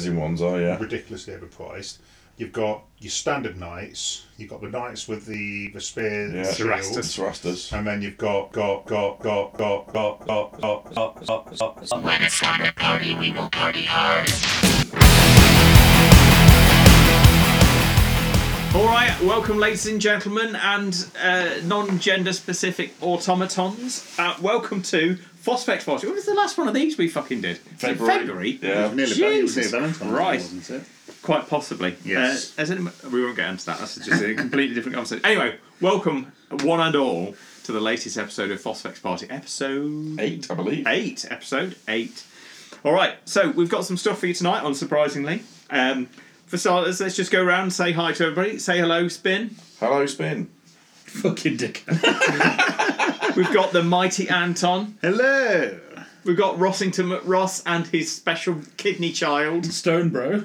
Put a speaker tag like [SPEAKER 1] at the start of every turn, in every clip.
[SPEAKER 1] Amazing ones are, yeah.
[SPEAKER 2] ridiculously overpriced. You've got your standard knights. You've got the knights with the the spear, and
[SPEAKER 1] Yeah.
[SPEAKER 2] shield,
[SPEAKER 1] It's
[SPEAKER 3] Um,
[SPEAKER 1] Rastas.
[SPEAKER 2] and then you've got got got got got got got got got got got. got-
[SPEAKER 4] When it's time to party, we will party hard.
[SPEAKER 5] All right, welcome, ladies and gentlemen, and uh, non-gender specific automatons. Uh, welcome to Phosphex Watch. What was the last one of these we fucking did? Was it February.
[SPEAKER 1] Yeah.
[SPEAKER 3] Nearly, it was near
[SPEAKER 5] Jesus
[SPEAKER 3] Valentine's,
[SPEAKER 5] Christ.
[SPEAKER 3] wasn't it?
[SPEAKER 5] Quite possibly.
[SPEAKER 3] Yes.
[SPEAKER 5] Uh, has anyone, we won't get into that. That's just a completely different conversation. Anyway, welcome, one and all, to the latest episode of Phosphex Party. Episode
[SPEAKER 1] Eight, I believe.
[SPEAKER 5] eight. Episode eight. All right, so we've got some stuff for you tonight, unsurprisingly. Um, for starters, let's just go around and say hi to everybody. Say hello, Spin.
[SPEAKER 1] Hello, Spin.
[SPEAKER 3] Fucking dick.
[SPEAKER 5] We've got the mighty Anton.
[SPEAKER 3] Hello,
[SPEAKER 5] We've got Rossington McRoss and his special kidney child.
[SPEAKER 6] Stone Bro.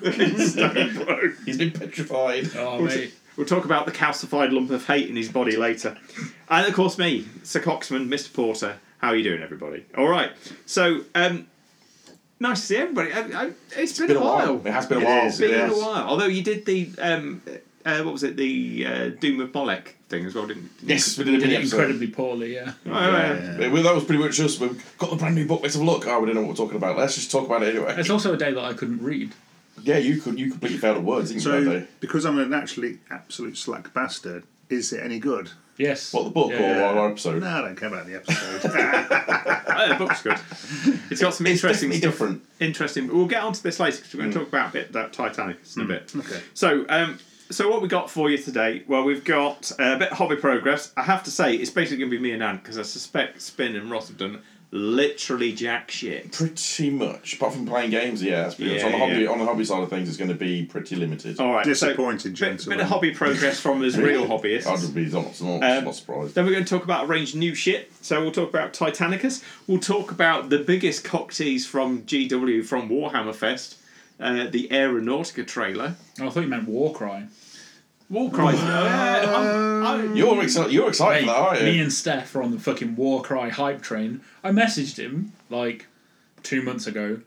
[SPEAKER 1] He's been petrified.
[SPEAKER 6] Oh, mate.
[SPEAKER 5] We'll talk about the calcified lump of hate in his body later. And of course, me, Sir Coxman, Mr. Porter. How are you doing, everybody? All right. So, um, nice to see everybody. I, I, it's been, a while.
[SPEAKER 1] It has been a
[SPEAKER 3] It
[SPEAKER 1] while.
[SPEAKER 3] is,
[SPEAKER 5] It's been
[SPEAKER 1] yes.
[SPEAKER 5] a while. Although you did the, um, uh, what was it, the uh, Doom of Molech thing as well, didn't you?
[SPEAKER 1] Yes, we did a
[SPEAKER 6] Did
[SPEAKER 1] mini
[SPEAKER 6] it
[SPEAKER 1] episode.
[SPEAKER 6] incredibly poorly, yeah.
[SPEAKER 5] Oh, yeah.
[SPEAKER 1] Yeah, well, that was pretty much us. We've got the brand new book. Let's have a look. Oh, we don't know what we're talking about. Let's just talk about it anyway.
[SPEAKER 6] It's also a day that I couldn't read.
[SPEAKER 1] Yeah, you could. You completely failed at words, didn't you, that
[SPEAKER 3] So,
[SPEAKER 1] day?
[SPEAKER 3] because I'm an actually absolute slack bastard, is it any good?
[SPEAKER 6] Yes.
[SPEAKER 1] What the book
[SPEAKER 6] Yeah,
[SPEAKER 1] or
[SPEAKER 6] yeah.
[SPEAKER 1] our episode?
[SPEAKER 3] No, I don't care about the episode.
[SPEAKER 5] Oh, the book's good. It's got some
[SPEAKER 1] It's
[SPEAKER 5] interesting
[SPEAKER 1] definitely
[SPEAKER 5] stuff.
[SPEAKER 1] different. Mm.
[SPEAKER 5] Interesting. We'll get onto this later because we're going to talk about a bit about Titanic in a bit.
[SPEAKER 3] okay.
[SPEAKER 5] So, um, so what we got for you today? Well, we've got uh, a bit of hobby progress. I have to say, it's basically going to be me and Ant because I suspect Spin and Ross have done literally jack shit.
[SPEAKER 1] Pretty much, apart from playing games, yeah. That's pretty
[SPEAKER 5] Yeah,
[SPEAKER 1] much. On the hobby,
[SPEAKER 5] yeah. Oh,
[SPEAKER 1] on the hobby side of things, it's going to be pretty limited.
[SPEAKER 5] All right. so
[SPEAKER 3] Disappointing,
[SPEAKER 5] bit, bit
[SPEAKER 3] gentlemen.
[SPEAKER 5] of hobby progress from us real hobbyists.
[SPEAKER 1] I'd be not, not,
[SPEAKER 5] Um,
[SPEAKER 1] not surprised.
[SPEAKER 5] Then we're going to talk about a range of new shit. So we'll talk about Titanicus. We'll talk about the biggest cocktease from GW from Warhammer Fest, uh, the Aeronautica trailer.
[SPEAKER 6] I thought you meant war crime.
[SPEAKER 5] War cries.
[SPEAKER 1] You're excited. You're excited
[SPEAKER 6] Hey,
[SPEAKER 1] for that, aren't you?
[SPEAKER 6] me and Steph were on the fucking war cry hype train. I messaged him like two months ago.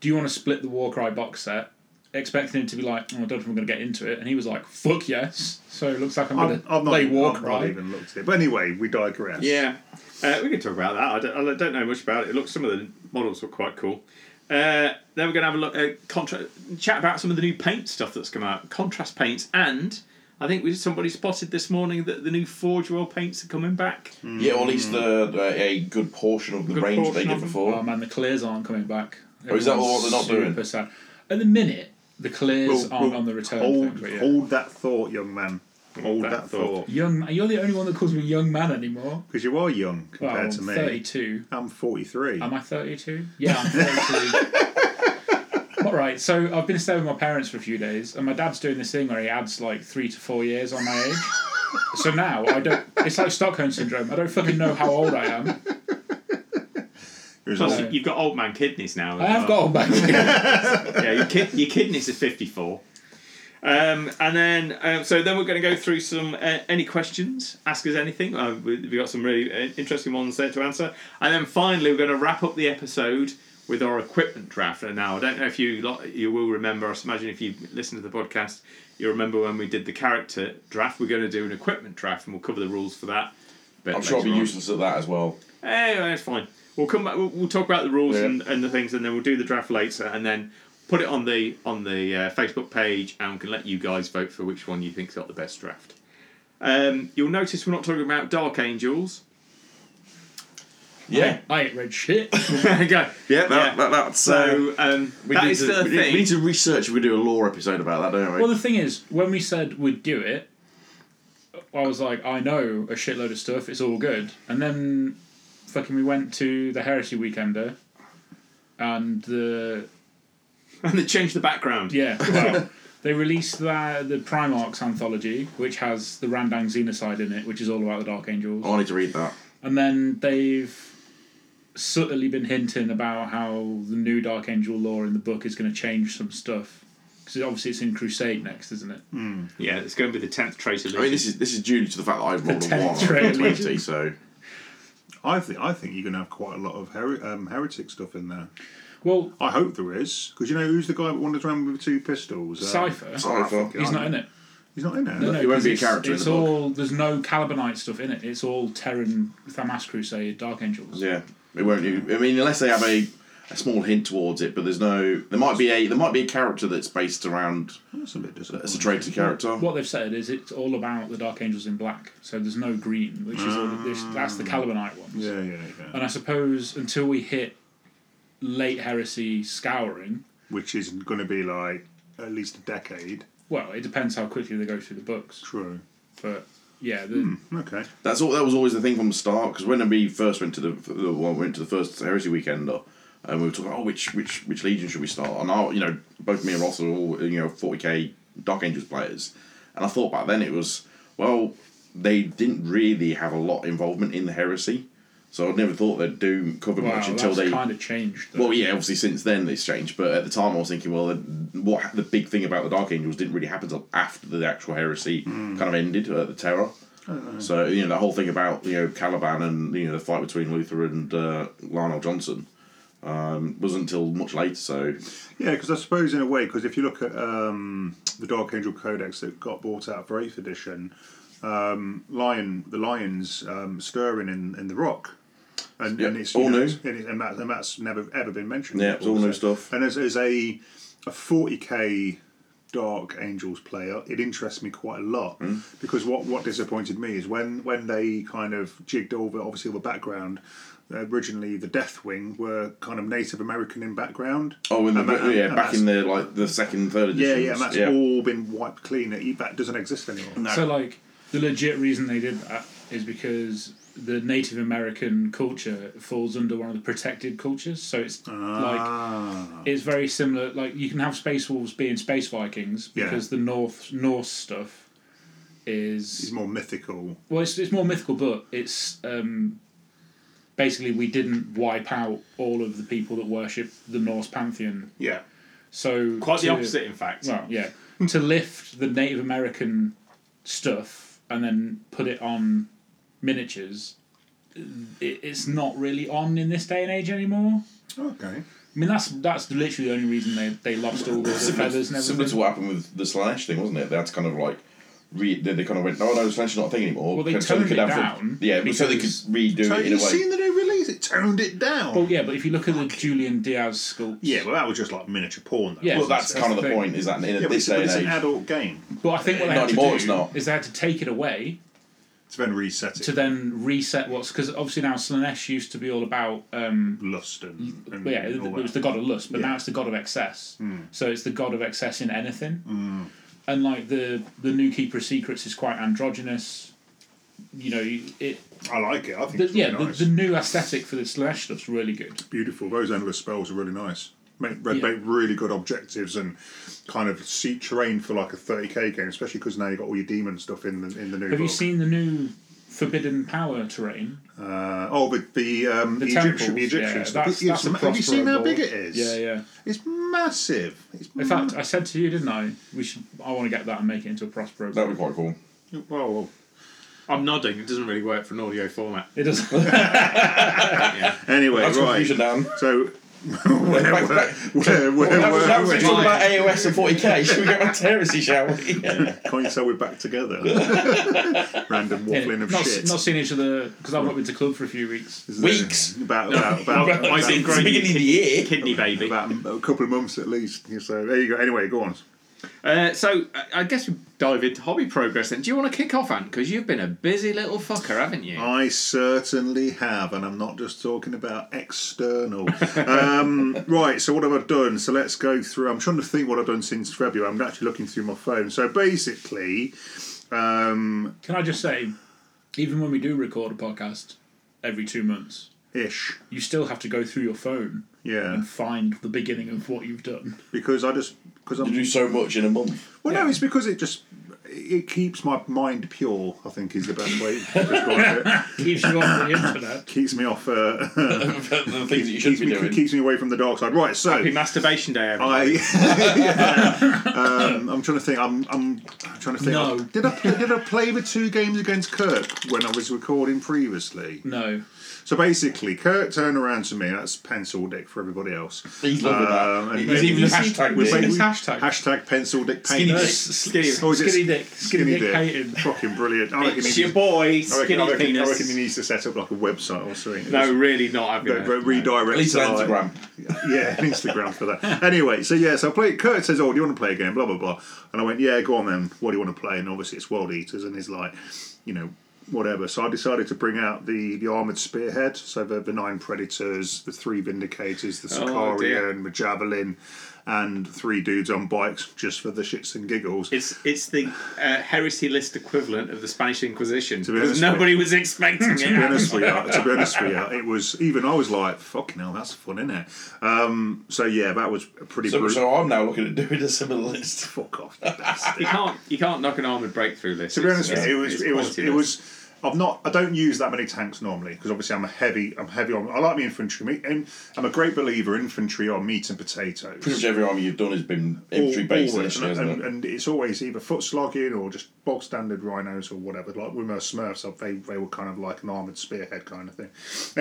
[SPEAKER 6] Do you want to split the war cry box set? Expecting him to be like, oh, I don't know if I'm going to get into it, and he was like, "Fuck yes!" So it looks like I'm going
[SPEAKER 3] I've,
[SPEAKER 6] to
[SPEAKER 3] I've, not,
[SPEAKER 6] play war
[SPEAKER 3] I've
[SPEAKER 6] cry.
[SPEAKER 3] not even looked at it. But anyway, we digress.
[SPEAKER 5] yeah, uh, we can talk about that. I don't, I don't know much about it. Look, some of the models were quite cool. Uh, then we're going to have a look at contra- chat about some of the new paint stuff that's come out, contrast paints, and I think we somebody spotted this morning that the new Forge World paints are coming back.
[SPEAKER 6] Hmm.
[SPEAKER 1] Yeah, or at least the, the a good portion of the
[SPEAKER 5] Good
[SPEAKER 1] range they
[SPEAKER 5] portion
[SPEAKER 1] did
[SPEAKER 5] of them.
[SPEAKER 1] before.
[SPEAKER 6] Oh man, the clears aren't coming back.
[SPEAKER 1] Oh, is that what
[SPEAKER 6] Everyone's
[SPEAKER 1] they're not
[SPEAKER 6] super
[SPEAKER 1] doing?
[SPEAKER 6] Sad. At the minute, the clears
[SPEAKER 3] We'll-
[SPEAKER 6] aren't
[SPEAKER 3] we'll
[SPEAKER 6] on the return.
[SPEAKER 3] Hold,
[SPEAKER 6] thing, but yeah.
[SPEAKER 3] hold that thought, young man. Hold
[SPEAKER 5] that
[SPEAKER 3] that,
[SPEAKER 5] thought.
[SPEAKER 3] thought.
[SPEAKER 6] Young, you're the only one that calls me young man anymore.
[SPEAKER 3] Because you are young
[SPEAKER 6] Well,
[SPEAKER 3] compared
[SPEAKER 6] I'm
[SPEAKER 3] to me.
[SPEAKER 6] 32.
[SPEAKER 3] I'm 43.
[SPEAKER 6] Am I 32? Yeah, I'm 32. All right, so I've been staying with my parents for a few days, and my dad's doing this thing where he adds like three to four years on my age. So now I don't. It's like Stockholm syndrome. I don't fucking know how old I am.
[SPEAKER 3] Who's
[SPEAKER 5] Plus,
[SPEAKER 3] old?
[SPEAKER 5] you've got old man kidneys now. as
[SPEAKER 6] I
[SPEAKER 3] Oh.
[SPEAKER 5] well.
[SPEAKER 6] have got old man.
[SPEAKER 5] yeah, your, kid, your kidneys are 54. Um, and then, uh, so then we're going to go through some uh, any questions. Ask us anything. Uh, we- we've got some really uh, interesting ones there to answer. And then finally, we're going to wrap up the episode with our equipment draft. And now, I don't know if you lot, you will remember. I s- imagine if you listen to the podcast, you remember when we did the character draft. We're going to do an equipment draft, and we'll cover the rules for that. a bit
[SPEAKER 1] I'm sure I'll be
[SPEAKER 5] later on.
[SPEAKER 1] useless at that as well.
[SPEAKER 5] Anyway, it's Eh, fine. We'll come back. We'll, we'll talk about the rules
[SPEAKER 1] Yeah.
[SPEAKER 5] and, and the things, and then we'll do the draft later, and then put it on the on the uh, Facebook page, and we can let you guys vote for which one you think's got the best draft. Um, you'll notice we're not talking about Dark Angels.
[SPEAKER 1] Yeah,
[SPEAKER 6] I ain't read shit.
[SPEAKER 5] Go.
[SPEAKER 1] yeah,
[SPEAKER 5] Yeah.
[SPEAKER 1] that's
[SPEAKER 5] So um,
[SPEAKER 1] we
[SPEAKER 5] that
[SPEAKER 1] need
[SPEAKER 5] is
[SPEAKER 1] to,
[SPEAKER 5] the
[SPEAKER 1] we,
[SPEAKER 5] thing.
[SPEAKER 1] we need to research. We do a lore episode about that, don't we?
[SPEAKER 6] Well, the thing is, when we said we'd do it, I was like, I know a shitload of stuff. It's all good. And then, fucking, we went to the Heresy Weekender, and the
[SPEAKER 5] and they change the background.
[SPEAKER 6] yeah, well, they released the the Primarchs anthology, which has the Randang Xenocide in it, which is all about the Dark Angels.
[SPEAKER 1] I need to read that.
[SPEAKER 6] And then they've subtly been hinting about how the new Dark Angel lore in the book is going to change some stuff. Because obviously it's in Crusade next, isn't it?
[SPEAKER 5] Yeah, it's going to be the tenth traitor.
[SPEAKER 1] I mean, this is this is due to the fact that I've rolled a
[SPEAKER 6] Ten
[SPEAKER 1] one
[SPEAKER 6] trade
[SPEAKER 1] on twenty.
[SPEAKER 6] legions.
[SPEAKER 1] So
[SPEAKER 3] I think I think you're going to have quite a lot of heri- um, heretic stuff in there.
[SPEAKER 6] Well,
[SPEAKER 3] I hope there is, because you know who's the guy that wanders around with two pistols? Uh,
[SPEAKER 6] Cypher.
[SPEAKER 1] Cypher.
[SPEAKER 6] he's not in it.
[SPEAKER 3] He's not in there.
[SPEAKER 6] No, no,
[SPEAKER 1] He won't
[SPEAKER 6] 'cause
[SPEAKER 1] be a
[SPEAKER 6] it's-
[SPEAKER 1] character in
[SPEAKER 6] It's
[SPEAKER 1] the book.
[SPEAKER 6] all there's no Calibanite stuff in it. It's all Terran, Thamas Crusade, Dark Angels.
[SPEAKER 1] Yeah, it won't. You, I mean, unless they have a, a small hint towards it, but there's no. There might be a. There might be a character that's based around
[SPEAKER 3] That's a bit disappointing.
[SPEAKER 1] as a traitor character.
[SPEAKER 6] What they've said is it's all about the Dark Angels in black. So there's no green, which is all the,
[SPEAKER 1] Ah.
[SPEAKER 6] this, that's the Calibanite ones.
[SPEAKER 3] Yeah, yeah, yeah.
[SPEAKER 6] And I suppose until we hit late heresy scouring,
[SPEAKER 3] Which is going to be like at least a decade.
[SPEAKER 6] well, it depends how quickly they go through the books.
[SPEAKER 3] True.
[SPEAKER 6] But yeah, the,
[SPEAKER 1] Hmm.
[SPEAKER 3] Okay.
[SPEAKER 1] That's all. That was always the thing from the start. Because when we first went to the well, we went to the first Heresy weekend, uh, and we were talking, oh, which which which legion should we start? And I, you know, both me and Ross are all you know forty k Dark Angels players, and I thought back then it was well, they didn't really have a lot involvement in the Heresy, so I never thought they'd do cover
[SPEAKER 6] wow,
[SPEAKER 1] much
[SPEAKER 6] that's
[SPEAKER 1] until they
[SPEAKER 6] kind of changed. though.
[SPEAKER 1] Well, yeah, obviously since then it's changed, but at the time I was thinking, well, the, what ha- the big thing about the Dark Angels didn't really happen until after the actual heresy
[SPEAKER 6] Hmm.
[SPEAKER 1] kind of ended uh, the Terror. So you know that whole thing about you know Caliban and you know the fight between Luther and uh, Lionel Johnson um, wasn't until much later. So
[SPEAKER 3] Yeah, because I suppose in a way, because if you look at um, the Dark Angel Codex that got bought out for Eighth Edition, um, Lion, the Lion's um, stirring in, in the rock. And, and
[SPEAKER 1] Yeah,
[SPEAKER 3] it's you
[SPEAKER 1] all
[SPEAKER 3] know,
[SPEAKER 1] new.
[SPEAKER 3] it's- And, it, and, that, and that's never ever been mentioned.
[SPEAKER 1] Yeah, it's all
[SPEAKER 3] before,
[SPEAKER 1] new
[SPEAKER 3] so-
[SPEAKER 1] stuff.
[SPEAKER 3] And as, as a a forty k Dark Angels player, it interests me quite a lot
[SPEAKER 1] Hmm.
[SPEAKER 3] because what, what disappointed me is when, when they kind of jigged over obviously all the background. Originally, the Deathwing were kind of Native American in background.
[SPEAKER 1] oh, in the,
[SPEAKER 3] And that-
[SPEAKER 1] yeah,
[SPEAKER 3] and
[SPEAKER 1] back
[SPEAKER 3] that's-
[SPEAKER 1] in the like the second, third
[SPEAKER 3] yeah,
[SPEAKER 1] edition.
[SPEAKER 3] yeah, and that's all been wiped clean. It- That doesn't exist anymore.
[SPEAKER 6] So like the legit reason they did that is because the Native American culture falls under one of the protected cultures. So it's
[SPEAKER 7] Ah.
[SPEAKER 3] Ah,
[SPEAKER 6] like it's very similar. Like you can have space wolves being space Vikings
[SPEAKER 3] Yeah.
[SPEAKER 6] because the North Norse stuff is
[SPEAKER 3] It's more mythical.
[SPEAKER 6] well, it's, it's more mythical, but it's um, basically we didn't wipe out all of the people that worship the Norse pantheon.
[SPEAKER 3] Yeah.
[SPEAKER 6] So
[SPEAKER 7] Quite the
[SPEAKER 6] to-
[SPEAKER 7] opposite, in fact.
[SPEAKER 6] well, yeah. to lift the Native American stuff and then put it on miniatures, it, it's not really on in this day and age anymore.
[SPEAKER 3] Okay.
[SPEAKER 6] I mean, that's that's literally the only reason they, they lost all the
[SPEAKER 1] similar,
[SPEAKER 6] feathers and
[SPEAKER 1] similar to
[SPEAKER 6] everything.
[SPEAKER 1] what happened with the Slanesh thing, wasn't it? They had to kind of like. Re- they, they kind of went, "Oh, no, no, Slanesh's not a thing anymore.
[SPEAKER 6] Well, they
[SPEAKER 1] so
[SPEAKER 6] toned it
[SPEAKER 1] have the-
[SPEAKER 6] down
[SPEAKER 1] yeah, so they could
[SPEAKER 6] because-
[SPEAKER 1] redo
[SPEAKER 3] So
[SPEAKER 1] it in
[SPEAKER 3] have
[SPEAKER 1] a
[SPEAKER 3] you
[SPEAKER 1] way.
[SPEAKER 3] seen the new release? It toned it down.
[SPEAKER 6] Well, yeah, but if you look at the Julian Diaz sculpt,
[SPEAKER 3] yeah, well, that was just like miniature porn. Though.
[SPEAKER 6] Yeah.
[SPEAKER 1] Well,
[SPEAKER 3] wasn't
[SPEAKER 1] that's
[SPEAKER 3] it?
[SPEAKER 1] kind of the
[SPEAKER 6] thing.
[SPEAKER 1] point. Is that in
[SPEAKER 3] yeah, but
[SPEAKER 1] this
[SPEAKER 3] it's,
[SPEAKER 1] day
[SPEAKER 3] but
[SPEAKER 1] and
[SPEAKER 3] it's an
[SPEAKER 1] age,
[SPEAKER 3] adult game.
[SPEAKER 6] but I think what they
[SPEAKER 1] Not
[SPEAKER 6] had to
[SPEAKER 1] anymore,
[SPEAKER 6] do
[SPEAKER 1] it's not.
[SPEAKER 6] is they had to take it away
[SPEAKER 3] It's been reset.
[SPEAKER 6] to
[SPEAKER 3] To
[SPEAKER 6] then reset what's because obviously now Slanesh used to be all about um,
[SPEAKER 3] lust and, and
[SPEAKER 6] Well, yeah,
[SPEAKER 3] and
[SPEAKER 6] it
[SPEAKER 3] all
[SPEAKER 6] was the
[SPEAKER 3] that.
[SPEAKER 6] god of lust, but
[SPEAKER 3] Yeah. Hmm.
[SPEAKER 6] now it's the god of excess. So it's the god of excess in anything. And like the the new keeper of secrets is quite androgynous. You know, it.
[SPEAKER 3] I like it. I think
[SPEAKER 6] The,
[SPEAKER 3] it's
[SPEAKER 6] yeah,
[SPEAKER 3] really nice.
[SPEAKER 6] the, the new aesthetic for the slash stuff's really good.
[SPEAKER 3] beautiful. Those endless spells are really nice. Make, re-
[SPEAKER 6] Yeah.
[SPEAKER 3] make really good objectives and kind of seat terrain for like a 30k game, especially because now you've got all your demon stuff in the in the new.
[SPEAKER 6] Have you
[SPEAKER 3] book.
[SPEAKER 6] seen the new forbidden power terrain?
[SPEAKER 3] Uh, oh, the the, um,
[SPEAKER 6] The
[SPEAKER 3] the
[SPEAKER 6] temples,
[SPEAKER 3] Egyptian, the Egyptian
[SPEAKER 6] yeah,
[SPEAKER 3] stuff.
[SPEAKER 6] that's-
[SPEAKER 3] It's-
[SPEAKER 6] that's a
[SPEAKER 3] have you seen how big
[SPEAKER 6] Prospero board.
[SPEAKER 3] it is?
[SPEAKER 6] Yeah, yeah.
[SPEAKER 3] It's massive. It's
[SPEAKER 6] In fact, I said to you, didn't I? We should. I want to get that and make it into a Prospero.
[SPEAKER 1] that would be quite cool.
[SPEAKER 3] ma- well, well,
[SPEAKER 7] I'm nodding. It doesn't really work for an audio format.
[SPEAKER 6] It doesn't.
[SPEAKER 3] anyway,
[SPEAKER 1] That's
[SPEAKER 3] right.
[SPEAKER 1] confusion, Dan.
[SPEAKER 3] So where
[SPEAKER 1] Back-
[SPEAKER 3] were-
[SPEAKER 1] back-
[SPEAKER 3] where
[SPEAKER 1] That was, that
[SPEAKER 3] were
[SPEAKER 1] was
[SPEAKER 3] we?
[SPEAKER 1] it talking about AOS and 40k. Should we go back to heresy, shall we?
[SPEAKER 3] Can't you tell we're back together? Random waffling of
[SPEAKER 6] not,
[SPEAKER 3] shit.
[SPEAKER 6] not seeing each other because I've not been to club for a few weeks.
[SPEAKER 3] Is there-
[SPEAKER 1] Weeks.
[SPEAKER 3] About about about,
[SPEAKER 7] I've
[SPEAKER 3] about,
[SPEAKER 7] been
[SPEAKER 1] It's the beginning of the year.
[SPEAKER 7] Kidney baby.
[SPEAKER 3] about a couple of months at least. So there you go. Anyway, go on.
[SPEAKER 7] Uh, so I- I guess we dive into hobby progress then. Do you want to kick off, Ant? Because you've been a busy little fucker, haven't you?
[SPEAKER 3] I certainly have, and I'm not just talking about external. um, right, so what have I done? So let's go through. I'm trying to think what I've done since February. I'm actually looking through my phone. So basically, um,
[SPEAKER 6] Can I just say, even when we do record a podcast every two months,
[SPEAKER 3] ish,
[SPEAKER 6] you still have to go through your phone
[SPEAKER 3] yeah,
[SPEAKER 6] and find the beginning of what you've done.
[SPEAKER 3] because I just because I'm
[SPEAKER 1] You do so much in a month.
[SPEAKER 3] well,
[SPEAKER 6] yeah.
[SPEAKER 3] no, it's because it just it keeps my mind pure. I think is the best way to describe it.
[SPEAKER 6] Keeps you off the internet.
[SPEAKER 3] Keeps me off. Uh,
[SPEAKER 1] the things that you
[SPEAKER 3] keeps
[SPEAKER 1] shouldn't be
[SPEAKER 3] me
[SPEAKER 1] doing.
[SPEAKER 3] keeps me away from the dark side. Right, so
[SPEAKER 7] Happy masturbation day, everyone.
[SPEAKER 3] I, um, I'm trying to think. I'm, I'm, I'm trying to think.
[SPEAKER 6] No.
[SPEAKER 3] Did I did I play the two games against Kirk when I was recording previously?
[SPEAKER 6] No.
[SPEAKER 3] So basically, Kurt turned around to me. That's pencil dick for everybody else.
[SPEAKER 1] He's loving
[SPEAKER 3] Um,
[SPEAKER 1] that.
[SPEAKER 3] and-
[SPEAKER 6] There's even a
[SPEAKER 1] We've
[SPEAKER 6] hashtag.
[SPEAKER 1] seen-
[SPEAKER 6] We've
[SPEAKER 1] we've
[SPEAKER 6] seen
[SPEAKER 1] seen-
[SPEAKER 6] this hashtag.
[SPEAKER 3] Hashtag pencil dick
[SPEAKER 6] Skinny
[SPEAKER 3] painting.
[SPEAKER 6] dick.
[SPEAKER 7] Skinny-
[SPEAKER 3] Or is it
[SPEAKER 6] Skinny dick. Skinny dick hating.
[SPEAKER 3] Fucking brilliant. I reckon,
[SPEAKER 7] It's
[SPEAKER 3] he
[SPEAKER 7] your
[SPEAKER 3] needs,
[SPEAKER 7] boy,
[SPEAKER 3] I, reckon, I,
[SPEAKER 7] skinny
[SPEAKER 3] reckon, I
[SPEAKER 7] penis.
[SPEAKER 3] reckon he needs to set up like a website or something.
[SPEAKER 7] no,
[SPEAKER 3] Just-
[SPEAKER 7] really not
[SPEAKER 3] re-
[SPEAKER 7] having
[SPEAKER 3] re- redirect
[SPEAKER 1] At least
[SPEAKER 3] to,
[SPEAKER 1] on
[SPEAKER 3] like-
[SPEAKER 1] Instagram.
[SPEAKER 3] yeah, an Instagram for that. Anyway, so yeah, so I play. Kurt says, "Oh, do you want to play a game?" Blah blah blah. And I went, "Yeah, go on then. What do you want to play?" And obviously, it's World Eaters, and he's like, you know, whatever. So I decided to bring out the the armored spearhead. So the, the nine predators, the three vindicators, the
[SPEAKER 7] Oh, dear.
[SPEAKER 3] Sicarian, the javelin, and three dudes on bikes just for the shits and giggles.
[SPEAKER 7] It's it's the uh, heresy list equivalent of the Spanish Inquisition
[SPEAKER 3] be
[SPEAKER 7] because
[SPEAKER 3] honest with
[SPEAKER 7] nobody was expecting it.
[SPEAKER 3] to be honest with you, to be honest with you, it was even I was like, "Fucking hell, that's fun, isn't it?" Um, so yeah, that was a pretty
[SPEAKER 1] So,
[SPEAKER 3] brutal.
[SPEAKER 1] so I'm now looking at doing a similar list.
[SPEAKER 3] Fuck off, you bastard.
[SPEAKER 7] You can't you can't knock an armored breakthrough list.
[SPEAKER 3] To be honest
[SPEAKER 7] It's-
[SPEAKER 3] with you, it was
[SPEAKER 7] it's
[SPEAKER 3] it was
[SPEAKER 7] quality
[SPEAKER 3] it
[SPEAKER 7] list.
[SPEAKER 3] was. I've not. I don't use that many tanks normally because obviously I'm a heavy. I'm heavy on. I like my infantry. Me, and I'm a great believer. Infantry are meat and potatoes.
[SPEAKER 1] Pretty much every army you've done has been infantry
[SPEAKER 3] Al-
[SPEAKER 1] based
[SPEAKER 3] always,
[SPEAKER 1] initially,
[SPEAKER 3] and,
[SPEAKER 1] hasn't
[SPEAKER 3] and,
[SPEAKER 1] it?
[SPEAKER 3] and it's always either foot slogging or just bog standard rhinos or whatever. Like with my Smurfs, I- they they were kind of like an armored spearhead kind of thing.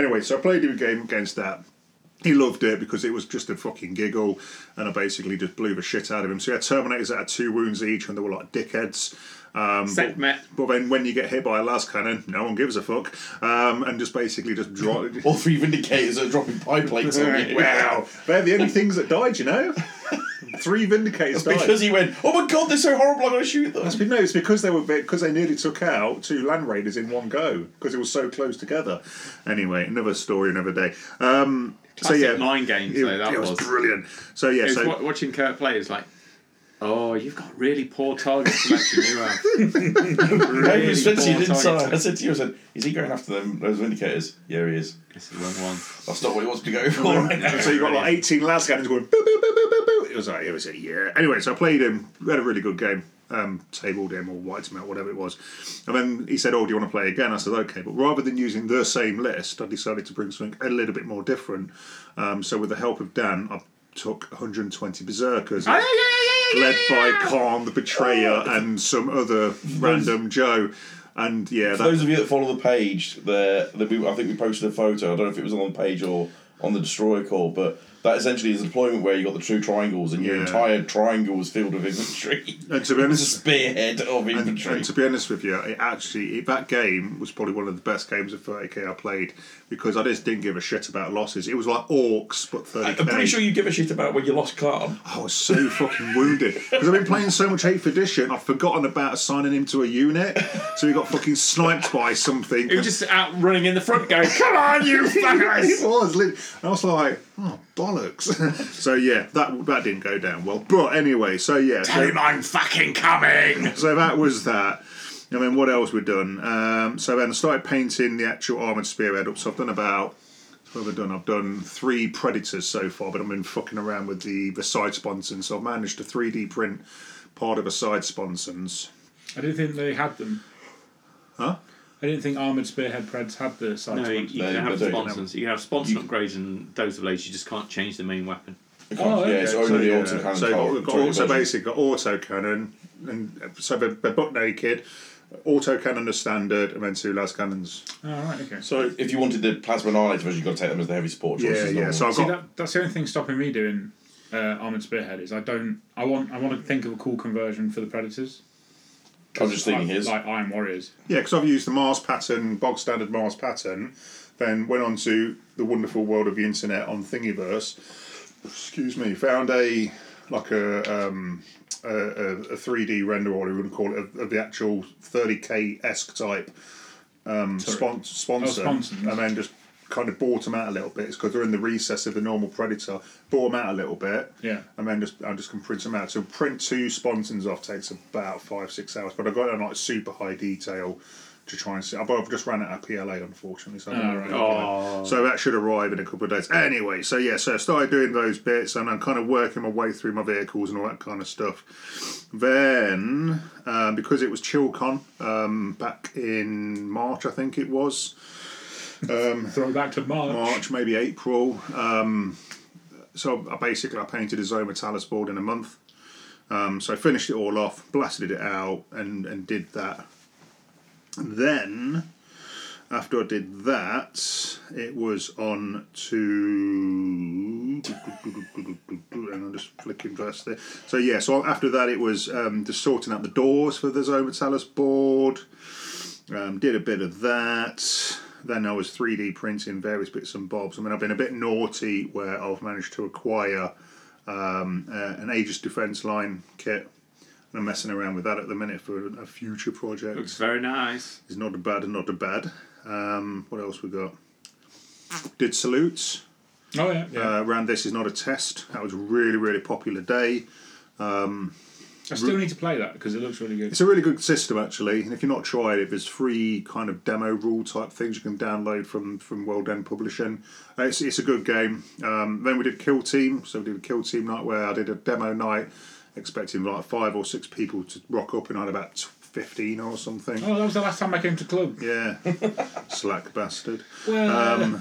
[SPEAKER 3] Anyway, so I played a game against that. He loved it because it was just a fucking giggle, and I basically just blew the shit out of him. So yeah, Terminators that had two wounds each, and they were like dickheads. Um,
[SPEAKER 7] Set
[SPEAKER 3] but-
[SPEAKER 7] met.
[SPEAKER 3] But then when you get hit by a las cannon, no one gives a fuck, um, and just basically just draw.
[SPEAKER 1] All three Vindicators are dropping pie plates on you.
[SPEAKER 3] wow, they're the only things that died, you know. Three vindicators died.
[SPEAKER 1] Because he went, oh my god, they're so horrible, I'm going to shoot them.
[SPEAKER 3] That's be- No, it's because they were because they nearly took out two land raiders in one go because it was so close together. Anyway, another story, another day. Um, so
[SPEAKER 7] Classic
[SPEAKER 3] yeah,
[SPEAKER 7] mind games,
[SPEAKER 3] It,
[SPEAKER 7] though, that
[SPEAKER 3] it was
[SPEAKER 7] was.
[SPEAKER 3] brilliant. So yeah,
[SPEAKER 7] It was
[SPEAKER 3] so
[SPEAKER 7] wa- watching Kurt play. It's like, oh, you've got really poor target selection. You have.
[SPEAKER 1] David
[SPEAKER 7] really
[SPEAKER 1] Spencer, you
[SPEAKER 7] poor
[SPEAKER 1] didn't
[SPEAKER 7] target
[SPEAKER 1] sign. I said to you, I said, is he going after them, those Vindicators? Yeah, he is.
[SPEAKER 7] This is wrong one.
[SPEAKER 1] That's not what he wants to go for right now.
[SPEAKER 3] so you got like eighteen las cannons going boo boo boo boo boo boo. It was like it was a yeah. Anyway, so I played him. We had a really good game. Um, tabled him or wiped him out, whatever it was. And then he said, "Oh, do you want to play again?" I said, "Okay." But rather than using the same list, I decided to bring something a little bit more different. Um, so with the help of Dan, I took 120 berserkers. led by Khan the Betrayer and some other random Joe. And yeah,
[SPEAKER 1] For those
[SPEAKER 3] that,
[SPEAKER 1] of you that follow the page, there that we I think we posted a photo. I don't know if it was on the page or on the destroyer call, but that essentially is a deployment where you got the two triangles and your
[SPEAKER 3] Yeah.
[SPEAKER 1] entire triangle was filled with infantry.
[SPEAKER 3] and to be
[SPEAKER 1] It's a
[SPEAKER 3] honest,
[SPEAKER 1] spearhead of
[SPEAKER 3] and,
[SPEAKER 1] infantry.
[SPEAKER 3] and to be honest with you, it actually it, that game was probably one of the best games of 30k I played because I just didn't give a shit about losses. It was like orcs, but 30k.
[SPEAKER 1] I'm pretty sure you give a shit about when you lost Clark.
[SPEAKER 3] I was so fucking wounded because I've been playing so much Eighth Edition, I've forgotten about assigning him to a unit. So he got fucking sniped by something.
[SPEAKER 7] He was just out running in the front, going, "Come on, you
[SPEAKER 3] it
[SPEAKER 7] fuckers!"
[SPEAKER 3] was. lit- I was like, oh bollocks. so yeah, that that didn't go down well. But anyway, so yeah, so,
[SPEAKER 7] I'm fucking coming.
[SPEAKER 3] so that was that. And then what else we done? Um, so then I started painting the actual armored spearhead up. So I've done about. What have I done? I've done three predators so far, but I've been fucking around with the the side sponsons. So I've managed to three D print part of a side sponsons.
[SPEAKER 6] I didn't think they had them.
[SPEAKER 3] Huh?
[SPEAKER 6] I didn't think armored spearhead preds had the side.
[SPEAKER 7] No, you, you
[SPEAKER 1] They-
[SPEAKER 7] can have
[SPEAKER 1] they do.
[SPEAKER 7] sponsors. You can have sponsor upgrades and those of late. You just can't change the main weapon.
[SPEAKER 1] yeah,
[SPEAKER 6] Oh, okay.
[SPEAKER 1] it's only
[SPEAKER 3] So,
[SPEAKER 1] the
[SPEAKER 3] yeah,
[SPEAKER 1] auto cannon.
[SPEAKER 3] so
[SPEAKER 1] Clark,
[SPEAKER 3] we've got
[SPEAKER 1] toy
[SPEAKER 3] auto
[SPEAKER 1] version.
[SPEAKER 3] basic, got auto cannon, and uh, so they're, they're butt naked. Auto cannon is standard, and then two las cannons.
[SPEAKER 6] All Oh, right, okay.
[SPEAKER 3] So
[SPEAKER 1] If you wanted the plasma annihilator version, you've got to take them as the heavy support choice.
[SPEAKER 3] yeah,
[SPEAKER 1] as
[SPEAKER 3] yeah.
[SPEAKER 1] normal.
[SPEAKER 3] So I've
[SPEAKER 6] See,
[SPEAKER 3] got
[SPEAKER 6] that, that's the only thing stopping me doing uh, armored spearhead is I don't. I want. I want to think of a cool conversion for the predators.
[SPEAKER 1] I'm just thinking
[SPEAKER 6] like,
[SPEAKER 1] his.
[SPEAKER 6] like Iron Warriors.
[SPEAKER 3] yeah, because I've used the Mars pattern, bog standard Mars pattern. Then went on to the wonderful world of the internet on Thingiverse. Excuse me. Found a like a um, a, a, a 3D render, or what we would call it, of, of the actual 30k esque type um, spon- sponsor,
[SPEAKER 6] Oh, sponsons.
[SPEAKER 3] and then just kind of bought them out a little bit. It's because they're in the recess of the normal predator. Bought them out a little bit,
[SPEAKER 6] Yeah.
[SPEAKER 3] and then just I just can print them out. So print two sponsons off takes about five six hours, but I got it on like super high detail to try and see. I've I've just ran out of PLA unfortunately, so. I haven't
[SPEAKER 6] Oh,
[SPEAKER 3] been
[SPEAKER 6] right.
[SPEAKER 3] able to- so that should arrive in a couple of days. Anyway, so yeah, so I started doing those bits and I'm kind of working my way through my vehicles and all that kind of stuff. Then, um, because it was ChillCon um, back in March, I think it was,
[SPEAKER 6] Throw back to March.
[SPEAKER 3] March, maybe April. Um, so I basically I painted a Zoma Talus board in a month. Um, so I finished it all off, blasted it out, and and did that. Then After I did that, it was on to. and I'm just flicking past there. So, yeah, so after that, it was um, just sorting out the doors for the Zomatalus board. Um, did a bit of that. Then I was 3D printing various bits and bobs. I mean, I've been a bit naughty where I've managed to acquire um, uh, an Aegis Defence Line kit. And I'm messing around with that at the minute for a future project.
[SPEAKER 5] Looks very nice.
[SPEAKER 3] It's not a bad and not a bad. Um, what else we got? Did salutes.
[SPEAKER 6] Oh yeah, yeah.
[SPEAKER 3] Uh, around this is not a test. That was a really really popular day.
[SPEAKER 6] I still need to play that because it looks really good.
[SPEAKER 3] It's a really good system actually, and if you're not tried it, there's free kind of demo rule type things you can download from from World End Publishing. Uh, it's, it's a good game. Um, then we did Kill Team, so we did a Kill Team night where I did a demo night, expecting like five or six people to rock up, and I had about fifteen or something.
[SPEAKER 6] Oh, that was the last time I came to club.
[SPEAKER 3] Yeah, slack bastard.
[SPEAKER 6] Well,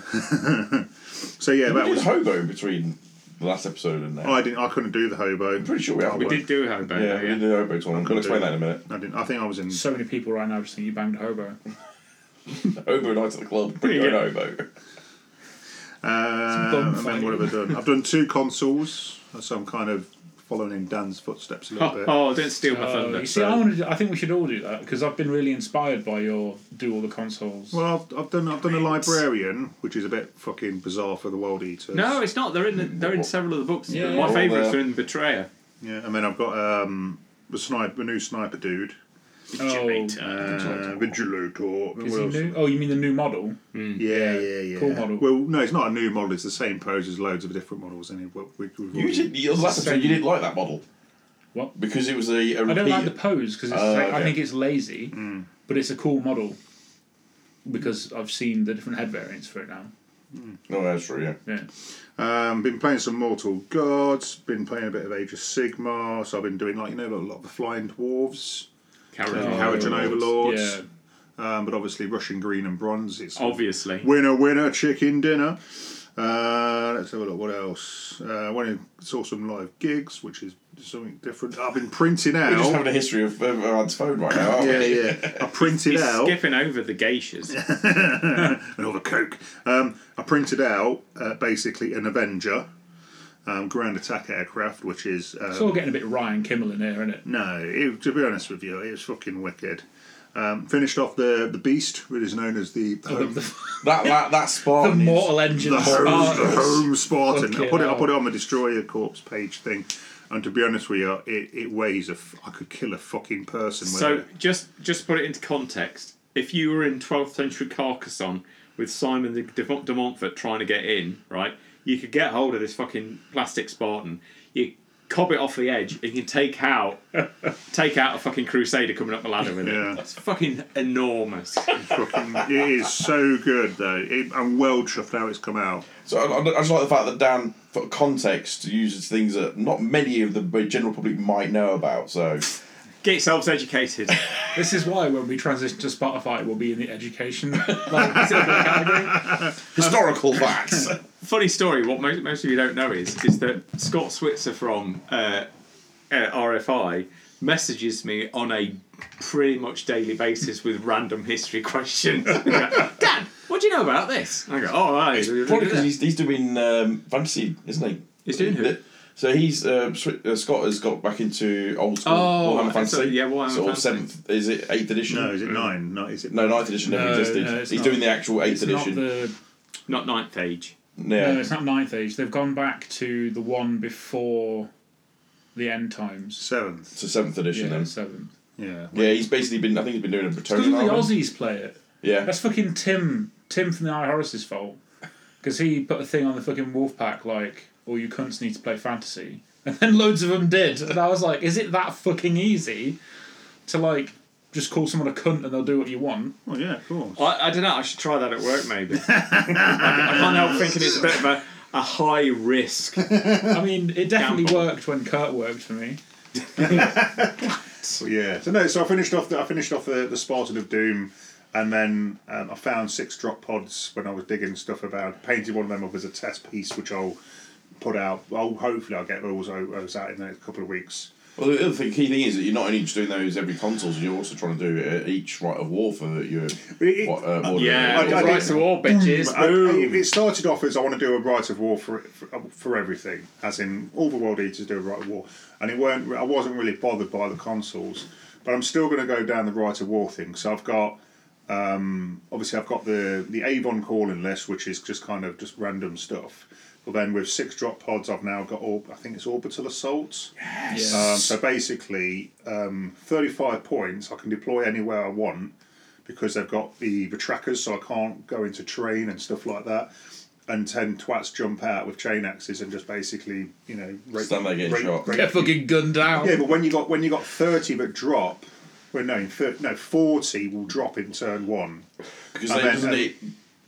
[SPEAKER 3] So yeah, that
[SPEAKER 1] That was
[SPEAKER 3] was.
[SPEAKER 1] hobo in between the last episode
[SPEAKER 6] Oh,
[SPEAKER 1] and that.
[SPEAKER 3] Oh, I didn't. I couldn't do the hobo.
[SPEAKER 1] I'm pretty sure we have.
[SPEAKER 5] We did do hobo.
[SPEAKER 1] Yeah,
[SPEAKER 5] Yeah,
[SPEAKER 1] we did the hobo one. We'll explain
[SPEAKER 3] do it.
[SPEAKER 1] that in a minute.
[SPEAKER 3] I didn't. I think I was in.
[SPEAKER 6] so many people right now just think you banged a hobo.
[SPEAKER 1] Hobo night at the club. Bring your own hobo.
[SPEAKER 3] Um, and
[SPEAKER 6] fighting.
[SPEAKER 3] then what have I done? I've done two consoles, uh, so I'm kind of following in Dan's footsteps a little
[SPEAKER 5] Oh,
[SPEAKER 3] bit.
[SPEAKER 5] oh, don't steal my
[SPEAKER 6] Uh,
[SPEAKER 5] thunder.
[SPEAKER 6] you see, I want to. I think we should all do that because I've been really inspired by your do all the consoles.
[SPEAKER 3] Well, I've, I've done I've done a librarian, which is a bit fucking bizarre for the world eaters.
[SPEAKER 5] no, it's not. They're in. The, they're in several of the books.
[SPEAKER 6] Yeah.
[SPEAKER 5] my
[SPEAKER 6] Well,
[SPEAKER 5] favourites
[SPEAKER 1] they're-
[SPEAKER 5] are in Betrayer.
[SPEAKER 3] yeah, and then I've got um, the sniper, the new sniper dude,
[SPEAKER 6] oh,
[SPEAKER 3] uh, Vigilator.
[SPEAKER 6] is
[SPEAKER 3] What
[SPEAKER 6] he
[SPEAKER 3] else?
[SPEAKER 6] new? Oh, you mean the new model?
[SPEAKER 3] Yeah, yeah, yeah.
[SPEAKER 6] Cool model.
[SPEAKER 3] Well, no, it's not a new model. It's the same pose as loads of different models. Anyway, we, we, we've
[SPEAKER 1] You
[SPEAKER 3] already-
[SPEAKER 1] did. You, last episode, you didn't like that model.
[SPEAKER 6] What?
[SPEAKER 1] Because it was a, a
[SPEAKER 6] I don't
[SPEAKER 1] repeat.
[SPEAKER 6] like the pose because
[SPEAKER 1] Oh,
[SPEAKER 6] I
[SPEAKER 1] okay.
[SPEAKER 6] think it's lazy, but it's a cool model because I've seen the different head variants for it now.
[SPEAKER 1] No, that's true. Yeah.
[SPEAKER 6] Yeah.
[SPEAKER 3] Um, been playing some Mortal Gods. Been playing a bit of Age of Sigmar. So I've been doing like you know a lot of the Flying Dwarves,
[SPEAKER 5] Carriage.
[SPEAKER 3] Carriage and Overlords.
[SPEAKER 6] Yeah.
[SPEAKER 3] Um, but obviously Russian Green and Bronze. It's
[SPEAKER 5] Obviously.
[SPEAKER 3] winner winner chicken dinner. Uh, let's have a look. What else? Uh, went and saw some live gigs, which is something different. I've been printing
[SPEAKER 1] We're just
[SPEAKER 3] out.
[SPEAKER 1] having a history of of Anne's phone right now. Aren't
[SPEAKER 3] Yeah,
[SPEAKER 1] we?
[SPEAKER 3] yeah. I printed
[SPEAKER 5] He's
[SPEAKER 3] out
[SPEAKER 5] skipping over the geishas.
[SPEAKER 3] another Coke. Um, I printed out uh, basically an Avenger um, ground attack aircraft, which is uh,
[SPEAKER 6] It's all getting a bit Ryan Kimmel in there, isn't it?
[SPEAKER 3] No, it, to be honest with you, it was fucking wicked. Um, finished off the the beast, which is known as the home, the,
[SPEAKER 1] That that that Spartan. Oh, is-
[SPEAKER 6] Mortal Ah, Engine.
[SPEAKER 3] home,
[SPEAKER 6] Spartan.
[SPEAKER 3] the home Spartan. I
[SPEAKER 6] Fucking
[SPEAKER 3] put it. I
[SPEAKER 6] hell.
[SPEAKER 3] put it on the destroyer corpse page thing. And to be honest with you, it, it weighs a. F- I could kill a fucking person. With
[SPEAKER 5] So
[SPEAKER 3] it.
[SPEAKER 5] just just put it into context. If you were in 12th century Carcassonne with Simon the de, de Montfort trying to get in, right, you could get hold of this fucking plastic Spartan. You cob it off the edge and you can take out take out a fucking crusader coming up the ladder with
[SPEAKER 3] Yeah.
[SPEAKER 5] it. It's fucking enormous.
[SPEAKER 3] fucking, it is so good though. It, I'm well chuffed how it's come out.
[SPEAKER 1] So I, I just like the fact that Dan, for context, uses things that not many of the general public might know about. So
[SPEAKER 5] Get yourselves educated.
[SPEAKER 6] This is why when we transition to Spotify, we'll be in the education like, category.
[SPEAKER 1] historical facts.
[SPEAKER 5] Funny story. What most, most of you don't know is is that Scott Switzer from uh, uh, RFI messages me on a pretty much daily basis with random history questions. I go, Dan, what do you know about this? I go, oh, right.
[SPEAKER 1] Probably because he's, he's doing um, fantasy, isn't he?
[SPEAKER 5] He's doing who?
[SPEAKER 1] So he's uh, Swi- uh, Scott has got back into old school
[SPEAKER 5] Oh,
[SPEAKER 1] Warhammer
[SPEAKER 5] okay, so-
[SPEAKER 1] Fantasy.
[SPEAKER 5] yeah, Warhammer
[SPEAKER 1] sort of
[SPEAKER 5] Fantasy.
[SPEAKER 1] seventh. Is it eighth edition?
[SPEAKER 3] No, is it nine? No, is it?
[SPEAKER 1] No, ninth edition never
[SPEAKER 6] No,
[SPEAKER 1] existed.
[SPEAKER 6] no, it's
[SPEAKER 1] he's
[SPEAKER 6] not.
[SPEAKER 1] doing the actual eighth
[SPEAKER 6] It's not
[SPEAKER 1] edition.
[SPEAKER 6] the
[SPEAKER 5] Not ninth age.
[SPEAKER 1] yeah.
[SPEAKER 6] no, it's not ninth age. They've gone back to the one before the end times.
[SPEAKER 3] seventh.
[SPEAKER 1] so seventh edition
[SPEAKER 6] Yeah,
[SPEAKER 1] then.
[SPEAKER 6] seventh.
[SPEAKER 3] Yeah.
[SPEAKER 1] Yeah, he's basically been. I think he's been doing a
[SPEAKER 6] Because
[SPEAKER 1] Bretonian.
[SPEAKER 6] all the
[SPEAKER 3] um,
[SPEAKER 1] army.
[SPEAKER 6] Aussies play it.
[SPEAKER 1] Yeah.
[SPEAKER 6] That's fucking Tim. Tim from the Eye Horace's fault. Because he put a thing on the fucking Wolfpack like, all you cunts need to play fantasy. And then loads of them did. And I was like, is it that fucking easy to like just call someone a cunt and they'll do what you want?
[SPEAKER 3] Oh yeah, of course.
[SPEAKER 5] I, I don't know. I should try that at work, maybe. I, I can't help thinking it's a bit of a, a high risk.
[SPEAKER 6] I mean, it definitely
[SPEAKER 5] Gamble.
[SPEAKER 6] worked when Kurt worked for me.
[SPEAKER 3] Well, yeah. So no, so I finished off. The, I finished off the, the Spartan of Doom, and then um, I found six drop pods when I was digging stuff about. Painted one of them up as a test piece, which I'll put out. I'll hopefully I'll get those o- those out in the next couple of weeks.
[SPEAKER 1] Well, the other thing, key thing is that you're not only just doing those every consoles, you're also trying to do uh, each right of war for your
[SPEAKER 3] it-
[SPEAKER 1] what, uh, order.
[SPEAKER 7] Yeah,
[SPEAKER 3] I- I
[SPEAKER 7] rights
[SPEAKER 3] did-
[SPEAKER 7] to war, bitches.
[SPEAKER 3] I- I-
[SPEAKER 7] Boom.
[SPEAKER 3] it started off as I want to do a right of war for, for for everything, as in all the world eaters do a right of war, and it weren't. I wasn't really bothered by the consoles, but I'm still going to go down the right of war thing. So I've got. Um, obviously, I've got the the Avon calling list, which is just kind of just random stuff. But then with six drop pods, I've now got all. I think it's orbital assaults.
[SPEAKER 6] Yes.
[SPEAKER 3] Um, so basically, um, 35 points I can deploy anywhere I want because they've got the, the trackers, so I can't go into terrain and stuff like that. And 10 twats jump out with chain axes and just basically, you know, rape,
[SPEAKER 1] Stand there getting shot.
[SPEAKER 6] Get fucking gunned down.
[SPEAKER 3] Yeah, but when you got when you got 30 that drop, well, no, 30, no, 40 will drop in turn one.
[SPEAKER 1] Because
[SPEAKER 3] I
[SPEAKER 1] they,
[SPEAKER 3] mean,
[SPEAKER 1] doesn't
[SPEAKER 3] uh,
[SPEAKER 1] it,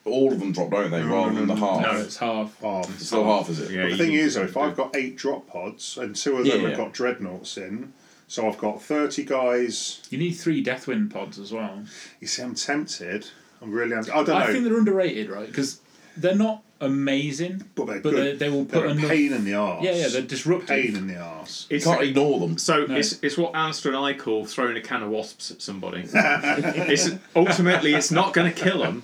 [SPEAKER 1] all of them drop, don't they? rather than the half.
[SPEAKER 6] No, it's half.
[SPEAKER 3] Um,
[SPEAKER 1] it's still half, is it?
[SPEAKER 7] Yeah.
[SPEAKER 3] The
[SPEAKER 7] you
[SPEAKER 3] thing
[SPEAKER 7] can-
[SPEAKER 3] is, though, if I've got eight drop pods and two of them
[SPEAKER 1] Yeah,
[SPEAKER 3] have
[SPEAKER 1] yeah.
[SPEAKER 3] got dreadnoughts in, so I've got 30 guys
[SPEAKER 6] You need three Deathwind pods as well.
[SPEAKER 3] You see, I'm tempted. I'm really. I'm, I am really i am really i do not
[SPEAKER 6] I
[SPEAKER 3] know.
[SPEAKER 6] think they're underrated, right? Because they're not amazing,
[SPEAKER 3] but they're
[SPEAKER 6] but
[SPEAKER 3] good.
[SPEAKER 6] they, they will put
[SPEAKER 3] They're a
[SPEAKER 6] another.
[SPEAKER 3] pain in the arse.
[SPEAKER 6] Yeah, yeah, they're
[SPEAKER 3] pain
[SPEAKER 6] disruptive.
[SPEAKER 3] in the arse.
[SPEAKER 1] You can't ignore them.
[SPEAKER 7] So
[SPEAKER 6] No.
[SPEAKER 7] it's it's what Alistair and I call throwing a can of wasps at somebody. it's ultimately it's not going to kill them,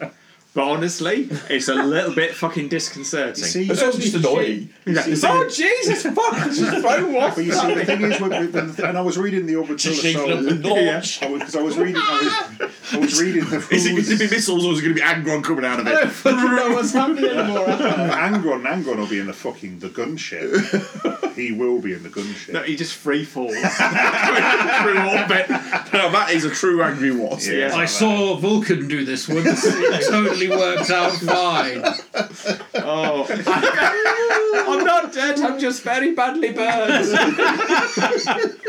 [SPEAKER 7] but honestly, it's a little bit fucking disconcerting.
[SPEAKER 3] See,
[SPEAKER 1] It's also just annoying.
[SPEAKER 7] Yeah. oh Jesus! Fuck! Just throw
[SPEAKER 3] but you
[SPEAKER 7] wasps.
[SPEAKER 3] see, the thing is, with, with, with, and I was reading the orbital
[SPEAKER 1] Just shaking up with
[SPEAKER 3] assault.
[SPEAKER 1] launch.
[SPEAKER 3] I was, 'cause I was reading. I was, I was reading the rules.
[SPEAKER 1] Is it going to be missiles or is it going to be Angron coming out of it?
[SPEAKER 6] know what's happening anymore.
[SPEAKER 3] Angron, Angron will be in the fucking the gunship. he will be in the gunship.
[SPEAKER 7] No, he just free falls through orbit.
[SPEAKER 1] Now that is a true angry wasp.
[SPEAKER 7] Yeah.
[SPEAKER 6] I saw Vulcan do this once. It totally worked out fine.
[SPEAKER 7] Oh, I'm not dead. I'm just very badly burned.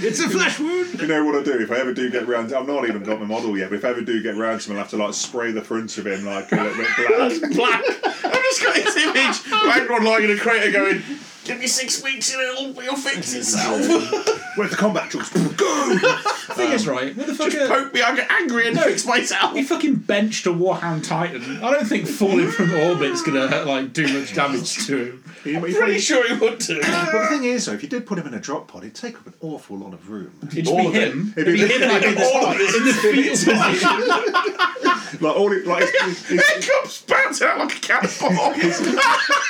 [SPEAKER 6] It's a flesh wound.
[SPEAKER 3] You know what I do if I ever do get round? I've not even got my model yet, but if I ever do get round to him, I'll have to like spray the front of him like a little bit black.
[SPEAKER 7] Black.
[SPEAKER 1] I've just got this image of Angron lying in a crater going, Give me six weeks and it'll, it'll fix itself.
[SPEAKER 3] Where's the combat troops?
[SPEAKER 6] The thing is, right? What the fuck?
[SPEAKER 1] Poke me, I'll get angry and fix myself.
[SPEAKER 6] He fucking benched a Warhound Titan. I don't think falling from orbit's gonna like do much damage to him.
[SPEAKER 1] Pretty sure he would do.
[SPEAKER 8] But the thing is, though, if you did put him in a drop pod, it'd take up an awful lot of room.
[SPEAKER 6] It'd
[SPEAKER 1] All
[SPEAKER 6] be
[SPEAKER 1] of
[SPEAKER 6] him.
[SPEAKER 3] It'd be
[SPEAKER 6] him like in the,
[SPEAKER 1] All of
[SPEAKER 6] in the fetal position.
[SPEAKER 3] like all it like. It's, it's,
[SPEAKER 1] It comes bouncing out like a cat ball.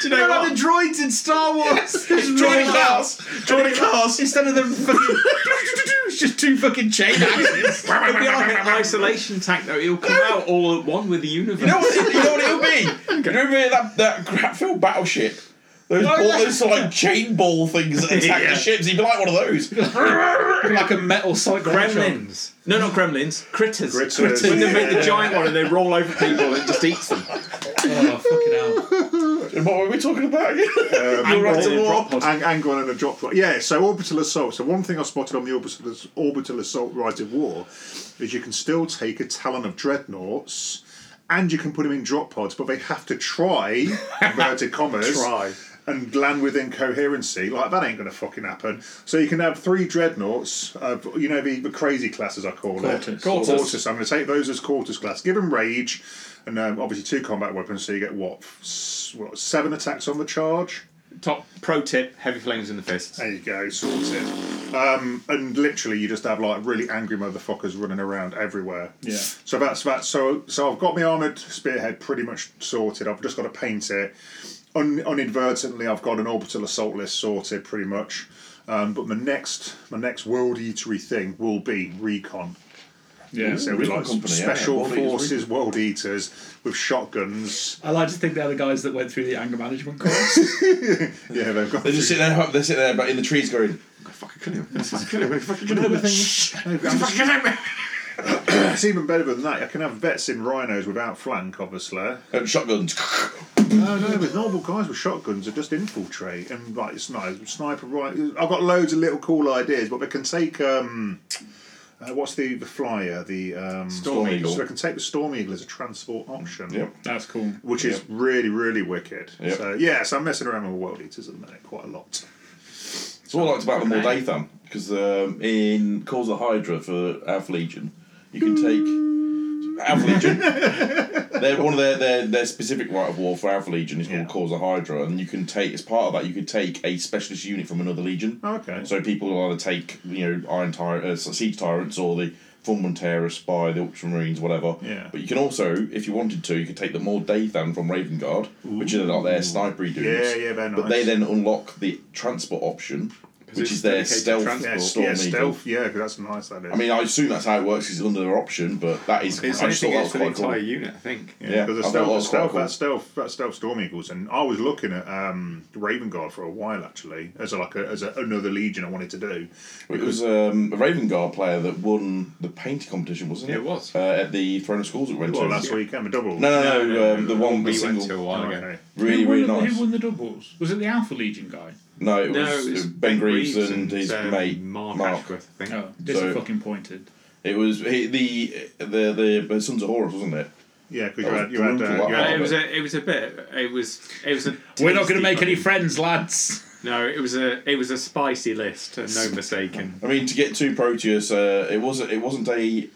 [SPEAKER 7] Do you know what?
[SPEAKER 6] the droids in Star Wars. Just
[SPEAKER 1] Joining
[SPEAKER 6] roll out.
[SPEAKER 1] cars. Joining cars.
[SPEAKER 6] Instead of them fucking. it's just two fucking chain axes.
[SPEAKER 7] It'll be like an isolation tank though. It'll come out all at one with the universe.
[SPEAKER 1] You know what, it, you know what it'll be? Do you remember that, that crapfield battleship? Those, ball,
[SPEAKER 6] yeah.
[SPEAKER 1] those like chain ball things that attack
[SPEAKER 7] Yeah.
[SPEAKER 1] the ships. He'd be like one of those.
[SPEAKER 6] like a metal cyclone.
[SPEAKER 7] Gremlins. No, not gremlins. Critters.
[SPEAKER 3] Critters.
[SPEAKER 7] When they make the
[SPEAKER 3] Yeah.
[SPEAKER 7] giant one and they roll over people and just eats them.
[SPEAKER 6] Oh, fucking hell.
[SPEAKER 1] And what were we talking about again?
[SPEAKER 7] And
[SPEAKER 1] right
[SPEAKER 7] roll
[SPEAKER 1] to
[SPEAKER 7] in
[SPEAKER 1] war.
[SPEAKER 7] drop pods.
[SPEAKER 3] Ang- angle and a drop right. Yeah, so orbital assault. So one thing I spotted on the orbital, orbital assault right of war is you can still take a Talon of Dreadnoughts and you can put them in drop pods, but they have to try, inverted commas,
[SPEAKER 8] Try.
[SPEAKER 3] and land within coherency. Like, that ain't going to fucking happen. So you can have three Dreadnoughts, uh, you know, the, the crazy class, as I call
[SPEAKER 6] Quartus.
[SPEAKER 3] it. Quartus. I'm going to take those as quarters class. Give them rage and um, obviously two combat weapons, so you get what, s- what, seven attacks on the charge?
[SPEAKER 7] Top pro tip: heavy flames in the fists.
[SPEAKER 3] There you go, sorted. Um, and literally, you just have like really angry motherfuckers running around everywhere.
[SPEAKER 6] Yeah.
[SPEAKER 3] So that's that. So so I've got my armored spearhead pretty much sorted. I've just got to paint it. Un- uninadvertently, I've got an orbital assault list sorted pretty much. Um, but my next my next world eatery thing will be recon.
[SPEAKER 6] Yeah.
[SPEAKER 3] So we
[SPEAKER 1] Recon
[SPEAKER 3] like
[SPEAKER 1] company, yeah,
[SPEAKER 3] special
[SPEAKER 1] World Eaters,
[SPEAKER 3] forces world eaters with shotguns.
[SPEAKER 6] I like to think they're the guys that went through the anger management course.
[SPEAKER 3] Yeah, they've got.
[SPEAKER 1] They just sit there, they sit there, but in the trees going,
[SPEAKER 3] It's even better than that. I can have vets in rhinos without flank, obviously.
[SPEAKER 1] and shotguns.
[SPEAKER 3] No, no, with normal guys with shotguns are just infiltrate and like sniper, sniper right. I've got loads of little cool ideas, but they can take um, uh, what's the the flyer, the um,
[SPEAKER 1] Storm Eagle.
[SPEAKER 3] So they can take the storm eagle as a transport option.
[SPEAKER 1] Yep.
[SPEAKER 6] That's cool.
[SPEAKER 3] Which is really, really wicked.
[SPEAKER 1] Yep.
[SPEAKER 3] So yeah, so I'm messing around with world eaters at the minute quite a lot.
[SPEAKER 1] It's what I liked about the Mordathan, because um, in Cause of the Hydra for Alpha Legion, you can take Alpha Legion. They're one of their, their their specific right of war for Alpha Legion is called Cause of Hydra, and you can take as part of that you could take a specialist unit from another legion.
[SPEAKER 3] Okay.
[SPEAKER 1] So people will either take you know Iron Tyrant, uh, Siege Tyrants, or the Fulminterra, Spy, the Ultramarines, whatever.
[SPEAKER 3] Yeah.
[SPEAKER 1] But you can also, if you wanted to, you could take the more Dathan from Raven Guard, which are like their snipery dudes.
[SPEAKER 3] Yeah, yeah, very
[SPEAKER 1] But they
[SPEAKER 3] nice.
[SPEAKER 1] then unlock the transport option,
[SPEAKER 7] it's
[SPEAKER 1] which is their
[SPEAKER 7] dedicated
[SPEAKER 1] stealth
[SPEAKER 7] transport.
[SPEAKER 3] Yeah,
[SPEAKER 1] storm
[SPEAKER 3] yeah,
[SPEAKER 1] eagle.
[SPEAKER 3] stealth. Yeah, 'cause that's nice. That is.
[SPEAKER 1] I mean, I assume that's how it works. 'cause It's under their option, but that is.
[SPEAKER 7] It's
[SPEAKER 1] I just thought
[SPEAKER 7] anything
[SPEAKER 1] that
[SPEAKER 7] else
[SPEAKER 1] was
[SPEAKER 7] for the
[SPEAKER 1] quite cool.
[SPEAKER 7] entire unit, I think.
[SPEAKER 1] I
[SPEAKER 3] Yeah, because the
[SPEAKER 1] thought
[SPEAKER 3] stealth,
[SPEAKER 1] that
[SPEAKER 3] the
[SPEAKER 1] was
[SPEAKER 3] stealth,
[SPEAKER 1] quite
[SPEAKER 3] that stealth, that stealth storm eagles, and I was looking at um, Raven Guard for a while actually as a, like a, as a, another legion I wanted to do.
[SPEAKER 1] It was um, a Raven Guard player that won the painting competition, wasn't it?
[SPEAKER 7] It was.
[SPEAKER 1] Uh, at the Throne of Schools that we went
[SPEAKER 3] Well,
[SPEAKER 1] to.
[SPEAKER 3] last weekend a double.
[SPEAKER 1] No, no, no. um, the one
[SPEAKER 7] we
[SPEAKER 1] the single.
[SPEAKER 7] went to a while
[SPEAKER 3] Oh, Okay.
[SPEAKER 7] ago.
[SPEAKER 1] Really,
[SPEAKER 6] who won
[SPEAKER 1] really
[SPEAKER 6] the,
[SPEAKER 1] nice.
[SPEAKER 6] Who won the doubles? Was it the Alpha Legion guy?
[SPEAKER 1] No, it was,
[SPEAKER 7] No,
[SPEAKER 1] it
[SPEAKER 7] it's
[SPEAKER 1] was Ben Greaves and his
[SPEAKER 7] um,
[SPEAKER 1] mate
[SPEAKER 7] Mark,
[SPEAKER 1] Mark.
[SPEAKER 7] Ashworth, I think.
[SPEAKER 6] Oh, this
[SPEAKER 1] So-
[SPEAKER 6] is fucking pointed.
[SPEAKER 1] It was he, the the the Sons of Horus, wasn't it?
[SPEAKER 3] Yeah, because you
[SPEAKER 1] That
[SPEAKER 3] had
[SPEAKER 1] was
[SPEAKER 3] you had,
[SPEAKER 1] brutal,
[SPEAKER 3] uh, you
[SPEAKER 1] that
[SPEAKER 7] Uh,
[SPEAKER 3] had
[SPEAKER 7] it was a, it was a bit. It was, it was a.
[SPEAKER 6] We're not going
[SPEAKER 7] tasty
[SPEAKER 6] to make any
[SPEAKER 7] fucking-
[SPEAKER 6] friends, lads.
[SPEAKER 7] No, it was a, it was a spicy list. and No mistaken.
[SPEAKER 1] I mean, to get to Proteus, uh, it wasn't it wasn't a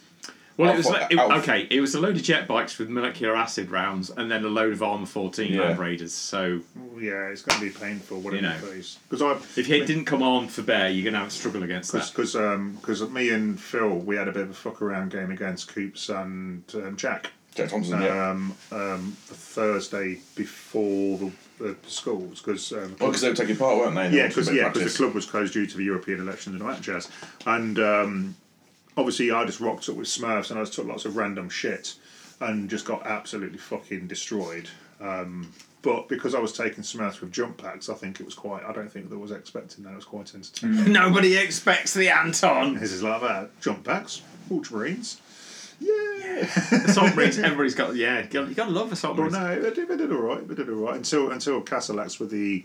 [SPEAKER 7] Well, it was
[SPEAKER 1] Alpha-
[SPEAKER 7] like- it,
[SPEAKER 1] Alpha-
[SPEAKER 7] okay. It was a load of jet bikes with molecular acid rounds, and then a load of armor fourteen
[SPEAKER 1] Yeah.
[SPEAKER 7] land raiders. So
[SPEAKER 3] yeah, it's going to be painful. Whatever
[SPEAKER 7] You
[SPEAKER 3] you
[SPEAKER 7] know.
[SPEAKER 3] because I
[SPEAKER 7] if it didn't come on for bear, you're going to have a struggle against that.
[SPEAKER 3] because um 'cause me and Phil we had a bit of a fuck around game against Coops and um, Jack.
[SPEAKER 1] Jack Thompson. yeah.
[SPEAKER 3] Um, um, the Thursday before the, the schools because um,
[SPEAKER 1] Well, because they were taking part, weren't they? They wanted
[SPEAKER 3] Yeah,
[SPEAKER 1] a
[SPEAKER 3] because
[SPEAKER 1] bit of
[SPEAKER 3] yeah, 'cause
[SPEAKER 1] practice.
[SPEAKER 3] the club was closed due to the European elections and all that jazz. And um, obviously, I just rocked up with Smurfs and I just took lots of random shit and just got absolutely fucking destroyed. Um, but because I was taking Smurfs with jump packs, I think it was quite. I don't think that was expecting that. It was quite
[SPEAKER 5] Mm.
[SPEAKER 3] entertaining.
[SPEAKER 7] Nobody expects the Anton.
[SPEAKER 3] This is like that jump packs, Ultramarines.
[SPEAKER 7] Assault Marines. Everybody's got yeah. You got, you got to love assault
[SPEAKER 3] Well,
[SPEAKER 7] Marines.
[SPEAKER 3] no, they did, they did all right. They did all right until until Castleax with the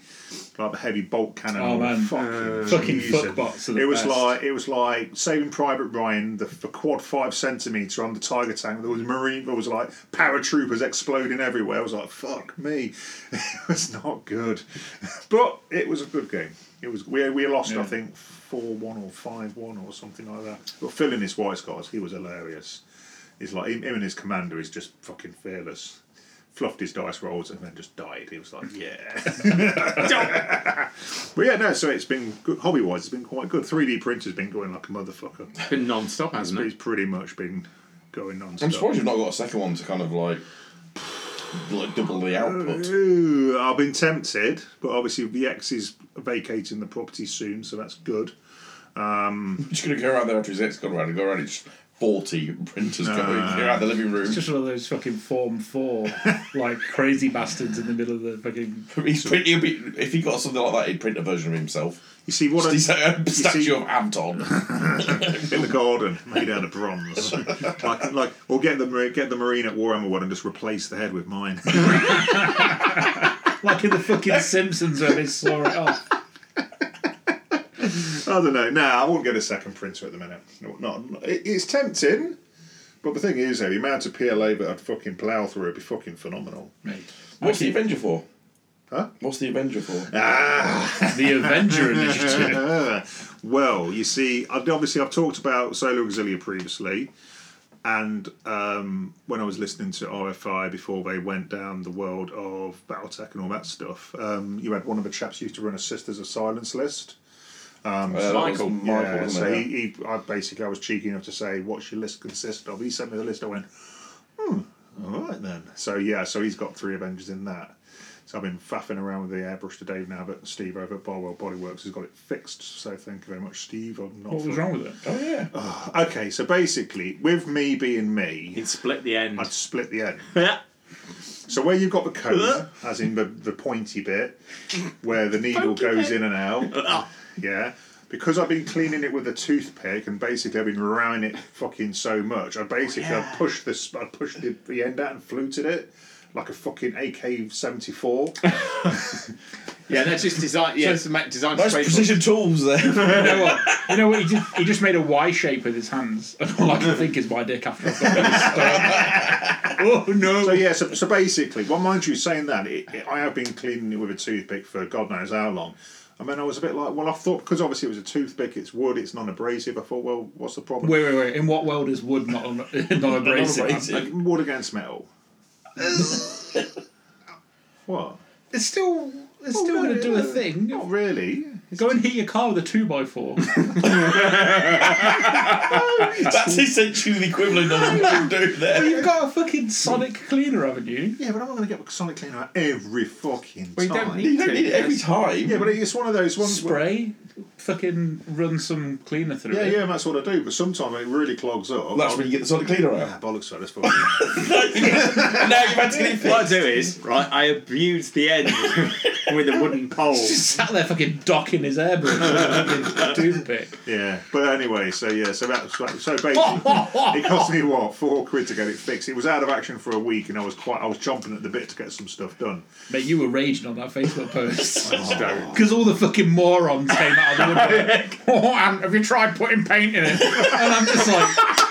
[SPEAKER 3] like the heavy bolt cannon.
[SPEAKER 6] Oh, man.
[SPEAKER 3] fucking,
[SPEAKER 6] Fucking
[SPEAKER 3] Jesus.
[SPEAKER 6] fuckbots are the
[SPEAKER 3] It was
[SPEAKER 6] best.
[SPEAKER 3] like it was like Saving Private Ryan, the, the quad five centimeter on the Tiger tank. There was marine. There was like paratroopers exploding everywhere. I was like, fuck me, it was not good, but it was a good game. It was we we lost I think four one or five one or something like that. But Phil in his white scars, he was hilarious. He's like him, him and his commander is just fucking fearless. Fluffed his dice rolls and then just died. He was like, yeah. But yeah, no. So it's been good, hobby wise, it's been quite good. Three D printer's been going like a motherfucker.
[SPEAKER 7] It's been non-stop, hasn't
[SPEAKER 3] It's
[SPEAKER 7] it?
[SPEAKER 3] pretty much been going non
[SPEAKER 1] I'm surprised you've not got a second one to kind of like, like double the
[SPEAKER 3] Uh,
[SPEAKER 1] output.
[SPEAKER 3] Ooh, I've been tempted, but obviously VX is vacating the property soon, so that's good.
[SPEAKER 1] Just gonna go around there after his ex got around and go around and just forty printers going around the living room.
[SPEAKER 6] It's just one of those fucking Form 4, like crazy bastards in the middle of the fucking.
[SPEAKER 1] He's print, he'll be, if he got something like that, he'd print a version of himself.
[SPEAKER 3] You see what I
[SPEAKER 1] He's like a
[SPEAKER 3] you
[SPEAKER 1] statue
[SPEAKER 3] see-
[SPEAKER 1] of Anton.
[SPEAKER 3] in the garden made out of bronze, like like or get the mar- get the marine at Warhammer one and just replace the head with mine.
[SPEAKER 6] Like in the fucking Simpsons where they saw it off.
[SPEAKER 3] I don't know. No, I won't get a second printer at the minute. No, Not, not- it, it's tempting, but the thing is, though, the amount of PLA that I'd fucking plough through would be fucking phenomenal.
[SPEAKER 6] Mate.
[SPEAKER 1] What's the Avenger for?
[SPEAKER 3] Huh?
[SPEAKER 1] What's the Avenger for?
[SPEAKER 6] The Avenger Initiative.
[SPEAKER 3] Uh, well, you see, I'd- obviously I've talked about Solar Auxilia previously, and um, when I was listening to RFI before they went down the world of Battletech and all that stuff, um, you had one of the chaps used to run a Sisters of Silence list.
[SPEAKER 1] Uh, that was
[SPEAKER 7] Michael.
[SPEAKER 1] Michael,
[SPEAKER 3] yeah,
[SPEAKER 1] wasn't
[SPEAKER 3] so
[SPEAKER 1] it?
[SPEAKER 3] he, he, I basically I was cheeky enough to say, "What's your list consist of?" He sent me the list. I went, "Hmm, all right then." So yeah, so he's got three Avengers in that. So I've been faffing around with the airbrush today now, but Steve over at Barwell Bodyworks has got it fixed. So thank you very much, Steve. I'm not
[SPEAKER 6] What was wrong with it?
[SPEAKER 1] Oh yeah.
[SPEAKER 3] Okay, so basically, with me being me,
[SPEAKER 7] He'd split the end.
[SPEAKER 3] I'd split the end.
[SPEAKER 7] Yeah.
[SPEAKER 3] So where you've got the cone, as in the, the pointy bit, where the needle goes in and out, yeah. Because I've been cleaning it with a toothpick and basically I've been rowing it fucking so much, I basically I pushed this, I pushed the, the end out and fluted it like a fucking AK seventy four.
[SPEAKER 7] Yeah, that's just designed. Yeah, it's ma- designed
[SPEAKER 1] Nice
[SPEAKER 7] straight for-
[SPEAKER 1] precision tools there.
[SPEAKER 6] You know what? You know what? He just, he just made a Y shape with his hands. And all I can think is my dick after I've got this. Oh, no.
[SPEAKER 3] So yeah, so, so basically, well, mind you, saying that, it, it, I have been cleaning it with a toothpick for God knows how long, And then I was a bit like, well, I thought because obviously it was a toothpick, it's wood, it's non-abrasive. I thought, well, what's the problem?
[SPEAKER 6] Wait, wait, wait. In what world is wood not not abrasive?
[SPEAKER 3] Like, wood against metal. what?
[SPEAKER 6] It's still it's still going to do a thing.
[SPEAKER 3] Not really.
[SPEAKER 6] Go and hit your car with a two by four.
[SPEAKER 1] That's essentially the equivalent of what you do there.
[SPEAKER 6] You've got a fucking sonic cleaner, haven't you?
[SPEAKER 3] Yeah, but I'm not going to get a sonic cleaner out every fucking
[SPEAKER 7] Well, you
[SPEAKER 3] time.
[SPEAKER 7] don't Oh, need-
[SPEAKER 1] You don't need it every time.
[SPEAKER 3] yeah, but it's one of those ones. where-
[SPEAKER 6] Spray, fucking run some cleaner through
[SPEAKER 3] Yeah,
[SPEAKER 6] it.
[SPEAKER 3] yeah, that's what I do. But sometimes it really clogs up.
[SPEAKER 1] Well, that's when you get the sonic cleaner
[SPEAKER 3] Ah,
[SPEAKER 1] out.
[SPEAKER 3] bollocks for this fucking.
[SPEAKER 1] And now you've had to get it
[SPEAKER 7] What I
[SPEAKER 1] fixed.
[SPEAKER 7] do is, right, I abuse the end with a wooden pole.
[SPEAKER 6] Just sat there fucking docking his airbrush with a fucking toothpick.
[SPEAKER 3] yeah, but anyway, so yeah, so that's so basically. it cost me what four quid to get it fixed. It was out of action for a week, and I was quite I was chomping at the bit to get some stuff done.
[SPEAKER 6] Mate, you were raging on that Facebook post.
[SPEAKER 7] Don't.
[SPEAKER 6] Because all the fucking morons came out of the woodwork. oh, Ant, have you tried putting paint in it? And I'm just like,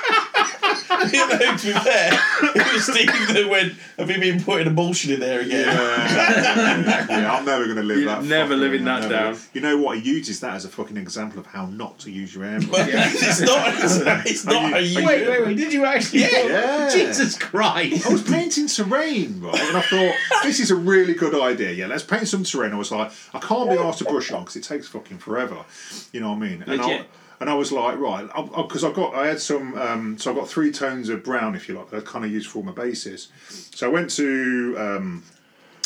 [SPEAKER 1] You know, to be fair, it was Steve that went, have you been putting a bullshit in there again?
[SPEAKER 3] yeah, I'm never going to live
[SPEAKER 7] You're
[SPEAKER 3] that.
[SPEAKER 7] never
[SPEAKER 3] fucking-
[SPEAKER 7] living that
[SPEAKER 3] never.
[SPEAKER 7] down.
[SPEAKER 3] You know what? He uses that as a fucking example of how not to use your airbrush.
[SPEAKER 1] But it's not, it's, it's not how you
[SPEAKER 6] wait, wait, wait, did you actually?
[SPEAKER 3] Yeah.
[SPEAKER 6] Jesus
[SPEAKER 3] I
[SPEAKER 6] Christ.
[SPEAKER 3] was painting terrain, right? And I thought, this is a really good idea. Yeah, let's paint some terrain. I was like, I can't be asked to brush on because it takes fucking forever. You know what I mean? And I,
[SPEAKER 7] Legit.
[SPEAKER 3] and I was like, right, because I got, I had some, um, so I got three tones of brown, if you like, that I kind of used for all my bases. So I went to, um,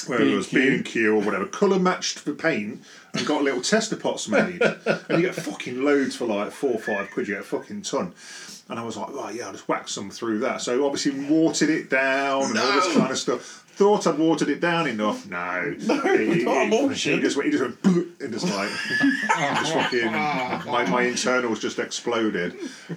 [SPEAKER 3] where it was B and Q or whatever, colour matched the paint, and got little tester pots made, and you get fucking loads for like four or five quid. You get a fucking ton. And I was like, right, yeah, I'll just whack some through that. So obviously watered it down and all this kind of stuff. Thought I'd watered it down enough. No, no, he,
[SPEAKER 1] not an
[SPEAKER 3] he-
[SPEAKER 1] option.
[SPEAKER 3] he just went, he just went, "Bloop," and just like, just fucking, my, my internals just exploded. Um,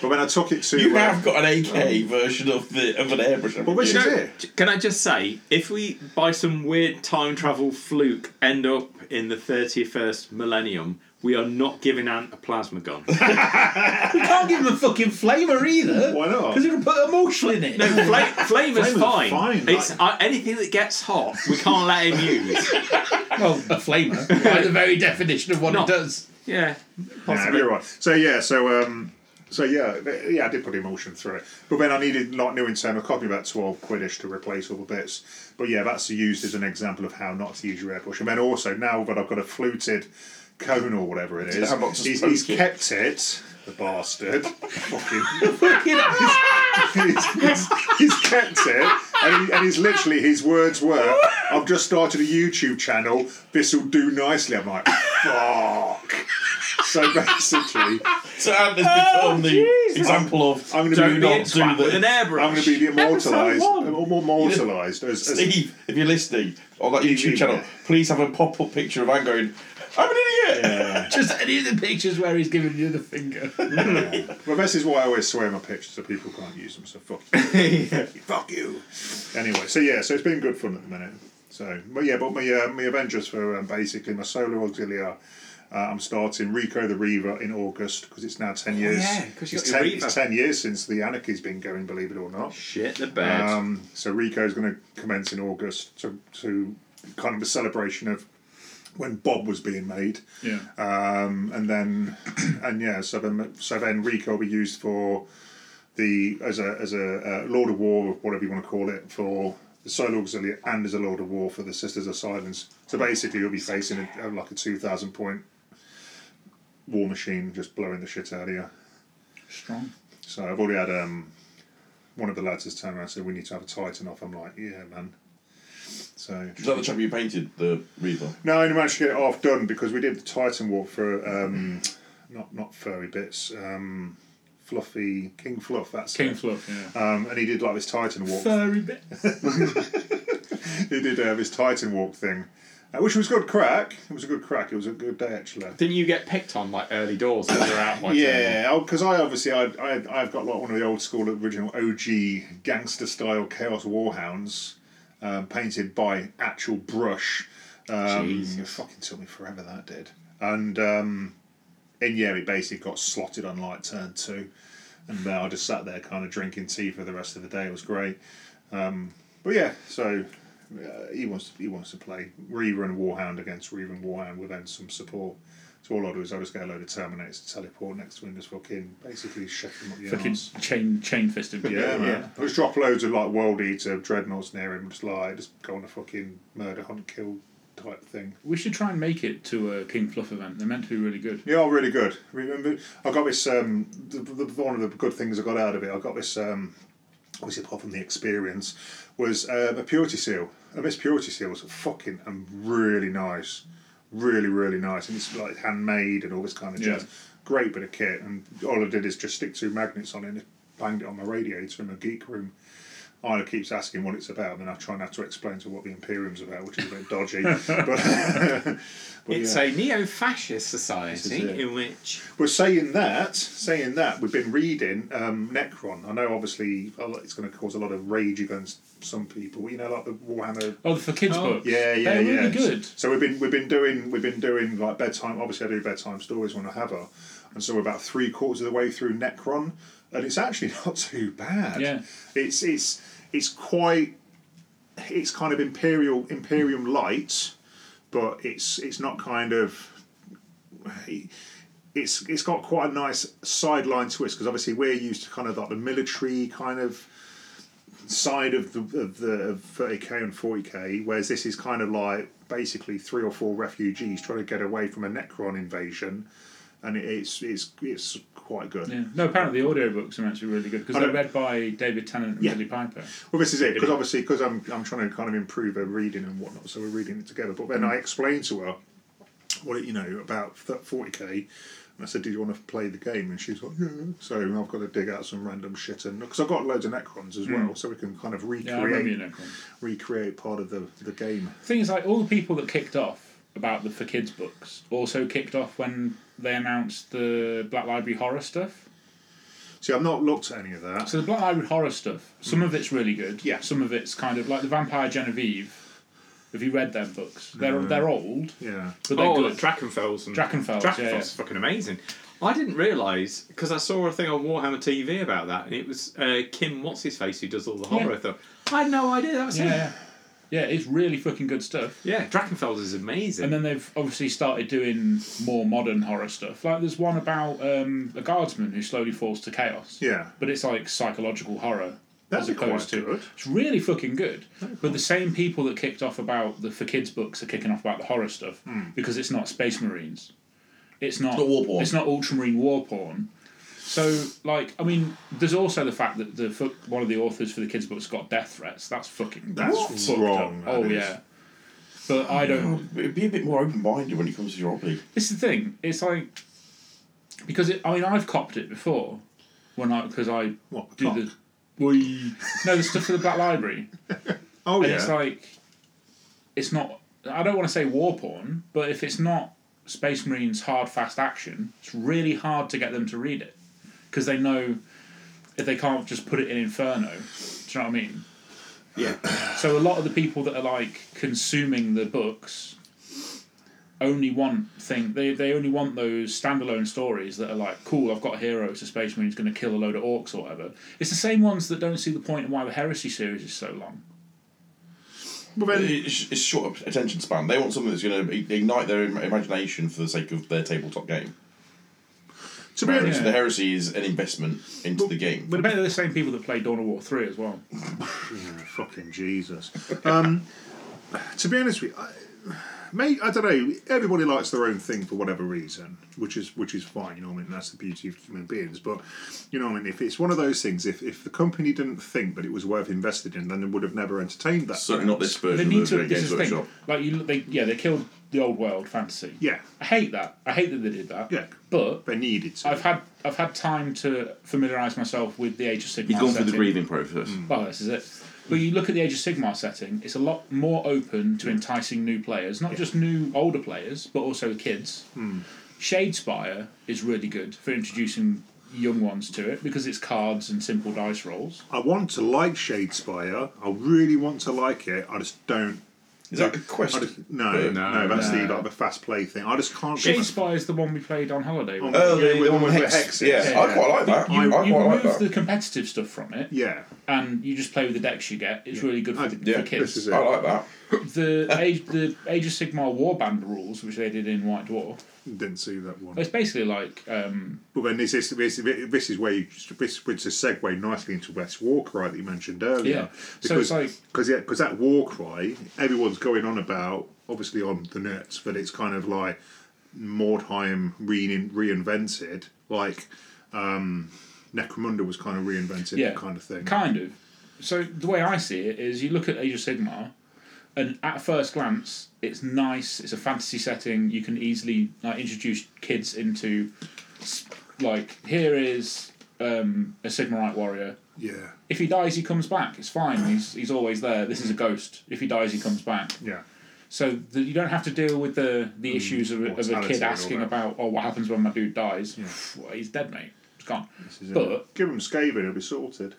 [SPEAKER 3] but when I took it to,
[SPEAKER 1] You
[SPEAKER 3] uh,
[SPEAKER 1] have got an AK version of the of an airbrush. haven't
[SPEAKER 3] well, this
[SPEAKER 1] you?
[SPEAKER 3] is it.
[SPEAKER 7] Can I just say, if we, by some weird time travel fluke, end up in the 31st millennium, we are not giving Ant a plasma gun.
[SPEAKER 6] You can't give them a fucking flavour either.
[SPEAKER 3] Why not?
[SPEAKER 6] Because it'll put emulsion in it.
[SPEAKER 7] No, fla- flavour's
[SPEAKER 3] Flavour's
[SPEAKER 7] fine.
[SPEAKER 3] fine,
[SPEAKER 7] It's
[SPEAKER 3] like-
[SPEAKER 7] uh, anything that gets hot, we can't let him use.
[SPEAKER 6] Well, a flamer, by the very definition of what
[SPEAKER 7] No.
[SPEAKER 6] it does.
[SPEAKER 7] Yeah.
[SPEAKER 3] Yeah, you're right. So yeah, so um, so yeah, th- yeah, I did put emotion through it, but then I needed like new internal copy about twelve quidish to replace all the bits. But yeah, that's used as an example of how not to use your airbrush. And then also now that I've got a fluted cone or whatever it is,
[SPEAKER 1] How not to
[SPEAKER 3] he's,
[SPEAKER 1] smoke
[SPEAKER 3] he's
[SPEAKER 1] it.
[SPEAKER 3] kept it. The bastard, fucking,
[SPEAKER 6] Fucking
[SPEAKER 3] he's, he's, he's kept it, and, he, and he's literally his words were, "I've just started a YouTube channel. This will do nicely." I'm like, fuck. So basically,
[SPEAKER 1] So Ant has become the example of
[SPEAKER 3] I'm gonna
[SPEAKER 1] do
[SPEAKER 3] be
[SPEAKER 1] not
[SPEAKER 3] a
[SPEAKER 1] do
[SPEAKER 7] Twat with an
[SPEAKER 1] the.
[SPEAKER 7] airbrush.
[SPEAKER 3] I'm going to be immortalised,
[SPEAKER 1] Episode one.
[SPEAKER 3] immor- immortalised as, as
[SPEAKER 1] Steve, if you're listening on that YouTube
[SPEAKER 3] Yeah.
[SPEAKER 1] channel, please have a pop up picture of Ant going, I'm an idiot!
[SPEAKER 6] just any of the pictures where he's giving you the finger.
[SPEAKER 3] Well, this is why I always swear my pictures so people can't use them. So fuck you. fuck you. Anyway, so yeah, so it's been good fun at the minute. So, but yeah, but my uh, my Avengers for um, basically my solo auxiliar. Uh, I'm starting Rico the Reaver in August because it's now ten years.
[SPEAKER 7] Oh, yeah, 'cause you
[SPEAKER 3] it's,
[SPEAKER 7] got your
[SPEAKER 3] ten,
[SPEAKER 7] Reaver.
[SPEAKER 3] it's ten years since the anarchy's been going. Believe it or not.
[SPEAKER 7] Shit the bed.
[SPEAKER 3] Um, so Rico's going to commence in August to, to kind of a celebration of when Bob was being made.
[SPEAKER 6] Yeah.
[SPEAKER 3] Um, and then, and yeah, so then, so then Rico will be used for the as a as a uh, Lord of War, or whatever you want to call it, for the solo auxiliary and as a Lord of War for the Sisters of Silence. So basically, you'll be facing a, like a two thousand point war machine just blowing the shit out of you.
[SPEAKER 6] Strong.
[SPEAKER 3] So I've already had um, one of the lads has turned around and said we need to have a Titan off. I'm like, yeah, man. So
[SPEAKER 1] Is that the chap you painted, the Reaver?
[SPEAKER 3] no, I only managed to get it half done because we did the Titan walk for um, not not furry bits, um, fluffy King Fluff. That's
[SPEAKER 6] King
[SPEAKER 3] it.
[SPEAKER 6] Fluff, yeah.
[SPEAKER 3] Um, and he did like this Titan walk.
[SPEAKER 6] Furry bit.
[SPEAKER 3] he did uh, this Titan walk thing, uh, which was good crack. It was a good crack. It was a good day actually.
[SPEAKER 7] Didn't you get picked on like early doors when they're out? Like,
[SPEAKER 3] Yeah, because I obviously I, I I've got like one of the old school original OG gangster style Chaos Warhounds, um, painted by actual brush. Um, It fucking took me forever that did, and um, and yeah, it basically got slotted on like turn two, and uh, I just sat there kind of drinking tea for the rest of the day. It was great, um, but yeah, so uh, he wants to, he wants to play rerun Warhound against rerun Warhound with then some support. So all I'll do is I'll just get a load of Terminators to teleport next to him, just fucking basically shake him up the
[SPEAKER 6] Fucking
[SPEAKER 3] arse.
[SPEAKER 6] chain chain fisted.
[SPEAKER 3] Yeah, man. Just drop loads of like World Eater dreadnoughts near him, just like just go on a fucking murder hunt kill type thing.
[SPEAKER 6] We should try and make it to a King Fluff event. They're meant to be really good.
[SPEAKER 3] Yeah, oh, really good. Remember, I got this. Um, the, the, one of the good things I got out of it, I got this. Um, obviously, apart from the experience, was um, a purity seal. And this purity seal was fucking and really nice, really really nice, and it's like handmade and all this kind of jazz.
[SPEAKER 6] Yeah.
[SPEAKER 3] Great bit of kit, and all I did is just stick two magnets on it and banged it on my radiator in my geek room. Isla keeps asking what it's about, and then I try not to explain to her what the Imperium's about, which is a bit dodgy. but
[SPEAKER 5] It's a neo-fascist society
[SPEAKER 3] Oh, This is it.
[SPEAKER 5] in which
[SPEAKER 3] Well, saying that, saying that, we've been reading um, Necron. I know, obviously, a lot- it's going to cause a lot of rage against some people. You know, like the Warhammer.
[SPEAKER 6] Oh, the for kids
[SPEAKER 5] Oh,
[SPEAKER 6] books.
[SPEAKER 3] Yeah, yeah,
[SPEAKER 6] They're
[SPEAKER 3] yeah.
[SPEAKER 6] really good.
[SPEAKER 3] So we've been we've been doing we've been doing like bedtime. Obviously, I do bedtime stories when I have her, and so we're about three quarters of the way through Necron, and it's actually not too bad.
[SPEAKER 6] Yeah.
[SPEAKER 3] it's it's it's quite it's kind of imperial imperium light, but it's it's not kind of it's it's got quite a nice sideline twist because obviously we're used to kind of like the military kind of side of the of the of 30k and 40k, whereas this is kind of like basically three or four refugees trying to get away from a Necron invasion, and it, it's it's it's quite good.
[SPEAKER 6] Yeah. No, apparently the audiobooks are meant to be really good because
[SPEAKER 3] I
[SPEAKER 6] they're
[SPEAKER 3] don't-
[SPEAKER 6] read by David Tennant and
[SPEAKER 3] Yeah.
[SPEAKER 6] Billy Piper.
[SPEAKER 3] Well, this is it because obviously because I'm I'm trying to kind of improve her reading and whatnot, so we're reading it together. But then I
[SPEAKER 6] Mm.
[SPEAKER 3] explained to her what it, you know about forty k, and I said, "Do you want to play the game?" And she's like, "Yeah." So I've got to dig out some random shit and because I've got loads of Necrons as well, so we can kind of
[SPEAKER 6] Mm. Yeah, I remember
[SPEAKER 3] recreate
[SPEAKER 6] you know. Colin.
[SPEAKER 3] recreate part of the the game.
[SPEAKER 6] The thing is, like all the people that kicked off about the for kids books also kicked off when they announced the Black Library horror stuff.
[SPEAKER 3] See, I've not looked at any of that.
[SPEAKER 6] So the Black Library horror stuff, some of it's really good.
[SPEAKER 3] Mm. Yeah.
[SPEAKER 6] Some of it's kind of like the Vampire Genevieve. Have you read them books? They're
[SPEAKER 3] Mm.
[SPEAKER 6] they're old,
[SPEAKER 3] Yeah.
[SPEAKER 6] but they're
[SPEAKER 5] oh,
[SPEAKER 6] good.
[SPEAKER 5] Drakenfels and
[SPEAKER 6] Drachenfels,
[SPEAKER 5] Drachenfels
[SPEAKER 6] yeah, yeah.
[SPEAKER 5] is fucking amazing. I didn't realise because I saw a thing on Warhammer TV about that, and it was uh, Kim what's his face who does all the horror stuff. I had no idea that was
[SPEAKER 6] yeah,
[SPEAKER 5] him.
[SPEAKER 6] yeah, yeah. It's really fucking good stuff.
[SPEAKER 5] Yeah, Drachenfels is amazing.
[SPEAKER 6] And then they've obviously started doing more modern horror stuff. Like there's one about um, a guardsman who slowly falls to chaos.
[SPEAKER 3] Yeah.
[SPEAKER 6] But it's like psychological horror.
[SPEAKER 3] That'd
[SPEAKER 6] as
[SPEAKER 3] be quite
[SPEAKER 6] opposed to
[SPEAKER 3] good.
[SPEAKER 6] it's really fucking good. But the same people that kicked off about the for kids books are kicking off about the horror stuff
[SPEAKER 3] Hmm.
[SPEAKER 6] because it's not Space Marines. It's not
[SPEAKER 1] not war porn.
[SPEAKER 6] It's not Ultramarine war porn. So like I mean, there's also the fact that the fu- one of the authors for the kids books got death threats. That's fucking
[SPEAKER 3] That's
[SPEAKER 6] fucked up.
[SPEAKER 3] wrong, that
[SPEAKER 6] Oh
[SPEAKER 3] is.
[SPEAKER 6] yeah. But I don't.
[SPEAKER 1] It'd be a bit more open minded when it comes to your hobby.
[SPEAKER 6] This is the thing. It's like because it, I mean I've copped it before when I because I
[SPEAKER 3] What,
[SPEAKER 6] do
[SPEAKER 3] cop?
[SPEAKER 6] the we no the stuff for the Black Library
[SPEAKER 3] Oh
[SPEAKER 6] and
[SPEAKER 3] yeah.
[SPEAKER 6] it's like it's not. I don't want to say war porn, but if it's not Space Marines hard fast action, it's really hard to get them to read it because they know if they can't just put it in Inferno. Do you know what I mean?
[SPEAKER 5] yeah,
[SPEAKER 6] So a lot of the people that are like consuming the books only want thing they, they only want those standalone stories that are like cool I've got a hero it's a space marine who's going to kill a load of orcs or whatever it's the same ones that don't see the point in why the heresy series is so long
[SPEAKER 3] Well,
[SPEAKER 1] But
[SPEAKER 3] then,
[SPEAKER 1] It's, it's short attention span. They want something that's going to ignite their im- imagination for the sake of their tabletop game.
[SPEAKER 3] to be
[SPEAKER 1] Whereas
[SPEAKER 3] honest,
[SPEAKER 1] the Heresy is an investment into the game.
[SPEAKER 6] But I bet they're the same people that played Dawn of War 3 as well.
[SPEAKER 3] fucking Jesus. Um, to be honest with you, I, mate, I don't know. Everybody likes their own thing for whatever reason, which is which is fine. You know, what I mean, that's the beauty of human beings. But you know, what I mean, if it's one of those things, if if the company didn't think that it was worth invested in, then they would have never entertained that.
[SPEAKER 1] Certainly not this
[SPEAKER 6] They
[SPEAKER 1] version
[SPEAKER 6] need
[SPEAKER 1] of
[SPEAKER 6] to.
[SPEAKER 1] the
[SPEAKER 6] This
[SPEAKER 1] Games
[SPEAKER 6] is the
[SPEAKER 1] Workshop.
[SPEAKER 6] thing. Like you, they yeah, they killed the old world fantasy.
[SPEAKER 3] Yeah,
[SPEAKER 6] I hate that. I hate that they did that.
[SPEAKER 3] Yeah.
[SPEAKER 6] But
[SPEAKER 3] they needed to.
[SPEAKER 6] I've had I've had time to familiarise myself with the Age of Sigmar.
[SPEAKER 1] He's gone through the
[SPEAKER 6] setting.
[SPEAKER 1] grieving process.
[SPEAKER 6] Well, this is it. But you look at the Age of Sigmar setting; it's a lot more open to enticing new players, not just new older players, but also kids.
[SPEAKER 1] Hmm.
[SPEAKER 6] Shadespire is really good for introducing young ones to it because it's cards and simple dice rolls.
[SPEAKER 3] I want to like Shadespire. I really want to like it. I just don't
[SPEAKER 1] Is that a quest?
[SPEAKER 3] I just, no, no,
[SPEAKER 5] No,
[SPEAKER 3] that's
[SPEAKER 6] no.
[SPEAKER 3] the like the fast play thing. I just can't.
[SPEAKER 6] She
[SPEAKER 3] get my-
[SPEAKER 6] Spy is the one we played on holiday. wasn't it?
[SPEAKER 1] Oh,
[SPEAKER 3] Yeah,
[SPEAKER 1] the,
[SPEAKER 3] with-
[SPEAKER 1] the one with
[SPEAKER 3] with
[SPEAKER 1] Hex.
[SPEAKER 3] hexes.
[SPEAKER 1] Yeah,
[SPEAKER 3] Yeah.
[SPEAKER 1] I quite like that.
[SPEAKER 6] you,
[SPEAKER 1] I quite
[SPEAKER 6] you
[SPEAKER 1] like
[SPEAKER 6] remove
[SPEAKER 1] that.
[SPEAKER 6] the competitive stuff from it,
[SPEAKER 3] yeah,
[SPEAKER 6] and you just play with the decks you get. It's really good for,
[SPEAKER 3] I-
[SPEAKER 6] the,
[SPEAKER 1] yeah,
[SPEAKER 6] for kids.
[SPEAKER 3] this is it.
[SPEAKER 1] I like that.
[SPEAKER 6] The age, the Age of Sigmar Warband rules, which they did in White Dwarf,
[SPEAKER 3] didn't see that one.
[SPEAKER 6] it's basically like um,
[SPEAKER 3] But then this is this, this is where you, this which is a segue nicely into West War Cry that you mentioned
[SPEAKER 6] Yeah.
[SPEAKER 3] earlier.
[SPEAKER 6] So
[SPEAKER 3] Because
[SPEAKER 6] it's like-
[SPEAKER 3] because yeah, 'cause that War Cry everyone's going on about obviously on the net, but it's kind of like Mordheim rein, reinvented, like um, Necromunda was kind of reinvented,
[SPEAKER 6] Yeah.
[SPEAKER 3] kind of thing.
[SPEAKER 6] kind of. So the way I see it is, you look at Age of Sigmar, and at first glance, it's nice. It's a fantasy setting. You can easily like introduce kids into, s- like here is um, a Sigmarite warrior.
[SPEAKER 3] yeah,
[SPEAKER 6] If he dies, he comes back. It's fine. He's he's always there. This is a ghost. If he dies, he comes back.
[SPEAKER 3] yeah.
[SPEAKER 6] So the, you don't have to deal with the, the issues of, a- of a
[SPEAKER 3] Mm. mortality
[SPEAKER 6] kid
[SPEAKER 3] and all
[SPEAKER 6] asking
[SPEAKER 3] that.
[SPEAKER 6] about, oh, what happens when my dude dies? Well, he's dead, mate. It's gone. But,
[SPEAKER 3] Give them Skaven, it'll be sorted.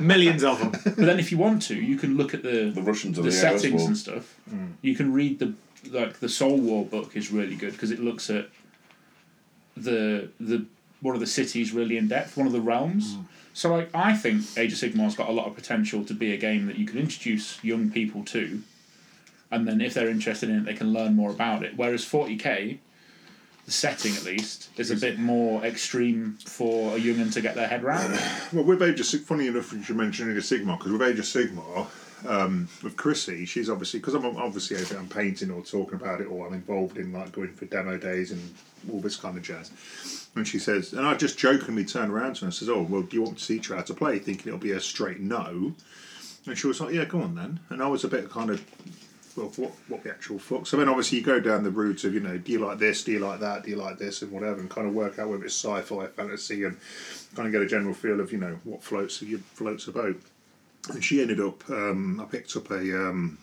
[SPEAKER 5] Millions of them.
[SPEAKER 6] but then if you want to, you can look at the
[SPEAKER 1] The Russians of
[SPEAKER 6] the
[SPEAKER 1] the AOS
[SPEAKER 6] settings
[SPEAKER 1] war.
[SPEAKER 6] and stuff. You can read the like the Soul War book is really good because it looks at the the one of the cities really in depth, one of the realms. So like I think Age of Sigmar's got a lot of potential to be a game that you can introduce young people to, and then if they're interested in it, they can learn more about it. Whereas forty k. The setting, at least, is a bit more extreme for a young'un to get their head round.
[SPEAKER 3] Well, with Age of Sig- funny enough, you should mention Age of Sigmar because with Age of Sigmar, um, with Chrissy, she's obviously because I'm obviously if I'm painting or talking about it or I'm involved in like going for demo days and all this kind of jazz. And she says, and I just jokingly turn around to her and says, "Oh, well, do you want to teach her how to play?" Thinking it'll be a straight no, and she was like, "Yeah, go on then." And I was a bit kind of. Well, what, what the actual fuck? So then, obviously, you go down the route of you know, do you like this? Do you like that? Do you like this? And whatever, and kind of work out whether it's sci-fi, fantasy, and kind of get a general feel of you know what floats you floats a boat. And she ended up. Um, I picked up a um,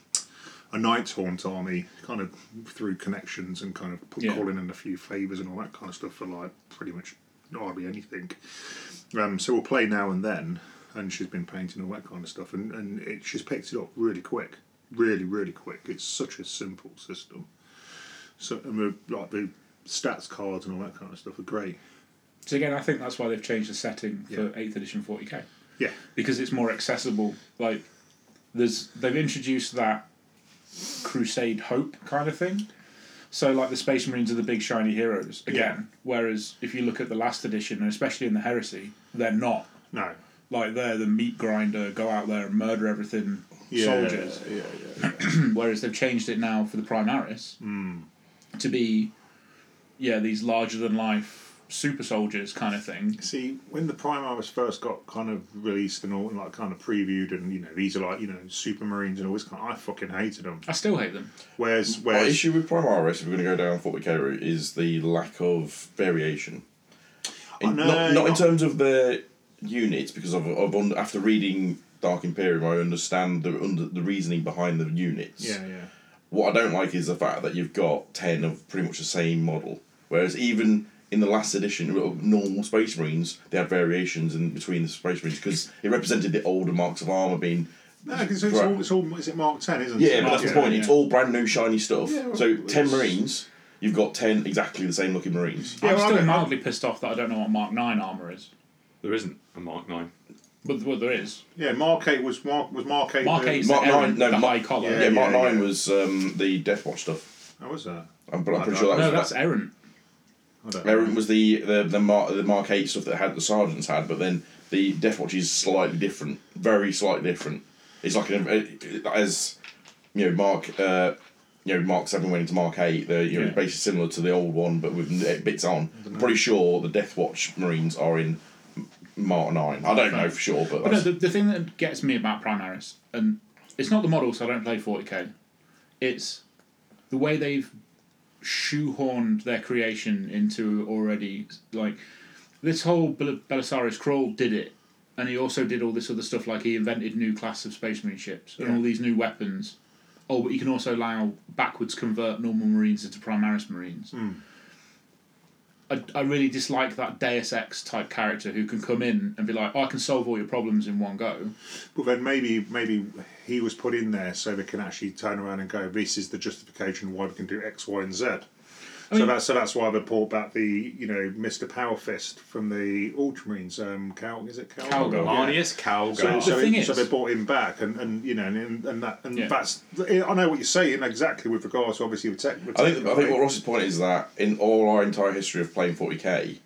[SPEAKER 3] a night haunt army kind of through connections and kind of put,
[SPEAKER 6] Yeah.
[SPEAKER 3] calling in a few favors and all that kind of stuff for like pretty much hardly anything. Um, so we'll play now and then, and she's been painting all that kind of stuff, and and it, she's picked it up really quick, really really quick. It's such a simple system. So and we're, like the stats cards and all that kind of stuff are great.
[SPEAKER 6] So again, I think that's why they've changed the setting for eighth edition forty k
[SPEAKER 3] Yeah,
[SPEAKER 6] because it's more accessible. Like there's they've introduced that crusade hope kind of thing. So like the Space Marines are the big shiny heroes again. Whereas if you look at the last edition and especially in the Heresy, they're not.
[SPEAKER 3] no,
[SPEAKER 6] Like they're the meat grinder, go out there and murder everything soldiers.
[SPEAKER 3] yeah, yeah.
[SPEAKER 6] Whereas they've changed it now for the Primaris
[SPEAKER 3] Hmm.
[SPEAKER 6] to be, yeah, these larger than life super soldiers kind of thing.
[SPEAKER 3] See, when the Primaris first got kind of released and all, and like kind of previewed, and you know, these are like you know, Super Marines and all this kind. Of, I fucking hated them.
[SPEAKER 6] I still hate them.
[SPEAKER 3] Whereas,
[SPEAKER 1] My
[SPEAKER 3] whereas,
[SPEAKER 1] issue with Primaris, if we're going to go down 40k route, is the lack of variation. In,
[SPEAKER 3] know,
[SPEAKER 1] not, not in
[SPEAKER 3] Oh, not-
[SPEAKER 1] terms of their units, because I've, I've un- after reading Dark Imperium, I understand the under, the reasoning behind the units.
[SPEAKER 3] yeah, yeah,
[SPEAKER 1] What I don't like is the fact that you've got 10 of pretty much the same model. Whereas even in the last edition of normal Space Marines, they had variations in between the Space Marines because it represented the older marks of armour being.
[SPEAKER 3] no, because it's,
[SPEAKER 1] Right.
[SPEAKER 3] all, it's all, is it Mark Ten, isn't it?
[SPEAKER 1] Yeah, but that's the
[SPEAKER 3] Yeah,
[SPEAKER 1] point.
[SPEAKER 3] yeah.
[SPEAKER 1] It's all brand new, shiny stuff.
[SPEAKER 3] Yeah,
[SPEAKER 1] so
[SPEAKER 3] well,
[SPEAKER 1] 10
[SPEAKER 3] it's-
[SPEAKER 1] Marines, you've got 10 exactly the same looking Marines.
[SPEAKER 3] Yeah,
[SPEAKER 6] I'm
[SPEAKER 3] well, I
[SPEAKER 6] still
[SPEAKER 3] don't-
[SPEAKER 6] mildly pissed off that I don't know what Mark Nine armor is,
[SPEAKER 5] There isn't a Mark 9.
[SPEAKER 6] but well, there is.
[SPEAKER 3] Yeah, Mark Eight was Mark was Mark Eight.
[SPEAKER 6] Mark
[SPEAKER 3] the-
[SPEAKER 6] Eight's
[SPEAKER 1] Mark
[SPEAKER 6] the, errant,
[SPEAKER 1] Nine, no,
[SPEAKER 6] the
[SPEAKER 1] Mark-
[SPEAKER 6] high collar.
[SPEAKER 1] Yeah, Mark
[SPEAKER 3] yeah,
[SPEAKER 1] Nine
[SPEAKER 3] yeah.
[SPEAKER 1] was um, the Death Watch stuff.
[SPEAKER 3] How was that?
[SPEAKER 1] I'm, I'm pretty
[SPEAKER 3] I
[SPEAKER 1] sure that
[SPEAKER 3] don't-
[SPEAKER 1] was.
[SPEAKER 6] No, that's errant.
[SPEAKER 3] I don't know.
[SPEAKER 1] Errant was the the the Mark, the Mark Eight stuff that had the sergeants had, but then the Death Watch is slightly different, very slightly different. It's like an, it- as you know, Mark uh, you know Mark Seven went into Mark Eight. The you know
[SPEAKER 6] Yeah.
[SPEAKER 1] it's basically similar to the old one, but with n- bits on. I'm pretty sure the Death Watch Marines are in M- Mark Nine. I don't know for sure, but,
[SPEAKER 6] But no,
[SPEAKER 1] that's,
[SPEAKER 6] the, the thing that gets me about Primaris, and it's not the model, so I don't play 40k. It's the way they've shoehorned their creation into already like this whole Bel- Belisarius Crawl did it, and he also did all this other stuff like he invented new class of space marine ships and all these new weapons. Oh, but you can also allow backwards convert normal marines into Primaris marines. I, I really dislike that Deus Ex type character who can come in and be like, oh, I can solve all your problems in one go.
[SPEAKER 3] But then maybe maybe he was put in there so they can actually turn around and go, this is the justification why we can do X, Y, and Z. so that's so that's why they brought back the you know Mr. Power Fist from the Ultramarines. Um, Cal is it Cal?
[SPEAKER 6] Calgar.
[SPEAKER 5] Marnius
[SPEAKER 3] Oh, So,
[SPEAKER 5] Calgar.
[SPEAKER 3] so,
[SPEAKER 6] The thing
[SPEAKER 3] it- so
[SPEAKER 6] is-
[SPEAKER 3] they brought him back, and, and you know, and, and that, and
[SPEAKER 6] Yeah.
[SPEAKER 3] that's. I know what you're saying exactly with regards to obviously with tech. With
[SPEAKER 1] I think
[SPEAKER 3] tech-
[SPEAKER 1] I think what Ross's point is that in all our entire history of playing 40k,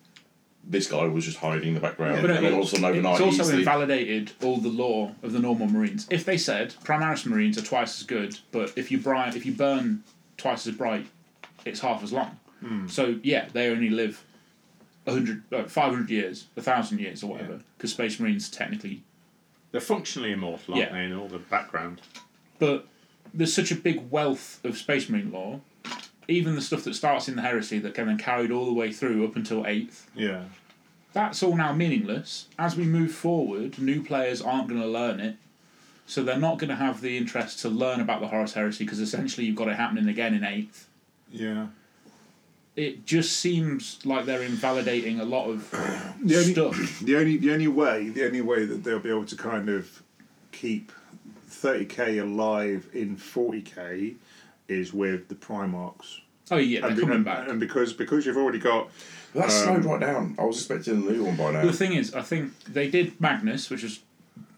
[SPEAKER 1] this guy was just hiding in the background,
[SPEAKER 6] But
[SPEAKER 1] and then all of a sudden overnight
[SPEAKER 6] it's also
[SPEAKER 1] he's the-
[SPEAKER 6] invalidated all the law of the normal Marines. If they said Primaris Marines are twice as good, but if you bri- if you burn twice as bright, it's half as long. So yeah, they only live 100, uh, 500 years, a thousand years, or whatever. Because Space Marines technically,
[SPEAKER 5] They're functionally immortal, aren't
[SPEAKER 6] Yeah.
[SPEAKER 5] they, in all the background?
[SPEAKER 6] but there's such a big wealth of Space Marine lore. Even the stuff that starts in the Heresy that can then carried all the way through up until eighth
[SPEAKER 3] yeah.
[SPEAKER 6] that's all now meaningless. As we move forward, new players aren't going to learn it. So they're not going to have the interest to learn about the Horus Heresy because essentially you've got it happening again in 8th.
[SPEAKER 3] Yeah.
[SPEAKER 6] It just seems like they're invalidating a lot of stuff.
[SPEAKER 3] The only the only way the only way that they'll be able to kind of keep 30k alive in 40k is with the Primarchs.
[SPEAKER 6] Oh, yeah, they're
[SPEAKER 3] And, be-
[SPEAKER 6] coming
[SPEAKER 3] and-
[SPEAKER 6] back.
[SPEAKER 3] and because because you've already got
[SPEAKER 1] That
[SPEAKER 3] Um,
[SPEAKER 1] slowed right down. I was expecting a new one by now.
[SPEAKER 6] The thing is, I think they did Magnus, which was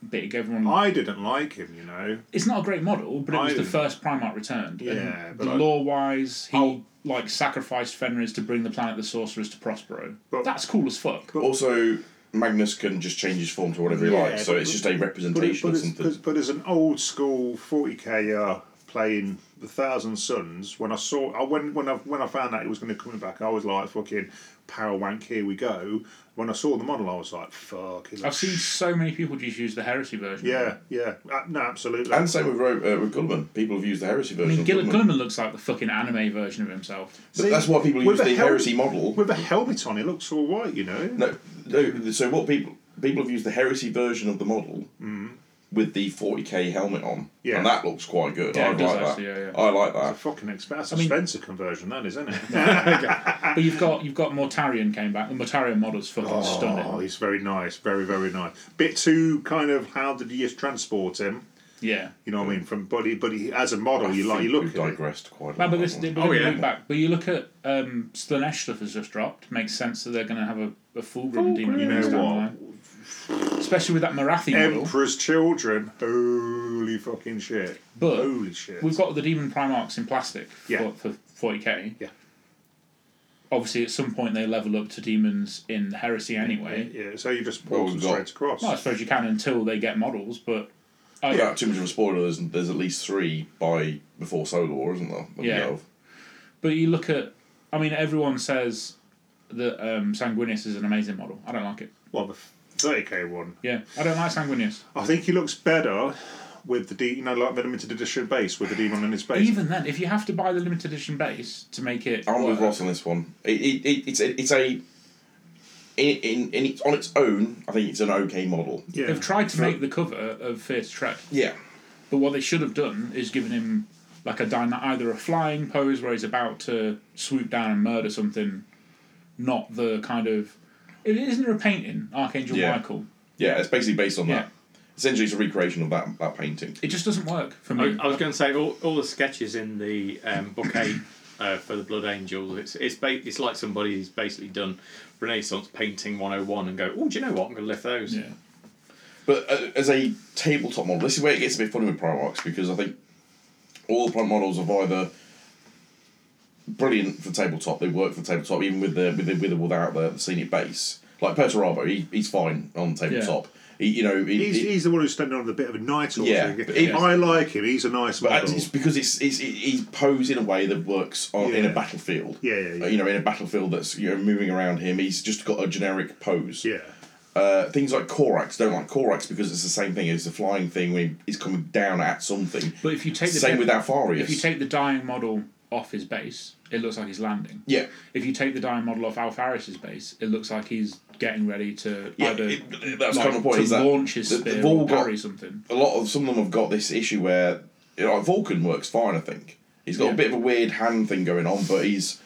[SPEAKER 6] big. Everyone,
[SPEAKER 3] I didn't like him, you know.
[SPEAKER 6] it's not a great model, but it was
[SPEAKER 3] I-
[SPEAKER 6] the first Primarch returned. and
[SPEAKER 3] Yeah, but
[SPEAKER 6] the
[SPEAKER 3] I-
[SPEAKER 6] law wise, he like sacrificed Fenris to bring the planet the sorcerers to Prospero.
[SPEAKER 3] But-
[SPEAKER 6] that's cool as fuck.
[SPEAKER 1] Also, Magnus can just change his form to whatever he
[SPEAKER 3] Yeah,
[SPEAKER 1] likes, so
[SPEAKER 3] but-
[SPEAKER 1] it's just a
[SPEAKER 3] But, it,
[SPEAKER 1] representation
[SPEAKER 3] but,
[SPEAKER 1] of
[SPEAKER 3] as,
[SPEAKER 1] something.
[SPEAKER 3] but, but as an old school 40k playing the Thousand Suns, when I saw I when when I when I found out it was going to come back, I was like fucking power wank, here we go. When I saw the model, I was like fuck. it
[SPEAKER 6] I've
[SPEAKER 3] looks
[SPEAKER 6] seen so many people just use the Heresy version.
[SPEAKER 3] Yeah, yeah, uh, no, absolutely.
[SPEAKER 1] And same with Ro- uh, with Gulliman. People have used the heresy
[SPEAKER 6] I
[SPEAKER 1] version.
[SPEAKER 6] mean,
[SPEAKER 1] of
[SPEAKER 6] Gillian
[SPEAKER 1] Gulliman.
[SPEAKER 6] Gunneman looks like the fucking anime version of himself.
[SPEAKER 1] But that's why people use
[SPEAKER 3] with
[SPEAKER 1] the,
[SPEAKER 3] the hel-
[SPEAKER 1] heresy model.
[SPEAKER 3] with a helmet on, it looks all right, you know.
[SPEAKER 1] No, no, so what people people have used the heresy version of the model with the 40k helmet on,
[SPEAKER 3] Mm-hmm. Yeah.
[SPEAKER 1] and that looks quite good. I
[SPEAKER 6] Yeah, it
[SPEAKER 1] like
[SPEAKER 6] does
[SPEAKER 1] that.
[SPEAKER 6] actually, yeah, yeah.
[SPEAKER 1] I like
[SPEAKER 3] It's a
[SPEAKER 1] that.
[SPEAKER 3] fucking expensive. That's a
[SPEAKER 6] mean-
[SPEAKER 3] Spencer conversion, that is, isn't it?
[SPEAKER 6] But you've got you've got Mortarian came back. The Mortarian model's fucking
[SPEAKER 3] Oh,
[SPEAKER 6] stunning.
[SPEAKER 3] he's very nice, very very nice. Bit too kind of how did you just transport him?
[SPEAKER 6] Yeah.
[SPEAKER 3] You know what I mean? From but he, but he, as a model,
[SPEAKER 1] I
[SPEAKER 3] you like
[SPEAKER 1] think
[SPEAKER 3] you look
[SPEAKER 1] we've
[SPEAKER 3] at it.
[SPEAKER 1] digressed quite a
[SPEAKER 6] No,
[SPEAKER 1] lot.
[SPEAKER 6] but this
[SPEAKER 1] on that
[SPEAKER 6] but
[SPEAKER 1] one.
[SPEAKER 5] Oh,
[SPEAKER 6] we
[SPEAKER 5] yeah.
[SPEAKER 6] move back. But you look at um, Slanesh stuff has just dropped. Makes sense that they're going to have a, a full run demon.
[SPEAKER 3] You know
[SPEAKER 6] Prince down the
[SPEAKER 3] what?
[SPEAKER 6] line. Especially with that Marathi model.
[SPEAKER 3] Emperor's Children. Holy fucking shit!
[SPEAKER 6] But
[SPEAKER 3] Holy shit!
[SPEAKER 6] We've got the demon primarchs in plastic
[SPEAKER 3] Yeah.
[SPEAKER 6] for for 40k.
[SPEAKER 3] Yeah.
[SPEAKER 6] Obviously, at some point they level up to demons in Heresy anyway.
[SPEAKER 3] yeah, so you just
[SPEAKER 1] Well,
[SPEAKER 3] pull them
[SPEAKER 1] we've got-
[SPEAKER 3] straight across.
[SPEAKER 6] Well, I suppose you can until they get models, but I,
[SPEAKER 1] Without too much of a spoiler, there's, there's at least three by before Solar War, isn't there? that we
[SPEAKER 6] Yeah.
[SPEAKER 1] know of?
[SPEAKER 6] But you look at, I mean, everyone says that um, Sanguinius is an amazing model. I don't like it.
[SPEAKER 3] Well, the thirty k one.
[SPEAKER 6] Yeah, I don't like Sanguinius.
[SPEAKER 3] I think he looks better with the de- you know like the limited edition base with the demon in his base.
[SPEAKER 6] Even then, if you have to buy the limited edition base to make it,
[SPEAKER 1] I'm with
[SPEAKER 6] work-
[SPEAKER 1] Ross on this one. It, it, it, it's a, it's a in, in, in it's, on its own. I think it's an okay model.
[SPEAKER 3] yeah.
[SPEAKER 6] They've tried to make the cover of Fierce Trek,
[SPEAKER 1] Yeah,
[SPEAKER 6] but what they should have done is given him like a dyna- either a flying pose where he's about to swoop down and murder something, not the kind of. It isn't there a painting, Archangel
[SPEAKER 1] Yeah.
[SPEAKER 6] Michael.
[SPEAKER 1] yeah. It's basically based on
[SPEAKER 6] Yeah.
[SPEAKER 1] that. Essentially, it's a recreation of that that painting.
[SPEAKER 6] It just doesn't work for
[SPEAKER 5] I,
[SPEAKER 6] me.
[SPEAKER 5] I was going to say all, all the sketches in the um, book eight uh, for the Blood Angels. It's it's ba- it's like somebody's basically done Renaissance painting one hundred and one and go. Oh, do you know what? I'm going to lift those.
[SPEAKER 6] yeah.
[SPEAKER 1] But uh, as a tabletop model, this is where it gets a bit funny with Primarchs because I think all the Primarch models are either brilliant for tabletop, they work for tabletop, even with the with the, with or without the, the scenic base. Like Perturabo, he, he's fine on tabletop. He, you know, he,
[SPEAKER 3] He's,
[SPEAKER 1] he-
[SPEAKER 3] he's the one who's standing on the bit of a knight or
[SPEAKER 1] Yeah, but
[SPEAKER 3] something.
[SPEAKER 1] he-
[SPEAKER 3] I like him. He's a nice
[SPEAKER 1] But
[SPEAKER 3] model.
[SPEAKER 1] it's because it's, it's it- he's posed in a way that works on, in
[SPEAKER 3] Yeah.
[SPEAKER 1] a battlefield.
[SPEAKER 3] Yeah, yeah, yeah.
[SPEAKER 1] Uh, you know, in a battlefield that's you know moving around him. He's just got a generic pose.
[SPEAKER 3] Yeah,
[SPEAKER 1] Uh, things like Korax don't like Korax because it's the same thing. It's a flying thing when he- he's coming down at something.
[SPEAKER 6] But if you take the
[SPEAKER 1] same
[SPEAKER 6] pic-
[SPEAKER 1] with Alfarius.
[SPEAKER 6] If you take the dying model off his base, it looks like he's landing.
[SPEAKER 1] yeah.
[SPEAKER 6] If you take the dying model off Alfaris's base, it looks like he's getting ready to
[SPEAKER 1] Yeah,
[SPEAKER 6] either
[SPEAKER 1] it- that's
[SPEAKER 6] like,
[SPEAKER 1] kind of the point.
[SPEAKER 6] to
[SPEAKER 1] Is that
[SPEAKER 6] launch his
[SPEAKER 1] th- they've
[SPEAKER 6] spear
[SPEAKER 1] all
[SPEAKER 6] or
[SPEAKER 1] got-
[SPEAKER 6] parry something.
[SPEAKER 1] a lot of some of them have got this issue where you know, Vulcan works fine. I think he's got
[SPEAKER 6] Yeah.
[SPEAKER 1] a bit of a weird hand thing going on, but he's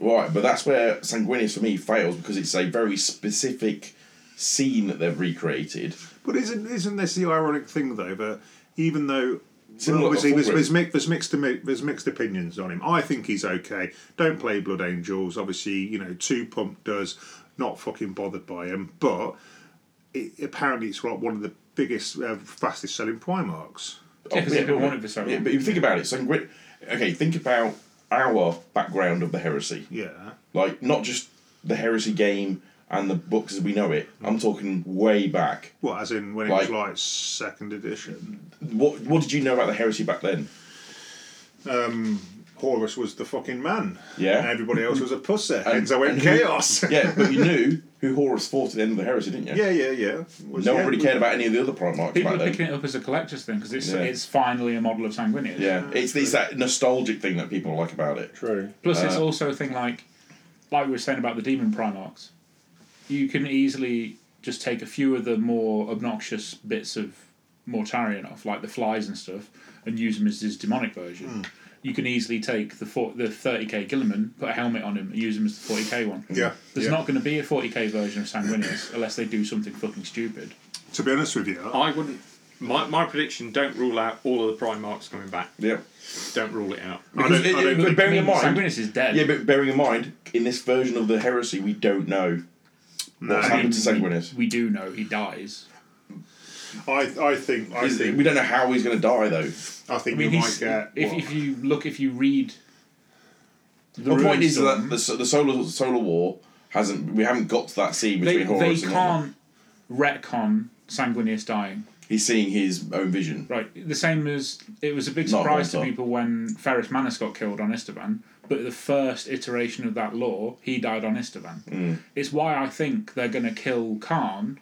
[SPEAKER 1] Right, but that's where Sanguinis for me fails because it's a very specific scene that they've recreated.
[SPEAKER 3] But isn't isn't this the ironic thing though that even though
[SPEAKER 1] Similar
[SPEAKER 3] obviously
[SPEAKER 1] to
[SPEAKER 3] there's,
[SPEAKER 1] Fulgrim.
[SPEAKER 3] there's, mi- there's mixed emi- there's mixed opinions on him. I think he's okay. Don't play Blood Angels. Obviously, you know, two pump does not fucking bothered by him, but it, apparently it's like one of the biggest, uh, fastest selling Primarchs.
[SPEAKER 6] Yeah, 'cause they've been wanted for so
[SPEAKER 1] Oh, Yeah,
[SPEAKER 6] long.
[SPEAKER 1] but if you think about it, Sanguin. Okay, think about our background of the heresy.
[SPEAKER 3] Yeah,
[SPEAKER 1] Like not just the heresy game and the books as we know it. I'm
[SPEAKER 3] Mm.
[SPEAKER 1] talking way back.
[SPEAKER 3] well, as in when
[SPEAKER 1] Like-
[SPEAKER 3] it was like second edition.
[SPEAKER 1] What What did you know about the heresy back then?
[SPEAKER 3] Horus was the fucking man.
[SPEAKER 1] Yeah.
[SPEAKER 3] And everybody else was a pussy. Hence I went chaos.
[SPEAKER 1] yeah, but you knew who Horus fought at the end of the heresy, didn't you?
[SPEAKER 3] yeah, yeah, yeah. Was-
[SPEAKER 1] No
[SPEAKER 3] yeah,
[SPEAKER 1] one really
[SPEAKER 3] we-
[SPEAKER 1] cared about any of the other Primarchs
[SPEAKER 6] People
[SPEAKER 1] back
[SPEAKER 6] are
[SPEAKER 1] then.
[SPEAKER 6] picking it up as a collector's thing because it's
[SPEAKER 1] Yeah.
[SPEAKER 6] it's finally a model of Sanguinius.
[SPEAKER 1] Yeah, it's, it's that nostalgic thing that people like about it.
[SPEAKER 3] True.
[SPEAKER 6] Plus, it's
[SPEAKER 1] Uh,
[SPEAKER 6] also a thing like, like we were saying about the demon primarchs. You can easily just take a few of the more obnoxious bits of Mortarion off, like the flies and stuff, and use them as his demonic version.
[SPEAKER 1] Hmm.
[SPEAKER 6] You can easily take the four, the thirty k Gilliman, put a helmet on him, and use him as the forty k one.
[SPEAKER 3] Yeah,
[SPEAKER 6] there's
[SPEAKER 3] yeah.
[SPEAKER 6] not going to be a forty k version of Sanguinius unless they do something fucking stupid.
[SPEAKER 3] To be honest with you,
[SPEAKER 5] I wouldn't. My, my prediction: don't rule out all of the Primarchs coming back.
[SPEAKER 1] Yeah.
[SPEAKER 5] Don't rule it out.
[SPEAKER 1] Because
[SPEAKER 3] don't-
[SPEAKER 1] it-
[SPEAKER 3] I
[SPEAKER 1] it-
[SPEAKER 3] don't
[SPEAKER 1] but
[SPEAKER 3] think-
[SPEAKER 1] bearing in mind,
[SPEAKER 6] Sanguinius is dead.
[SPEAKER 1] yeah, but bearing in mind, in this version of the heresy, we don't know what's
[SPEAKER 6] I mean,
[SPEAKER 1] happened to Sanguinus.
[SPEAKER 6] We do know he dies.
[SPEAKER 3] I, I think I
[SPEAKER 1] Is-
[SPEAKER 3] think
[SPEAKER 1] We don't know how he's going to die though.
[SPEAKER 3] I think
[SPEAKER 6] I mean,
[SPEAKER 3] you
[SPEAKER 6] he's,
[SPEAKER 3] might get.
[SPEAKER 6] if,
[SPEAKER 3] what?
[SPEAKER 6] if you look, if you read. The
[SPEAKER 1] The point is
[SPEAKER 6] Runestorm-
[SPEAKER 1] that the, so- the solar solar war hasn't. We haven't got to that scene between
[SPEAKER 6] they, they
[SPEAKER 1] Horus and whatnot.
[SPEAKER 6] can't retcon Sanguinius dying.
[SPEAKER 1] He's seeing his own vision.
[SPEAKER 6] Right, the same as it was a big
[SPEAKER 1] Not
[SPEAKER 6] surprise to
[SPEAKER 1] Walter.
[SPEAKER 6] people when Ferris Manus got killed on Istvan, but the first iteration of that law, he died on Istvan.
[SPEAKER 3] Hmm.
[SPEAKER 6] It's why I think they're going to kill Khan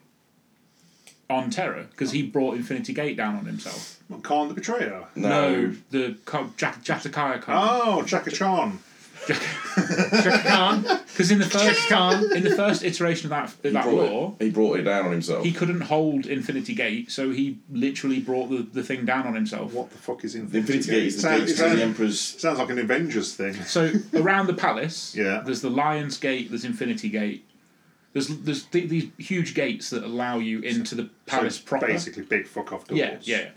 [SPEAKER 6] on Terror because he brought Infinity Gate down on himself.
[SPEAKER 3] Khan the Betrayer.
[SPEAKER 1] No,
[SPEAKER 6] the Ka- Jack Jatakaya Khan.
[SPEAKER 3] Oh, Chaka Chan.
[SPEAKER 6] Because in the first in the first iteration of that, of that
[SPEAKER 1] brought it-
[SPEAKER 6] law,
[SPEAKER 1] he brought it down on himself.
[SPEAKER 6] he couldn't hold Infinity Gate, so he literally brought the, the thing down on himself.
[SPEAKER 3] What the fuck is
[SPEAKER 1] the
[SPEAKER 3] Infinity,
[SPEAKER 1] Infinity Gate is the
[SPEAKER 3] Sound-
[SPEAKER 1] gate to
[SPEAKER 3] sound-
[SPEAKER 1] the Emperor's.
[SPEAKER 3] Sounds like an Avengers thing.
[SPEAKER 6] So around the palace,
[SPEAKER 3] Yeah.
[SPEAKER 6] there's the Lion's Gate, there's Infinity Gate, there's there's th- these huge gates that allow you into the palace
[SPEAKER 3] So
[SPEAKER 6] proper.
[SPEAKER 3] Basically, big fuck off doors.
[SPEAKER 6] Yeah, yeah.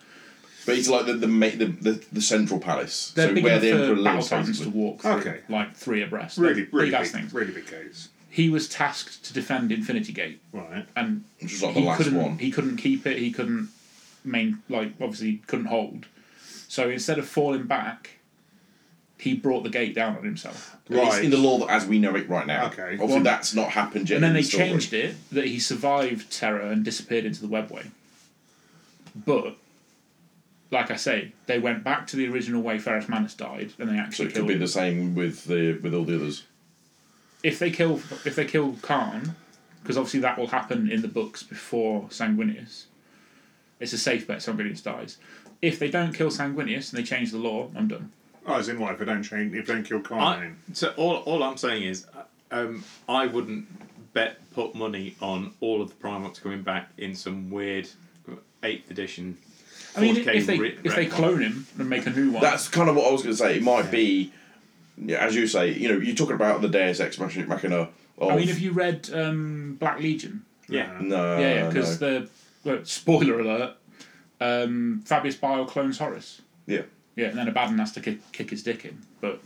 [SPEAKER 1] But it's like the the ma- the, the, the central palace.
[SPEAKER 6] They're
[SPEAKER 1] so
[SPEAKER 6] big
[SPEAKER 1] where
[SPEAKER 6] enough
[SPEAKER 1] the Emperor
[SPEAKER 6] for battle
[SPEAKER 1] lives.
[SPEAKER 6] titans to
[SPEAKER 1] basically.
[SPEAKER 6] walk through,
[SPEAKER 3] Okay.
[SPEAKER 6] like three abreast. They're
[SPEAKER 3] Really, really
[SPEAKER 6] big ass
[SPEAKER 3] big,
[SPEAKER 6] things.
[SPEAKER 3] really big gates.
[SPEAKER 6] He was tasked to defend Infinity Gate,
[SPEAKER 3] Right.
[SPEAKER 6] and
[SPEAKER 1] Which is like the
[SPEAKER 6] he
[SPEAKER 1] last
[SPEAKER 6] couldn't.
[SPEAKER 1] one.
[SPEAKER 6] He couldn't keep it. He couldn't main like obviously couldn't hold. So instead of falling back, he brought the gate down on himself.
[SPEAKER 1] It's in the law that as we know it right now.
[SPEAKER 3] Okay.
[SPEAKER 1] Obviously,
[SPEAKER 6] Well,
[SPEAKER 1] that's not happened yet.
[SPEAKER 6] And then
[SPEAKER 1] in
[SPEAKER 6] they
[SPEAKER 1] the story.
[SPEAKER 6] changed it that he survived terror and disappeared into the webway. But, like I say, they went back to the original way Ferris Manus died, and they
[SPEAKER 1] So
[SPEAKER 6] actually
[SPEAKER 1] it could
[SPEAKER 6] killed
[SPEAKER 1] be
[SPEAKER 6] him.
[SPEAKER 1] the same with the with all the others.
[SPEAKER 6] If they kill, if they kill Khan, because obviously that will happen in the books before Sanguinius. It's a safe bet Sanguinius dies. If they don't kill Sanguinius and they change the law, I'm done.
[SPEAKER 3] Oh, as in what? If I don't change, if I don't kill Khan,
[SPEAKER 5] I, so all, all I'm saying is, uh, um, I wouldn't bet put money on all of the Primarchs coming back in some weird eighth edition.
[SPEAKER 6] I mean,
[SPEAKER 5] 4K
[SPEAKER 6] if they
[SPEAKER 5] re-
[SPEAKER 6] if they
[SPEAKER 5] retcon.
[SPEAKER 6] clone him and make a new one,
[SPEAKER 1] That's kind of what I was going to say. It might be, yeah, as you say, you know, you're talking about the Deus Ex Machina. machina of,
[SPEAKER 6] I mean, have you read um, Black Legion?
[SPEAKER 5] Yeah,
[SPEAKER 1] no,
[SPEAKER 6] yeah, because
[SPEAKER 1] no.
[SPEAKER 6] the well, spoiler alert, um, Fabius Bile clones Horace.
[SPEAKER 1] yeah,
[SPEAKER 6] Yeah, and then Abaddon has to kick, kick his dick in. But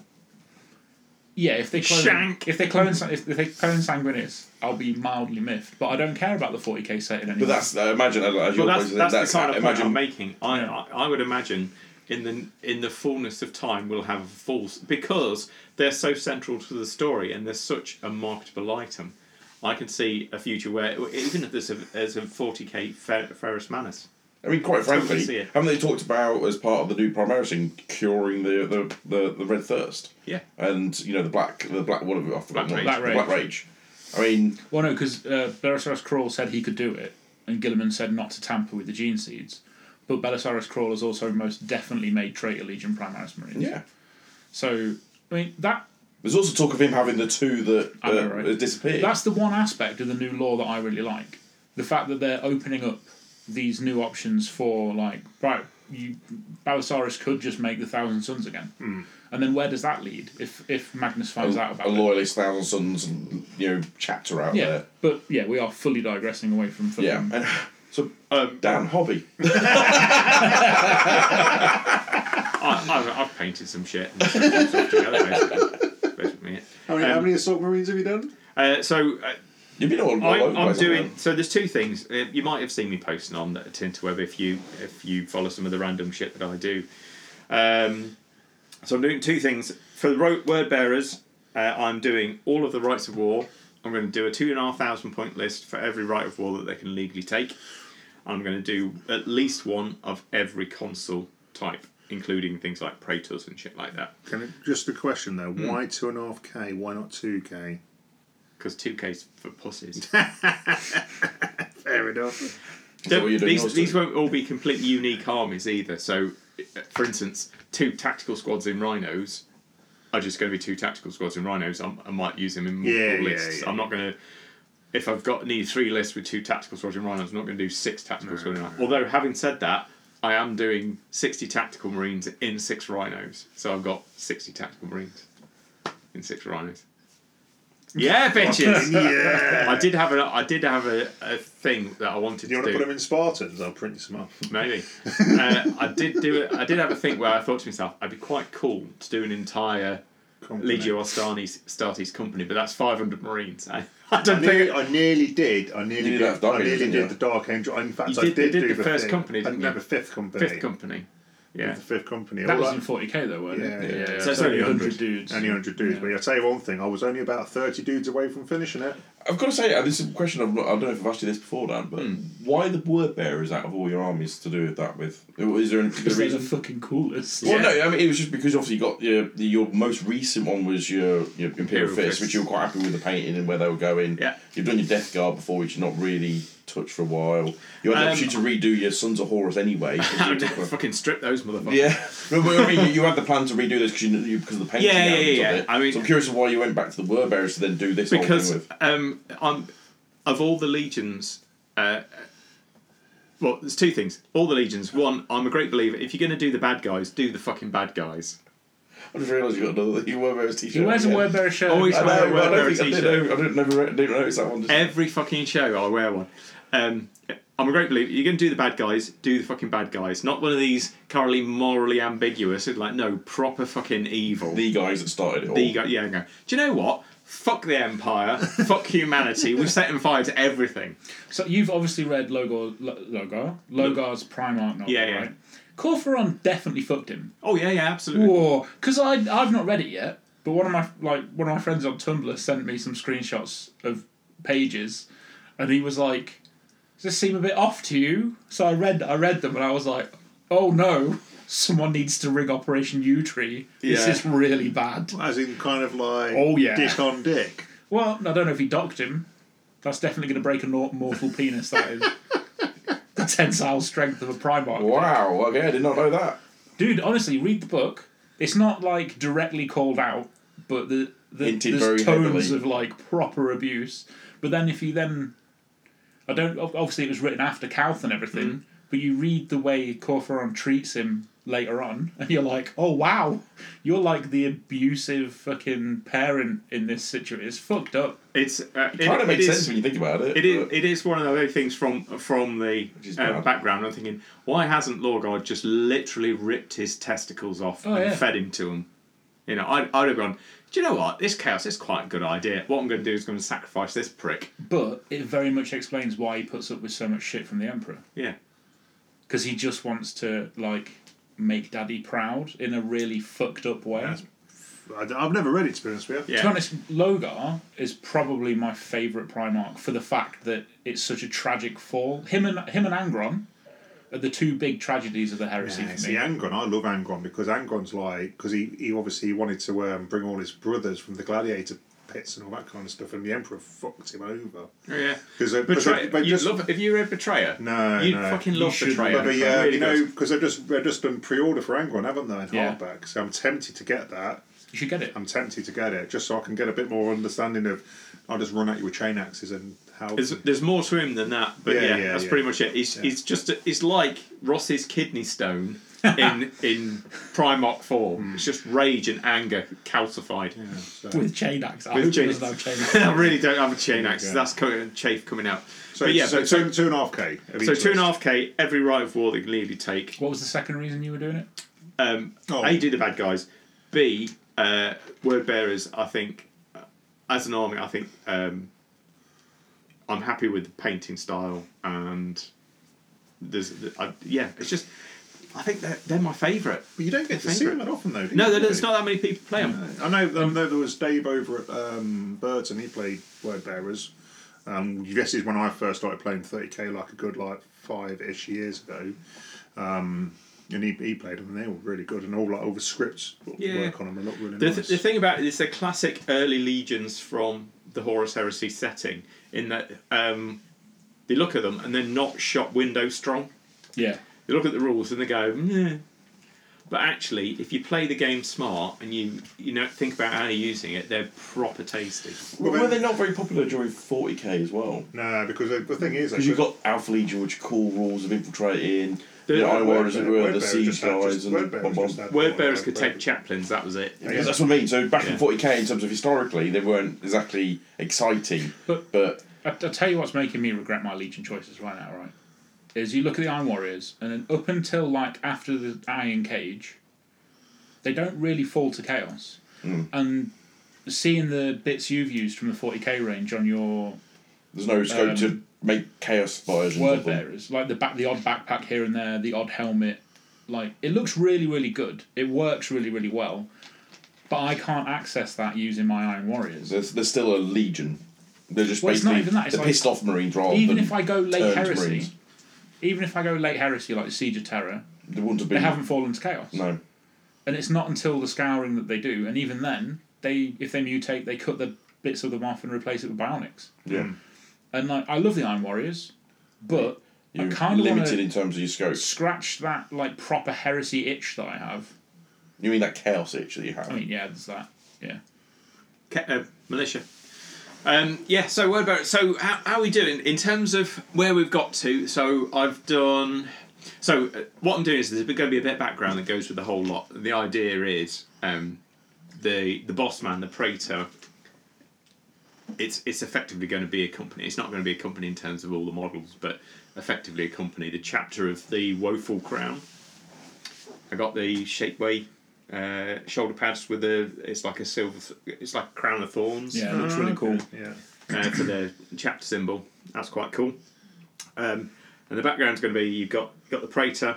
[SPEAKER 6] yeah, if they clone,
[SPEAKER 5] Shank.
[SPEAKER 6] if they clone, Sa- if they clone Sanguinis, I'll be mildly miffed. But I don't care about the forty k set in any.
[SPEAKER 1] but that's uh, imagine as
[SPEAKER 5] but
[SPEAKER 1] you're
[SPEAKER 5] that's, that's, the kind of point I'm
[SPEAKER 1] imagine
[SPEAKER 5] making. I,
[SPEAKER 6] Yeah.
[SPEAKER 5] I, I would imagine in the in the fullness of time we'll have false because they're so central to the story and they're such a marketable item. I can see a future where even if there's a, there's a 40k Fer- Ferris Manus.
[SPEAKER 1] I mean, quite
[SPEAKER 5] Totally
[SPEAKER 1] frankly,
[SPEAKER 5] see it.
[SPEAKER 1] haven't they talked about as part of the new Primaris in curing the the, the, the red thirst?
[SPEAKER 5] Yeah.
[SPEAKER 1] and you know the black the black what have we- I forgot
[SPEAKER 5] Black
[SPEAKER 1] what it was,
[SPEAKER 6] Rage.
[SPEAKER 1] the black rage. I mean,
[SPEAKER 6] well, no, because uh, Belisarius Crawl said he could do it, and Gilliman said not to tamper with the gene seeds. But Belisarius Crawl has also most definitely made traitor Legion Primaris Marines.
[SPEAKER 1] yeah.
[SPEAKER 6] So I mean that
[SPEAKER 1] There's also talk of him having the two that
[SPEAKER 6] I know,
[SPEAKER 1] uh,
[SPEAKER 6] right?
[SPEAKER 1] disappeared.
[SPEAKER 6] That's the one aspect of the new law that I really like. The fact that they're opening up these new options for like right, you Balasaurus could just make the Thousand Suns again. And then where does that lead if if Magnus finds out about
[SPEAKER 1] Hmm. a
[SPEAKER 6] it?
[SPEAKER 1] loyalist, thousand sons, and, you know, chapter out
[SPEAKER 6] Yeah,
[SPEAKER 1] there.
[SPEAKER 6] but yeah, we are fully digressing away from film.
[SPEAKER 1] Yeah, and so um, Dan Hobby.
[SPEAKER 5] I, I, I've painted some shit. And put some stuff together, basically. Basically, yeah.
[SPEAKER 3] How many, how many assault marines have you done?
[SPEAKER 5] Uh, so uh,
[SPEAKER 1] You've been all, all over
[SPEAKER 5] I'm,
[SPEAKER 1] the
[SPEAKER 5] I'm
[SPEAKER 1] place,
[SPEAKER 5] doing.
[SPEAKER 1] haven't
[SPEAKER 5] So there's two things. Uh, you might have seen me posting on the Tinterweb if you if you follow some of the random shit that I do. Um, so I'm doing two things for the ro- word bearers. Uh, I'm doing all of the rights of war. I'm going to do a two and a half thousand point list for every right of war that they can legally take. I'm going to do at least one of every console type, including things like praetors and shit like that.
[SPEAKER 8] Can it, just a question though.
[SPEAKER 1] Hmm.
[SPEAKER 8] Why two and a half k? Why not two k?
[SPEAKER 5] Because 2K's for pussies.
[SPEAKER 8] Fair enough.
[SPEAKER 1] that what you're doing
[SPEAKER 5] these
[SPEAKER 1] yours
[SPEAKER 5] these
[SPEAKER 1] to?
[SPEAKER 5] won't all be completely unique armies either. So, uh, for instance, two tactical squads in rhinos are just going to be two tactical squads in rhinos. I'm, I might use them in multiple
[SPEAKER 8] Yeah, yeah,
[SPEAKER 5] lists.
[SPEAKER 8] yeah.
[SPEAKER 5] I'm not going to. If I've got need three lists with two tactical squads in rhinos, I'm not going to do six tactical squads in rhinos. Although, having said that, I am doing sixty tactical marines in six rhinos. So I've got sixty tactical marines in six rhinos. Yeah, bitches.
[SPEAKER 8] Yeah.
[SPEAKER 5] I did have a I did have a, a thing that I wanted
[SPEAKER 3] Do you
[SPEAKER 5] to
[SPEAKER 3] want to
[SPEAKER 5] do.
[SPEAKER 3] put them in Spartans? I'll print you some up.
[SPEAKER 5] Maybe. uh, I did do it. I did have a think where I thought to myself, I'd be quite cool to do an entire Legio Astartes, Astartes company, but that's 500 Marines. I, I
[SPEAKER 3] I
[SPEAKER 5] don't think.
[SPEAKER 3] nearly, I nearly did. I nearly
[SPEAKER 1] You did
[SPEAKER 3] did.
[SPEAKER 1] that Dark
[SPEAKER 3] I
[SPEAKER 1] Angel,
[SPEAKER 3] nearly
[SPEAKER 1] didn't you?
[SPEAKER 3] did the Dark Angel. In fact,
[SPEAKER 5] You
[SPEAKER 3] I
[SPEAKER 5] did-
[SPEAKER 3] did,
[SPEAKER 5] you did
[SPEAKER 3] do
[SPEAKER 5] the first
[SPEAKER 3] thing.
[SPEAKER 5] company,
[SPEAKER 3] I
[SPEAKER 5] didn't
[SPEAKER 3] no,
[SPEAKER 5] you?
[SPEAKER 3] the fifth company.
[SPEAKER 5] Fifth company.
[SPEAKER 3] The
[SPEAKER 5] Yeah.
[SPEAKER 3] fifth company.
[SPEAKER 6] That
[SPEAKER 3] All
[SPEAKER 6] was in 40k though, weren't
[SPEAKER 3] Yeah,
[SPEAKER 6] it?
[SPEAKER 3] yeah,
[SPEAKER 5] So it's only 100.
[SPEAKER 6] dudes.
[SPEAKER 3] only 100 dudes. But I'll tell you one thing, I was only about 30 dudes away from finishing it.
[SPEAKER 1] you? I've got to say, uh, this is a question I've not, I don't know if I've asked you this before, Dan, but why the word bearers out of all your armies to do with that with? Is there any particular
[SPEAKER 6] Because they're the
[SPEAKER 1] reason?
[SPEAKER 6] fucking coolest.
[SPEAKER 1] Well, no, I mean it was just because obviously you got your the- your most recent one was your your Imperial
[SPEAKER 5] Imperial
[SPEAKER 1] Fist,
[SPEAKER 5] Fist.
[SPEAKER 1] which you were quite happy with the painting and where they were going.
[SPEAKER 5] Yeah.
[SPEAKER 1] you've done your Death Guard before, which you not really touched for a while. You had the
[SPEAKER 5] Um,
[SPEAKER 1] opportunity to redo your Sons of Horus anyway. 'cause you
[SPEAKER 5] I would
[SPEAKER 1] took a-
[SPEAKER 5] fucking strip those motherfuckers.
[SPEAKER 1] yeah, no, but I mean, you, you had the plan to redo this because you, you because of the painting.
[SPEAKER 5] Yeah, yeah,
[SPEAKER 1] elements
[SPEAKER 5] yeah,
[SPEAKER 1] Of
[SPEAKER 5] yeah.
[SPEAKER 1] it.
[SPEAKER 5] I mean-
[SPEAKER 1] so I'm curious of why you went back to the word bearers to then do this
[SPEAKER 5] because
[SPEAKER 1] whole thing with.
[SPEAKER 5] um, I'm of all the legions. Uh, well, there's two things. All the legions. One, I'm a great believer. If you're going to do the bad guys, do the fucking bad guys.
[SPEAKER 1] I just realised you got another you were bearers t-shirt.
[SPEAKER 6] He wears a
[SPEAKER 1] again.
[SPEAKER 6] word bearer shirt.
[SPEAKER 5] Always
[SPEAKER 1] I know,
[SPEAKER 5] wear a
[SPEAKER 1] but I
[SPEAKER 5] word
[SPEAKER 1] don't
[SPEAKER 5] bearer
[SPEAKER 1] think I did.
[SPEAKER 5] t-shirt. Eh.
[SPEAKER 1] know- I didn't never re- didn't notice that one. Just,
[SPEAKER 5] Every fucking show, I wear one. Um, I'm a great believer. You're going to do the bad guys, do the fucking bad guys. Not one of these currently morally ambiguous. It's like, no, proper fucking evil.
[SPEAKER 1] the guys that started it all.
[SPEAKER 5] The go, yeah, I go. Do you know what? Fuck the empire. fuck humanity. We've set in fire to everything.
[SPEAKER 6] So you've obviously read Logar, Lo- Logar, Logar's Primarch novel,
[SPEAKER 5] Yeah, yeah.
[SPEAKER 6] right? Corferon definitely fucked him.
[SPEAKER 5] Oh, yeah, yeah, absolutely.
[SPEAKER 6] Whoa, because I I've not read it yet, but one of my like one of my friends on Tumblr sent me some screenshots of pages, and he was like, "Does this seem a bit off to you?" So I read I read them, and I was like, "Oh no." Someone needs to rig Operation U Tree. This
[SPEAKER 5] Yeah.
[SPEAKER 6] is really bad.
[SPEAKER 8] As in, kind of like.
[SPEAKER 6] Oh, yeah.
[SPEAKER 8] Dick on dick.
[SPEAKER 6] Well, I don't know if he docked him. That's definitely going to break a nor- mortal penis. That is the tensile strength of a Primarch.
[SPEAKER 1] Wow. Okay, I did not know that.
[SPEAKER 6] Dude, honestly, read the book. It's not like directly called out, but the, the
[SPEAKER 1] Hinted
[SPEAKER 6] there's
[SPEAKER 1] very
[SPEAKER 6] tones
[SPEAKER 1] heavily.
[SPEAKER 6] of like proper abuse. But then if you then, I don't. ob- Obviously, it was written after Cowth and everything.
[SPEAKER 1] Mm.
[SPEAKER 6] But you read the way Corferon treats him later on, and you're like, oh wow, you're like the abusive fucking parent in this situation. It's fucked up.
[SPEAKER 5] It's uh, it,
[SPEAKER 1] Kind of
[SPEAKER 5] it
[SPEAKER 1] makes sense
[SPEAKER 5] is-
[SPEAKER 1] when you think about it.
[SPEAKER 5] It is,
[SPEAKER 1] but-
[SPEAKER 5] it is one of those things from from the
[SPEAKER 1] is
[SPEAKER 5] uh,
[SPEAKER 1] bad.
[SPEAKER 5] background. I'm thinking, why hasn't Lorgard just literally ripped his testicles off
[SPEAKER 6] Oh,
[SPEAKER 5] and
[SPEAKER 6] yeah.
[SPEAKER 5] fed him to him? You know, I'd, I'd have gone, do you know what? This chaos is quite a good idea. What I'm going to do is going to sacrifice this prick.
[SPEAKER 6] But it very much explains why he puts up with so much shit from the Emperor.
[SPEAKER 5] Yeah.
[SPEAKER 6] because he just wants to like make daddy proud in a really fucked up way.
[SPEAKER 8] I, have never read it, to be honest with you.
[SPEAKER 6] To be
[SPEAKER 5] Yeah.
[SPEAKER 6] honest, Logar is probably my favourite Primarch for the fact that it's such a tragic fall. Him and him and Angron are the two big tragedies of the heresy
[SPEAKER 8] Yeah,
[SPEAKER 6] for
[SPEAKER 8] see,
[SPEAKER 6] me.
[SPEAKER 8] Angron, I love Angron because Angron's like, because he, he obviously wanted to um, bring all his brothers from the gladiator pits and all that kind of stuff, and the Emperor fucked him over.
[SPEAKER 5] Oh, Yeah.
[SPEAKER 8] 'Cause, uh, 'cause
[SPEAKER 5] Betrayer.
[SPEAKER 8] I- but
[SPEAKER 5] you
[SPEAKER 8] just-
[SPEAKER 5] love, if you read Betrayer,
[SPEAKER 8] No,
[SPEAKER 5] you
[SPEAKER 8] no.
[SPEAKER 5] fucking
[SPEAKER 6] You
[SPEAKER 5] love
[SPEAKER 6] shouldn't.
[SPEAKER 5] Betrayer.
[SPEAKER 8] But the, uh,
[SPEAKER 5] Really
[SPEAKER 8] you know,
[SPEAKER 5] good.
[SPEAKER 8] because I've just I've just done pre-order for Angron, haven't they? In
[SPEAKER 6] Yeah.
[SPEAKER 8] hardback, so I'm tempted to get that.
[SPEAKER 6] You should get it.
[SPEAKER 8] I'm tempted to get it just so I can get a bit more understanding of. I'll just run at you with chain axes and how.
[SPEAKER 5] There's, there's more to him than that, but
[SPEAKER 8] Yeah,
[SPEAKER 5] yeah,
[SPEAKER 8] yeah,
[SPEAKER 5] that's
[SPEAKER 8] yeah.
[SPEAKER 5] pretty much it. It's, it's just it's like Ross's kidney stone in in Primarch form. It's just rage and anger calcified.
[SPEAKER 6] with chain axe. I
[SPEAKER 5] With
[SPEAKER 6] hope
[SPEAKER 5] chain
[SPEAKER 6] it doesn't have
[SPEAKER 5] axe.
[SPEAKER 6] chain
[SPEAKER 5] I
[SPEAKER 6] axe.
[SPEAKER 5] really don't have a chain axe. That's co- chafe coming out.
[SPEAKER 3] So,
[SPEAKER 5] but yeah,
[SPEAKER 3] so,
[SPEAKER 5] but-
[SPEAKER 3] two, two and a half k.
[SPEAKER 5] so two and a half k every right of war they can legally take.
[SPEAKER 6] What was the second reason you were doing it?
[SPEAKER 5] Um,
[SPEAKER 8] Oh,
[SPEAKER 5] A do the bad guys. B uh, word bearers. I think uh, as an army, I think um, I'm happy with the painting style and there's I, yeah. It's just I think they're, they're my favourite.
[SPEAKER 3] But you don't get to see them that often, though. Do
[SPEAKER 5] No,
[SPEAKER 3] you,
[SPEAKER 5] there- there's
[SPEAKER 3] really?
[SPEAKER 5] not that many people play them.
[SPEAKER 3] I know, I know there was Dave over at um, Birds and he played Word Bearers. Um, this is when I first started playing 30k, like a good like five ish years ago. Um, and he, he played them and they were really good and all like all the scripts
[SPEAKER 5] Yeah.
[SPEAKER 3] work on them and look really
[SPEAKER 5] The,
[SPEAKER 3] nice.
[SPEAKER 5] th- the thing about it is they're classic early legions from the Horus Heresy setting in that um, they look at them and they're not shop window strong.
[SPEAKER 6] Yeah.
[SPEAKER 5] They look at the rules and they go, "Meh." but actually, if you play the game smart and you you know think about how you're using it, they're proper tasty.
[SPEAKER 1] Were, were they not very popular during 40k as well?
[SPEAKER 3] no, because the, the thing is,
[SPEAKER 1] Because you've got Alpha Lee George, cool rules of infiltrating, the,
[SPEAKER 5] The-
[SPEAKER 1] Eye
[SPEAKER 5] Word
[SPEAKER 1] Warriors,
[SPEAKER 3] Bearer-
[SPEAKER 1] who were
[SPEAKER 3] Word
[SPEAKER 1] the
[SPEAKER 3] Bearer
[SPEAKER 1] siege
[SPEAKER 3] just had-
[SPEAKER 1] guys,
[SPEAKER 3] just-
[SPEAKER 1] and
[SPEAKER 3] Word Bearers
[SPEAKER 1] bomb bomb.
[SPEAKER 3] just had
[SPEAKER 5] Word
[SPEAKER 3] one
[SPEAKER 5] bearers
[SPEAKER 3] word
[SPEAKER 5] could
[SPEAKER 3] bearer.
[SPEAKER 5] take chaplains. That was it.
[SPEAKER 1] Yeah, that's what I mean. So back in 40k, in terms of historically, they weren't exactly exciting.
[SPEAKER 6] But-
[SPEAKER 1] But,
[SPEAKER 6] I, I'll tell you what's making me regret my Legion choices right now, right? Is you look at the Iron Warriors, and then up until like after the Iron Cage, they don't really fall to chaos. And seeing the bits you've used from the 40k range on your
[SPEAKER 1] there's no scope
[SPEAKER 6] Um,
[SPEAKER 1] to make chaos versions
[SPEAKER 6] word
[SPEAKER 1] of them.
[SPEAKER 6] bearers, like the back, the odd backpack here and there, the odd helmet, like it looks really, really good. It works really, really well, but I can't access that using my Iron Warriors.
[SPEAKER 1] There's, there's still a legion. They're just
[SPEAKER 6] Well, it's not
[SPEAKER 1] basically
[SPEAKER 6] even that, it's
[SPEAKER 1] the
[SPEAKER 6] like-
[SPEAKER 1] pissed off Marines rather
[SPEAKER 6] Even
[SPEAKER 1] than
[SPEAKER 6] if I go late
[SPEAKER 1] turned
[SPEAKER 6] heresy,
[SPEAKER 1] Marines.
[SPEAKER 6] even if I go late heresy like Siege of Terror,
[SPEAKER 1] They wouldn't have
[SPEAKER 6] they
[SPEAKER 1] been.
[SPEAKER 6] haven't Hmm. fallen to chaos.
[SPEAKER 1] No.
[SPEAKER 6] and it's not until the scouring that they do, and even then, they if they mutate, they cut the bits of them off and replace it with bionics.
[SPEAKER 1] Yeah.
[SPEAKER 6] And like, I love the Iron Warriors, but I
[SPEAKER 1] You're
[SPEAKER 6] kind of
[SPEAKER 1] limited
[SPEAKER 6] want to
[SPEAKER 1] in terms of your scope.
[SPEAKER 6] scratch that like proper heresy itch that I have.
[SPEAKER 1] You mean that chaos itch that you have?
[SPEAKER 6] I mean, yeah, there's that. Yeah.
[SPEAKER 5] Ca- uh, militia. Um, yeah, so word about so how, how are we doing in terms of where we've got to? So I've done. So uh, what I'm doing is there's going to be a bit of background that goes with the whole lot. The idea is um, the the boss man, the praetor. It's it's effectively going to be a company. It's not going to be a company in terms of all the models, but effectively a company. The chapter of the woeful crown. I got the Shapeway uh, shoulder pads with a. It's like a silver. th- It's like a crown of thorns
[SPEAKER 6] Yeah, it looks really cool.
[SPEAKER 3] Yeah.
[SPEAKER 5] uh, for the chapter symbol. That's quite cool. Um, and the background's going to be you've got you've got the praetor,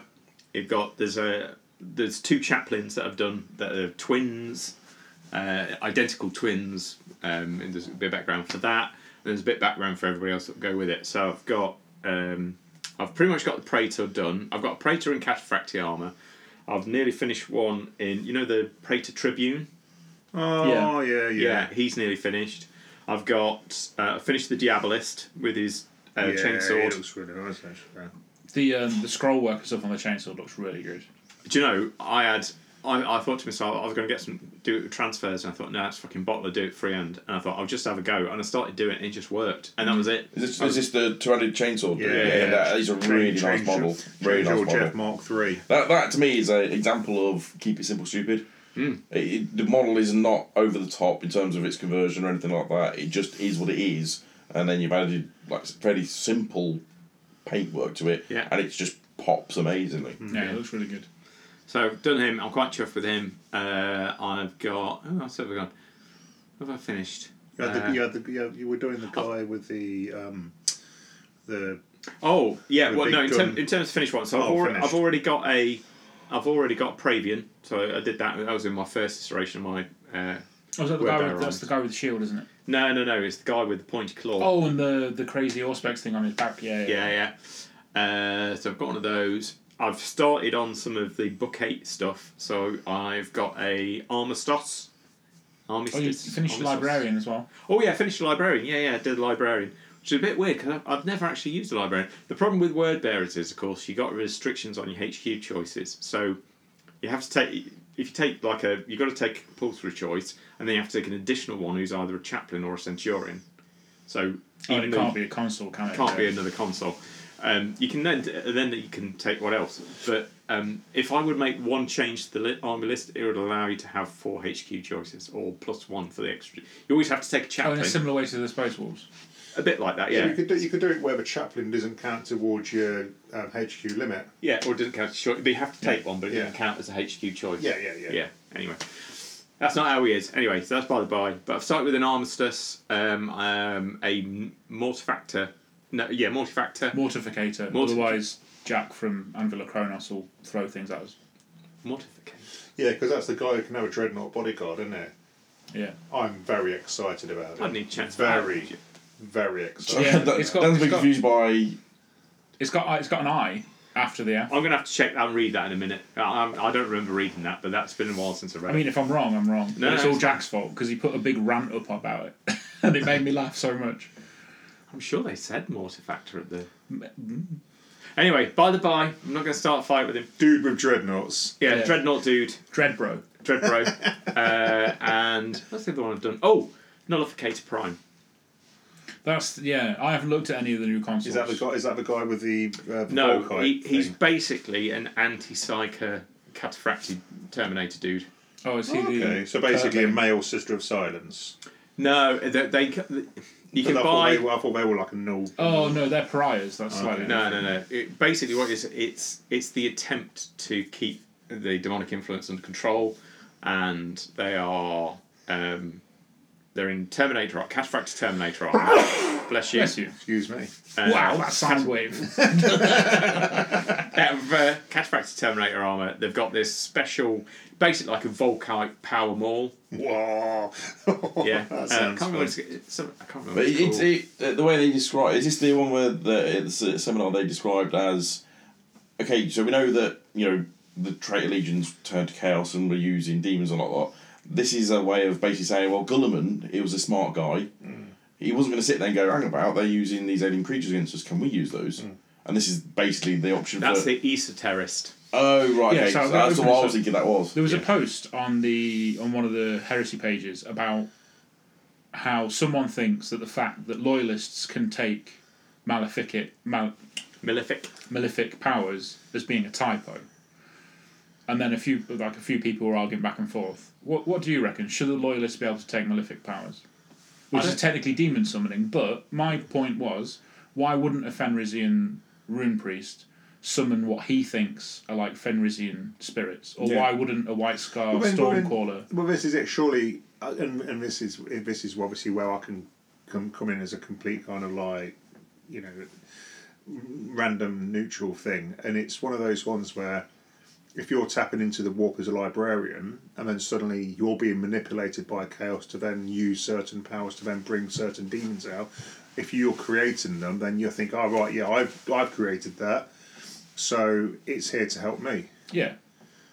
[SPEAKER 5] you've got there's a there's two chaplains that have done that are twins, uh, identical twins. Um, and there's a bit of background for that. And there's a bit of background for everybody else that go with it. So I've got um, I've pretty much got the praetor done. I've got a praetor in cataphracty armor. I've nearly finished one in you know the praetor tribune.
[SPEAKER 3] Oh, yeah, yeah.
[SPEAKER 5] Yeah, he's nearly finished. I've got uh, finished the Diabolist with his uh,
[SPEAKER 3] Yeah,
[SPEAKER 5] chainsword.
[SPEAKER 3] It looks really nice, actually.
[SPEAKER 6] The um, the scroll work and stuff on the chainsaw looks really good.
[SPEAKER 5] Do you know? I had. I, I thought to myself, I was going to get some do transfers, and I thought, no, it's fucking bottler, do it freehand. And I thought, I'll just have a go. And I started doing it, and it just worked.
[SPEAKER 3] Mm.
[SPEAKER 5] And that was it.
[SPEAKER 1] Is this, is this the two-handed chainsaw?
[SPEAKER 3] Yeah,
[SPEAKER 1] that is a really
[SPEAKER 3] Change-
[SPEAKER 1] nice
[SPEAKER 3] change
[SPEAKER 1] model.
[SPEAKER 3] your-
[SPEAKER 1] Really
[SPEAKER 3] change
[SPEAKER 1] nice model.
[SPEAKER 3] your Jeff Mark Three.
[SPEAKER 1] That, that to me is an example of keep it simple, stupid.
[SPEAKER 6] Hmm.
[SPEAKER 1] It, it- the model is not over the top in terms of its conversion or anything like that. It just is what it is, and then you've added like fairly simple paintwork to it,
[SPEAKER 5] Yeah.
[SPEAKER 1] and it just pops amazingly.
[SPEAKER 6] Yeah, it looks really good.
[SPEAKER 5] So I've done him. I'm quite chuffed with him. Uh, I've got. Oh, what's have I gone? What have I finished?
[SPEAKER 3] You, had
[SPEAKER 5] Uh,
[SPEAKER 3] the, you, had the, you, had, you were doing the guy with the um, the
[SPEAKER 5] Oh yeah,
[SPEAKER 3] The
[SPEAKER 5] well
[SPEAKER 3] big
[SPEAKER 5] no. In, term,
[SPEAKER 3] gun.
[SPEAKER 5] in terms of finished one, so I've,
[SPEAKER 3] Oh,
[SPEAKER 5] already,
[SPEAKER 3] finished.
[SPEAKER 5] I've already got a, I've already got Pravian. So I did that. That was in my first iteration. Of my uh,
[SPEAKER 6] Oh, is that the
[SPEAKER 5] We're
[SPEAKER 6] guy
[SPEAKER 5] better
[SPEAKER 6] with, that's
[SPEAKER 5] armed.
[SPEAKER 6] the guy with the shield, isn't it?
[SPEAKER 5] no, no, no. It's the guy with the pointy claw.
[SPEAKER 6] Oh, and the the crazy Auspex thing on his back. Yeah.
[SPEAKER 5] Yeah, yeah. Uh, so I've got one of those. I've started on some of the book eight stuff. So I've got a armistice.
[SPEAKER 6] Oh, you
[SPEAKER 5] Armistice.
[SPEAKER 6] finished
[SPEAKER 5] Armistice.
[SPEAKER 6] the librarian as well.
[SPEAKER 5] Oh yeah, I finished the librarian. Yeah, yeah, I did the librarian, which is a bit weird because I've never actually used the librarian. The problem with word bearers is, of course, you got restrictions on your HQ choices. So you have to take if you take like a you've got to take a compulsory choice, and then you have to take an additional one who's either a chaplain or a centurion. So
[SPEAKER 6] Oh,
[SPEAKER 5] even
[SPEAKER 6] and it
[SPEAKER 5] though
[SPEAKER 6] can't
[SPEAKER 5] you
[SPEAKER 6] be a console, can it?
[SPEAKER 5] can't be
[SPEAKER 6] Yeah.
[SPEAKER 5] another console. Um, you can then then you can take what else, but Um, if I would make one change to the li- army list, it would allow you to have four HQ choices or plus one for the extra. You always have to take a
[SPEAKER 6] Oh, in
[SPEAKER 5] chaplain.
[SPEAKER 6] a similar way to the Space Wolves.
[SPEAKER 5] a bit like that,
[SPEAKER 3] So
[SPEAKER 5] yeah.
[SPEAKER 3] you could do you could do it where the chaplain doesn't count towards your um, HQ limit.
[SPEAKER 5] Yeah, or it doesn't count as a choice. But you have to take one, but it
[SPEAKER 3] Yeah.
[SPEAKER 5] doesn't count as a HQ choice.
[SPEAKER 3] Yeah, yeah, yeah.
[SPEAKER 5] Yeah, anyway. That's not how he is. Anyway, so that's by the by. But I've started with an armistice, um, um, a m- multifactor. No, yeah, multifactor.
[SPEAKER 6] Mortificator.
[SPEAKER 5] Mortific-
[SPEAKER 6] Otherwise, Jack from Anvil of Kronos will throw things at us.
[SPEAKER 5] Mortificator.
[SPEAKER 3] Yeah, because that's the guy who can have a dreadnought bodyguard, isn't it?
[SPEAKER 6] Yeah.
[SPEAKER 3] I'm very excited about it.
[SPEAKER 5] I need chance.
[SPEAKER 3] Very, very excited.
[SPEAKER 6] Yeah,
[SPEAKER 1] that,
[SPEAKER 6] it's got-
[SPEAKER 1] Dan's
[SPEAKER 6] it's
[SPEAKER 1] been
[SPEAKER 6] got-
[SPEAKER 1] confused by
[SPEAKER 6] It's got uh, it's got an eye after the F.
[SPEAKER 5] I'm going to have to check that and read that in a minute. I, I- I don't remember reading that, but that's been a while since I read
[SPEAKER 6] I mean,
[SPEAKER 5] it.
[SPEAKER 6] if I'm wrong, I'm wrong.
[SPEAKER 5] No,
[SPEAKER 6] but it's
[SPEAKER 5] no,
[SPEAKER 6] all
[SPEAKER 5] it's-
[SPEAKER 6] Jack's fault because he put a big rant up about it, and it made me laugh so much.
[SPEAKER 5] I'm sure they said Mortifactor at the.
[SPEAKER 3] mm.
[SPEAKER 5] Anyway, by the by, I'm not going to start a fight with him.
[SPEAKER 3] Dude with dreadnoughts.
[SPEAKER 5] Yeah,
[SPEAKER 6] Yeah.
[SPEAKER 5] Dreadnought Dude,
[SPEAKER 6] Dreadbro.
[SPEAKER 5] Dreadbro, uh, and what's the other one I've done? Oh, Nullificator Prime.
[SPEAKER 6] That's yeah. I haven't looked at any of the new consoles.
[SPEAKER 3] Is that the guy? Is that the guy with the uh, the
[SPEAKER 5] No,
[SPEAKER 3] Volkite
[SPEAKER 5] he, he's
[SPEAKER 3] thing?
[SPEAKER 5] basically an anti-psyker cataphractic Terminator dude.
[SPEAKER 6] Oh, is he the?
[SPEAKER 3] okay. So basically, a male sister of silence.
[SPEAKER 5] No, they, they c- you can
[SPEAKER 3] I thought
[SPEAKER 5] buy.
[SPEAKER 3] they were- I thought they were like a null.
[SPEAKER 6] Oh no, they're pariahs. That's slightly.
[SPEAKER 5] No, no, no. It, basically, what it is it's it's the attempt to keep the demonic influence under control, and they are um, they're in Terminator art, cataphractic Terminator art. Bless you.
[SPEAKER 6] Bless you.
[SPEAKER 3] Excuse me.
[SPEAKER 5] Uh,
[SPEAKER 6] Wow, that sound wave.
[SPEAKER 5] out of uh, Cataphractic Terminator armor, they've got this special, basically like a Volkite power maul.
[SPEAKER 3] Wow.
[SPEAKER 5] Yeah,
[SPEAKER 3] that
[SPEAKER 5] uh,
[SPEAKER 3] sounds
[SPEAKER 5] can't remember what
[SPEAKER 3] fun.
[SPEAKER 5] it's, it's some- I can't remember.
[SPEAKER 1] But
[SPEAKER 5] what
[SPEAKER 1] it,
[SPEAKER 5] it's
[SPEAKER 1] it,
[SPEAKER 5] called.
[SPEAKER 1] it, the way they describe is this the one where the, the seminar they described as okay, so we know that you know the traitor legions turned to chaos and were using demons and all that. This is a way of basically saying, well, Gulliman, he was a smart guy.
[SPEAKER 6] Mm.
[SPEAKER 1] He wasn't going to sit there and go, hang about. They're using these alien creatures against us. Can we use those?
[SPEAKER 6] Mm.
[SPEAKER 1] And this is basically the option
[SPEAKER 5] That's
[SPEAKER 1] for.
[SPEAKER 5] the esoterist.
[SPEAKER 1] Oh right,
[SPEAKER 6] Yeah,
[SPEAKER 1] okay.
[SPEAKER 6] so
[SPEAKER 1] So
[SPEAKER 6] that
[SPEAKER 1] that's what
[SPEAKER 6] opens
[SPEAKER 1] I was
[SPEAKER 6] up-
[SPEAKER 1] thinking that was.
[SPEAKER 6] There was a post on the on one of the heresy pages about how someone thinks that the fact that loyalists can take maleficit mal,
[SPEAKER 5] Malefic.
[SPEAKER 6] malefic powers as being a typo. And then a few like a few people were arguing back and forth. What what do you reckon? Should the loyalists be able to take malefic powers? Which is
[SPEAKER 5] don't-
[SPEAKER 6] technically demon summoning, but my point was, why wouldn't a Fenrisian rune priest summon what he thinks are like Fenrisian spirits? Or
[SPEAKER 3] Yeah.
[SPEAKER 6] why wouldn't a white scar
[SPEAKER 3] Well, then- well, then-
[SPEAKER 6] stormcaller
[SPEAKER 3] Well, this is it. Surely, uh, and, and this is this is obviously where I can come come in as a complete kind of like, you know, random neutral thing, and it's one of those ones where. If you're tapping into the warp as a librarian, and then suddenly you're being manipulated by chaos to then use certain powers to then bring certain demons out, if you're creating them, then you think, "Oh right, yeah, I've I've created that, so it's here to help me."
[SPEAKER 6] Yeah.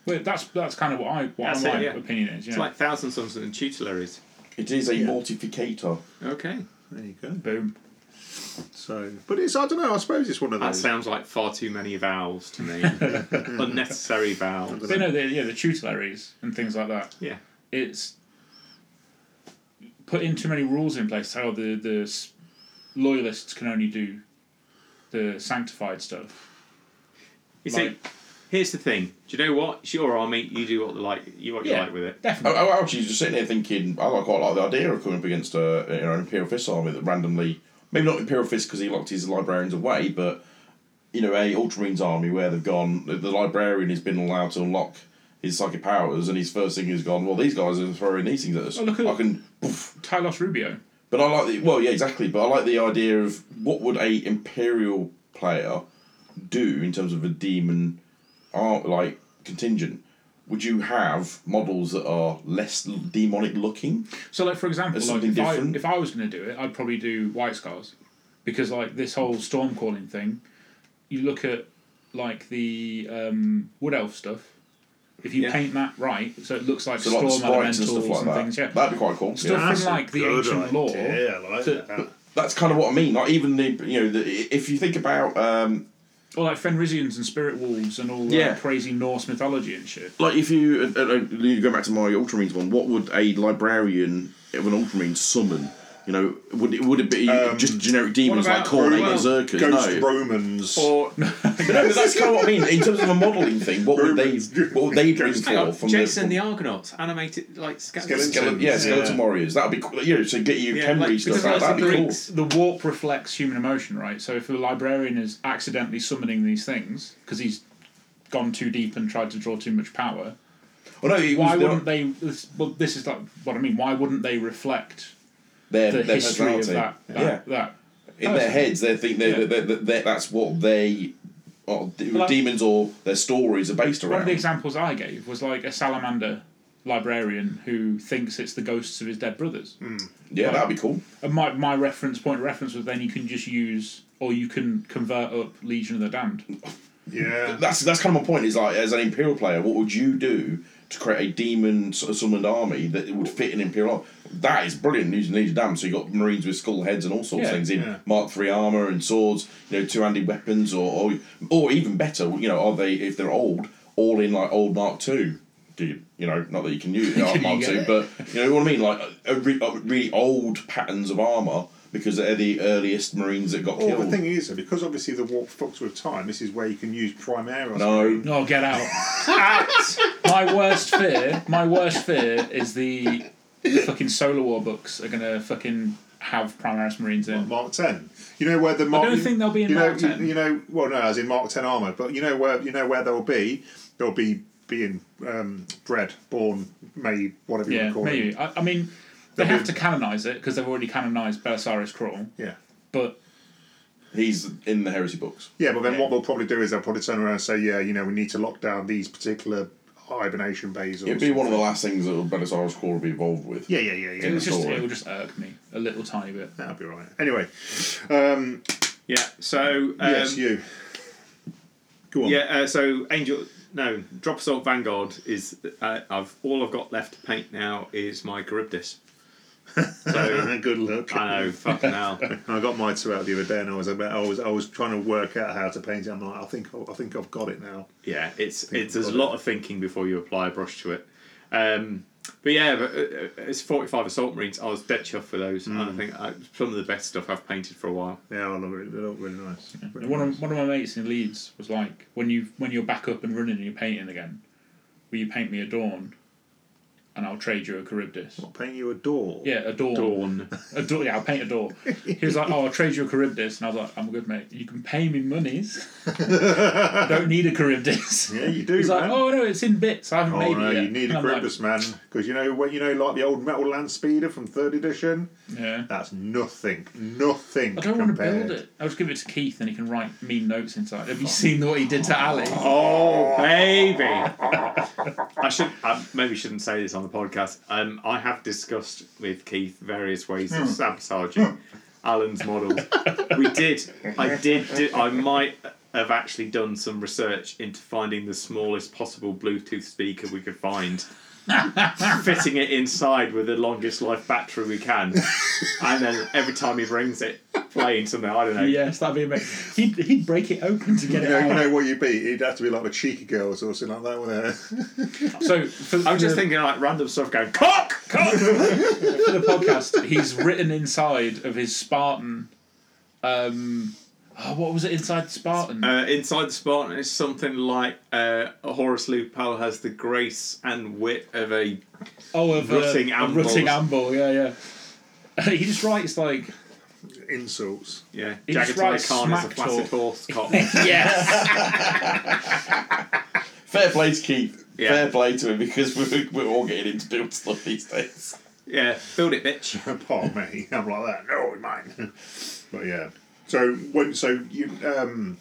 [SPEAKER 6] Well that's that's kind of what I what
[SPEAKER 5] That's it,
[SPEAKER 6] my
[SPEAKER 5] yeah.
[SPEAKER 6] opinion is, yeah.
[SPEAKER 5] It's like thousand something and tutelaries.
[SPEAKER 1] It is a mortificator.
[SPEAKER 5] Okay.
[SPEAKER 3] There you go.
[SPEAKER 6] Boom.
[SPEAKER 3] So, but it's I don't know. I suppose it's one of
[SPEAKER 5] That
[SPEAKER 3] those.
[SPEAKER 5] sounds like far too many vowels to me. Unnecessary vowels.
[SPEAKER 6] But no, the, yeah, the tutelaries and things like that.
[SPEAKER 5] Yeah.
[SPEAKER 6] it's putting too many rules in place. How the the s- loyalists can only do the sanctified stuff.
[SPEAKER 5] You see,
[SPEAKER 6] Like-
[SPEAKER 5] here's the thing. Do you know what? It's your army. You do what the like. You what you like with it.
[SPEAKER 1] I,
[SPEAKER 6] definitely.
[SPEAKER 1] I actually was just sitting there thinking, I like quite like the idea of coming up against a, you know, an Imperial Fist army that randomly, maybe not Imperial Fist because he locked his librarians away, but you know, a Ultramarines army where they've gone, the, the librarian has been allowed to unlock his psychic powers, and his first thing has gone, well, these guys are throwing these things at us.
[SPEAKER 6] Oh, look at-
[SPEAKER 1] I can,
[SPEAKER 6] Tylos Rubio.
[SPEAKER 1] but I like the well, yeah, exactly. But I like the idea of what would a Imperial player do in terms of a demon art like contingent. Would you have models that are less demonic looking?
[SPEAKER 6] So, like for example,
[SPEAKER 1] There's
[SPEAKER 6] like
[SPEAKER 1] something
[SPEAKER 6] if I,
[SPEAKER 1] different.
[SPEAKER 6] if I was going to do it, I'd probably do White Scars, because like this whole storm calling thing, you look at like the um, Wood Elf stuff. If you
[SPEAKER 5] Yeah.
[SPEAKER 6] paint that right, so it looks like
[SPEAKER 1] So
[SPEAKER 6] storm
[SPEAKER 1] like sprites
[SPEAKER 6] elementals
[SPEAKER 1] and
[SPEAKER 6] and,
[SPEAKER 1] stuff like that.
[SPEAKER 6] things. Yeah,
[SPEAKER 1] That'd be quite cool.
[SPEAKER 6] Stuff
[SPEAKER 1] yeah.
[SPEAKER 6] from like the ancient lore.
[SPEAKER 3] Yeah, I like
[SPEAKER 6] to-
[SPEAKER 3] that.
[SPEAKER 1] That's kind of what I mean. Like even the you know the, if you think about um,
[SPEAKER 6] Or like Fenrisians and Spirit Wolves and all that
[SPEAKER 1] Yeah.
[SPEAKER 6] crazy Norse mythology and shit.
[SPEAKER 1] like if you uh, uh, uh, go back to my Ultramarines one, what would a librarian of an Ultramarine summon? You know, would it would it be just generic demons
[SPEAKER 5] about
[SPEAKER 1] like Cornet
[SPEAKER 5] Roman-
[SPEAKER 1] Berserkers?
[SPEAKER 3] Ghost
[SPEAKER 1] No.
[SPEAKER 3] Romans.
[SPEAKER 5] Or
[SPEAKER 1] no, but that's kind of what I mean. In terms of a modelling thing, what would they
[SPEAKER 3] Romans.
[SPEAKER 1] what would they bring
[SPEAKER 5] hang on,
[SPEAKER 1] forth from
[SPEAKER 5] Jason
[SPEAKER 1] the,
[SPEAKER 5] the Argonauts animated like skeletons.
[SPEAKER 3] Skeletons.
[SPEAKER 1] skeleton, yeah, skeleton
[SPEAKER 3] Yeah.
[SPEAKER 1] warriors? That'd be cool. Yeah, so get you
[SPEAKER 5] Yeah,
[SPEAKER 1] Kenry
[SPEAKER 5] like,
[SPEAKER 1] stuff
[SPEAKER 5] because
[SPEAKER 1] out.
[SPEAKER 5] that's
[SPEAKER 1] That'd
[SPEAKER 5] the
[SPEAKER 1] be cool.
[SPEAKER 5] Greeks.
[SPEAKER 6] the warp reflects human emotion, right? So if the librarian is accidentally summoning these things because he's gone too deep and tried to draw too much power,
[SPEAKER 1] Well, no, it
[SPEAKER 6] why
[SPEAKER 1] was their-
[SPEAKER 6] wouldn't they? This, well, this is like what I mean. Why wouldn't they reflect
[SPEAKER 1] their,
[SPEAKER 6] the
[SPEAKER 1] their
[SPEAKER 6] history of
[SPEAKER 1] personality.
[SPEAKER 6] that? that,
[SPEAKER 1] yeah,
[SPEAKER 6] that?
[SPEAKER 1] in their heads, they think they,
[SPEAKER 6] Yeah.
[SPEAKER 1] they, they, they- that's what they, or d-
[SPEAKER 6] Like-
[SPEAKER 1] demons or their stories are based
[SPEAKER 6] One of
[SPEAKER 1] around.
[SPEAKER 6] the examples I gave was like a salamander librarian who thinks it's the ghosts of his dead brothers.
[SPEAKER 1] Hmm. yeah, that'd be cool.
[SPEAKER 6] And my, my reference point of reference was then you can just use or you can convert up Legion of the Damned.
[SPEAKER 3] yeah.
[SPEAKER 1] That's that's kind of my point. Is like as an imperial player, what would you do to create a demon s- summoned army that would fit an imperial? Army? That is brilliant. Needs needs damn. So you got marines with skull heads and all sorts
[SPEAKER 6] Yeah,
[SPEAKER 1] of things in
[SPEAKER 3] yeah.
[SPEAKER 1] Mark Three armor and swords. You know, two handed weapons, or, or or even better, you know, are they if they're old, all in like old Mark Two. Do you, you know, not that you can use
[SPEAKER 6] Can you
[SPEAKER 1] Mark
[SPEAKER 6] get
[SPEAKER 1] Two,
[SPEAKER 6] it?
[SPEAKER 1] but you know what I mean, like a, re, a really old patterns of armor because they're the earliest marines that got
[SPEAKER 3] Well,
[SPEAKER 1] killed.
[SPEAKER 3] the thing is, though, because obviously the warp fucks with time, this is where you can use Primera.
[SPEAKER 1] no,
[SPEAKER 6] Oh, get out. my worst fear, my worst fear is the, the fucking Solar War books are going to fucking have Primaris Marines in.
[SPEAKER 3] Mark Ten. You know where the Mark.
[SPEAKER 6] don't think they'll be in
[SPEAKER 3] you know,
[SPEAKER 6] Mark 10.
[SPEAKER 3] You, you know, well, no, as in Mark Ten armor, but you know where you know where they'll be. They'll be being um, bred, born, made, whatever you
[SPEAKER 6] Yeah,
[SPEAKER 3] want to call
[SPEAKER 6] maybe.
[SPEAKER 3] it.
[SPEAKER 6] I, I mean, they
[SPEAKER 3] They'll
[SPEAKER 6] have
[SPEAKER 3] be-
[SPEAKER 6] to canonize it because they've already canonized Belisarius Crawl,
[SPEAKER 3] Yeah.
[SPEAKER 6] but
[SPEAKER 1] he's in the heresy books.
[SPEAKER 3] Yeah, but then what they'll probably do is they'll probably turn around and say, yeah, you know, we need to lock down these particular hibernation bays. Or
[SPEAKER 1] It'd be one of the last things that Belisarius Core would be involved with.
[SPEAKER 3] Yeah, yeah, yeah, yeah.
[SPEAKER 6] it was just
[SPEAKER 1] Solar.
[SPEAKER 6] it will just irk me a little tiny bit.
[SPEAKER 3] That'll be right. Anyway, um,
[SPEAKER 5] yeah. So um,
[SPEAKER 3] yes, you. Go on.
[SPEAKER 5] Yeah, uh, so Angel, no, Drop Assault Vanguard is. Uh, I've all I've got left to paint now is my Charybdis. So
[SPEAKER 3] Good luck.
[SPEAKER 5] I know, fucking hell.
[SPEAKER 3] I got my two out the other day, and I was about, I was I was trying to work out how to paint it. I'm like, I think I think I've got it now.
[SPEAKER 5] Yeah, it's it's
[SPEAKER 3] I've
[SPEAKER 5] there's a
[SPEAKER 3] got
[SPEAKER 5] lot of thinking before you apply a brush to it. Um, but yeah, but uh, uh, it's 45 assault marines. I was dead chuffed with those. and I think uh some of the best stuff I've painted for a while.
[SPEAKER 3] Yeah, I love it. They look really nice.
[SPEAKER 6] And one of one of my mates in Leeds was like, when you when you're back up and running and you're painting again, will you paint me a dawn, and I'll trade you a Charybdis.
[SPEAKER 3] paint you a door.
[SPEAKER 6] Yeah, a dawn.
[SPEAKER 5] Dawn.
[SPEAKER 6] A door. Yeah, I'll paint a door. He was like, oh, I'll trade you a Charybdis, and I was like, I'm good, mate. You can pay me monies. I don't need a Charybdis.
[SPEAKER 3] Yeah, you do,
[SPEAKER 6] He's like,
[SPEAKER 3] man.
[SPEAKER 6] oh no, it's in bits. I haven't
[SPEAKER 3] Oh,
[SPEAKER 6] made
[SPEAKER 3] no,
[SPEAKER 6] it yet.
[SPEAKER 3] you need
[SPEAKER 6] And
[SPEAKER 3] a
[SPEAKER 6] I'm like,
[SPEAKER 3] Grimbus, man, because you know when you know like the old Metal Land Speeder from third edition.
[SPEAKER 6] yeah.
[SPEAKER 3] That's nothing, nothing.
[SPEAKER 6] I don't want to
[SPEAKER 3] compared.
[SPEAKER 6] build it. I'll just give it to Keith and he can write mean notes inside. Have you seen what he did to Ali?
[SPEAKER 5] Oh, baby. I should I maybe shouldn't say this on the podcast. Um, I have discussed with Keith various ways of sabotaging Alan's models. We did. I did. Do, I might have actually done some research into finding the smallest possible Bluetooth speaker we could find. fitting it inside with the longest life battery we can, and then every time he brings it, playing something I don't know.
[SPEAKER 6] Oh, Yes, that'd be amazing. He'd, he'd break it open to get
[SPEAKER 3] You
[SPEAKER 6] it
[SPEAKER 3] know, you
[SPEAKER 6] out.
[SPEAKER 3] know what you'd be? It'd have to be like the Cheeky Girls or something like that. wouldn't it?
[SPEAKER 6] So for,
[SPEAKER 5] I was just
[SPEAKER 6] for
[SPEAKER 5] thinking like random stuff going cock cock.
[SPEAKER 6] the, for the podcast, he's written inside of his Spartan. Um, oh, what was it inside Spartan?
[SPEAKER 5] Uh, inside the Spartan is something like uh, Horace Lupel has the grace and wit of a.
[SPEAKER 6] oh, of
[SPEAKER 5] Rutting
[SPEAKER 6] uh,
[SPEAKER 5] Amble.
[SPEAKER 6] Rutting Amble. Yeah, yeah. he just writes like
[SPEAKER 3] Insults.
[SPEAKER 5] Yeah,
[SPEAKER 6] He
[SPEAKER 5] Jagged
[SPEAKER 6] just
[SPEAKER 5] Tie
[SPEAKER 6] writes
[SPEAKER 5] Khan is a
[SPEAKER 6] smack
[SPEAKER 5] flaccid
[SPEAKER 6] talk.
[SPEAKER 5] horse cop.
[SPEAKER 6] yes.
[SPEAKER 1] Fair play to Keith.
[SPEAKER 5] Yeah.
[SPEAKER 1] Fair play to him because we're, we're all getting into build stuff these days.
[SPEAKER 5] yeah, build it, bitch.
[SPEAKER 3] Pardon me, I'm like that. No, mine. but yeah. So when so you um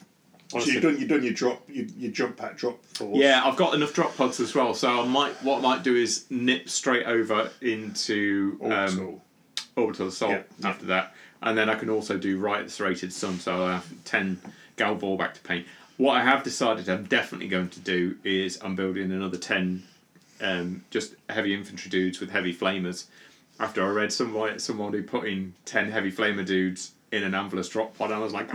[SPEAKER 3] so
[SPEAKER 5] Honestly.
[SPEAKER 3] you've done you've done your drop you your jump pack drop force.
[SPEAKER 5] Yeah, I've got enough drop pods as well, so I might. What I might do is nip straight over into um,
[SPEAKER 3] Also.
[SPEAKER 5] orbital. assault
[SPEAKER 3] Yeah, yeah.
[SPEAKER 5] after that, and then I can also do right at the serrated sun, so I have ten Galvor back to paint. What I have decided I'm definitely going to do is I'm building another ten um, just heavy infantry dudes with heavy flamers. After I read someone someone who put in ten heavy flamer dudes in an Anvilus drop pod, I was like,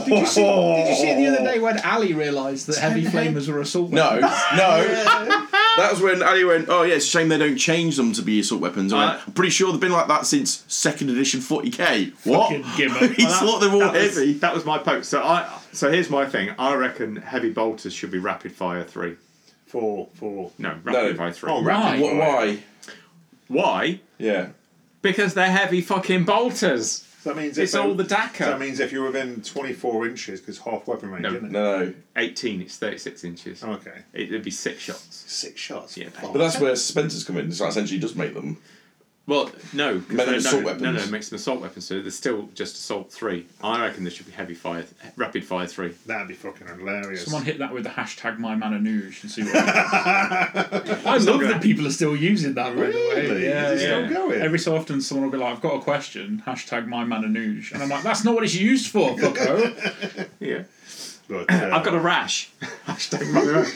[SPEAKER 6] Did you, see,
[SPEAKER 3] Oh.
[SPEAKER 6] did you see the other day when Ali realised that heavy flamers were assault?
[SPEAKER 1] No, no. That was when Ali went, oh yeah, it's a shame they don't change them to be assault weapons. I
[SPEAKER 5] Uh,
[SPEAKER 1] went, I'm pretty sure they've been like that since second edition 40k. What?
[SPEAKER 6] Fucking
[SPEAKER 1] He
[SPEAKER 6] gimmick.
[SPEAKER 1] thought they're all
[SPEAKER 5] that was-
[SPEAKER 1] heavy.
[SPEAKER 5] that was my poke. So I. So here's my thing. I reckon heavy bolters should be rapid fire three.
[SPEAKER 3] for for
[SPEAKER 5] No, rapid
[SPEAKER 1] No.
[SPEAKER 5] fire three.
[SPEAKER 1] Oh,
[SPEAKER 6] Why?
[SPEAKER 1] rapid, what, why?
[SPEAKER 5] Why?
[SPEAKER 1] Yeah.
[SPEAKER 5] Because they're heavy fucking bolters.
[SPEAKER 3] so that means
[SPEAKER 5] It's
[SPEAKER 3] if- um,
[SPEAKER 5] all the Dakar.
[SPEAKER 3] So that means if you're within 24 inches, because half weapon range,
[SPEAKER 5] No.
[SPEAKER 3] isn't it?
[SPEAKER 1] No, no.
[SPEAKER 5] 18. It's 36 inches.
[SPEAKER 3] Oh, okay,
[SPEAKER 5] It'd be six shots.
[SPEAKER 3] six shots.
[SPEAKER 5] Yeah,
[SPEAKER 3] Fuck.
[SPEAKER 1] But that's where suspenders come in. It's like essentially does make them.
[SPEAKER 5] Well, no,
[SPEAKER 1] Make
[SPEAKER 5] 'cause
[SPEAKER 1] them
[SPEAKER 5] they're-
[SPEAKER 1] assault
[SPEAKER 5] no, no, no,
[SPEAKER 1] weapons.
[SPEAKER 5] it makes them assault weapons. So they're still just assault three. I reckon there should be heavy fire, rapid fire three.
[SPEAKER 3] that'd be fucking hilarious.
[SPEAKER 6] Someone hit that with the hashtag MyMananuge and see what happens. I love that people are still using that, by the way.
[SPEAKER 3] Really?
[SPEAKER 6] Yeah,
[SPEAKER 3] Is it still
[SPEAKER 6] yeah.
[SPEAKER 3] going?
[SPEAKER 6] Every so often, someone will be like, I've got a question, hashtag MyMananuge. And I'm like, that's not what it's used for, fucko.
[SPEAKER 5] Yeah.
[SPEAKER 3] But, uh,
[SPEAKER 5] I've got a rash. Hashtag my rash.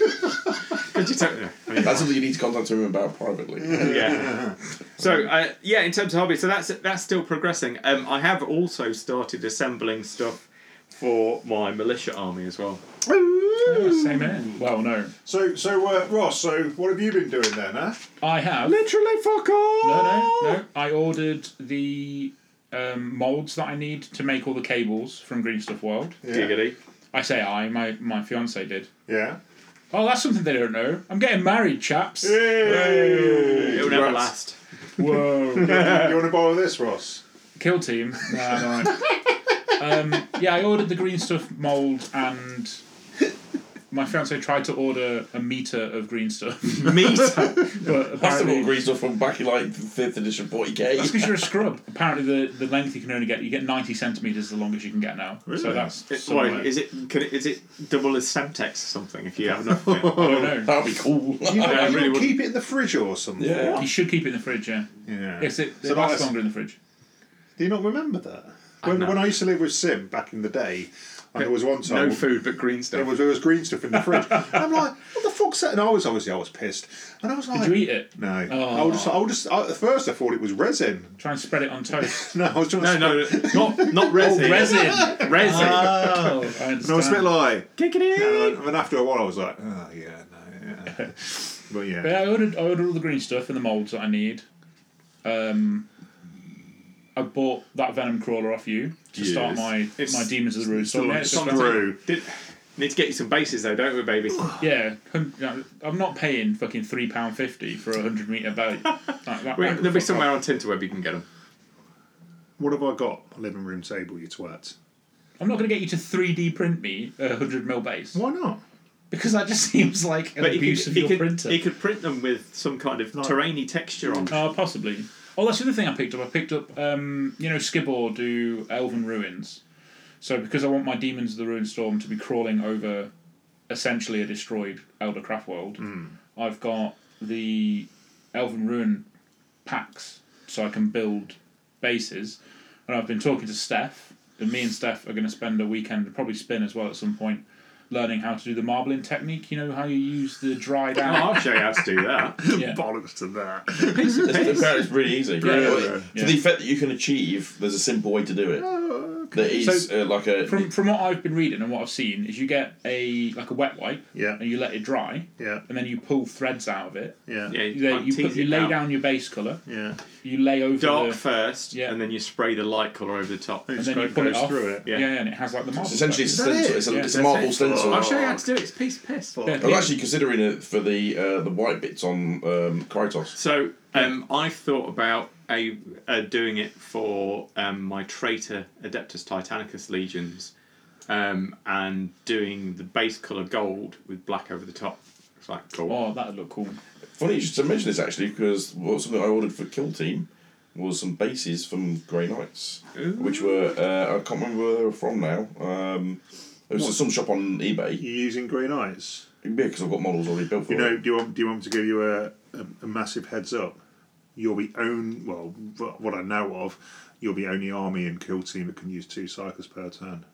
[SPEAKER 5] Could you tell- no, I mean,
[SPEAKER 1] That's something you need to contact him about
[SPEAKER 5] Mm-hmm.
[SPEAKER 1] privately.
[SPEAKER 5] yeah. So uh, yeah, in terms of hobby, so that's that's still progressing. Um, I have also started assembling stuff for my militia army as well.
[SPEAKER 6] Same here. Well, no.
[SPEAKER 3] So, so uh, Ross, so what have you been doing then, huh?
[SPEAKER 6] I have.
[SPEAKER 5] Literally fuck all.
[SPEAKER 6] No, no, no. I ordered the um, molds that I need to make all the cables from Green Stuff World.
[SPEAKER 5] Giggity.
[SPEAKER 6] I say I, my, my fiance did.
[SPEAKER 3] Yeah.
[SPEAKER 6] Oh, that's something they don't know. I'm getting married, chaps.
[SPEAKER 5] It'll never last.
[SPEAKER 6] Whoa.
[SPEAKER 3] You want to borrow this, Ross?
[SPEAKER 6] Kill team. No, I'm alright. um, yeah, I ordered the green stuff mold, and my fiance tried to order a meter of green stuff,
[SPEAKER 5] Meat.
[SPEAKER 1] That's
[SPEAKER 6] but
[SPEAKER 1] the
[SPEAKER 6] apparently.
[SPEAKER 1] all green stuff from back in like fifth edition 40k.
[SPEAKER 6] That's because you're a scrub. Apparently, the, the length you can only get you get ninety centimeters the longest you can get now. So that's
[SPEAKER 5] It's
[SPEAKER 6] somewhere.
[SPEAKER 5] like, is it can it, is it double as Semtex or something if you have enough? of it?
[SPEAKER 6] I don't know.
[SPEAKER 1] That'd be cool.
[SPEAKER 3] You,
[SPEAKER 5] I
[SPEAKER 3] you
[SPEAKER 5] really
[SPEAKER 3] not
[SPEAKER 5] wouldn't.
[SPEAKER 3] keep it in the fridge or something.
[SPEAKER 1] Yeah.
[SPEAKER 6] You should keep it in the fridge, yeah.
[SPEAKER 3] Yeah.
[SPEAKER 6] Yes, it,
[SPEAKER 3] So
[SPEAKER 6] it lasts
[SPEAKER 3] that's-
[SPEAKER 6] longer in the fridge.
[SPEAKER 3] Do you not remember that? When,
[SPEAKER 5] know.
[SPEAKER 3] when I used to live with Sim back in the day, and there was one time
[SPEAKER 5] no food but green
[SPEAKER 3] There
[SPEAKER 5] stuff.
[SPEAKER 3] was, there was green stuff in the fridge. I'm like, what the fuck's that? And I was obviously I was pissed, and I was like,
[SPEAKER 6] Did you eat it?
[SPEAKER 3] No,
[SPEAKER 6] Oh.
[SPEAKER 3] I was just, I was just I, at first I thought it was resin.
[SPEAKER 6] Try and spread it on toast.
[SPEAKER 3] No, I was trying
[SPEAKER 5] No,
[SPEAKER 3] to
[SPEAKER 5] no, not not Oh, resin. Ah.
[SPEAKER 6] Resin.
[SPEAKER 5] Resin.
[SPEAKER 6] Oh, I understand.
[SPEAKER 3] And I was a bit like,
[SPEAKER 5] Giggity.
[SPEAKER 3] and then after a while I was like, oh yeah, no, yeah. but
[SPEAKER 6] But
[SPEAKER 3] yeah,
[SPEAKER 6] yeah, I ordered, I ordered all the green stuff and the molds that I need. Um, I bought that Venom Crawler off you to start
[SPEAKER 1] Yes.
[SPEAKER 6] my,
[SPEAKER 5] It's-
[SPEAKER 6] my Demons of the Roost. on there.
[SPEAKER 3] it's
[SPEAKER 6] So
[SPEAKER 3] not
[SPEAKER 6] that's-
[SPEAKER 3] true.
[SPEAKER 5] Did, need to get you some bases though, don't we, baby?
[SPEAKER 6] Yeah, hun- no, I'm not paying fucking £3.50 for a 100 metre boat. Like, that-
[SPEAKER 5] Wait,
[SPEAKER 6] that-
[SPEAKER 5] There'll be somewhere on Tinterweb you can get them.
[SPEAKER 3] What have I got? A living room table, you twat.
[SPEAKER 6] I'm not going to get you to 3D print me a 100 mil base.
[SPEAKER 3] Why not?
[SPEAKER 6] Because that just seems like an
[SPEAKER 5] But you
[SPEAKER 6] abuse
[SPEAKER 5] could,
[SPEAKER 6] of
[SPEAKER 5] you
[SPEAKER 6] your
[SPEAKER 5] could,
[SPEAKER 6] printer.
[SPEAKER 5] you could print them with some kind of terrainy texture on.
[SPEAKER 6] Oh, possibly. Oh, that's the other thing I picked up. I picked up, um, you know, Skibor do Elven Ruins. So because I want my Demons of the Ruin Storm to be crawling over essentially a destroyed Eldercraft world, I've got the Elven Ruin packs so I can build bases. And I've been talking to Steph, and me and Steph are going to spend a weekend, and probably spin as well at some point, learning how to do the marbling technique. You know, how you use the dried
[SPEAKER 5] Oh,
[SPEAKER 6] out.
[SPEAKER 5] I'll show you how to do that.
[SPEAKER 6] Yeah.
[SPEAKER 3] Bollocks to that.
[SPEAKER 1] It's it's really easy. Well,
[SPEAKER 6] yeah, yeah.
[SPEAKER 1] To the effect that you can achieve, there's a simple way to do it. That is
[SPEAKER 6] So,
[SPEAKER 1] uh, like a.
[SPEAKER 6] from from what I've been reading and what I've seen is you get a like a wet wipe
[SPEAKER 3] Yeah.
[SPEAKER 6] and you let it dry
[SPEAKER 3] Yeah,
[SPEAKER 6] and then you pull threads out of it.
[SPEAKER 3] yeah,
[SPEAKER 5] Yeah,
[SPEAKER 6] You, lay-
[SPEAKER 5] can't
[SPEAKER 6] you, put,
[SPEAKER 5] tease
[SPEAKER 6] you
[SPEAKER 5] it
[SPEAKER 6] lay
[SPEAKER 5] out.
[SPEAKER 6] down your base color.
[SPEAKER 3] yeah.
[SPEAKER 6] You lay over
[SPEAKER 5] dark
[SPEAKER 6] the
[SPEAKER 5] first,
[SPEAKER 6] Yeah.
[SPEAKER 5] and then you spray the light color over the top.
[SPEAKER 6] and then you pull it
[SPEAKER 3] goes
[SPEAKER 6] off.
[SPEAKER 3] through it.
[SPEAKER 6] Yeah.
[SPEAKER 5] Yeah.
[SPEAKER 6] and it has like the marble.
[SPEAKER 1] it's essentially, it's
[SPEAKER 6] effect.
[SPEAKER 1] a
[SPEAKER 3] that
[SPEAKER 1] stencil.
[SPEAKER 3] it?
[SPEAKER 1] It's a,
[SPEAKER 6] Yeah.
[SPEAKER 1] it's a marble stencil.
[SPEAKER 5] I'll show you how to do it. It's a piece of piss.
[SPEAKER 1] I'm actually considering it for the uh, the white bits on um, Krytos.
[SPEAKER 5] So um, I thought about a uh, doing it for um, my traitor Adeptus Titanicus legions, um, and doing the base color gold with black over the top. It's like cool.
[SPEAKER 6] Oh, that would look cool.
[SPEAKER 1] Funny you should mention this actually, because well, something I ordered for Kill Team was some bases from Grey Knights, which were uh, I can't remember where they were from now. Um, it was some shop on eBay.
[SPEAKER 3] You using green eyes?
[SPEAKER 1] Yeah, because I've got models already built for
[SPEAKER 3] You know,
[SPEAKER 1] it.
[SPEAKER 3] do you want do you want me to give you a, a, a massive heads up? You're the only well, wh- what I know of, you're the only army and kill team that can use two cycles per turn.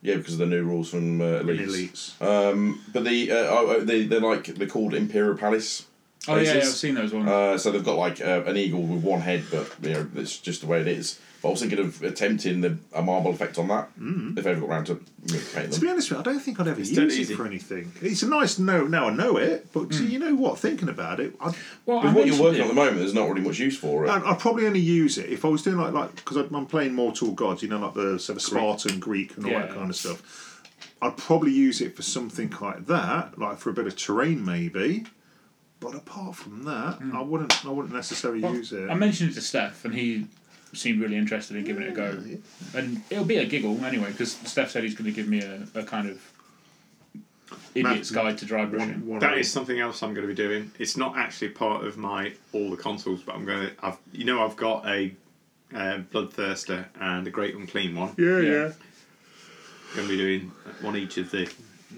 [SPEAKER 1] Yeah, because of the new rules from uh,
[SPEAKER 3] In
[SPEAKER 1] Elites.
[SPEAKER 3] elites.
[SPEAKER 1] Um, but the uh, oh, oh, they they're like they're called Imperial Palace
[SPEAKER 6] Oh yeah, yeah, I've
[SPEAKER 1] Aces.
[SPEAKER 6] seen those ones.
[SPEAKER 1] Uh, so they've got like uh, an eagle with one head, but you know it's just the way it is. But I was thinking of attempting the a marble effect on that if I ever got round to you know, painting
[SPEAKER 3] To
[SPEAKER 1] them.
[SPEAKER 3] be honest with you, I don't think I'd ever
[SPEAKER 5] dead
[SPEAKER 3] use it
[SPEAKER 5] easy. Hmm.
[SPEAKER 3] for anything. It's a nice no. Now I know it, but you know what? Thinking about it, I'd,
[SPEAKER 6] well, I
[SPEAKER 1] With what you're
[SPEAKER 6] mentioned
[SPEAKER 1] working
[SPEAKER 6] it.
[SPEAKER 1] on at the moment, there's not really much use for it.
[SPEAKER 3] I'd, I'd probably only use it if I was doing like like because I'm playing Mortal Gods, you know, like the sort of Spartan Greek and all that
[SPEAKER 6] Yeah.
[SPEAKER 3] kind of stuff. I'd probably use it for something like that, like for a bit of terrain maybe. But apart from that, I wouldn't. I wouldn't necessarily
[SPEAKER 6] Hmm. Well,
[SPEAKER 3] use it.
[SPEAKER 6] I mentioned it to Steph, and he seemed really interested in giving it a go. And it'll be a giggle anyway, because Steph said he's going to give me a, a kind of idiot's guide to dry brushing.
[SPEAKER 3] One
[SPEAKER 5] That
[SPEAKER 3] of-
[SPEAKER 5] is something else I'm going to be doing. It's not actually part of my all the consoles, but I'm going to. I've you know I've got a uh, bloodthirster and a great unclean one.
[SPEAKER 3] Yeah,
[SPEAKER 6] Yeah.
[SPEAKER 3] yeah.
[SPEAKER 5] Going to be doing one each of the.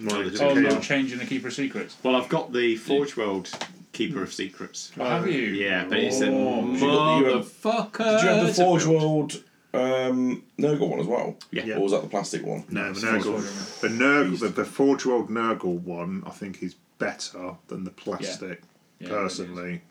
[SPEAKER 3] One of the
[SPEAKER 5] Oh,
[SPEAKER 3] two.
[SPEAKER 6] Oh,
[SPEAKER 5] Okay.
[SPEAKER 6] not changing the keeper of secrets.
[SPEAKER 5] Well, I've got the Forge World Keeper of
[SPEAKER 3] Oh,
[SPEAKER 5] Secrets.
[SPEAKER 6] What have you?
[SPEAKER 5] Yeah, but it's a
[SPEAKER 6] Oh.
[SPEAKER 1] You got the- you have-
[SPEAKER 5] motherfucker.
[SPEAKER 1] Did you have the
[SPEAKER 5] It's a
[SPEAKER 1] Forge
[SPEAKER 5] build.
[SPEAKER 1] World um, Nurgle one as well?
[SPEAKER 5] Yeah.
[SPEAKER 1] Or was that the plastic one?
[SPEAKER 3] No, the Nurgle, the Nurgle, the, the Forge World Nurgle one, I think is better than the plastic.
[SPEAKER 6] Yeah,
[SPEAKER 3] personally,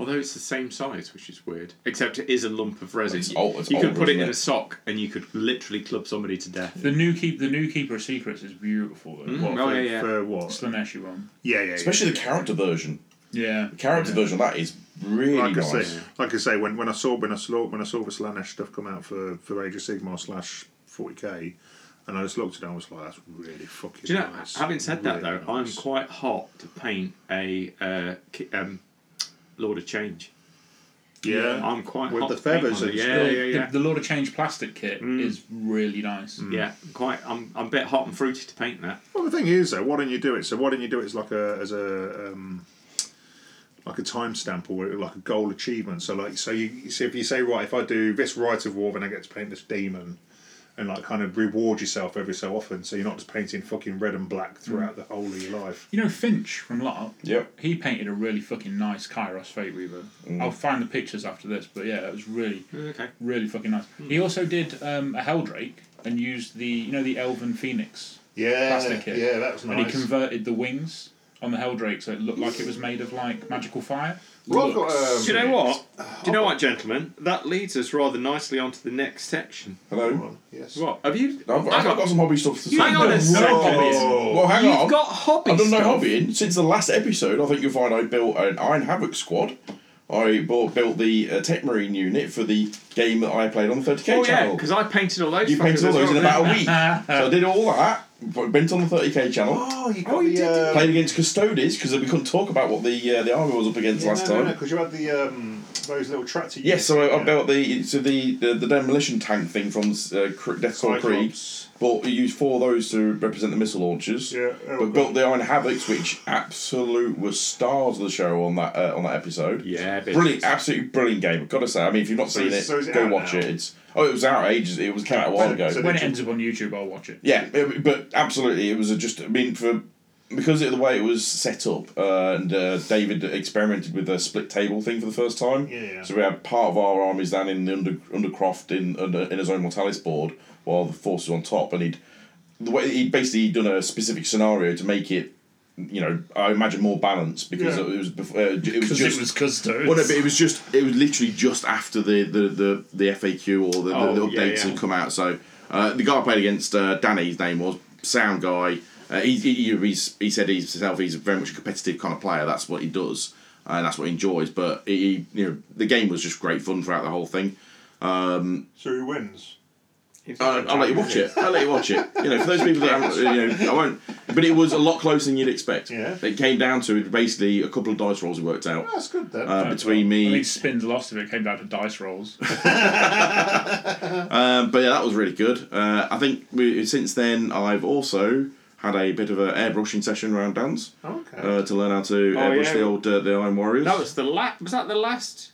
[SPEAKER 5] Although it's the same size, which is weird. Except it is a lump of resin.
[SPEAKER 1] It's old- it's
[SPEAKER 5] you could
[SPEAKER 1] old,
[SPEAKER 5] put it
[SPEAKER 1] isn't
[SPEAKER 5] in
[SPEAKER 1] it?
[SPEAKER 5] a sock and you could literally club somebody to death.
[SPEAKER 6] The new keep the new keeper of secrets is beautiful though.
[SPEAKER 5] Mm.
[SPEAKER 3] What,
[SPEAKER 5] Oh,
[SPEAKER 3] for,
[SPEAKER 5] yeah, yeah.
[SPEAKER 3] for what?
[SPEAKER 6] It's the Neshi one.
[SPEAKER 3] yeah, yeah, yeah.
[SPEAKER 1] Especially the character version.
[SPEAKER 6] Yeah.
[SPEAKER 1] The character version of that is really
[SPEAKER 3] Like I
[SPEAKER 1] nice.
[SPEAKER 3] say, like I say, when, when I saw when I saw when I saw the Slanesh stuff come out for for Age of Sigmar slash forty k, and I just looked at it, and I was like, that's really fucking.
[SPEAKER 5] Do you know?
[SPEAKER 3] nice.
[SPEAKER 5] Having said that,
[SPEAKER 3] Really
[SPEAKER 5] though,
[SPEAKER 3] nice.
[SPEAKER 5] I'm quite hot to paint a uh, ki- um, Lord of Change.
[SPEAKER 3] yeah.
[SPEAKER 5] I'm quite
[SPEAKER 3] With
[SPEAKER 5] hot
[SPEAKER 3] the
[SPEAKER 5] to paint
[SPEAKER 3] feathers
[SPEAKER 5] one.
[SPEAKER 3] and
[SPEAKER 5] yeah,
[SPEAKER 3] stuff.
[SPEAKER 5] yeah, yeah, Mm.
[SPEAKER 6] The, the Lord of Change plastic kit is really nice.
[SPEAKER 5] yeah. I'm quite. I'm. I'm a bit hot and fruity to paint that.
[SPEAKER 3] Well, the thing is, though, why don't you do it? So why don't you do it as like a as a um, like a timestamp or like a goal achievement? So like, so you so if you say right, if I do this right of war, then I get to paint this demon, and like kind of reward yourself every so often, so you're not just painting fucking red and black
[SPEAKER 5] Mm.
[SPEAKER 3] throughout the whole of your life.
[SPEAKER 6] You know Finch from Lark.
[SPEAKER 1] Yep.
[SPEAKER 6] He painted a really fucking nice Kairos Fate Weaver. I'll find the pictures after this, but yeah, that was really,
[SPEAKER 5] Okay.
[SPEAKER 6] really fucking nice. He also did um, a Helldrake and used the you know the Elven Phoenix,
[SPEAKER 3] Yeah,
[SPEAKER 6] Plastic kit.
[SPEAKER 3] yeah, that was
[SPEAKER 6] and he
[SPEAKER 3] nice.
[SPEAKER 6] converted the wings on the Helldrake so it looked like it was made of like magical fire.
[SPEAKER 3] well, I've got,
[SPEAKER 6] Looks-
[SPEAKER 3] um,
[SPEAKER 5] Do you know what? Do you
[SPEAKER 1] Oh.
[SPEAKER 5] know what, gentlemen? That leads us rather nicely onto the next section.
[SPEAKER 1] Hello?
[SPEAKER 3] yes.
[SPEAKER 5] What have you?
[SPEAKER 1] I've, I've
[SPEAKER 5] hang on.
[SPEAKER 1] got some hobby stuff to say.
[SPEAKER 5] Hang on a second.
[SPEAKER 1] Well, hang on.
[SPEAKER 5] You've got hobbies.
[SPEAKER 1] I've done no hobbying since the last episode. I think you'll find I built an Iron Havoc squad. I bought, built the uh, Tech Marine unit for the game that I played on the 30k
[SPEAKER 5] Oh yeah,
[SPEAKER 1] channel.
[SPEAKER 5] because I painted all those.
[SPEAKER 1] you painted
[SPEAKER 5] fuckers
[SPEAKER 1] all
[SPEAKER 5] as
[SPEAKER 1] those
[SPEAKER 5] well,
[SPEAKER 1] in
[SPEAKER 5] didn't
[SPEAKER 1] about a week. so I did all that, but went on the 30k channel.
[SPEAKER 3] Oh, you got
[SPEAKER 5] you
[SPEAKER 3] the,
[SPEAKER 5] did,
[SPEAKER 3] um,
[SPEAKER 1] Played against Custodes because we couldn't talk about what the uh, the army was up against
[SPEAKER 3] yeah,
[SPEAKER 1] last
[SPEAKER 3] no,
[SPEAKER 1] time.
[SPEAKER 3] no, because you had the um, those little tractor.
[SPEAKER 1] Yes, so I, I
[SPEAKER 3] Yeah.
[SPEAKER 1] built the so the, the the demolition tank thing from uh, Cre- Death Star Creed.
[SPEAKER 3] Cyclops.
[SPEAKER 1] But you used four of those to represent the missile launchers.
[SPEAKER 3] Yeah, oh,
[SPEAKER 1] but built the Iron Havocs, which absolute were stars of the show on that uh, on that episode.
[SPEAKER 5] Yeah, bitches.
[SPEAKER 1] brilliant, absolutely brilliant game. I've Got to say, I mean, if you've not
[SPEAKER 3] So
[SPEAKER 1] seen
[SPEAKER 3] is-
[SPEAKER 1] it,
[SPEAKER 3] so is it
[SPEAKER 1] go
[SPEAKER 3] out
[SPEAKER 1] watch
[SPEAKER 3] now?
[SPEAKER 1] it. It's oh, it was out ages. It was came out a while
[SPEAKER 3] So-
[SPEAKER 1] ago.
[SPEAKER 3] so
[SPEAKER 6] when it ends up on YouTube, I'll watch it.
[SPEAKER 1] Yeah, it- but absolutely, it was a just. I mean, for because of the way it was set up, uh, and uh, David experimented with a split table thing for the first time.
[SPEAKER 3] Yeah, yeah.
[SPEAKER 1] So we had part of our armies down in the under undercroft in under, in his own mortalis board, while the force was on top, and he'd the way he'd basically done a specific scenario to make it. You know, I imagine more balanced because
[SPEAKER 3] Yeah.
[SPEAKER 1] it was before, uh, it was just
[SPEAKER 6] custodes.
[SPEAKER 1] well, no, but it was just it was literally just after the the, the, the FAQ or the, the,
[SPEAKER 5] Oh,
[SPEAKER 1] the updates
[SPEAKER 5] yeah, yeah.
[SPEAKER 1] had come out. So uh, the guy I played against, uh, Danny, his name was sound guy. Uh, he, he he's, he said himself he's very much a competitive kind of player. That's what he does and that's what he enjoys. But he, he- you know the game was just great fun throughout the whole thing. Um,
[SPEAKER 3] So who wins?
[SPEAKER 1] Uh, I'll let you watch it. I'll let you watch it. You know, for those people that haven't, you know, I won't. But it was a lot closer than you'd expect.
[SPEAKER 3] Yeah.
[SPEAKER 1] It came down to basically a couple of dice rolls we worked out
[SPEAKER 3] That's good then.
[SPEAKER 1] uh, between me.
[SPEAKER 6] I think spins lost if it came down to dice rolls.
[SPEAKER 1] Um, but yeah, that was really good. Uh, I think we, since then I've also had a bit of an airbrushing session around Dan's
[SPEAKER 3] okay.
[SPEAKER 1] uh, to learn how to airbrush
[SPEAKER 5] Oh, yeah.
[SPEAKER 1] the old uh, the Iron Warriors.
[SPEAKER 5] That was the last. Was that the last?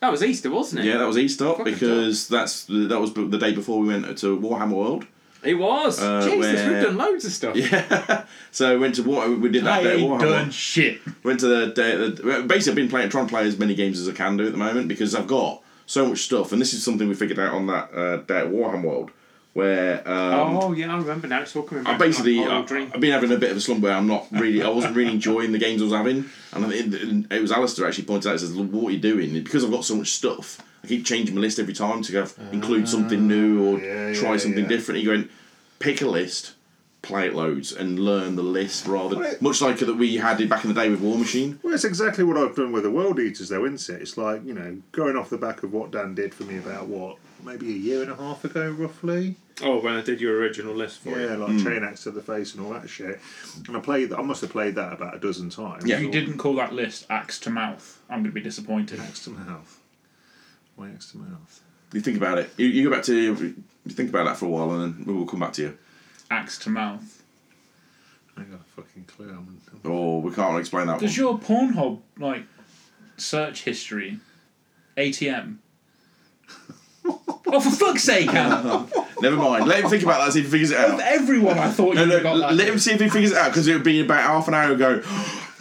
[SPEAKER 5] That was Easter, wasn't it?
[SPEAKER 1] yeah, that was Eastop because that's that was the day before we went to Warhammer World.
[SPEAKER 5] It was.
[SPEAKER 1] Uh,
[SPEAKER 5] Jesus,
[SPEAKER 1] where-
[SPEAKER 5] we've done loads of stuff.
[SPEAKER 1] So we went to War. We did that day at Warhammer.
[SPEAKER 6] shit.
[SPEAKER 1] Went to the day. The, basically, I've been playing trying to play as many games as I can do at the moment because I've got so much stuff, and this is something we figured out on that uh, day at Warhammer World. where um,
[SPEAKER 5] oh yeah, I uh, remember now. It's all coming back.
[SPEAKER 1] I basically
[SPEAKER 5] to my
[SPEAKER 1] I,
[SPEAKER 5] old dream.
[SPEAKER 1] I've been having a bit of a slump where I'm not really I wasn't really enjoying the games I was having and I think it, it was Alistair actually pointed out says look what are you doing because I've got so much stuff I keep changing my list every time to have, include something new or
[SPEAKER 3] Ah, yeah,
[SPEAKER 1] try
[SPEAKER 3] yeah,
[SPEAKER 1] something
[SPEAKER 3] yeah.
[SPEAKER 1] different He going pick a list play it loads and learn the list rather
[SPEAKER 3] Well, it-
[SPEAKER 1] much like that we had it back in the day with War Machine
[SPEAKER 3] Well, it's exactly what I've done with the World Eaters, though, isn't it? It's like, you know, going off the back of what Dan did for me about what, maybe a year and a half ago, roughly?
[SPEAKER 5] Oh, when I did your original list for you.
[SPEAKER 3] Yeah, like
[SPEAKER 1] Hmm.
[SPEAKER 3] chain axe to the face and all that shit. And I played that, I must have played that about a dozen times.
[SPEAKER 1] Yeah.
[SPEAKER 6] If you didn't call that list axe to mouth, I'm going to be disappointed.
[SPEAKER 3] Axe to mouth. Why axe to mouth?
[SPEAKER 1] you think about it you, you go back to you think about that for a while and then we'll come back to you
[SPEAKER 6] Axe to mouth.
[SPEAKER 3] I ain't got a fucking clue. I'm, I'm-
[SPEAKER 1] oh we can't explain that
[SPEAKER 6] Does
[SPEAKER 1] one
[SPEAKER 6] your Pornhub like search history, ATM? oh, for fuck's sake, Hannah!
[SPEAKER 1] never mind let him think about that see if he figures it out
[SPEAKER 6] Of everyone, I thought
[SPEAKER 1] No,
[SPEAKER 6] you
[SPEAKER 1] no,
[SPEAKER 6] got that.
[SPEAKER 1] let him see if he figures it out because it would be about half an hour ago.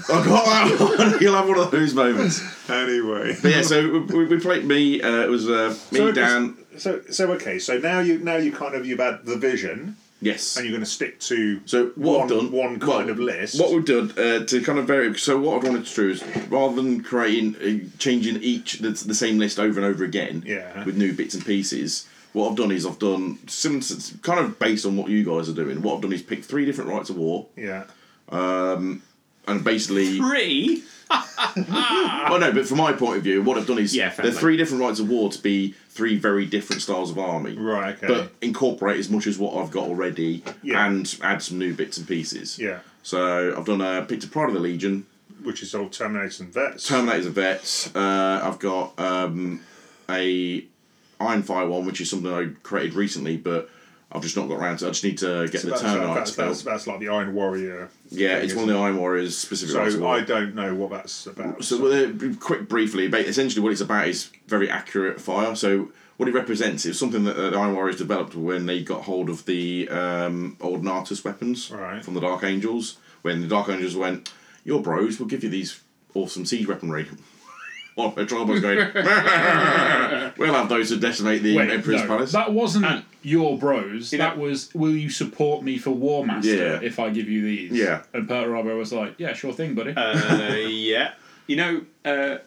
[SPEAKER 1] I got that one. He'll have one of those moments.
[SPEAKER 3] Anyway.
[SPEAKER 1] But yeah, so we, we played me. Uh, it was uh, me,
[SPEAKER 3] So it was-
[SPEAKER 1] Dan.
[SPEAKER 3] So, so okay, so now you now you kind of you've had the vision,
[SPEAKER 1] Yes.
[SPEAKER 3] and you're going to stick to
[SPEAKER 1] So what
[SPEAKER 3] one,
[SPEAKER 1] I've done
[SPEAKER 3] one kind
[SPEAKER 1] well,
[SPEAKER 3] of list.
[SPEAKER 1] What we've done uh, to kind of vary. So what I wanted to do is rather than creating, uh, changing each the, the same list over and over again.
[SPEAKER 3] Yeah.
[SPEAKER 1] With new bits and pieces. What I've done is I've done sim- s- kind of based on what you guys are doing. What I've done is picked three different rights of war
[SPEAKER 3] yeah,
[SPEAKER 1] and basically
[SPEAKER 5] Three.
[SPEAKER 1] Well, no, but from my point of view, what I've done is
[SPEAKER 5] Yeah, fair
[SPEAKER 1] there are
[SPEAKER 5] play.
[SPEAKER 1] three different rights of war to be three very different styles of army.
[SPEAKER 3] Right, okay.
[SPEAKER 1] But incorporate as much as what I've got already
[SPEAKER 3] Yeah.
[SPEAKER 1] and add some new bits and pieces.
[SPEAKER 3] yeah,
[SPEAKER 1] So I've done a picked a Pride of the Legion,
[SPEAKER 3] which is all Terminators and Vets.
[SPEAKER 1] Terminators of Vets. Uh, I've got um, a Iron Fire one, which is something I created recently, but I've just not got around to. I just need to get the
[SPEAKER 3] that's, uh, that's,
[SPEAKER 1] Terminites
[SPEAKER 3] that's,
[SPEAKER 1] built.
[SPEAKER 3] that's like the Iron Warrior.
[SPEAKER 1] Yeah,
[SPEAKER 3] thing,
[SPEAKER 1] it's
[SPEAKER 3] isn't
[SPEAKER 1] one of the Iron Warriors specific rights of
[SPEAKER 3] So
[SPEAKER 1] war.
[SPEAKER 3] I don't know what that's about.
[SPEAKER 1] So, well, uh, quick, briefly, ba- essentially what it's about is very accurate fire. So, what it represents is something that uh, the Iron Warriors developed when they got hold of the um, old Nartus weapons
[SPEAKER 3] Right.
[SPEAKER 1] from the Dark Angels. When the Dark Angels went, Your bros will give you these awesome siege weaponry. Or Petrobus going, We'll have those to decimate the Ah.
[SPEAKER 6] Wait,
[SPEAKER 1] Emperor's
[SPEAKER 6] no,
[SPEAKER 1] Palace.
[SPEAKER 6] that wasn't your bros.
[SPEAKER 5] know-
[SPEAKER 6] that was, will you support me for War Master
[SPEAKER 1] Yeah.
[SPEAKER 6] if I give you these?
[SPEAKER 1] Yeah.
[SPEAKER 6] And Pert Robbo was like, yeah, sure thing, buddy.
[SPEAKER 5] Uh, yeah. You know, uh,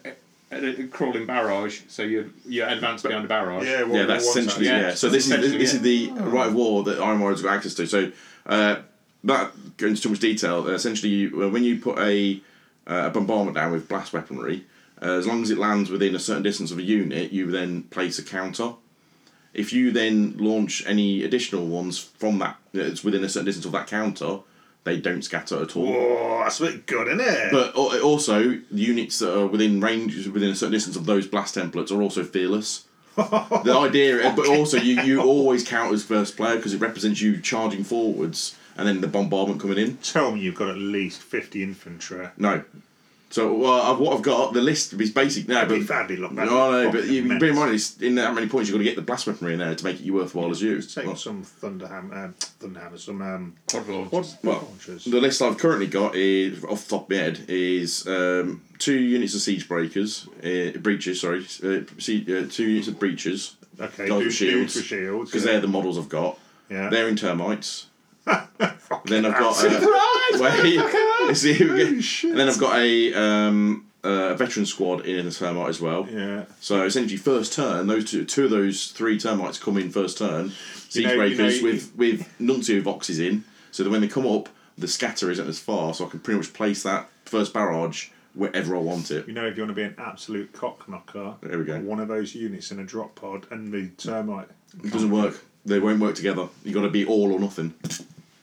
[SPEAKER 5] a, a crawling barrage. So you're you're advanced beyond a barrage.
[SPEAKER 3] yeah, what,
[SPEAKER 1] yeah, that's
[SPEAKER 3] what's
[SPEAKER 1] essentially
[SPEAKER 5] that?
[SPEAKER 1] yeah.
[SPEAKER 5] Yeah,
[SPEAKER 1] So this is
[SPEAKER 5] essentially,
[SPEAKER 1] this is the right of war that Iron Warriors got access to. So uh, that going into too much detail. Uh, essentially, you, uh, when you put a uh, a bombardment down with blast weaponry, uh, as long as it lands within a certain distance of a unit, you then place a counter. If you then launch any additional ones from that, it's within a certain distance of that counter, they don't scatter at all.
[SPEAKER 3] Oh, that's a bit good, isn't it?
[SPEAKER 1] But al- also, the units that are within range, within a certain distance of those blast templates are also fearless. the idea, but also you, you always count as first player because it represents you charging forwards and then the bombardment coming in.
[SPEAKER 3] Tell me you've got at least 50 infantry.
[SPEAKER 1] No. So uh, I've- what I've got, the list is basic now.
[SPEAKER 3] That'd
[SPEAKER 1] But
[SPEAKER 3] be- that'd be lo- that'd be
[SPEAKER 1] no, no, but
[SPEAKER 3] fucking
[SPEAKER 1] you, bear in
[SPEAKER 3] immense.
[SPEAKER 1] mind, it's in that many points you've got to get the blast weaponry in there to make it you worthwhile as you.
[SPEAKER 3] It's taking
[SPEAKER 1] Well,
[SPEAKER 3] some Thunderhammer, um, Thunderhammer, some. Um,
[SPEAKER 5] Quad launch.
[SPEAKER 3] what's
[SPEAKER 1] Well,
[SPEAKER 3] launchers?
[SPEAKER 1] the list I've currently got is off the top of my head is um, two units of siege breakers, uh, breaches. Sorry, uh, siege, uh, two units of breaches.
[SPEAKER 3] Okay,
[SPEAKER 1] Those
[SPEAKER 3] dudes
[SPEAKER 1] are
[SPEAKER 3] with shields.
[SPEAKER 1] shields
[SPEAKER 3] With shields
[SPEAKER 1] because
[SPEAKER 3] yeah.
[SPEAKER 1] they're the models I've got.
[SPEAKER 3] Yeah.
[SPEAKER 1] They're in termites. then I've got
[SPEAKER 3] hell.
[SPEAKER 1] uh, wait, is it-
[SPEAKER 3] shit.
[SPEAKER 1] and then I've got a um, uh, a veteran squad in the termite as well.
[SPEAKER 3] Yeah.
[SPEAKER 1] So essentially, first turn, those two, two of those three termites come in first turn. Siege
[SPEAKER 3] know- you
[SPEAKER 1] breakers
[SPEAKER 3] know-
[SPEAKER 1] with with nuncio boxes in, so that when they come up, the scatter isn't as far. So I can pretty much place that first barrage wherever I want it.
[SPEAKER 3] You know, if you want to be an absolute cock knocker,
[SPEAKER 1] There we go.
[SPEAKER 3] One of those units in a drop pod and the termite.
[SPEAKER 1] It doesn't work. They won't work together. You got to be all or nothing.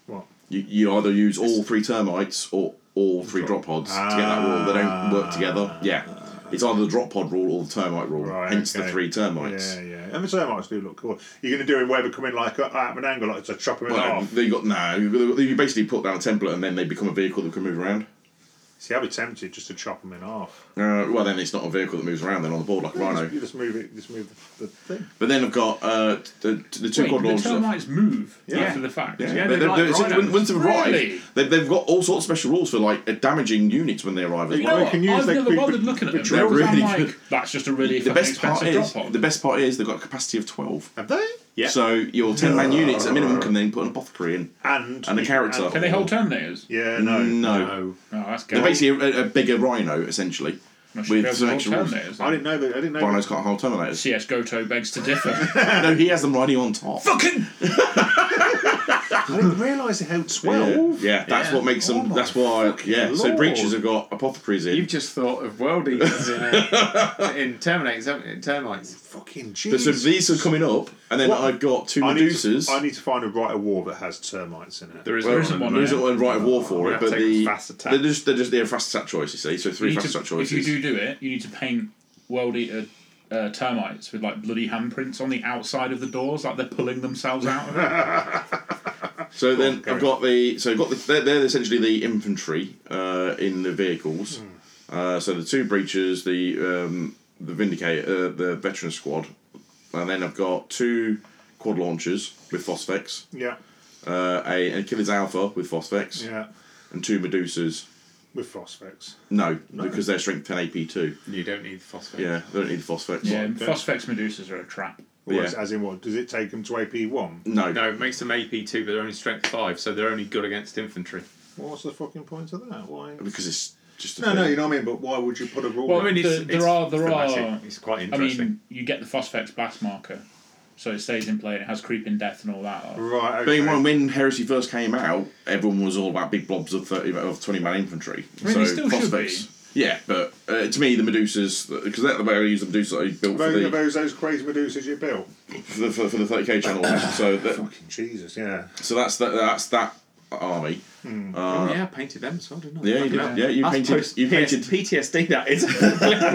[SPEAKER 3] What?
[SPEAKER 1] You, you either use all three termites or all three drop pods to get that rule. They don't work together. Yeah, it's either the drop pod rule or the termite rule.
[SPEAKER 3] Right,
[SPEAKER 1] hence
[SPEAKER 3] okay.
[SPEAKER 1] the three termites.
[SPEAKER 3] Yeah, yeah. And the termites do look cool. You're going to do it where they come in like uh, at an angle, like to chop them in
[SPEAKER 1] Well,
[SPEAKER 3] half.
[SPEAKER 1] they got no. You basically put down a template and then they become a vehicle that can move around.
[SPEAKER 3] See, I'd be tempted just to chop them in half.
[SPEAKER 1] Uh, well, then it's not a vehicle that moves around then on the board like a Rhino.
[SPEAKER 3] Just, you just move it. Just move the, the thing.
[SPEAKER 1] But then I've got uh, the, the two
[SPEAKER 6] Wait,
[SPEAKER 1] quad
[SPEAKER 6] the
[SPEAKER 1] launchers.
[SPEAKER 6] termites move after the fact.
[SPEAKER 1] Yeah,
[SPEAKER 5] Yeah,
[SPEAKER 1] they- they-
[SPEAKER 5] they're like
[SPEAKER 1] they're- so
[SPEAKER 5] rhinos.
[SPEAKER 1] when- once they've arrived,
[SPEAKER 6] Really?
[SPEAKER 1] they've, they've got all sorts of special rules for like uh, damaging units when they arrive. As
[SPEAKER 3] You
[SPEAKER 1] well.
[SPEAKER 3] know, can use
[SPEAKER 6] I've
[SPEAKER 3] that
[SPEAKER 6] never
[SPEAKER 3] big-
[SPEAKER 6] bothered looking at them.
[SPEAKER 1] they're
[SPEAKER 6] They're
[SPEAKER 1] really
[SPEAKER 6] like,
[SPEAKER 1] good.
[SPEAKER 6] that's just a really
[SPEAKER 1] the
[SPEAKER 6] fucking
[SPEAKER 1] best part
[SPEAKER 6] expensive
[SPEAKER 1] is
[SPEAKER 6] drop pod.
[SPEAKER 1] the best part is they've got a capacity of twelve.
[SPEAKER 3] Have they?
[SPEAKER 5] Yeah.
[SPEAKER 1] So your ten man units at minimum can then put an apothecary in
[SPEAKER 3] And,
[SPEAKER 1] and a character.
[SPEAKER 6] Can they hold Terminators?
[SPEAKER 3] Yeah,
[SPEAKER 1] No.
[SPEAKER 3] no.
[SPEAKER 5] No.
[SPEAKER 6] Oh, that's good.
[SPEAKER 1] They're basically a, a bigger rhino essentially
[SPEAKER 6] I should be able
[SPEAKER 1] with
[SPEAKER 6] to
[SPEAKER 1] some
[SPEAKER 6] hold
[SPEAKER 1] extra rules.
[SPEAKER 6] Terminators.
[SPEAKER 3] I didn't know that. I didn't know.
[SPEAKER 1] Rhinos can't hold terminators.
[SPEAKER 6] CS Goto begs to differ.
[SPEAKER 1] no, he has them riding on top.
[SPEAKER 6] Fucking
[SPEAKER 3] I didn't realise they held
[SPEAKER 1] Yeah,
[SPEAKER 3] twelve.
[SPEAKER 1] yeah, that's what makes them. that's why. Yeah, so
[SPEAKER 3] lord.
[SPEAKER 1] breaches have got apothecaries in.
[SPEAKER 5] You've just thought of world eaters in, uh, in Terminators, haven't you? In termites.
[SPEAKER 3] Fucking
[SPEAKER 1] But so
[SPEAKER 3] Jesus.
[SPEAKER 1] these are coming up, and then I've got two
[SPEAKER 3] I need, to,
[SPEAKER 1] Medusas.
[SPEAKER 3] I need to find a right of war that has termites in it.
[SPEAKER 6] There is
[SPEAKER 1] Well,
[SPEAKER 6] there isn't one.
[SPEAKER 1] there isn't
[SPEAKER 6] yet.
[SPEAKER 1] one right of war for
[SPEAKER 5] We
[SPEAKER 1] it,
[SPEAKER 5] have
[SPEAKER 1] but
[SPEAKER 5] to take
[SPEAKER 1] the
[SPEAKER 5] fast attack.
[SPEAKER 1] they're just they're just they're fast attack choices. See, so
[SPEAKER 6] You
[SPEAKER 1] three
[SPEAKER 6] need
[SPEAKER 1] fast
[SPEAKER 6] to-
[SPEAKER 1] attack choices.
[SPEAKER 6] if you do do it, you need to paint World Eater uh, termites with like bloody handprints on the outside of the doors, like they're pulling themselves out of it.
[SPEAKER 1] So then I've got the so I've got the they're, they're essentially the infantry uh, in the vehicles. Uh, so the two breachers, the um, the vindicator, uh, the veteran squad, and then I've got two quad launchers with phosphex,
[SPEAKER 3] Yeah,
[SPEAKER 1] uh, a an Achilles Alpha with phosphex,
[SPEAKER 3] yeah,
[SPEAKER 1] and two Medusas.
[SPEAKER 3] with phosphex.
[SPEAKER 1] No, because they're strength ten AP two.
[SPEAKER 5] You don't need the phosphate.
[SPEAKER 1] Yeah, they don't need the phosphex.
[SPEAKER 6] yeah, Phosphex Medusas are a trap.
[SPEAKER 1] Yeah.
[SPEAKER 3] As- As in what? Does it take them to AP one?
[SPEAKER 1] No,
[SPEAKER 5] No, it makes them AP2, but they're only strength 5, so they're only good against infantry.
[SPEAKER 3] What's the fucking point of that? Why?
[SPEAKER 1] because it's just a
[SPEAKER 3] No,
[SPEAKER 1] thing.
[SPEAKER 3] no, you know what I mean. But why would you put a rule?
[SPEAKER 6] Well,
[SPEAKER 3] in?
[SPEAKER 6] I mean,
[SPEAKER 5] it's-
[SPEAKER 6] there, there
[SPEAKER 5] it's
[SPEAKER 6] are there are.
[SPEAKER 5] thematic. It's quite
[SPEAKER 6] I
[SPEAKER 5] interesting.
[SPEAKER 6] mean, you get the Phosphex blast marker, so it stays in play and it has creeping death and all that.
[SPEAKER 3] right? Okay.
[SPEAKER 1] Bear in mind, when Heresy first came out, everyone was all about big blobs of thirty of twenty man infantry.
[SPEAKER 6] mean, they still should
[SPEAKER 1] prospects- Yeah, but uh, to me, the Medusas because that's the way I use the Medusas that I built for
[SPEAKER 3] Those,
[SPEAKER 1] the
[SPEAKER 3] those, those crazy Medusas you built.
[SPEAKER 1] for the, for, for the thirty k channel. so that,
[SPEAKER 3] Fucking Jesus, yeah.
[SPEAKER 1] so that's that that's that army.
[SPEAKER 5] oh, yeah, I painted them as well, didn't I?
[SPEAKER 1] Yeah, you
[SPEAKER 5] Fucking
[SPEAKER 1] did,
[SPEAKER 5] hell.
[SPEAKER 1] yeah, you
[SPEAKER 5] That's
[SPEAKER 1] painted
[SPEAKER 5] post-
[SPEAKER 1] you
[SPEAKER 5] PS-
[SPEAKER 1] painted
[SPEAKER 5] PTSD. That is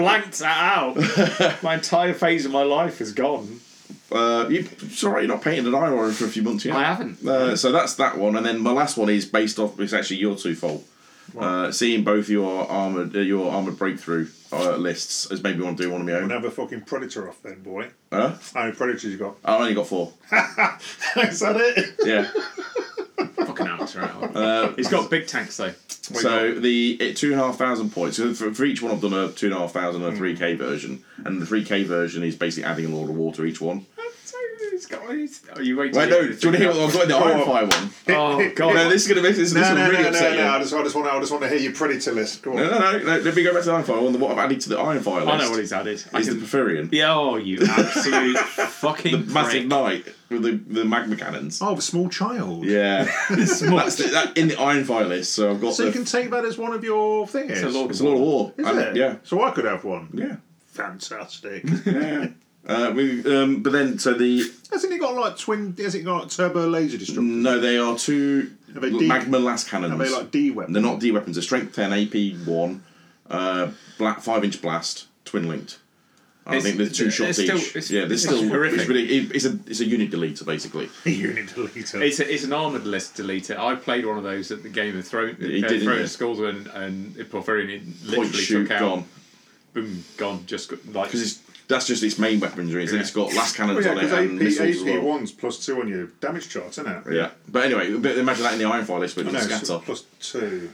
[SPEAKER 5] blanked that out. My entire phase of my life is gone.
[SPEAKER 1] Uh, you, it's all right, you're not painted an eyeliner for a few months yet.
[SPEAKER 5] I haven't.
[SPEAKER 1] Uh, so that's that one, and then my last one is based off. It's actually your twofold. Uh, seeing both your armored uh, your armored breakthrough uh, lists has made me want to do one of my
[SPEAKER 3] And
[SPEAKER 1] own.
[SPEAKER 3] have a fucking predator off then, boy.
[SPEAKER 1] Huh?
[SPEAKER 3] How many predators you got?
[SPEAKER 1] I've only got four.
[SPEAKER 3] Is that it?
[SPEAKER 1] Yeah.
[SPEAKER 5] Fucking amateur hour.
[SPEAKER 1] Uh,
[SPEAKER 5] He's got big tanks though.
[SPEAKER 1] so the it, two and a half thousand points. So for, for each one, I've done a two and a half thousand and a three K version, and the three K version is basically adding a Lord of War to each one.
[SPEAKER 5] So he's got. He's, oh, you wait. till
[SPEAKER 1] Wait,
[SPEAKER 5] you
[SPEAKER 1] no. Do you want to hear what I've got in the Iron Fire one?
[SPEAKER 5] Oh god.
[SPEAKER 1] No, this is gonna make this, this
[SPEAKER 3] No,
[SPEAKER 1] will
[SPEAKER 3] no,
[SPEAKER 1] really
[SPEAKER 3] no, no,
[SPEAKER 1] upset you.
[SPEAKER 3] no. I just, I just want, to, I just want to hear your predator list. Go on.
[SPEAKER 1] No, no, no, no. Let me go back to the Iron Fire one. What I've added to the Iron Fire list
[SPEAKER 5] I know what he's added. I
[SPEAKER 1] is
[SPEAKER 5] can,
[SPEAKER 1] the Porphyrian.
[SPEAKER 5] yeah, oh, you absolute fucking
[SPEAKER 1] Massive
[SPEAKER 5] prick.
[SPEAKER 1] Knight with the, the magma cannons.
[SPEAKER 3] Oh, a small child.
[SPEAKER 1] Yeah, that's the, that, in the Iron Fire list. So I've got
[SPEAKER 3] So
[SPEAKER 1] the,
[SPEAKER 3] you can take that as one of your things.
[SPEAKER 5] It's a lot
[SPEAKER 1] it's
[SPEAKER 5] of
[SPEAKER 1] a lot of war.
[SPEAKER 3] Is
[SPEAKER 1] I'm-
[SPEAKER 3] it?
[SPEAKER 1] Yeah,
[SPEAKER 3] So I could have one.
[SPEAKER 1] yeah.
[SPEAKER 3] Fantastic.
[SPEAKER 1] Uh, we, um, but then, so the
[SPEAKER 3] Hasn't it got like twin? Has it got turbo laser destruction?
[SPEAKER 1] no, they are two
[SPEAKER 3] Are they
[SPEAKER 1] l-
[SPEAKER 3] D-
[SPEAKER 1] magma last cannons.
[SPEAKER 3] Are they like D weapons?
[SPEAKER 1] They're not D weapons. They're strength ten, AP one, uh, black five inch blast, twin linked. And I
[SPEAKER 5] It's-
[SPEAKER 1] think there's two
[SPEAKER 5] it's
[SPEAKER 1] shots
[SPEAKER 5] still-
[SPEAKER 1] each.
[SPEAKER 5] it's-
[SPEAKER 1] yeah, there's
[SPEAKER 5] it's
[SPEAKER 1] still
[SPEAKER 5] horrific.
[SPEAKER 1] It's, really- it- it's a it's a unit deleter basically.
[SPEAKER 3] unit deleter.
[SPEAKER 5] It's, a, it's an armoured list deleter. I played one of those at the Game of Thrones,
[SPEAKER 1] He
[SPEAKER 5] uh,
[SPEAKER 1] did, didn't he?
[SPEAKER 5] Thrones schools, and, and Porphyrian it literally
[SPEAKER 1] Point shoot
[SPEAKER 5] took out,
[SPEAKER 1] gone
[SPEAKER 5] boom, gone, just got- like
[SPEAKER 1] because it's that's just its main weaponry. So
[SPEAKER 5] Yeah.
[SPEAKER 1] it's got last cannons
[SPEAKER 3] Well, Oh, yeah,
[SPEAKER 1] on it and
[SPEAKER 3] because AP,
[SPEAKER 1] missiles as well.
[SPEAKER 3] AP one's plus two on your damage chart, isn't it?
[SPEAKER 1] Yeah. But anyway, but imagine that in the Iron Fire list, but it
[SPEAKER 3] No,
[SPEAKER 1] doesn't
[SPEAKER 3] it's
[SPEAKER 1] scatter.
[SPEAKER 3] plus two.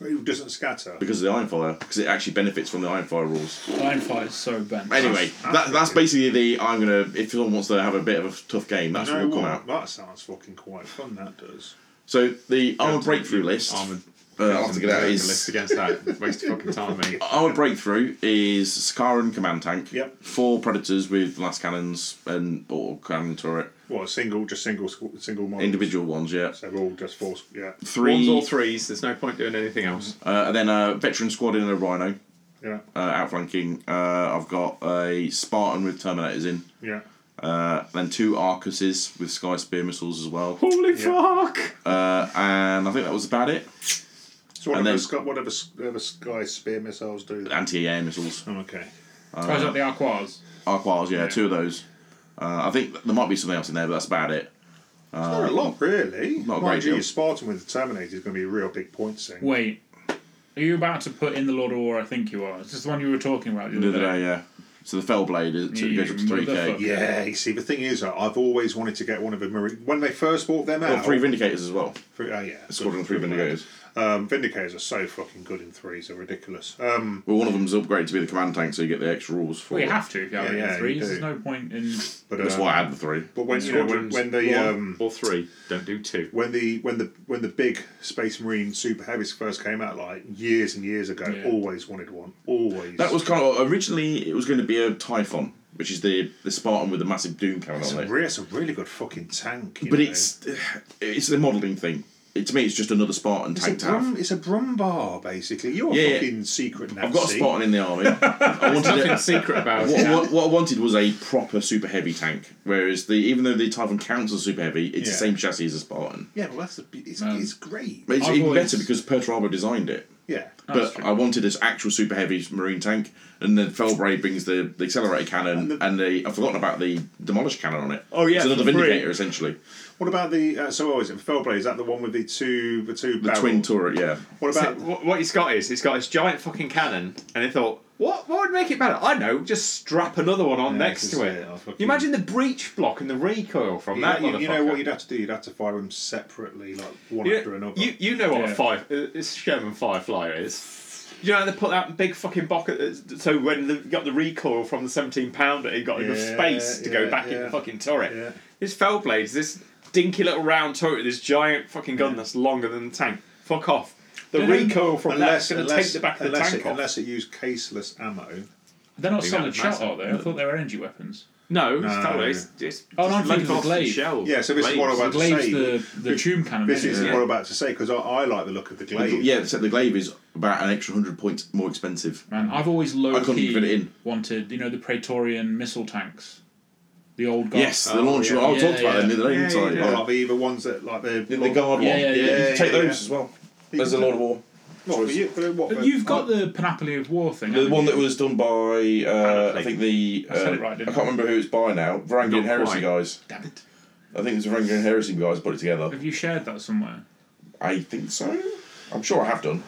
[SPEAKER 3] It doesn't scatter.
[SPEAKER 1] Because of the Iron Fire, because it actually benefits from the Iron Fire rules.
[SPEAKER 6] Iron Fire is so bent.
[SPEAKER 1] Anyway, that, that's basically the I'm gonna. If someone wants to have a bit of a tough game, that's
[SPEAKER 3] You
[SPEAKER 1] what
[SPEAKER 3] know
[SPEAKER 1] will come
[SPEAKER 3] what?
[SPEAKER 1] out.
[SPEAKER 3] That sounds fucking quite fun. That does.
[SPEAKER 1] So the armor breakthrough list.
[SPEAKER 5] armoured.
[SPEAKER 1] Uh, I'll have to get out
[SPEAKER 5] a list
[SPEAKER 1] is
[SPEAKER 5] against that. Waste of fucking time, mate.
[SPEAKER 1] armor breakthrough is Sakaran command tank.
[SPEAKER 3] Yep.
[SPEAKER 1] Four predators with last cannons and or cannon turret.
[SPEAKER 3] What single? Just single? squ- Single model.
[SPEAKER 1] Individual ones, yeah.
[SPEAKER 3] So we're all just force. Yeah.
[SPEAKER 1] Three,
[SPEAKER 5] Ones or threes. There's no point doing anything else.
[SPEAKER 1] uh, and then a veteran squad in a rhino
[SPEAKER 3] Yeah.
[SPEAKER 1] uh, outflanking. Uh, I've got a Spartan with Terminators in.
[SPEAKER 3] Yeah.
[SPEAKER 1] Uh, then two Arcuses with Sky Spear missiles as well.
[SPEAKER 5] Holy
[SPEAKER 3] Yeah.
[SPEAKER 5] fuck!
[SPEAKER 1] Uh, and I think that was about it.
[SPEAKER 3] So whatever,
[SPEAKER 1] And then-
[SPEAKER 3] sky, whatever, s- whatever sky spear missiles do. That.
[SPEAKER 1] Anti air missiles.
[SPEAKER 3] Oh, okay.
[SPEAKER 6] Oh, is that the Arquois?
[SPEAKER 1] Arquars, yeah, two of those. Uh, I think there might be something else in there, but that's about it.
[SPEAKER 3] Not a lot, really.
[SPEAKER 1] Uh, not a
[SPEAKER 3] Mind
[SPEAKER 1] great
[SPEAKER 3] you,
[SPEAKER 1] deal.
[SPEAKER 3] your Spartan with the Terminator is going to be a real big point thing.
[SPEAKER 6] Wait, are you about to put in the Lord of War? I think you are. Is this the one you were talking about the
[SPEAKER 1] The
[SPEAKER 6] other
[SPEAKER 1] other
[SPEAKER 6] day?
[SPEAKER 1] day, yeah. So the Fellblade is,
[SPEAKER 6] You
[SPEAKER 1] goes up to 3k.
[SPEAKER 6] motherfucker.
[SPEAKER 1] Yeah.
[SPEAKER 3] Yeah, you see, the thing is, uh, I've always wanted to get one of the Marine. When they first bought them out,
[SPEAKER 1] Well, three Vindicators as well.
[SPEAKER 3] three- oh, yeah,
[SPEAKER 1] Squadron of three Vindicators.
[SPEAKER 3] Um, Vindicators are so fucking good in threes; they're ridiculous. Um,
[SPEAKER 1] Well, one of them's upgraded to be the command tank, so you get the extra rules for
[SPEAKER 6] Well, you
[SPEAKER 1] it.
[SPEAKER 6] have to if you have
[SPEAKER 3] Yeah,
[SPEAKER 6] yeah,
[SPEAKER 3] yeah, you
[SPEAKER 6] threes.
[SPEAKER 3] do.
[SPEAKER 6] There's no point in.
[SPEAKER 3] but
[SPEAKER 1] That's
[SPEAKER 3] uh,
[SPEAKER 1] why I had the three.
[SPEAKER 3] But when you know when, when the
[SPEAKER 5] one
[SPEAKER 3] um,
[SPEAKER 5] or three, don't do two.
[SPEAKER 3] when the when the when the big Space Marine Super Heavies first came out, like years and years ago,
[SPEAKER 6] Yeah.
[SPEAKER 3] always wanted one. Always.
[SPEAKER 1] That was kind of originally it was going to be a Typhon, which is the the Spartan with the massive Doom cannon
[SPEAKER 3] It's
[SPEAKER 1] on
[SPEAKER 3] a,
[SPEAKER 1] it.
[SPEAKER 3] re- it's a really good fucking tank. you
[SPEAKER 1] but
[SPEAKER 3] know.
[SPEAKER 1] it's it's the modelling thing. It, to me, it's just another Spartan
[SPEAKER 3] It's a,
[SPEAKER 1] tank to have.
[SPEAKER 3] brum, it's a Brumbar, basically. You're a
[SPEAKER 1] Yeah, yeah.
[SPEAKER 3] fucking secret Nazi.
[SPEAKER 1] I've got a Spartan in the army. I wanted
[SPEAKER 5] Nothing
[SPEAKER 1] it.
[SPEAKER 5] secret about
[SPEAKER 1] What,
[SPEAKER 5] it.
[SPEAKER 1] what, what I wanted was a proper super heavy tank, whereas the even though the Typhon counts as super heavy, it's
[SPEAKER 3] Yeah.
[SPEAKER 1] the same chassis as a Spartan.
[SPEAKER 3] Yeah, well, that's a, it's,
[SPEAKER 6] Um,
[SPEAKER 3] it's great.
[SPEAKER 1] But it's
[SPEAKER 6] I've
[SPEAKER 1] even
[SPEAKER 6] always-
[SPEAKER 1] better because Pearl Harbor designed it.
[SPEAKER 3] Yeah.
[SPEAKER 6] That's
[SPEAKER 1] but
[SPEAKER 6] true.
[SPEAKER 1] I wanted this actual super heavy marine tank, and then Felbray brings the, the accelerator cannon and,
[SPEAKER 3] And the-
[SPEAKER 1] the I've forgotten about the demolished cannon on it.
[SPEAKER 3] Oh, yeah,
[SPEAKER 1] it's another
[SPEAKER 3] for free.
[SPEAKER 1] vindicator essentially.
[SPEAKER 3] What about the uh, so? Oh, is it Felblade? Is that the one with the two the two
[SPEAKER 1] The
[SPEAKER 3] barrels?
[SPEAKER 1] twin turret, yeah.
[SPEAKER 3] What
[SPEAKER 5] So
[SPEAKER 3] about
[SPEAKER 5] what, what he's got is he's got his giant fucking cannon, and they thought, what what would make it better? I know, just strap another one on
[SPEAKER 3] Yeah,
[SPEAKER 5] next
[SPEAKER 3] this
[SPEAKER 5] to
[SPEAKER 3] is
[SPEAKER 5] it.
[SPEAKER 3] it, I'll fucking-
[SPEAKER 5] You imagine the breach block and the recoil from
[SPEAKER 3] you,
[SPEAKER 5] that.
[SPEAKER 3] you, you know
[SPEAKER 5] motherfucker.
[SPEAKER 3] what you'd have to do? You'd have to fire them separately, like one
[SPEAKER 5] You,
[SPEAKER 3] after another.
[SPEAKER 5] you, you know what a
[SPEAKER 6] Yeah.
[SPEAKER 5] five uh, it's Sherman Firefly is. You know how they put that big fucking bucket. that's- So when the, you got the recoil from the seventeen pounder, it got enough
[SPEAKER 3] Yeah,
[SPEAKER 5] space to go
[SPEAKER 3] yeah,
[SPEAKER 5] back in
[SPEAKER 3] yeah.
[SPEAKER 5] the fucking turret.
[SPEAKER 3] Yeah.
[SPEAKER 5] This fell blades, this dinky little round turret, with this giant fucking gun that's longer than the tank. Fuck off. The recoil from that's going to take the back of the
[SPEAKER 3] unless
[SPEAKER 5] tank
[SPEAKER 3] it,
[SPEAKER 5] off.
[SPEAKER 3] Unless it used caseless ammo.
[SPEAKER 6] They're not solid
[SPEAKER 5] that's
[SPEAKER 6] shot,
[SPEAKER 5] massive.
[SPEAKER 6] are they? I thought they were energy weapons.
[SPEAKER 5] No,
[SPEAKER 3] No.
[SPEAKER 5] it's totally. It's, it's
[SPEAKER 6] Oh, no, I'm thinking of the
[SPEAKER 5] loaded
[SPEAKER 6] glaive.
[SPEAKER 5] shells.
[SPEAKER 3] Yeah, so this is what I'm
[SPEAKER 5] Glaives.
[SPEAKER 3] about to
[SPEAKER 6] Glaive's
[SPEAKER 3] say.
[SPEAKER 6] the the
[SPEAKER 3] this-
[SPEAKER 6] tube cannon.
[SPEAKER 3] This
[SPEAKER 6] isn't
[SPEAKER 3] is
[SPEAKER 6] it?
[SPEAKER 3] what I'm about to say because I, I like the look of the glaive.
[SPEAKER 1] Yeah, except the glaive is about an extra hundred points more expensive.
[SPEAKER 3] Oh,
[SPEAKER 6] Man, I've always low
[SPEAKER 1] couldn't
[SPEAKER 6] key
[SPEAKER 1] fit it in.
[SPEAKER 6] wanted, you know, the Praetorian missile tanks, the old guys.
[SPEAKER 1] Yes, the launcher. I
[SPEAKER 6] Yeah,
[SPEAKER 1] talked about
[SPEAKER 6] yeah.
[SPEAKER 1] them the other day,
[SPEAKER 3] Oh, Yeah,
[SPEAKER 1] didn't I?
[SPEAKER 3] yeah, yeah. Like the, the ones that like the
[SPEAKER 1] The, the guard
[SPEAKER 6] Yeah,
[SPEAKER 1] one.
[SPEAKER 6] yeah, yeah.
[SPEAKER 1] you can take
[SPEAKER 3] Yeah,
[SPEAKER 1] those
[SPEAKER 3] yeah.
[SPEAKER 1] as well. There's a lot of war.
[SPEAKER 3] What, for you, for what, for-
[SPEAKER 6] You've got the panoply of war thing.
[SPEAKER 1] The
[SPEAKER 6] haven't
[SPEAKER 1] one
[SPEAKER 6] you?
[SPEAKER 1] that was done by uh, I think the uh,
[SPEAKER 6] I
[SPEAKER 1] I,
[SPEAKER 6] said it right, didn't
[SPEAKER 1] can't
[SPEAKER 6] I?
[SPEAKER 1] remember who it's by now. Varangian
[SPEAKER 5] Not
[SPEAKER 1] Heresy
[SPEAKER 5] quite.
[SPEAKER 1] guys.
[SPEAKER 6] Damn it.
[SPEAKER 1] I think it's Varangian Heresy guys put it together.
[SPEAKER 6] Have you shared that somewhere?
[SPEAKER 1] I think so. I'm sure I have done.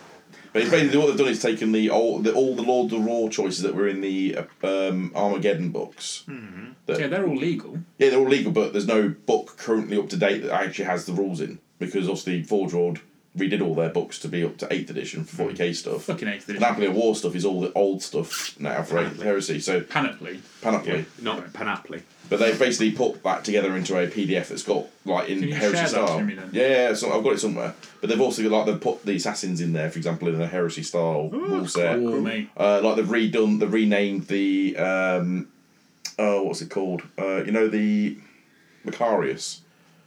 [SPEAKER 1] But it's basically what they've done is taken the all the all the Lord of the Raw choices that were in the uh, um, Armageddon books.
[SPEAKER 6] Hmm. Yeah, they're all legal.
[SPEAKER 1] Yeah, they're all legal, but there's no book currently up to date that actually has the rules in because obviously Forge World redid all their books to be up to eighth edition for 40k stuff.
[SPEAKER 6] Fucking eighth edition.
[SPEAKER 1] Panoply of War stuff is all the old stuff now for Eighth Heresy. So
[SPEAKER 6] Panoply.
[SPEAKER 1] Panoply.
[SPEAKER 5] Yeah, not panoply.
[SPEAKER 1] But they basically put that together into a PDF that's got like in
[SPEAKER 6] Can you
[SPEAKER 1] heresy
[SPEAKER 6] share that
[SPEAKER 1] style.
[SPEAKER 6] to me then?
[SPEAKER 1] Yeah, yeah, so I've got it somewhere. But they've also got like they've put the assassins in there, for example, in a heresy style rule set.
[SPEAKER 6] War, mate.
[SPEAKER 1] Uh, like they've redone, they've renamed the um, oh, what's it called? Uh, you know the Macarius.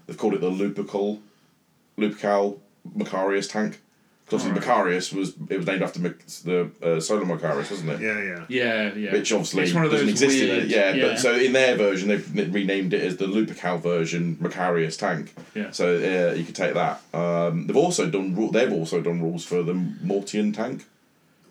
[SPEAKER 1] They've called it the Lupercal, Lupercal Macarius tank. Because obviously Macarius was it was named after Mac- the uh, solar Macarius, wasn't it?
[SPEAKER 3] yeah, yeah.
[SPEAKER 6] Yeah, yeah.
[SPEAKER 1] which obviously
[SPEAKER 6] it's one of those
[SPEAKER 1] doesn't exist
[SPEAKER 6] weird,
[SPEAKER 1] in it. Yeah, but so in their version, they've n- renamed it as the Lupercal version, Macarius tank.
[SPEAKER 6] Yeah.
[SPEAKER 1] So uh, you could take that. Um, they've also done ru- they've also done rules for the Mortian tank.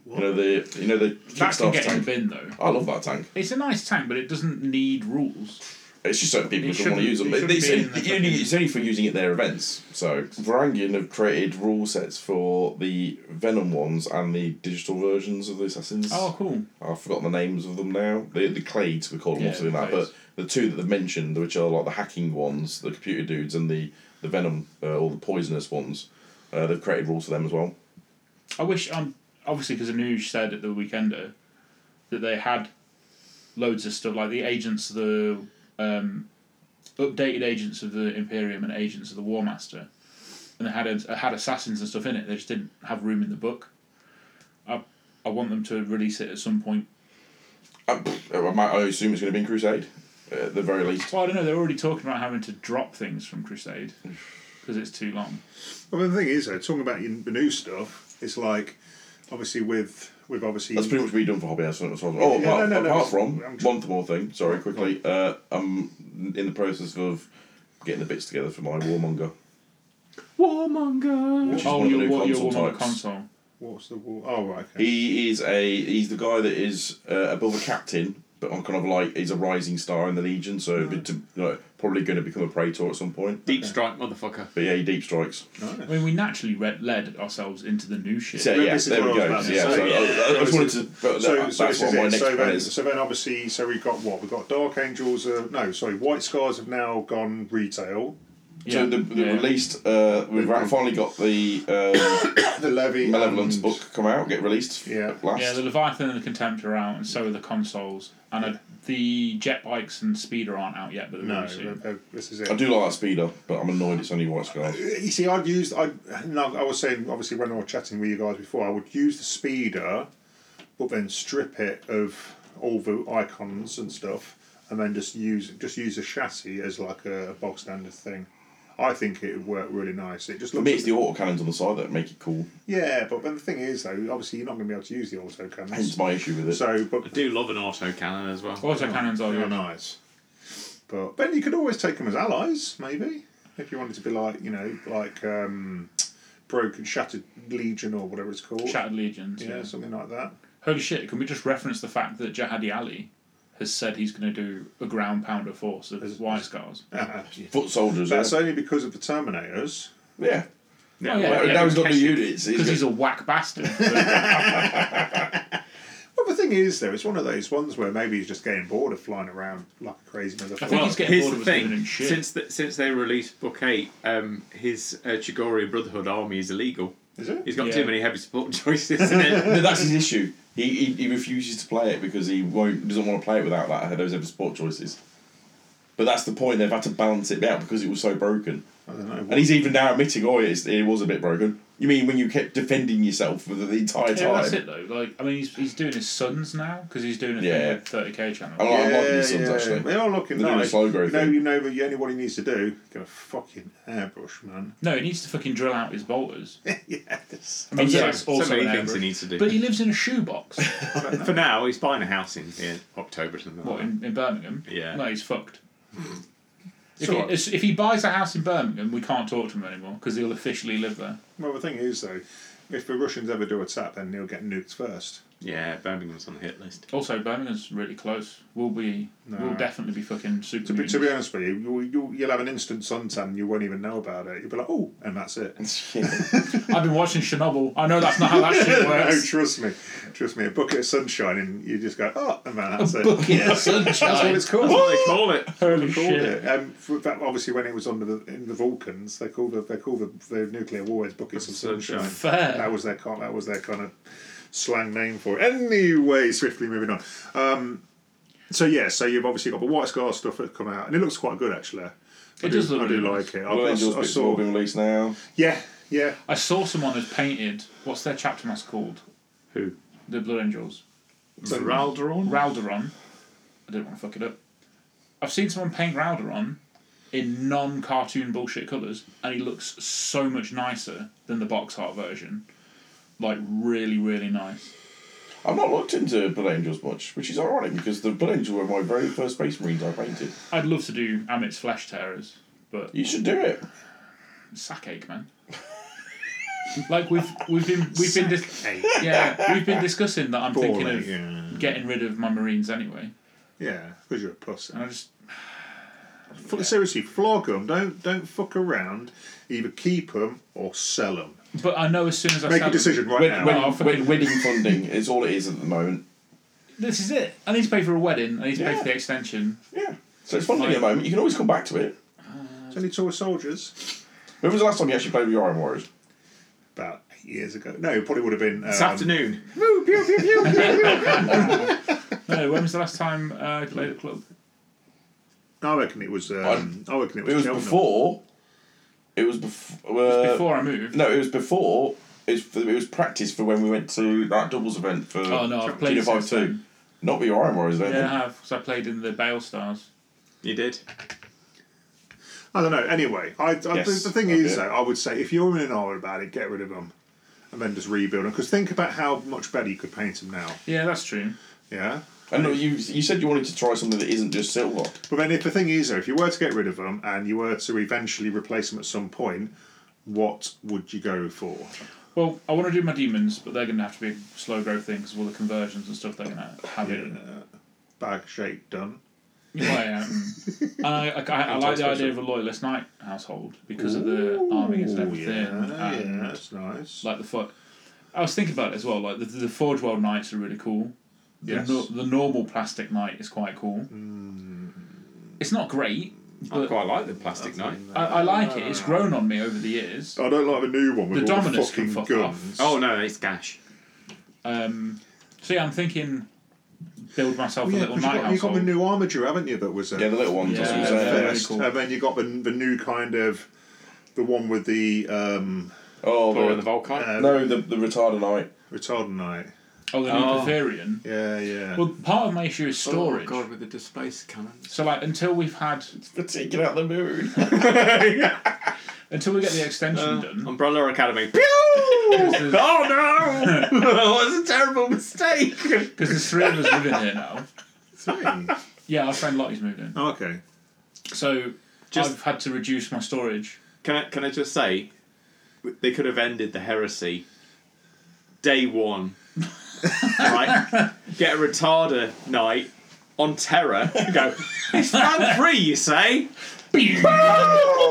[SPEAKER 1] You know the you know the
[SPEAKER 6] that can
[SPEAKER 1] Kickstarter
[SPEAKER 6] get in
[SPEAKER 1] tank.
[SPEAKER 6] the bin though.
[SPEAKER 1] I love that tank.
[SPEAKER 6] It's a nice tank, but it doesn't need rules.
[SPEAKER 1] It's just certain people
[SPEAKER 6] It
[SPEAKER 1] who don't want to
[SPEAKER 6] shouldn't-
[SPEAKER 1] use them.
[SPEAKER 6] it shouldn't
[SPEAKER 1] It's,
[SPEAKER 6] be in the
[SPEAKER 1] it's only, it's only for using it at their events. So Varangian have created rule sets for the Venom ones and the digital versions of the Assassins.
[SPEAKER 6] Oh, cool.
[SPEAKER 1] I've forgotten the names of them now. The the Clades we call them
[SPEAKER 6] Yeah,
[SPEAKER 1] or something like
[SPEAKER 6] Clades.
[SPEAKER 1] that. But the two that they've mentioned, which are like the hacking ones, the computer dudes, and the the venom uh, or the poisonous ones, uh, they've created rules for them as well.
[SPEAKER 6] I wish um obviously because Anuj said at the weekender that they had loads of stuff like the agents of the um, updated agents of the Imperium and agents of the War Master, and they had a, had assassins and stuff in it. They just didn't have room in the book. I I want them to release it at some point.
[SPEAKER 1] Uh, pff, I, might, I assume it's going to be in Crusade, uh, at the very least.
[SPEAKER 6] Well, I don't know. They're already talking about having to drop things from Crusade because it's too long.
[SPEAKER 3] Well, the thing is, though, talking about in- the new stuff, it's like obviously with with obviously
[SPEAKER 1] That's pretty much what you've done for hobby hours. That's what I'm- Oh,
[SPEAKER 3] Yeah,
[SPEAKER 1] apart,
[SPEAKER 3] no, no, no,
[SPEAKER 1] apart
[SPEAKER 3] it's-
[SPEAKER 1] from
[SPEAKER 3] I'm just-
[SPEAKER 1] one more thing. Sorry, quickly. Uh, I'm in the process of getting the bits together for my Warmonger,
[SPEAKER 5] Warmonger.
[SPEAKER 1] which is one
[SPEAKER 6] Oh,
[SPEAKER 1] of the
[SPEAKER 6] your
[SPEAKER 1] new
[SPEAKER 6] war, your
[SPEAKER 1] console
[SPEAKER 6] woman
[SPEAKER 1] types.
[SPEAKER 6] console.
[SPEAKER 3] What's the war? Oh, right. Okay.
[SPEAKER 1] He is a he's the guy that is uh, above a captain, but on kind of like he's a rising star in the Legion, so but to, like, probably going to become a praetor at some point.
[SPEAKER 5] Deep strike, motherfucker.
[SPEAKER 1] But yeah, he deep strikes.
[SPEAKER 6] I mean, we naturally re- led ourselves into the new shit.
[SPEAKER 1] So yeah,
[SPEAKER 3] this is
[SPEAKER 1] there
[SPEAKER 3] what
[SPEAKER 1] we
[SPEAKER 3] I
[SPEAKER 1] go. Yeah,
[SPEAKER 3] was
[SPEAKER 1] so,
[SPEAKER 3] about to say.
[SPEAKER 1] I, I just wanted to. But
[SPEAKER 3] So,
[SPEAKER 1] that,
[SPEAKER 3] so
[SPEAKER 1] that's
[SPEAKER 3] this
[SPEAKER 1] what
[SPEAKER 3] is
[SPEAKER 1] my
[SPEAKER 3] it.
[SPEAKER 1] next
[SPEAKER 3] So
[SPEAKER 1] plan
[SPEAKER 3] then,
[SPEAKER 1] is.
[SPEAKER 3] so then, obviously, so we've got what we've got. Dark Angels. Uh, no, sorry, White Scars have now gone retail.
[SPEAKER 1] So
[SPEAKER 6] Yeah.
[SPEAKER 1] the, the
[SPEAKER 6] Yeah.
[SPEAKER 1] released. Uh, we've finally got the um,
[SPEAKER 3] The Levy.
[SPEAKER 1] Malevolence
[SPEAKER 3] and-
[SPEAKER 1] book come out, get released.
[SPEAKER 3] Yeah.
[SPEAKER 1] Last.
[SPEAKER 6] Yeah, the Leviathan and the Contempt are out, and so are the consoles. And uh, the jet bikes and speeder aren't out yet, but they're
[SPEAKER 3] No,
[SPEAKER 6] really soon.
[SPEAKER 3] uh, uh, this is
[SPEAKER 1] I
[SPEAKER 3] it.
[SPEAKER 1] do like that speeder, but I'm annoyed it's only white scars.
[SPEAKER 3] You see, I'd used. I no, I was saying obviously when I was chatting with you guys before, I would use the speeder, but then strip it of all the icons and stuff, and then just use just use the chassis as like a bog standard thing. I think it would work really nice. It just
[SPEAKER 1] For
[SPEAKER 3] looks.
[SPEAKER 1] me, it's the autocannons on the side that make it cool.
[SPEAKER 3] yeah, but then the thing is though, obviously you're not going to be able to use the auto
[SPEAKER 1] Hence
[SPEAKER 3] cannons.
[SPEAKER 1] my issue with it.
[SPEAKER 3] So, but
[SPEAKER 5] I do love an auto cannon as well.
[SPEAKER 6] Auto cannons are
[SPEAKER 3] they are
[SPEAKER 6] good.
[SPEAKER 3] nice. But then you could always take them as allies, maybe if you wanted to be like you know like um, broken shattered legion or whatever it's called.
[SPEAKER 6] Shattered Legions.
[SPEAKER 3] yeah,
[SPEAKER 6] Yeah.
[SPEAKER 3] something like that.
[SPEAKER 6] Holy shit, can we just reference the fact that Jihadi Ali has said he's going to do a ground pounder force of Oh, Y Scars?
[SPEAKER 1] Foot soldiers.
[SPEAKER 3] That's
[SPEAKER 1] yeah.
[SPEAKER 3] only because of the Terminators.
[SPEAKER 1] yeah.
[SPEAKER 6] Yeah, oh,
[SPEAKER 1] Well, now he's got new units. He's
[SPEAKER 6] Because
[SPEAKER 1] got-
[SPEAKER 6] he's a whack bastard. But
[SPEAKER 3] Well, the thing is, though, it's one of those ones where maybe he's just getting bored of flying around like a crazy motherfucker.
[SPEAKER 6] think he's getting
[SPEAKER 5] Here's
[SPEAKER 6] bored
[SPEAKER 5] the
[SPEAKER 6] of us
[SPEAKER 5] thing:
[SPEAKER 6] living in shit.
[SPEAKER 5] since the, since they released Book Eight, um, his uh, Chigori Brotherhood army is illegal.
[SPEAKER 3] is it?
[SPEAKER 5] He's got
[SPEAKER 6] Yeah.
[SPEAKER 5] too many heavy support choices in it.
[SPEAKER 1] No, that's his issue. He, he, he refuses to play it because he won't doesn't want to play it without that those ever sport choices. But that's the point. They've had to balance it out because it was so broken.
[SPEAKER 3] I don't know.
[SPEAKER 1] And he's even now admitting, oh, it's, it was a bit broken. You mean when you kept defending yourself for the, the entire
[SPEAKER 6] yeah,
[SPEAKER 1] time?
[SPEAKER 6] that's it though. Like, I mean, he's, he's doing his sons now because he's doing a
[SPEAKER 1] Yeah.
[SPEAKER 6] thing with 30k channel.
[SPEAKER 1] I like, I like these sons actually.
[SPEAKER 3] They are looking
[SPEAKER 1] They're doing a
[SPEAKER 3] nice.
[SPEAKER 1] slow growth
[SPEAKER 3] you know,
[SPEAKER 1] thing.
[SPEAKER 3] you know, that you only what he needs to do. Get a fucking airbrush, man.
[SPEAKER 6] No, he needs to fucking drill out his bolters.
[SPEAKER 3] yes.
[SPEAKER 6] I mean,
[SPEAKER 5] so,
[SPEAKER 6] yeah, it's also
[SPEAKER 5] so many
[SPEAKER 6] an
[SPEAKER 5] things he
[SPEAKER 6] error.
[SPEAKER 5] needs to do.
[SPEAKER 6] But he lives in a shoebox.
[SPEAKER 5] For now, he's buying a house in, in October or something.
[SPEAKER 6] what
[SPEAKER 5] like
[SPEAKER 6] in, in Birmingham?
[SPEAKER 5] Yeah.
[SPEAKER 6] No, he's fucked. If
[SPEAKER 3] So
[SPEAKER 6] he,
[SPEAKER 3] what?
[SPEAKER 6] if he buys a house in Birmingham, we can't talk to him anymore because he'll officially live there.
[SPEAKER 3] Well, the thing is, though, if the Russians ever do attack, then he'll get nuked first.
[SPEAKER 5] that. Yeah, Birmingham's on the hit list.
[SPEAKER 6] Also, Birmingham's really close. We'll be, we'll definitely be fucking super.
[SPEAKER 3] To be, to
[SPEAKER 6] mutants.
[SPEAKER 3] be honest with you, you'll, you'll, you'll have an instant suntan and you won't even know about it. You'll be like, oh, and that's it.
[SPEAKER 6] I've been watching Chernobyl. I know that's not how that shit
[SPEAKER 3] no,
[SPEAKER 6] works.
[SPEAKER 3] trust me. Trust me. A bucket of sunshine and you just go, oh, and man, that's it.
[SPEAKER 6] Yes, that's
[SPEAKER 3] That's what it's called.
[SPEAKER 5] What do they call it?
[SPEAKER 6] Holy
[SPEAKER 3] called
[SPEAKER 6] shit!
[SPEAKER 3] it. Um, for that, obviously, when it was under the in the Vulcans, they called the they called the, the nuclear warheads buckets of sunshine.
[SPEAKER 5] Sunshine.
[SPEAKER 3] That
[SPEAKER 6] Fair.
[SPEAKER 3] was their con- that was their kind of slang name for it. Anyway, swiftly moving on. Um, so yeah, so you've obviously got the White Scar stuff that come out, and it looks quite good actually. I do,
[SPEAKER 6] It does look
[SPEAKER 3] I do
[SPEAKER 6] really
[SPEAKER 3] like it. I,
[SPEAKER 1] Well,
[SPEAKER 3] I,
[SPEAKER 1] Angel's
[SPEAKER 3] I
[SPEAKER 1] bits have all
[SPEAKER 3] saw.
[SPEAKER 1] been released now.
[SPEAKER 3] Yeah, yeah.
[SPEAKER 6] I saw someone who's painted. What's their chapter mask called?
[SPEAKER 5] Who?
[SPEAKER 6] The Blood Angels.
[SPEAKER 5] Raldoron?
[SPEAKER 6] Ralderon. I didn't want to fuck it up. I've seen someone paint Ralderon in non-cartoon bullshit colours, and he looks so much nicer than the box art version. Like really, really nice.
[SPEAKER 1] I've not looked into Blood Angels much, which is ironic because the Blood Angels were my very first Space Marines I painted.
[SPEAKER 6] I'd love to do Amit's Flesh Terrors, but
[SPEAKER 1] You should do it.
[SPEAKER 6] sack ache, man. like we've we've been we've been dis- yeah we've been discussing that I'm thinking
[SPEAKER 3] Boring,
[SPEAKER 6] of getting rid of my Marines anyway,
[SPEAKER 3] Yeah, because you're a pussy.
[SPEAKER 6] and I just
[SPEAKER 3] F- Seriously, flog them. Don't don't fuck around. Either keep them or sell them.
[SPEAKER 6] but I know as soon as I
[SPEAKER 3] Make
[SPEAKER 6] sell
[SPEAKER 3] a
[SPEAKER 6] them-
[SPEAKER 3] decision right
[SPEAKER 1] Wed-
[SPEAKER 3] now.
[SPEAKER 1] wed-
[SPEAKER 6] Oh, fucking-
[SPEAKER 1] wed- wedding funding is all it is at the moment.
[SPEAKER 6] this is it. I need to pay for a wedding. I need to pay
[SPEAKER 1] Yeah.
[SPEAKER 6] for the extension.
[SPEAKER 1] Yeah. So it's funding at the moment. You can always come back to it.
[SPEAKER 3] It's only toy soldiers.
[SPEAKER 1] When was the last time you actually played with your Iron Warriors?
[SPEAKER 3] About eight years ago. No, it probably would have been. Um,
[SPEAKER 5] This afternoon.
[SPEAKER 6] No, when was the last time uh, I played at the club?
[SPEAKER 3] I reckon it was. Um, I reckon it was.
[SPEAKER 1] It was
[SPEAKER 3] Cheltenham.
[SPEAKER 1] before. It was before.
[SPEAKER 3] Uh,
[SPEAKER 6] Before I moved.
[SPEAKER 1] No, it was before. It was, it was practice for when we went to that doubles event for.
[SPEAKER 6] Oh no, I've played
[SPEAKER 1] Five
[SPEAKER 6] since
[SPEAKER 1] Two.
[SPEAKER 6] then.
[SPEAKER 1] Not with your Iron Warriors, then.
[SPEAKER 6] Yeah, I have because I played in the Bale Stars.
[SPEAKER 5] You did.
[SPEAKER 3] I don't know. Anyway, I, I
[SPEAKER 1] Yes,
[SPEAKER 3] the, the thing
[SPEAKER 1] that'd
[SPEAKER 3] is
[SPEAKER 1] be it.
[SPEAKER 3] though, I would say if you're in an awe about it, get rid of them, and then just rebuild them. Because think about how much better you could paint them now.
[SPEAKER 6] Yeah, that's true.
[SPEAKER 3] Yeah.
[SPEAKER 1] And look, you you said you wanted to try something that isn't just silver.
[SPEAKER 3] But then if the thing is though, if you were to get rid of them and you were to eventually replace them at some point, what would you go for?
[SPEAKER 6] Well, I want to do my demons, but they're going to have to be a slow growth thing because of all the conversions and stuff they're going to have in.
[SPEAKER 3] Bag shape done.
[SPEAKER 6] Yeah, and I, I, I, I like the idea of a loyalist knight household because of the army and
[SPEAKER 3] Oh
[SPEAKER 6] everything.
[SPEAKER 3] yeah,
[SPEAKER 6] and
[SPEAKER 3] yeah, that's nice.
[SPEAKER 6] Like the foot. I was thinking about it as well. Like the, the Forge World knights are really cool. The,
[SPEAKER 3] Yes. Mm.
[SPEAKER 6] no- the normal plastic knight is quite cool. It's not great,
[SPEAKER 5] I quite like the plastic knife.
[SPEAKER 6] I, I like it. It's grown on me over the years.
[SPEAKER 3] I don't like the new one with
[SPEAKER 6] The
[SPEAKER 3] all the
[SPEAKER 6] Dominus can
[SPEAKER 3] fucking
[SPEAKER 6] fuck
[SPEAKER 3] guns.
[SPEAKER 5] Oh no, it's gash.
[SPEAKER 6] Um, so yeah, I'm thinking build myself a
[SPEAKER 3] Oh, yeah,
[SPEAKER 6] little
[SPEAKER 3] 'cause you
[SPEAKER 6] night
[SPEAKER 3] got, you got
[SPEAKER 6] household.
[SPEAKER 3] the new armature, haven't you? That was a
[SPEAKER 1] Yeah, the little ones. that's what I'm
[SPEAKER 6] Yeah,
[SPEAKER 1] saying.
[SPEAKER 6] very
[SPEAKER 3] first,
[SPEAKER 6] cool.
[SPEAKER 3] and then you got the the new kind of the one with the um,
[SPEAKER 1] Oh,
[SPEAKER 5] Or the
[SPEAKER 1] the,
[SPEAKER 5] Volkite.
[SPEAKER 3] uh,
[SPEAKER 1] no, the the retarded eye.
[SPEAKER 3] retardant
[SPEAKER 6] oh, the new
[SPEAKER 5] Oh.
[SPEAKER 6] Pytherian.
[SPEAKER 3] Yeah, yeah.
[SPEAKER 6] Well, part of my issue is
[SPEAKER 5] Oh
[SPEAKER 6] storage.
[SPEAKER 5] god, with the displace cannons.
[SPEAKER 6] so like until we've had
[SPEAKER 1] Taking out the moon.
[SPEAKER 6] until we get the extension
[SPEAKER 5] Uh,
[SPEAKER 6] done.
[SPEAKER 5] Umbrella Academy. oh no! that was a terrible mistake.
[SPEAKER 6] Because there's three of us living here now.
[SPEAKER 3] Three.
[SPEAKER 6] Yeah, our friend Lottie's moved in.
[SPEAKER 3] Oh, okay.
[SPEAKER 6] So
[SPEAKER 5] Just-
[SPEAKER 6] I've had to reduce my storage.
[SPEAKER 5] Can I can I just say, they could have ended the heresy. Day one, right? Get a retarder night on Terra. You go. It's fan three, you say?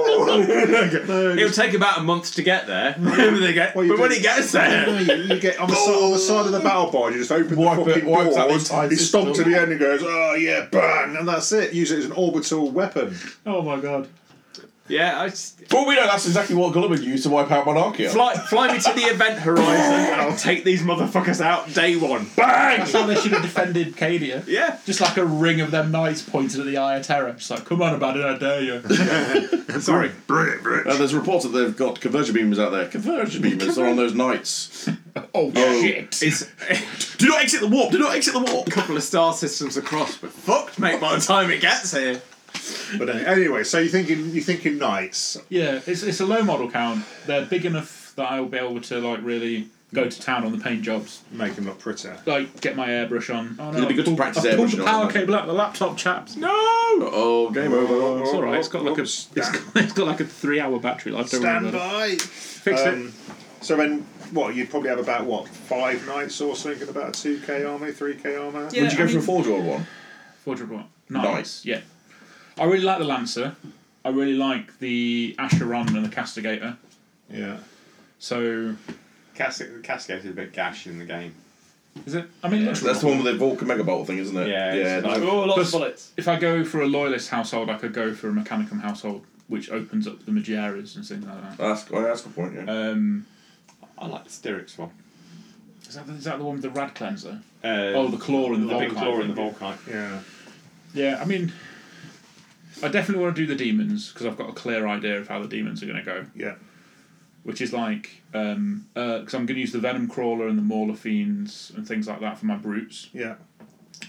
[SPEAKER 3] No,
[SPEAKER 5] It'll take about a month to get there. And they get,
[SPEAKER 3] you
[SPEAKER 5] but when
[SPEAKER 3] do-
[SPEAKER 5] it gets
[SPEAKER 3] No,
[SPEAKER 5] there,
[SPEAKER 3] you, you get on the, side, on the side of the battle board, you just open
[SPEAKER 1] Wipe it-
[SPEAKER 3] the fucking
[SPEAKER 1] wipes out the
[SPEAKER 3] doors,
[SPEAKER 1] entire
[SPEAKER 3] you stomp to
[SPEAKER 1] system.
[SPEAKER 3] the end and goes, oh yeah, bang, and that's it. Use it as an orbital weapon.
[SPEAKER 6] Oh my god.
[SPEAKER 5] yeah, I just,
[SPEAKER 1] but we know that's exactly what Gulliver used to wipe out Monarchia.
[SPEAKER 5] fly fly me to the event horizon, and I'll take these motherfuckers out day one.
[SPEAKER 6] That's how they should have defended Cadia.
[SPEAKER 5] Yeah.
[SPEAKER 6] Just like a ring of them knights pointed at the Eye of Terror. Just like, come on about it, I dare you.
[SPEAKER 5] Sorry.
[SPEAKER 3] Brilliant, brilliant.
[SPEAKER 1] Uh, there's reports that they've got conversion beamers out there. Conversion beamers are on those knights.
[SPEAKER 6] oh shit.
[SPEAKER 5] It's
[SPEAKER 1] Do not exit the warp. Do not exit the warp.
[SPEAKER 5] a couple of star systems across, but fucked, mate, by the time it gets here.
[SPEAKER 3] But any- anyway, so you're thinking, you're thinking knights.
[SPEAKER 6] Yeah, it's, it's a low model count. They're big enough that I'll be able to like really go to town on the paint jobs.
[SPEAKER 3] Make them look prettier.
[SPEAKER 6] Like get my airbrush on. Oh, no,
[SPEAKER 1] It'd be good
[SPEAKER 6] I've
[SPEAKER 1] to
[SPEAKER 6] pulled-
[SPEAKER 1] practice
[SPEAKER 6] I've pulled
[SPEAKER 1] airbrushing
[SPEAKER 6] the
[SPEAKER 1] on
[SPEAKER 6] power
[SPEAKER 1] that.
[SPEAKER 6] cable out the laptop, chaps. No,
[SPEAKER 1] Oh, game over.
[SPEAKER 6] it's all right. It's got like a
[SPEAKER 3] Oops.
[SPEAKER 6] it's got, it's got like a three hour battery life. Don't worry
[SPEAKER 3] Stand
[SPEAKER 6] about it.
[SPEAKER 3] by.
[SPEAKER 6] Fix
[SPEAKER 3] Um, so then, what you'd probably have about what five knights or something, about a two k army, three k armor.
[SPEAKER 6] Yeah.
[SPEAKER 1] Would you go
[SPEAKER 6] I
[SPEAKER 1] for a
[SPEAKER 6] mean-
[SPEAKER 1] four drawer one?
[SPEAKER 6] Four triple one.
[SPEAKER 1] Nice.
[SPEAKER 6] Nice. Yeah. I really like the Lancer. I really like the Asheron and the Castigator.
[SPEAKER 3] Yeah.
[SPEAKER 6] So
[SPEAKER 5] Cas- Cascade is a bit gash in the game.
[SPEAKER 6] is it? I mean, it looks
[SPEAKER 1] That's the one with the Vulcan Megabolt thing, isn't it?
[SPEAKER 5] Yeah,
[SPEAKER 1] Yeah.
[SPEAKER 5] it's like,
[SPEAKER 1] no.
[SPEAKER 5] oh, lots
[SPEAKER 6] Plus-
[SPEAKER 5] of bullets.
[SPEAKER 6] if I go for a loyalist household, I could go for a Mechanicum household, which opens up the Magiaras and things like that.
[SPEAKER 1] That's, oh, that's a good point, yeah.
[SPEAKER 6] Um,
[SPEAKER 5] I like the Styrix one.
[SPEAKER 6] is that the, is that the one with the Rad Cleanser?
[SPEAKER 5] Uh,
[SPEAKER 6] Oh, the claw and the,
[SPEAKER 5] big
[SPEAKER 6] Volkite
[SPEAKER 5] claw and the
[SPEAKER 6] thing.
[SPEAKER 5] Volkite.
[SPEAKER 3] Yeah.
[SPEAKER 6] Yeah, I mean, I definitely want to do the demons because I've got a clear idea of how the demons are going to go.
[SPEAKER 3] Yeah.
[SPEAKER 6] which is like because I'm going to use the Venom Crawler and the Mauler Fiends and things like that for my brutes.
[SPEAKER 3] Yeah.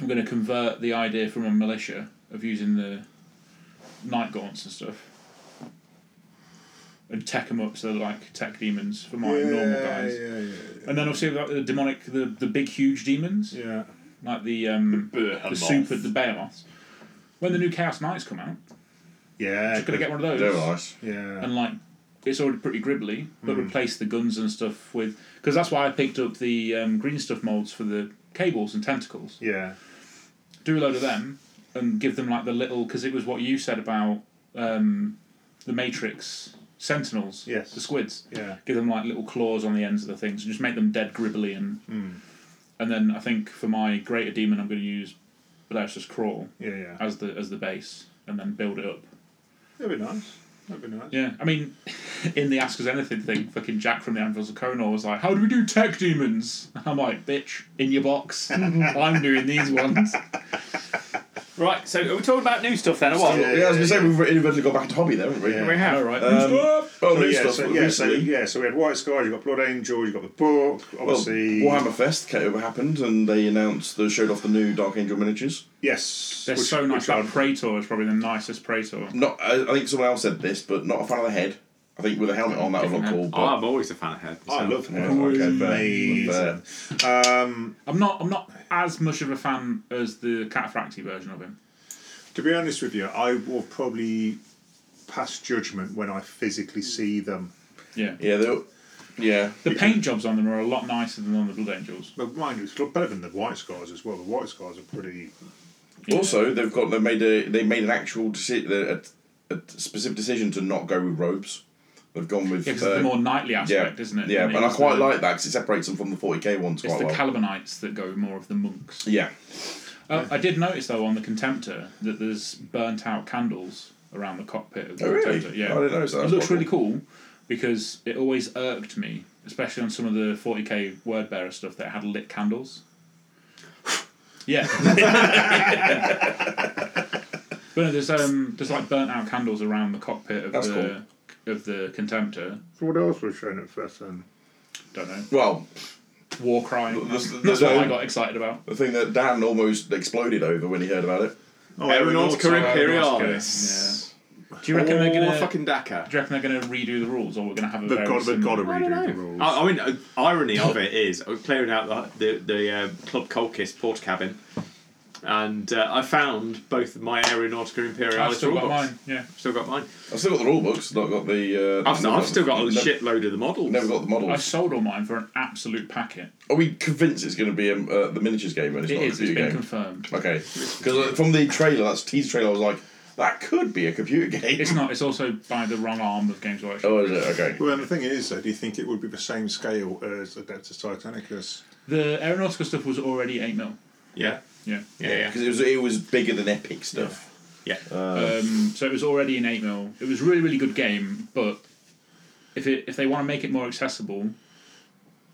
[SPEAKER 6] I'm going to convert the idea from a militia of using the night gaunts and stuff and tech them up so they're like tech demons for my normal guys.
[SPEAKER 3] Yeah.
[SPEAKER 6] And then obviously like the demonic, the, the big huge demons
[SPEAKER 3] Yeah. yeah.
[SPEAKER 6] like the um, the super the behemoths. When the new Chaos Knights come out,
[SPEAKER 3] Yeah,
[SPEAKER 6] I'm going to get one of
[SPEAKER 1] They're
[SPEAKER 6] those
[SPEAKER 1] nice.
[SPEAKER 3] yeah.
[SPEAKER 6] and like it's already pretty gribbly, but replace the guns and stuff with because that's why I picked up the um, green stuff molds for the cables and tentacles.
[SPEAKER 3] yeah,
[SPEAKER 6] Do a load of them and give them like the little because it was what you said about um, the Matrix Sentinels,
[SPEAKER 3] Yes.
[SPEAKER 6] the squids.
[SPEAKER 3] yeah,
[SPEAKER 6] Give them like little claws on the ends of the things and just make them dead gribbly and and then I think for my greater demon I'm going to use Blausus Crawl
[SPEAKER 3] yeah, yeah.
[SPEAKER 6] as the as the base and then build it up.
[SPEAKER 3] That'd be nice. That'd be nice.
[SPEAKER 6] Yeah, I mean, in the Ask Us Anything thing, fucking Jack from the Anvils of Conor was like, "How do we do tech demons?" And I'm like, "Bitch, in your box. I'm doing these ones."
[SPEAKER 5] Right, so are we talking about new stuff then? Or what?
[SPEAKER 1] Yeah, I was going to say, we've eventually got back to hobby there, haven't we?
[SPEAKER 5] We have.
[SPEAKER 6] All right.
[SPEAKER 1] Um, oh,
[SPEAKER 3] So
[SPEAKER 1] new
[SPEAKER 3] yeah,
[SPEAKER 1] stuff.
[SPEAKER 3] so, yeah, so,
[SPEAKER 1] recently.
[SPEAKER 3] yeah, so we had White Skies, you got Blood Angel, you got the book,
[SPEAKER 1] Well,
[SPEAKER 3] obviously.
[SPEAKER 1] Warhammer Fest came, happened, and they announced, they showed off the new Dark Angel miniatures.
[SPEAKER 3] yes.
[SPEAKER 6] They're
[SPEAKER 3] which-
[SPEAKER 6] so nice.
[SPEAKER 3] which
[SPEAKER 6] That Praetor is probably the nicest Praetor.
[SPEAKER 1] Not, I, I think someone else said this, but not a fan of the head. I think with a helmet on, that would look
[SPEAKER 6] Different
[SPEAKER 1] cool.
[SPEAKER 5] Oh,
[SPEAKER 1] But
[SPEAKER 5] I'm always a fan of Head.
[SPEAKER 3] I
[SPEAKER 5] myself.
[SPEAKER 3] love
[SPEAKER 1] Yeah,
[SPEAKER 3] that.
[SPEAKER 1] okay, fair.
[SPEAKER 3] Amazing. Um,
[SPEAKER 6] I'm not. I'm not as much of a fan as the Cataphracti version of him.
[SPEAKER 3] to be honest with you, I will probably pass judgment when I physically see them.
[SPEAKER 6] Yeah.
[SPEAKER 1] yeah, they'll- yeah.
[SPEAKER 6] The paint jobs on them are a lot nicer than on the Blood Angels.
[SPEAKER 3] But mind you, it's a lot better than the White Skies as well. The White Skies are pretty.
[SPEAKER 1] Also, they've got they made a they made an actual deci- a, a specific decision to not go with robes. They've gone with
[SPEAKER 6] Yeah, because
[SPEAKER 1] uh,
[SPEAKER 6] it's the more knightly aspect,
[SPEAKER 1] yeah,
[SPEAKER 6] isn't it?
[SPEAKER 1] Yeah,
[SPEAKER 6] And
[SPEAKER 1] and I
[SPEAKER 6] it's
[SPEAKER 1] quite
[SPEAKER 6] the-
[SPEAKER 1] like that because it separates them from the forty k ones
[SPEAKER 6] It's
[SPEAKER 1] quite
[SPEAKER 6] the
[SPEAKER 1] well.
[SPEAKER 6] Calvinites that go more of the monks.
[SPEAKER 1] yeah,
[SPEAKER 6] Oh, Uh, I did notice though on the Contemptor that there's burnt out candles around the cockpit of the
[SPEAKER 1] Oh, really?
[SPEAKER 6] Rotator. Yeah,
[SPEAKER 1] I didn't notice that.
[SPEAKER 6] It looks really cool because it always irked me, especially on some of the 40k word bearer stuff that had lit candles. Yeah. but no, there's um there's like burnt out candles around the cockpit of
[SPEAKER 1] That's
[SPEAKER 6] the of the Contemptor.
[SPEAKER 3] So what else was shown at first then?
[SPEAKER 6] Don't know.
[SPEAKER 1] Well,
[SPEAKER 6] War crime.
[SPEAKER 1] That's-
[SPEAKER 6] That's,
[SPEAKER 1] that's
[SPEAKER 6] what
[SPEAKER 1] all.
[SPEAKER 6] I got excited about.
[SPEAKER 1] the thing that Dan almost exploded over when he heard about it.
[SPEAKER 3] Oh,
[SPEAKER 5] Aeronautical
[SPEAKER 3] Aeronautica.
[SPEAKER 5] um, Imperialis.
[SPEAKER 6] Do you reckon they're
[SPEAKER 5] Or
[SPEAKER 1] Oh,
[SPEAKER 6] gonna?
[SPEAKER 5] fucking Dakar.
[SPEAKER 6] Do you reckon they're gonna redo the rules, or we're gonna have a
[SPEAKER 3] They've
[SPEAKER 6] very
[SPEAKER 3] got, they've got to
[SPEAKER 6] similar-
[SPEAKER 3] redo the rules.
[SPEAKER 5] I, I mean, uh, irony of it is I was clearing out the the, the uh, Club Colchis porta cabin, and uh, I found both of my Aeronautical Imperialis
[SPEAKER 6] I've still
[SPEAKER 5] rule
[SPEAKER 6] got
[SPEAKER 5] books.
[SPEAKER 6] mine. Yeah.
[SPEAKER 5] Still got mine.
[SPEAKER 1] I've still got the rule books, not got the. Uh,
[SPEAKER 5] I've, I've still got a
[SPEAKER 1] never-
[SPEAKER 5] shitload of the models.
[SPEAKER 1] Never got the
[SPEAKER 6] I
[SPEAKER 1] models.
[SPEAKER 6] sold all mine for an absolute packet.
[SPEAKER 1] Are we convinced it's going to be um, uh, the miniatures game and it's
[SPEAKER 6] It
[SPEAKER 1] not
[SPEAKER 6] is.
[SPEAKER 1] a
[SPEAKER 6] It's
[SPEAKER 1] computer
[SPEAKER 6] been
[SPEAKER 1] game?
[SPEAKER 6] confirmed.
[SPEAKER 1] Okay, because from the trailer, that's teaser trailer, I was like, that could be a computer game.
[SPEAKER 6] It's not. It's also by the wrong arm of Games Workshop.
[SPEAKER 1] Oh, is it? Okay.
[SPEAKER 3] Well, the thing is, though, do you think it would be the same scale as Adeptus Titanicus?
[SPEAKER 6] The aeronautical stuff was already eight mil.
[SPEAKER 5] Yeah.
[SPEAKER 6] Yeah.
[SPEAKER 5] Yeah. Yeah.
[SPEAKER 1] Because it was, it was bigger than Epic stuff.
[SPEAKER 5] yeah.
[SPEAKER 1] Uh,
[SPEAKER 6] Um, so it was already an eight mil. It was a really really good game, but if it if they want to make it more accessible,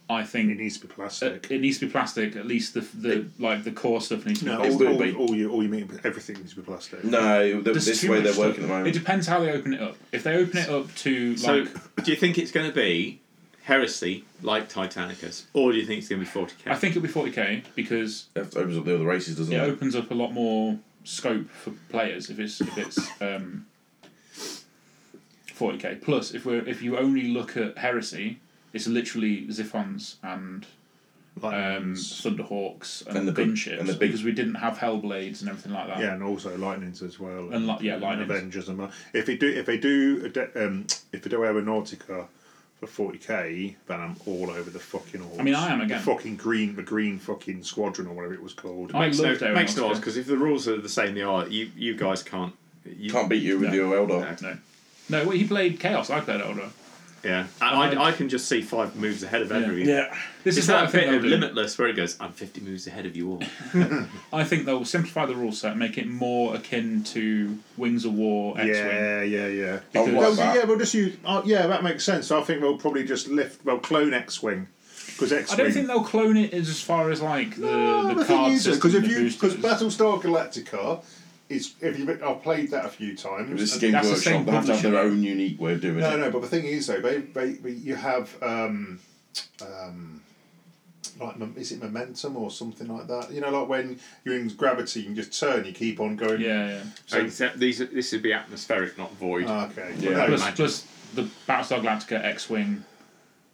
[SPEAKER 6] I
[SPEAKER 3] It
[SPEAKER 6] think
[SPEAKER 3] needs to be
[SPEAKER 6] it,
[SPEAKER 3] plastic.
[SPEAKER 6] Uh, it needs to be plastic. At least the the like the core stuff needs to
[SPEAKER 3] no,
[SPEAKER 6] be.
[SPEAKER 1] it
[SPEAKER 3] all,
[SPEAKER 1] will
[SPEAKER 3] all,
[SPEAKER 1] be.
[SPEAKER 3] all you, all you mean, everything needs to be plastic.
[SPEAKER 1] No, th-
[SPEAKER 6] There's
[SPEAKER 1] this
[SPEAKER 6] too
[SPEAKER 1] way
[SPEAKER 6] much
[SPEAKER 1] they're
[SPEAKER 6] stuff.
[SPEAKER 1] working at the
[SPEAKER 6] It
[SPEAKER 1] moment.
[SPEAKER 6] depends how they open it up. If they open it up to
[SPEAKER 5] So,
[SPEAKER 6] like
[SPEAKER 5] do you think it's going to be heresy like Titanicus, or do you think it's going to be 40k?
[SPEAKER 6] I think it'll be forty k because
[SPEAKER 1] It opens up the other races, doesn't
[SPEAKER 6] it
[SPEAKER 1] it?
[SPEAKER 6] opens up a lot more scope for players if it's if it's um, 40k plus if we're if you only look at heresy it's literally ziphons and um,
[SPEAKER 3] Lightnings.
[SPEAKER 6] thunderhawks and,
[SPEAKER 1] And the big-
[SPEAKER 6] gunships
[SPEAKER 1] and the big-
[SPEAKER 6] because we didn't have hellblades and everything like that
[SPEAKER 3] yeah, and also lightnings as well.
[SPEAKER 6] And li- yeah, lightnings.
[SPEAKER 3] Avengers and li- if they do if they do Ade- um, if they do Aeronautica for forty k, then I'm all over the fucking horse.
[SPEAKER 6] I mean, I am again.
[SPEAKER 3] The fucking green, the green fucking squadron or whatever it was called.
[SPEAKER 6] I
[SPEAKER 5] makes
[SPEAKER 6] loved
[SPEAKER 5] no,
[SPEAKER 6] Aeronautica.
[SPEAKER 5] makes no odds because if the rules are the same, they are. You you guys can't. You,
[SPEAKER 1] Can't beat you with
[SPEAKER 6] No.
[SPEAKER 1] your Eldar.
[SPEAKER 6] no no well, he played chaos I played older
[SPEAKER 5] Yeah, and I, I can just see five moves ahead of everyone.
[SPEAKER 1] Yeah.
[SPEAKER 6] this
[SPEAKER 5] It's
[SPEAKER 6] is what I
[SPEAKER 5] that
[SPEAKER 6] think
[SPEAKER 5] bit
[SPEAKER 6] they'll
[SPEAKER 5] of
[SPEAKER 6] do.
[SPEAKER 5] limitless where it goes. I'm 50 moves ahead of you all.
[SPEAKER 6] I think they'll simplify the rule set make it more akin to Wings of War X-Wing
[SPEAKER 3] yeah, yeah, yeah.
[SPEAKER 1] Oh,
[SPEAKER 6] Because-
[SPEAKER 1] like
[SPEAKER 3] Well,
[SPEAKER 1] that.
[SPEAKER 3] yeah, we'll just use. Oh, yeah, that makes sense. I think we'll probably just lift. Well, clone X Wing because X
[SPEAKER 6] I
[SPEAKER 3] Wing.
[SPEAKER 6] don't think they'll cone it as far as like the,
[SPEAKER 3] No,
[SPEAKER 6] the, card system.
[SPEAKER 3] because if
[SPEAKER 6] the
[SPEAKER 3] you because
[SPEAKER 6] boosters.
[SPEAKER 3] Battlestar Galactica is if you I've played that a few times.
[SPEAKER 1] This is Game
[SPEAKER 6] That's the
[SPEAKER 1] Workshop.
[SPEAKER 6] same
[SPEAKER 1] They have to have their
[SPEAKER 6] publisher.
[SPEAKER 1] own unique way of doing
[SPEAKER 3] No,
[SPEAKER 1] it.
[SPEAKER 3] no, but the thing is though, they, they, they you have um, um, like mom- is it momentum or something like that? You know, like when you're in gravity, you can just turn, you keep on going.
[SPEAKER 6] yeah, yeah.
[SPEAKER 3] So-
[SPEAKER 5] Except these, are- this would be atmospheric, not void.
[SPEAKER 6] Uh,
[SPEAKER 3] Ah, okay.
[SPEAKER 1] Yeah.
[SPEAKER 3] Well, no,
[SPEAKER 6] Plus, plus the Battlestar Galactica, X-wing,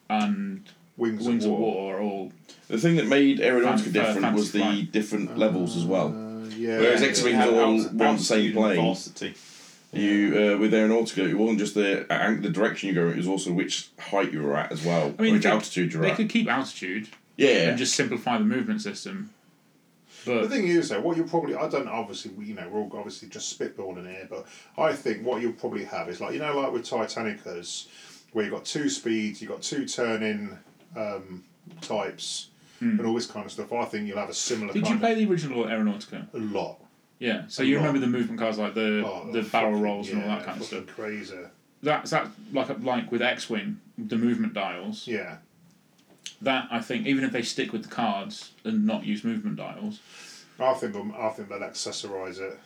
[SPEAKER 6] and
[SPEAKER 3] wings,
[SPEAKER 6] Wings
[SPEAKER 3] of
[SPEAKER 6] of
[SPEAKER 3] war.
[SPEAKER 6] War are all.
[SPEAKER 1] The thing that made Aeronautica
[SPEAKER 6] Fan-
[SPEAKER 1] different
[SPEAKER 6] fancy
[SPEAKER 1] was the
[SPEAKER 6] flight.
[SPEAKER 1] different levels as well.
[SPEAKER 3] Uh, yeah.
[SPEAKER 1] Whereas
[SPEAKER 3] yeah.
[SPEAKER 1] X Wings are all one same plane.
[SPEAKER 5] Velocity.
[SPEAKER 1] You uh, with Aeronautical, it wasn't just the uh, the direction you go; it was also which height you were at as well,
[SPEAKER 6] I mean,
[SPEAKER 1] which
[SPEAKER 6] they-
[SPEAKER 1] altitude you're
[SPEAKER 6] They
[SPEAKER 1] at.
[SPEAKER 6] could keep altitude
[SPEAKER 1] yeah,
[SPEAKER 6] and just simplify the movement system.
[SPEAKER 3] The
[SPEAKER 6] But
[SPEAKER 3] thing is, though, what you'll probably, I don't obviously, you know, we're all obviously just spitballing here, but I think what you'll probably have is like, you know, like with Titanicas, where you've got two speeds, you've got two turning um, types, and all this kind of stuff. I think you'll have a similar
[SPEAKER 6] Hmm. did
[SPEAKER 3] kind
[SPEAKER 6] you play the original Aeronautica?
[SPEAKER 3] of. A lot.
[SPEAKER 6] Yeah. So you
[SPEAKER 3] No.
[SPEAKER 6] remember the movement cards like the
[SPEAKER 3] Oh,
[SPEAKER 6] the barrel
[SPEAKER 3] fucking-
[SPEAKER 6] rolls and all
[SPEAKER 3] yeah,
[SPEAKER 6] that kind of
[SPEAKER 3] fucking
[SPEAKER 6] stuff.
[SPEAKER 3] Crazy.
[SPEAKER 6] That's that like like with X-wing, the movement dials.
[SPEAKER 3] Yeah.
[SPEAKER 6] That I think even if they stick with the cards and not use movement dials.
[SPEAKER 3] I think, they'll- I think they'll accessorize it.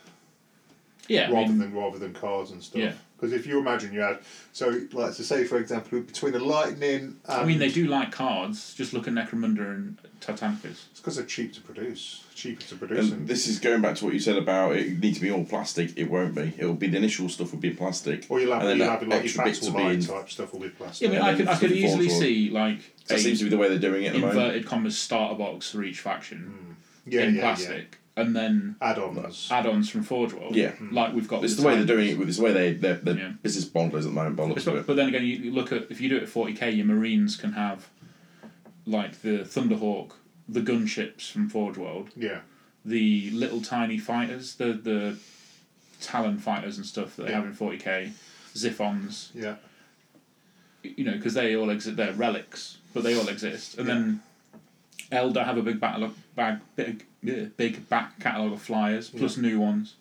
[SPEAKER 6] Yeah. I
[SPEAKER 3] rather
[SPEAKER 6] mean,
[SPEAKER 3] than rather than cards and stuff.
[SPEAKER 6] Yeah.
[SPEAKER 3] Because if you imagine you had, so like to say for example, between the lightning, and
[SPEAKER 6] I mean, they do like cards. Just look at Necromunda and Titanicus.
[SPEAKER 3] It's because they're cheap to produce, cheaper to produce.
[SPEAKER 1] And this is going back to what you said about it needs to be all plastic. It won't be. It'll be the initial stuff will be plastic,
[SPEAKER 3] or you'll have,
[SPEAKER 1] and then
[SPEAKER 3] you'll
[SPEAKER 1] that
[SPEAKER 3] have like
[SPEAKER 1] extra
[SPEAKER 3] your
[SPEAKER 1] bits
[SPEAKER 3] battle
[SPEAKER 1] will be.
[SPEAKER 3] line
[SPEAKER 1] In,
[SPEAKER 3] type stuff will be plastic.
[SPEAKER 6] Yeah, but
[SPEAKER 1] And
[SPEAKER 6] I
[SPEAKER 1] then
[SPEAKER 6] could, I
[SPEAKER 1] it's
[SPEAKER 6] could
[SPEAKER 1] the
[SPEAKER 6] easily
[SPEAKER 1] fourth one.
[SPEAKER 6] see like
[SPEAKER 1] that seems to
[SPEAKER 6] a
[SPEAKER 1] be the way they're doing it at the moment. Mm.
[SPEAKER 6] inverted commas starter box for each faction
[SPEAKER 3] yeah,
[SPEAKER 6] in
[SPEAKER 3] yeah,
[SPEAKER 6] plastic, and then
[SPEAKER 3] Yeah. Add-ons.
[SPEAKER 6] add-ons from Forge World.
[SPEAKER 1] Yeah.
[SPEAKER 6] like we've got.
[SPEAKER 1] It's
[SPEAKER 6] with
[SPEAKER 1] the way they're
[SPEAKER 6] Titan.
[SPEAKER 1] doing it. With it's the way they their their
[SPEAKER 6] Yeah.
[SPEAKER 1] business model is at the moment. By the looks
[SPEAKER 6] It's
[SPEAKER 1] of
[SPEAKER 6] not-
[SPEAKER 1] it.
[SPEAKER 6] But then again, you you look at if you do it at forty k, your Marines can have like the Thunderhawk, the gunships from Forge World,
[SPEAKER 3] yeah.
[SPEAKER 6] the little tiny fighters, the the Talon fighters and stuff that they
[SPEAKER 3] Yeah.
[SPEAKER 6] have in forty k, Ziphons.
[SPEAKER 3] Yeah.
[SPEAKER 6] you know, because they all exist. They're relics, but they all exist. And then Elder have a big battle bag, big, yeah, big back catalogue of flyers plus new ones.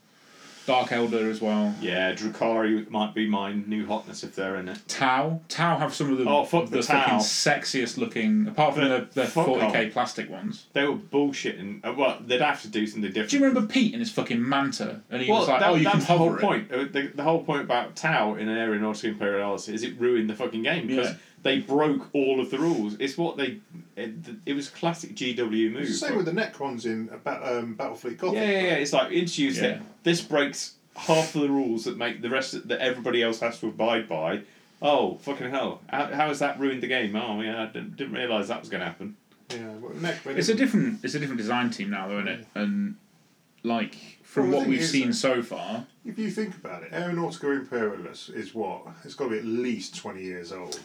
[SPEAKER 6] Dark Elder as well.
[SPEAKER 5] Yeah, Drukari might be my new hotness if they're in it.
[SPEAKER 6] Tau. Tau have some of the,
[SPEAKER 5] Oh, fuck
[SPEAKER 6] the,
[SPEAKER 5] the
[SPEAKER 6] fucking
[SPEAKER 5] Tau.
[SPEAKER 6] sexiest looking, apart from the,
[SPEAKER 5] But
[SPEAKER 6] the
[SPEAKER 5] fuck
[SPEAKER 6] 40k
[SPEAKER 5] off.
[SPEAKER 6] plastic ones.
[SPEAKER 5] They were bullshitting. Uh, well, they'd have to do something different.
[SPEAKER 6] Do you remember Pete and his fucking manta? And he
[SPEAKER 5] well,
[SPEAKER 6] was like,
[SPEAKER 5] that,
[SPEAKER 6] oh, you can
[SPEAKER 5] that's the
[SPEAKER 6] hover
[SPEAKER 5] whole
[SPEAKER 6] it.
[SPEAKER 5] point. Uh, The, the whole point about Tau in an area in auto imperialis is it ruined the fucking game because
[SPEAKER 6] Yeah.
[SPEAKER 5] they broke all of the rules. It's what they. It, it was classic GW move.
[SPEAKER 3] Same with the Necrons in uh, Ba- um, Battlefleet Gothic.
[SPEAKER 5] Yeah, yeah, yeah. It's like introduce
[SPEAKER 6] Yeah.
[SPEAKER 5] it. This breaks half of the rules that make the rest of, that everybody else has to abide by. Oh fucking hell! How, how has that ruined the game? Oh yeah, I didn't, didn't realize that was going to happen.
[SPEAKER 3] yeah. Well, Necron,
[SPEAKER 6] It's a different it's a different design team now, though, isn't it? And like from
[SPEAKER 3] Well, the
[SPEAKER 6] what
[SPEAKER 3] thing
[SPEAKER 6] we've
[SPEAKER 3] is
[SPEAKER 6] seen
[SPEAKER 3] that-
[SPEAKER 6] so far,
[SPEAKER 3] If you think about it, Aeronautica Imperialis is what? It's got to be at least 20 years old.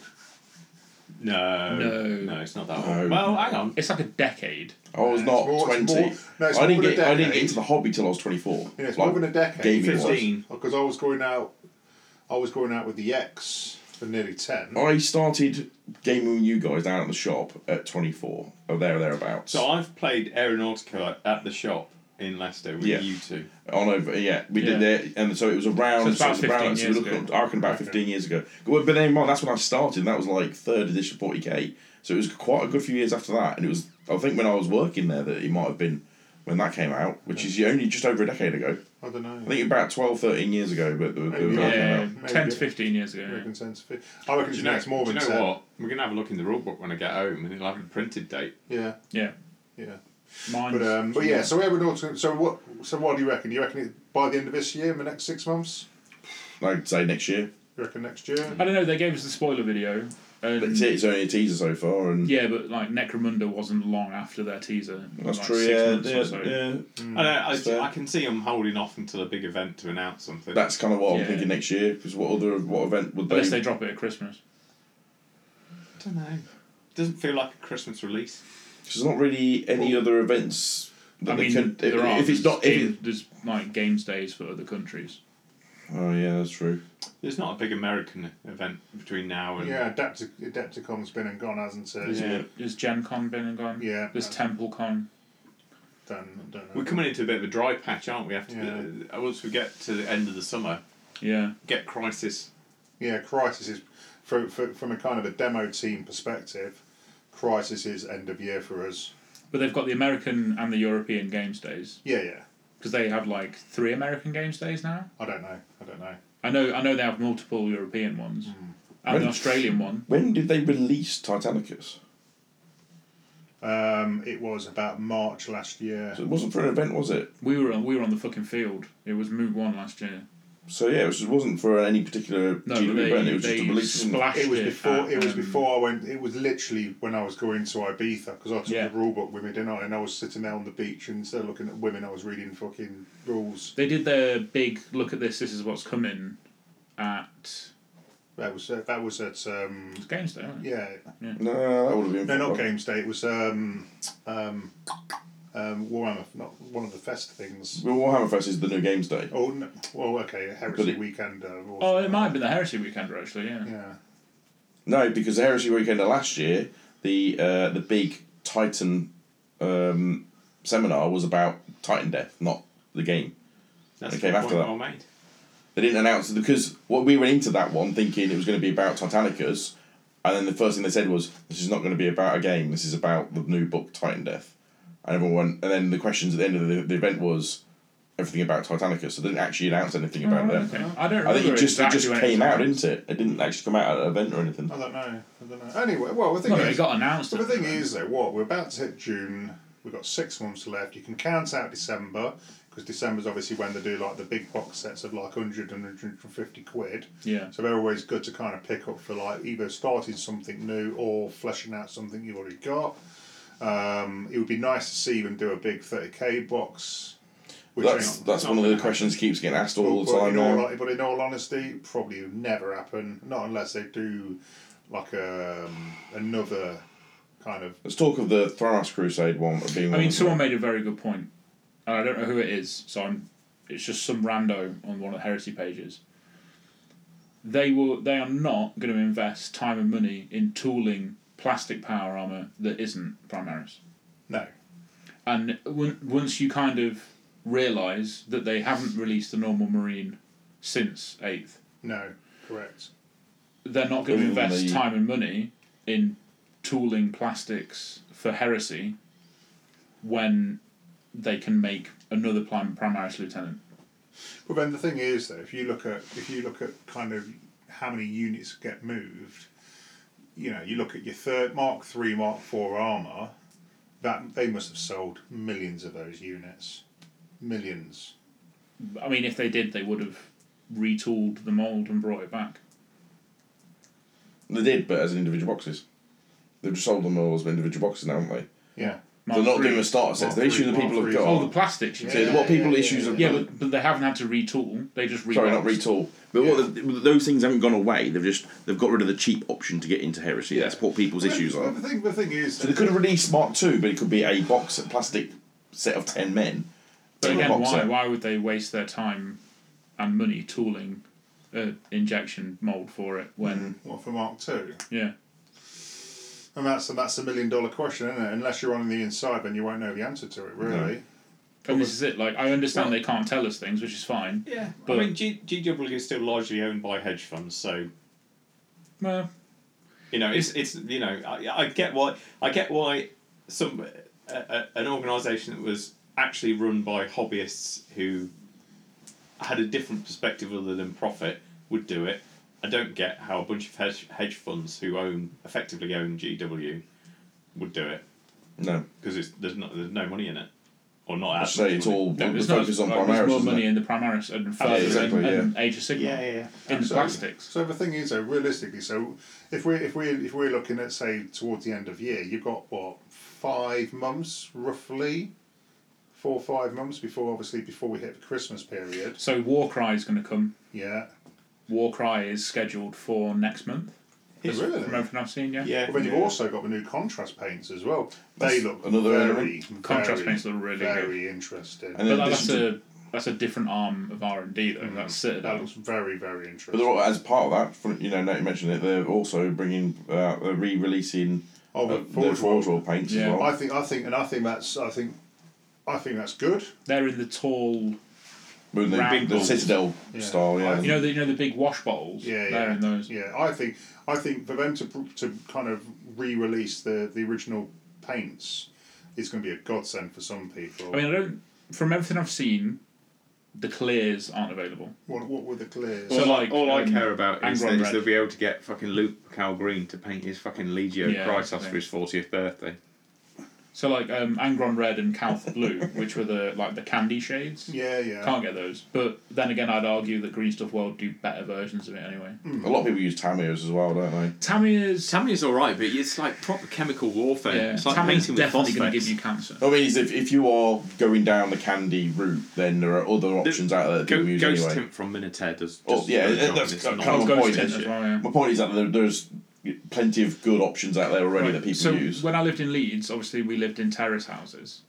[SPEAKER 5] No,
[SPEAKER 6] No.
[SPEAKER 5] no, it's not that
[SPEAKER 1] No.
[SPEAKER 5] one. Well, hang on.
[SPEAKER 6] it's like a decade.
[SPEAKER 1] I was
[SPEAKER 3] No,
[SPEAKER 1] not
[SPEAKER 3] it's more-
[SPEAKER 1] 20.
[SPEAKER 3] it's more- no, it's
[SPEAKER 1] I, didn't
[SPEAKER 3] more than a
[SPEAKER 1] get, I didn't
[SPEAKER 3] decade.
[SPEAKER 1] get into the hobby till I was 24.
[SPEAKER 3] Yeah, it's
[SPEAKER 1] like,
[SPEAKER 3] more than a decade.
[SPEAKER 1] gaming wise.
[SPEAKER 5] 15.
[SPEAKER 3] Because I was going out, I was going out with the X for nearly 10.
[SPEAKER 5] Oh.
[SPEAKER 1] I started gaming with you guys down at the shop at 24, or there or thereabouts.
[SPEAKER 5] So I've played Aeronautica at the shop in Leicester with
[SPEAKER 1] Yeah.
[SPEAKER 5] you two.
[SPEAKER 1] on over, yeah, we did that, and so it was around.
[SPEAKER 6] So it's
[SPEAKER 1] it
[SPEAKER 6] about
[SPEAKER 1] was around-
[SPEAKER 6] 15
[SPEAKER 1] so
[SPEAKER 6] years
[SPEAKER 1] we're looking
[SPEAKER 6] ago.
[SPEAKER 1] at- I reckon about fifteen years ago. Well, But then in mind, that's when I started. And that was like third edition forty k. So it was quite a good few years after that, and it was I think when I was working there that it might have been when that came out, which is only just over a decade ago.
[SPEAKER 3] I don't know.
[SPEAKER 1] I think about 12, 13 years ago, but the, the,
[SPEAKER 3] Oh, Yeah.
[SPEAKER 6] Yeah,
[SPEAKER 1] yeah.
[SPEAKER 3] Maybe
[SPEAKER 6] ten to
[SPEAKER 3] it-
[SPEAKER 6] fifteen years ago.
[SPEAKER 3] I
[SPEAKER 6] yeah.
[SPEAKER 3] reckon 10 to 15. I reckon
[SPEAKER 5] Do
[SPEAKER 3] it's
[SPEAKER 5] you know,
[SPEAKER 3] next more
[SPEAKER 5] do
[SPEAKER 3] than
[SPEAKER 5] you know
[SPEAKER 3] 10.
[SPEAKER 5] what? We're gonna have a look in the rule book when I get home, and it'll have a printed date.
[SPEAKER 3] Yeah,
[SPEAKER 6] Yeah,
[SPEAKER 3] yeah.
[SPEAKER 6] mine's.
[SPEAKER 3] But um, but yeah, so Aeronautica. So what? So what do you reckon? You reckon it by the end of this year, in the next six months?
[SPEAKER 1] I'd say next year.
[SPEAKER 3] You reckon next year?
[SPEAKER 5] Mm.
[SPEAKER 6] I don't know. They gave us the spoiler video, and
[SPEAKER 1] That's it. It's only a teaser so far, and
[SPEAKER 6] yeah, but like Necromunda wasn't long after their teaser. It
[SPEAKER 1] that's
[SPEAKER 6] was, like,
[SPEAKER 1] true.
[SPEAKER 6] six
[SPEAKER 1] Yeah,
[SPEAKER 6] months or
[SPEAKER 1] yeah,
[SPEAKER 6] so.
[SPEAKER 1] yeah.
[SPEAKER 5] I, know,
[SPEAKER 1] fair.
[SPEAKER 5] I, I can see I'm holding off until a big event to announce something.
[SPEAKER 1] That's kind of what I'm
[SPEAKER 6] Yeah.
[SPEAKER 1] thinking next year. Because what other what event would
[SPEAKER 6] Unless
[SPEAKER 1] they
[SPEAKER 6] they drop it at Christmas.
[SPEAKER 5] I don't know. Doesn't feel like a Christmas release.
[SPEAKER 1] There's not really any other events that
[SPEAKER 6] I
[SPEAKER 1] they
[SPEAKER 6] mean,
[SPEAKER 1] can. If,
[SPEAKER 6] there are.
[SPEAKER 1] if it's
[SPEAKER 6] there's
[SPEAKER 1] not, if
[SPEAKER 6] game-
[SPEAKER 1] it,
[SPEAKER 6] there's like games days for other countries.
[SPEAKER 1] oh yeah, that's true.
[SPEAKER 5] There's not a big American event between now and
[SPEAKER 3] Yeah, Adapti- Adepticon's been and gone, hasn't it?
[SPEAKER 5] Yeah.
[SPEAKER 6] There's Gen Con been and gone.
[SPEAKER 3] Yeah.
[SPEAKER 6] There's Temple Con.
[SPEAKER 3] Don't, don't know.
[SPEAKER 5] We're coming into a bit of a dry patch, aren't we? After
[SPEAKER 3] Yeah.
[SPEAKER 5] uh, once we get to the end of the summer,
[SPEAKER 6] Yeah.
[SPEAKER 5] get Crisis.
[SPEAKER 3] Yeah, Crisis is from from from a kind of a demo team perspective. Crisis is end of year for us.
[SPEAKER 6] But they've got the American and the European games days
[SPEAKER 3] Yeah, yeah.
[SPEAKER 6] because they have like three American games days now.
[SPEAKER 3] I don't know. I don't know.
[SPEAKER 6] I know. I know they have multiple European ones and
[SPEAKER 1] Mm. Really?
[SPEAKER 6] the Australian one.
[SPEAKER 1] When did they release Titanicus?
[SPEAKER 3] Um, it was about March last year.
[SPEAKER 1] So it wasn't for an event, was it?
[SPEAKER 6] We were on. We were on the fucking field. It was Moot One last year.
[SPEAKER 1] So yeah, it was- it wasn't for any particular
[SPEAKER 6] No,
[SPEAKER 1] GW
[SPEAKER 6] but they,
[SPEAKER 1] event. It was
[SPEAKER 6] they
[SPEAKER 1] just a release. wasn't it?
[SPEAKER 6] splashed
[SPEAKER 3] It was
[SPEAKER 6] it
[SPEAKER 5] uh,
[SPEAKER 3] before.
[SPEAKER 6] at,
[SPEAKER 3] It was
[SPEAKER 6] um,
[SPEAKER 3] before I went. It was literally when I was going to Ibiza because I took
[SPEAKER 6] Yeah.
[SPEAKER 3] the rule book with me, didn't I? And I was sitting there on the beach and instead of looking at women, I was reading fucking rules.
[SPEAKER 6] They did their big look at this. This is what's coming at
[SPEAKER 3] That was that was at um,
[SPEAKER 6] Games Day. wasn't it?
[SPEAKER 3] yeah.
[SPEAKER 1] No, that would have been.
[SPEAKER 3] No, not
[SPEAKER 1] for-
[SPEAKER 3] Games Day. It was um, um, um, Warhammer. Not one of the fest things.
[SPEAKER 1] Well, Warhammer Fest is the new Games Day.
[SPEAKER 3] Oh, no, well, okay, Heresy
[SPEAKER 1] it-
[SPEAKER 3] Weekend. Uh, or
[SPEAKER 6] Oh, it
[SPEAKER 3] something.
[SPEAKER 6] might have been the Heresy Weekend actually. Yeah.
[SPEAKER 3] Yeah.
[SPEAKER 1] No, because the Heresy Weekend of last year, the uh, the big Titan um, seminar was about Titan Death, not the game.
[SPEAKER 5] That's
[SPEAKER 1] It came
[SPEAKER 5] a
[SPEAKER 1] after
[SPEAKER 5] point
[SPEAKER 1] that.
[SPEAKER 5] well made.
[SPEAKER 1] They didn't announce it because what we went into that one thinking it was going to be about Titanicus, and then the first thing they said was, "This is not going to be about a game. This is about the new book Titan Death." And everyone, went, and then the questions at the end of the, the event was everything about Titanicus. So they didn't actually announce anything about
[SPEAKER 6] Oh,
[SPEAKER 1] them.
[SPEAKER 6] okay. I don't. Remember
[SPEAKER 1] I think it just
[SPEAKER 6] exactly
[SPEAKER 1] it
[SPEAKER 6] when
[SPEAKER 1] just
[SPEAKER 6] it
[SPEAKER 1] came
[SPEAKER 6] was
[SPEAKER 1] out,
[SPEAKER 6] announced.
[SPEAKER 1] didn't it? It didn't actually come out at an event or anything.
[SPEAKER 3] I don't know. I don't know. Anyway, well, the thing
[SPEAKER 6] Well,
[SPEAKER 3] is,
[SPEAKER 6] Oh, it got announced.
[SPEAKER 3] But the thing is, though, what we're about to hit June. We've got six months left. You can count out December because December's obviously when they do like the big box sets of like 100 and 150 quid.
[SPEAKER 6] Yeah.
[SPEAKER 3] So they're always good to kind of pick up for like either starting something new or fleshing out something you've already got. Um, it would be nice to see them do a big 30k box. Which
[SPEAKER 1] That's
[SPEAKER 3] ain't-
[SPEAKER 1] that's one of the questions keeps getting asked all the
[SPEAKER 3] but
[SPEAKER 1] time
[SPEAKER 3] in all,
[SPEAKER 1] now.
[SPEAKER 3] hon- but in all honesty, probably would never happen. Not unless they do like um, another kind of
[SPEAKER 1] Let's talk of the Thramas Crusade one being.
[SPEAKER 6] I
[SPEAKER 1] one
[SPEAKER 6] mean,
[SPEAKER 1] of
[SPEAKER 6] someone
[SPEAKER 1] them.
[SPEAKER 6] made a very good point, and I don't know who it is, so I'm. It's just some rando on one of the heresy pages. They will. They are not going to invest time and money in tooling plastic power armor that isn't Primaris.
[SPEAKER 3] no.
[SPEAKER 6] And on- once you kind of realise that they haven't released the normal Marine since 8th.
[SPEAKER 8] No, correct.
[SPEAKER 6] They're not going to
[SPEAKER 1] Ooh,
[SPEAKER 6] invest
[SPEAKER 1] the-
[SPEAKER 6] time and money in tooling plastics for heresy when they can make another Prim- Primaris Lieutenant.
[SPEAKER 8] But then the thing is, though, if you look at if you look at kind of how many units get moved, you know, you look at your third Mark Three, Mark Four armor, that they must have sold millions of those units, millions.
[SPEAKER 6] I mean, if they did, they would have retooled the mould and brought it back.
[SPEAKER 1] They did, but as individual boxes. They've just sold them all as individual boxes now, haven't they?
[SPEAKER 8] Yeah,
[SPEAKER 6] Mark
[SPEAKER 1] They're not
[SPEAKER 6] three.
[SPEAKER 1] doing a starter set.
[SPEAKER 8] Mark
[SPEAKER 1] The issue
[SPEAKER 8] three,
[SPEAKER 1] the
[SPEAKER 8] Mark
[SPEAKER 1] people have
[SPEAKER 8] three.
[SPEAKER 1] got.
[SPEAKER 6] Oh, the plastics.
[SPEAKER 1] so
[SPEAKER 6] Yeah,
[SPEAKER 1] what people
[SPEAKER 8] yeah,
[SPEAKER 1] issues
[SPEAKER 8] yeah,
[SPEAKER 1] have.
[SPEAKER 6] yeah but, but they haven't had to retool. They just reboxed.
[SPEAKER 1] Sorry, not retool. But what the, those things haven't gone away. They've just they've got rid of the cheap option to get into heresy. That's what people's issues
[SPEAKER 8] But
[SPEAKER 1] are.
[SPEAKER 8] The thing, the thing is,
[SPEAKER 1] So they could have released Mark Two, but it could be a box, a plastic set of ten men.
[SPEAKER 6] But
[SPEAKER 1] in a
[SPEAKER 6] again,
[SPEAKER 1] box
[SPEAKER 6] why,
[SPEAKER 1] set.
[SPEAKER 6] why would they waste their time and money tooling uh, injection mould for it when,
[SPEAKER 8] what for Mark Two?
[SPEAKER 1] Mm-hmm.
[SPEAKER 6] yeah.
[SPEAKER 8] And that's and that's a million dollar question, isn't it? Unless you're on the inside, then you won't know the answer to it, really.
[SPEAKER 6] And this is it. Like, I understand they can't tell us things, which is fine.
[SPEAKER 5] Yeah,
[SPEAKER 6] But-
[SPEAKER 5] I mean, G- GW is still largely owned by hedge funds, so
[SPEAKER 6] Well,
[SPEAKER 5] you know, it's it's you know, I, I get why I get why some a, a, an organisation that was actually run by hobbyists who had a different perspective other than profit would do it. I don't get how a bunch of hedge, hedge funds who own effectively own GW would do it
[SPEAKER 1] No,
[SPEAKER 5] because there's not there's no money in it or not
[SPEAKER 1] I
[SPEAKER 5] as
[SPEAKER 1] say
[SPEAKER 5] much
[SPEAKER 1] it's
[SPEAKER 5] money.
[SPEAKER 1] all
[SPEAKER 6] no,
[SPEAKER 1] the
[SPEAKER 6] there's, not,
[SPEAKER 1] focus on
[SPEAKER 6] like, there's
[SPEAKER 1] Primaris.
[SPEAKER 6] more
[SPEAKER 1] isn't
[SPEAKER 6] money
[SPEAKER 1] it?
[SPEAKER 6] in the Primaris and further
[SPEAKER 1] exactly,
[SPEAKER 6] than than Age of Sigma
[SPEAKER 5] Yeah, yeah, yeah.
[SPEAKER 6] in the
[SPEAKER 8] Absolutely.
[SPEAKER 6] plastics.
[SPEAKER 8] So the thing is, though, realistically, so if we're if we if we're looking at say towards the end of year, you've got what five months roughly, four or five months before obviously before we hit the Christmas period.
[SPEAKER 6] So War Cry is going to come.
[SPEAKER 8] Yeah,
[SPEAKER 6] War Cry is scheduled for next month.
[SPEAKER 8] Is it really?
[SPEAKER 6] From everything I've seen, yeah.
[SPEAKER 5] Yeah,
[SPEAKER 8] but then you've
[SPEAKER 5] yeah.
[SPEAKER 8] also got the new contrast paints as well. They
[SPEAKER 1] That's
[SPEAKER 8] look
[SPEAKER 1] another
[SPEAKER 8] very,
[SPEAKER 1] element.
[SPEAKER 6] Contrast
[SPEAKER 8] very,
[SPEAKER 6] paints look really good.
[SPEAKER 8] very interesting.
[SPEAKER 1] And
[SPEAKER 6] But
[SPEAKER 1] then
[SPEAKER 6] that-
[SPEAKER 1] this
[SPEAKER 6] that's
[SPEAKER 1] is- Mm-hmm.
[SPEAKER 6] a that's a different arm of R and D though. That's
[SPEAKER 8] that
[SPEAKER 6] Citadel.
[SPEAKER 8] looks very very
[SPEAKER 1] But
[SPEAKER 8] interesting.
[SPEAKER 1] they're all, as part of that, from, you know, now you mentioned it, they're also bringing, uh, they're re-releasing
[SPEAKER 8] Oh,
[SPEAKER 1] uh,
[SPEAKER 8] the
[SPEAKER 1] the
[SPEAKER 8] Forge
[SPEAKER 1] Forge World paints
[SPEAKER 6] Yeah.
[SPEAKER 1] as well.
[SPEAKER 8] I think I think and I think that's I think I think that's good.
[SPEAKER 6] They're in the tall,
[SPEAKER 1] With the,
[SPEAKER 6] round
[SPEAKER 1] the
[SPEAKER 6] balls.
[SPEAKER 1] Citadel
[SPEAKER 8] Yeah.
[SPEAKER 1] style, yeah.
[SPEAKER 8] I-
[SPEAKER 6] you know, the you know the big wash bottles.
[SPEAKER 8] Yeah,
[SPEAKER 6] They're
[SPEAKER 8] yeah.
[SPEAKER 6] in those.
[SPEAKER 8] Yeah, I think I think for them to to kind of re-release the the original paints is going to be a godsend for some people.
[SPEAKER 6] I mean, I don't. From everything I've seen, the clears aren't available.
[SPEAKER 8] what what were the clears?
[SPEAKER 6] So,
[SPEAKER 5] all,
[SPEAKER 6] like,
[SPEAKER 5] all I
[SPEAKER 6] um,
[SPEAKER 5] care about is,
[SPEAKER 6] Angron
[SPEAKER 5] that- is
[SPEAKER 6] Red.
[SPEAKER 5] they'll be able to get fucking Luke Cal Green to paint his fucking Legio
[SPEAKER 6] Yeah,
[SPEAKER 5] Krytos
[SPEAKER 6] yeah.
[SPEAKER 5] for his fortieth birthday.
[SPEAKER 6] So like um, Angron Red and Calth Blue, which were the like the candy shades.
[SPEAKER 8] yeah, yeah.
[SPEAKER 6] Can't get those. But then again, I'd argue that Green Stuff World do better versions of it anyway.
[SPEAKER 1] A lot of people use Tamiya's as well, don't they?
[SPEAKER 6] Tamir's
[SPEAKER 5] Tammy's all right, but it's like proper chemical warfare.
[SPEAKER 6] yeah,
[SPEAKER 5] it's like
[SPEAKER 6] Tamir's
[SPEAKER 5] painting with
[SPEAKER 6] definitely going to
[SPEAKER 5] phosphates.
[SPEAKER 6] give you cancer.
[SPEAKER 1] I mean, is if, if you are going down the candy route, then there are other options out there that
[SPEAKER 5] Go,
[SPEAKER 1] people use
[SPEAKER 5] Ghost
[SPEAKER 1] anyway.
[SPEAKER 5] Tint from Minotaur does. does
[SPEAKER 1] Oh, yeah,
[SPEAKER 5] a good
[SPEAKER 1] it-
[SPEAKER 5] job
[SPEAKER 1] that's
[SPEAKER 5] and it's
[SPEAKER 1] kind
[SPEAKER 5] not-
[SPEAKER 1] of-
[SPEAKER 6] Oh,
[SPEAKER 1] my
[SPEAKER 6] Ghost
[SPEAKER 1] point
[SPEAKER 6] Tint
[SPEAKER 1] is-
[SPEAKER 6] as well. Yeah.
[SPEAKER 1] My point is that there, there's plenty of good options out there already
[SPEAKER 6] Right,
[SPEAKER 1] that people
[SPEAKER 6] so
[SPEAKER 1] use.
[SPEAKER 6] when I lived in Leeds, obviously we lived in terrace houses.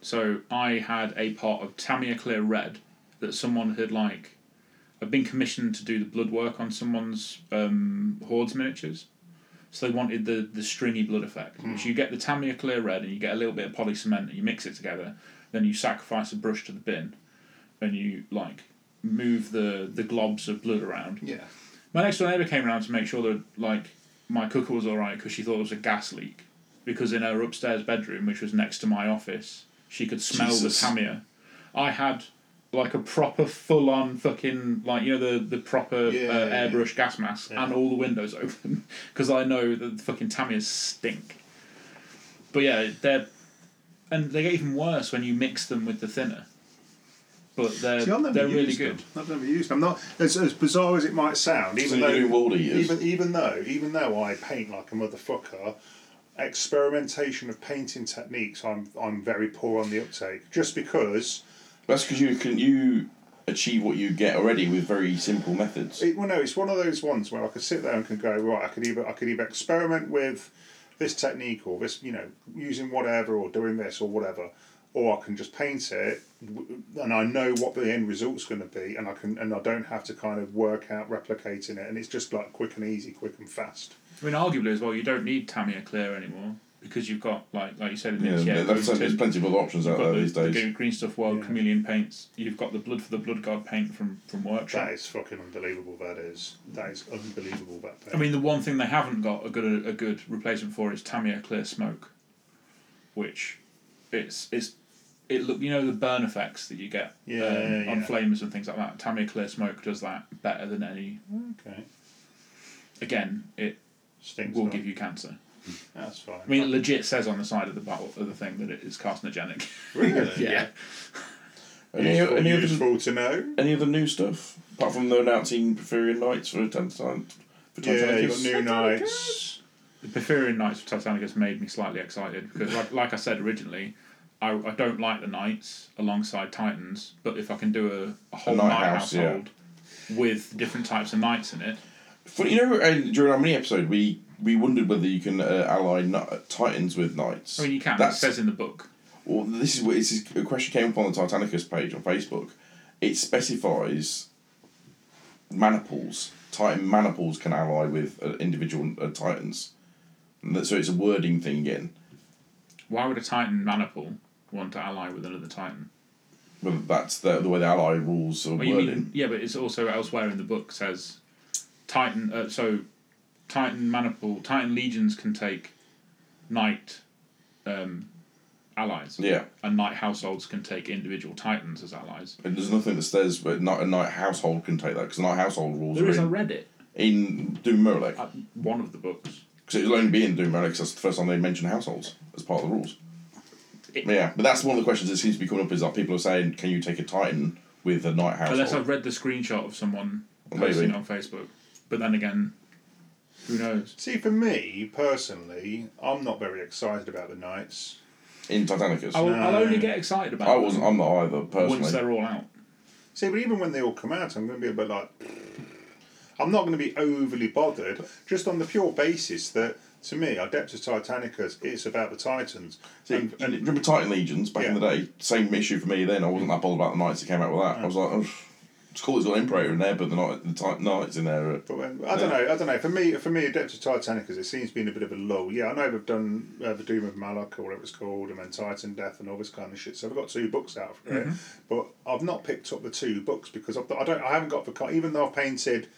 [SPEAKER 6] So I had a pot of Tamiya Clear Red that someone had like. I'd been commissioned to do the blood work on someone's um, hordes miniatures. So they wanted the, the stringy blood effect,
[SPEAKER 1] Hmm.
[SPEAKER 6] which you get the Tamiya Clear Red and you get a little bit of polycement and you mix it together. Then you sacrifice a brush to the bin and you like move the, the globs of blood around.
[SPEAKER 8] yeah.
[SPEAKER 6] My next door neighbour came round to make sure that like my cooker was all right because she thought it was a gas leak. Because in her upstairs bedroom, which was next to my office, she could smell
[SPEAKER 1] Jesus.
[SPEAKER 6] the Tamiya. I had like a proper full on fucking like you know the the proper
[SPEAKER 8] Yeah,
[SPEAKER 6] uh,
[SPEAKER 8] yeah, yeah.
[SPEAKER 6] airbrush gas mask and all the windows open because I know that the fucking Tamiya's stink. But yeah, they're and they get even worse when you mix them with the thinner. But they're
[SPEAKER 3] See, I've never
[SPEAKER 6] they're really
[SPEAKER 3] used
[SPEAKER 6] good.
[SPEAKER 3] them. I've never used them.
[SPEAKER 8] I'm not as, as bizarre as it might sound,
[SPEAKER 1] So
[SPEAKER 8] even
[SPEAKER 1] you're doing
[SPEAKER 8] though
[SPEAKER 1] world eaters.
[SPEAKER 8] even even though even though I paint like a motherfucker, experimentation of painting techniques, I'm I'm very poor on the uptake. Just because
[SPEAKER 1] That's because you can you achieve what you get already with very simple methods.
[SPEAKER 8] It, well, no, it's one of those ones where I could sit there and could go right. I could either I could either experiment with this technique or this, you know, using whatever or doing this or whatever, or I can just paint it, w- and I know what the end result's going to be, and I can and I don't have to kind of work out replicating it, and it's just like quick and easy, quick and fast.
[SPEAKER 6] I mean, arguably as well, you don't need Tamiya Clear anymore because you've got like like you said in
[SPEAKER 1] Yeah,
[SPEAKER 6] the yeah,
[SPEAKER 1] there's,
[SPEAKER 6] Green
[SPEAKER 1] there's
[SPEAKER 6] Tin,
[SPEAKER 1] plenty of other options out
[SPEAKER 6] you've
[SPEAKER 1] there
[SPEAKER 6] got the,
[SPEAKER 1] these
[SPEAKER 6] the
[SPEAKER 1] days.
[SPEAKER 6] Green- Green Stuff World
[SPEAKER 3] Yeah.
[SPEAKER 6] Chameleon paints. You've got the Blood for the Blood God paint from from Workshop.
[SPEAKER 3] That is fucking unbelievable. That is that is unbelievable. That thing.
[SPEAKER 6] I mean, the one thing they haven't got a good a good replacement for is Tamiya Clear Smoke, which it's it's it look you know the burn effects that you get
[SPEAKER 3] Yeah,
[SPEAKER 6] um,
[SPEAKER 3] yeah,
[SPEAKER 6] on
[SPEAKER 3] yeah.
[SPEAKER 6] flamers and things like that. Tamiya Clear Smoke does that better than any.
[SPEAKER 3] okay,
[SPEAKER 6] Again, it
[SPEAKER 3] stinks.
[SPEAKER 6] will
[SPEAKER 3] not.
[SPEAKER 6] give you cancer.
[SPEAKER 3] That's fine.
[SPEAKER 6] I mean, it legit says on the side of the bottle of the thing that it is carcinogenic.
[SPEAKER 3] really,
[SPEAKER 6] yeah.
[SPEAKER 1] Any, any, other,
[SPEAKER 3] useful to know.
[SPEAKER 1] any other new stuff apart from the announcing Bavarian Nights for tenth time? For
[SPEAKER 3] Yeah,
[SPEAKER 1] Titanic?
[SPEAKER 3] you've got new nights.
[SPEAKER 6] The Porphyrian Knights of Titanic has made me slightly excited because, like, like I said originally, I, I don't like the Knights alongside Titans, but if I can do a, a whole
[SPEAKER 1] A
[SPEAKER 6] Knight
[SPEAKER 1] Knight house, yeah.
[SPEAKER 6] household with different types of Knights in it,
[SPEAKER 1] For, you know, uh, during our mini episode, we we wondered whether you can uh, ally ni- Titans with Knights.
[SPEAKER 6] I mean, you can.
[SPEAKER 1] That's,
[SPEAKER 6] It says in the book.
[SPEAKER 1] well, this is what this is, a question came up on the Titanicus page on Facebook. It specifies maniples. Titan maniples can ally with uh, individual uh, Titans. And that- so it's a wording thing again.
[SPEAKER 6] Why would a Titan maniple want to ally with another Titan?
[SPEAKER 1] Whether that's the, the way the ally rules or
[SPEAKER 6] Well, Oh, you
[SPEAKER 1] wording.
[SPEAKER 6] mean, yeah, but it's also elsewhere in the book says Titan. Uh, so Titan maniple, Titan legions can take Knight um, allies.
[SPEAKER 1] yeah,
[SPEAKER 6] and knight households can take individual titans as allies.
[SPEAKER 1] and there's nothing that says but not a knight household can take that because knight household rules
[SPEAKER 6] There
[SPEAKER 1] are
[SPEAKER 6] is. I
[SPEAKER 1] in,
[SPEAKER 6] read it.
[SPEAKER 1] in Doom Molech.
[SPEAKER 6] At one of the books.
[SPEAKER 1] Because it'll only be in Doom Relics. That's the first time they mention households as part of the rules.
[SPEAKER 6] It-
[SPEAKER 1] yeah, but that's one of the questions that seems to be coming up is that people are saying, can you take a Titan with a Knight household?
[SPEAKER 6] Unless I've read the screenshot of someone
[SPEAKER 1] Maybe.
[SPEAKER 6] posting it on Facebook. But then again, who knows?
[SPEAKER 3] See, for me personally, I'm not very excited about the nights.
[SPEAKER 1] in Titanicus.
[SPEAKER 6] I'll, I'll
[SPEAKER 3] No.
[SPEAKER 6] only get excited about
[SPEAKER 1] I
[SPEAKER 6] them
[SPEAKER 1] wasn't. I'm not either
[SPEAKER 6] once
[SPEAKER 1] personally.
[SPEAKER 6] they're all out.
[SPEAKER 3] See, but even when they all come out, I'm going to be a bit like, I'm not going to be overly bothered, just on the pure basis that to me, Adeptus Titanicus, it's about the Titans.
[SPEAKER 1] See,
[SPEAKER 3] and,
[SPEAKER 1] and
[SPEAKER 3] and
[SPEAKER 1] remember Titan Legions back in
[SPEAKER 3] Yeah.
[SPEAKER 1] the day? Same issue for me then. I wasn't that bothered about the Knights that came out with that. I was like, oh, it's cool. It's got an Imperator in there, but the Knight, the Titan Knights in there. Are,
[SPEAKER 3] but when, I don't know. I don't know. For me, for me, Adeptus Titanicus, it seems to be in a bit of a lull. Yeah, I know they've done uh, the Doom of Malak or whatever it's called, and then Titan Death and all this kind of shit. So I've got two books out for it, but I've not picked up the two books because I've, I don't. I haven't got the co- even though I've painted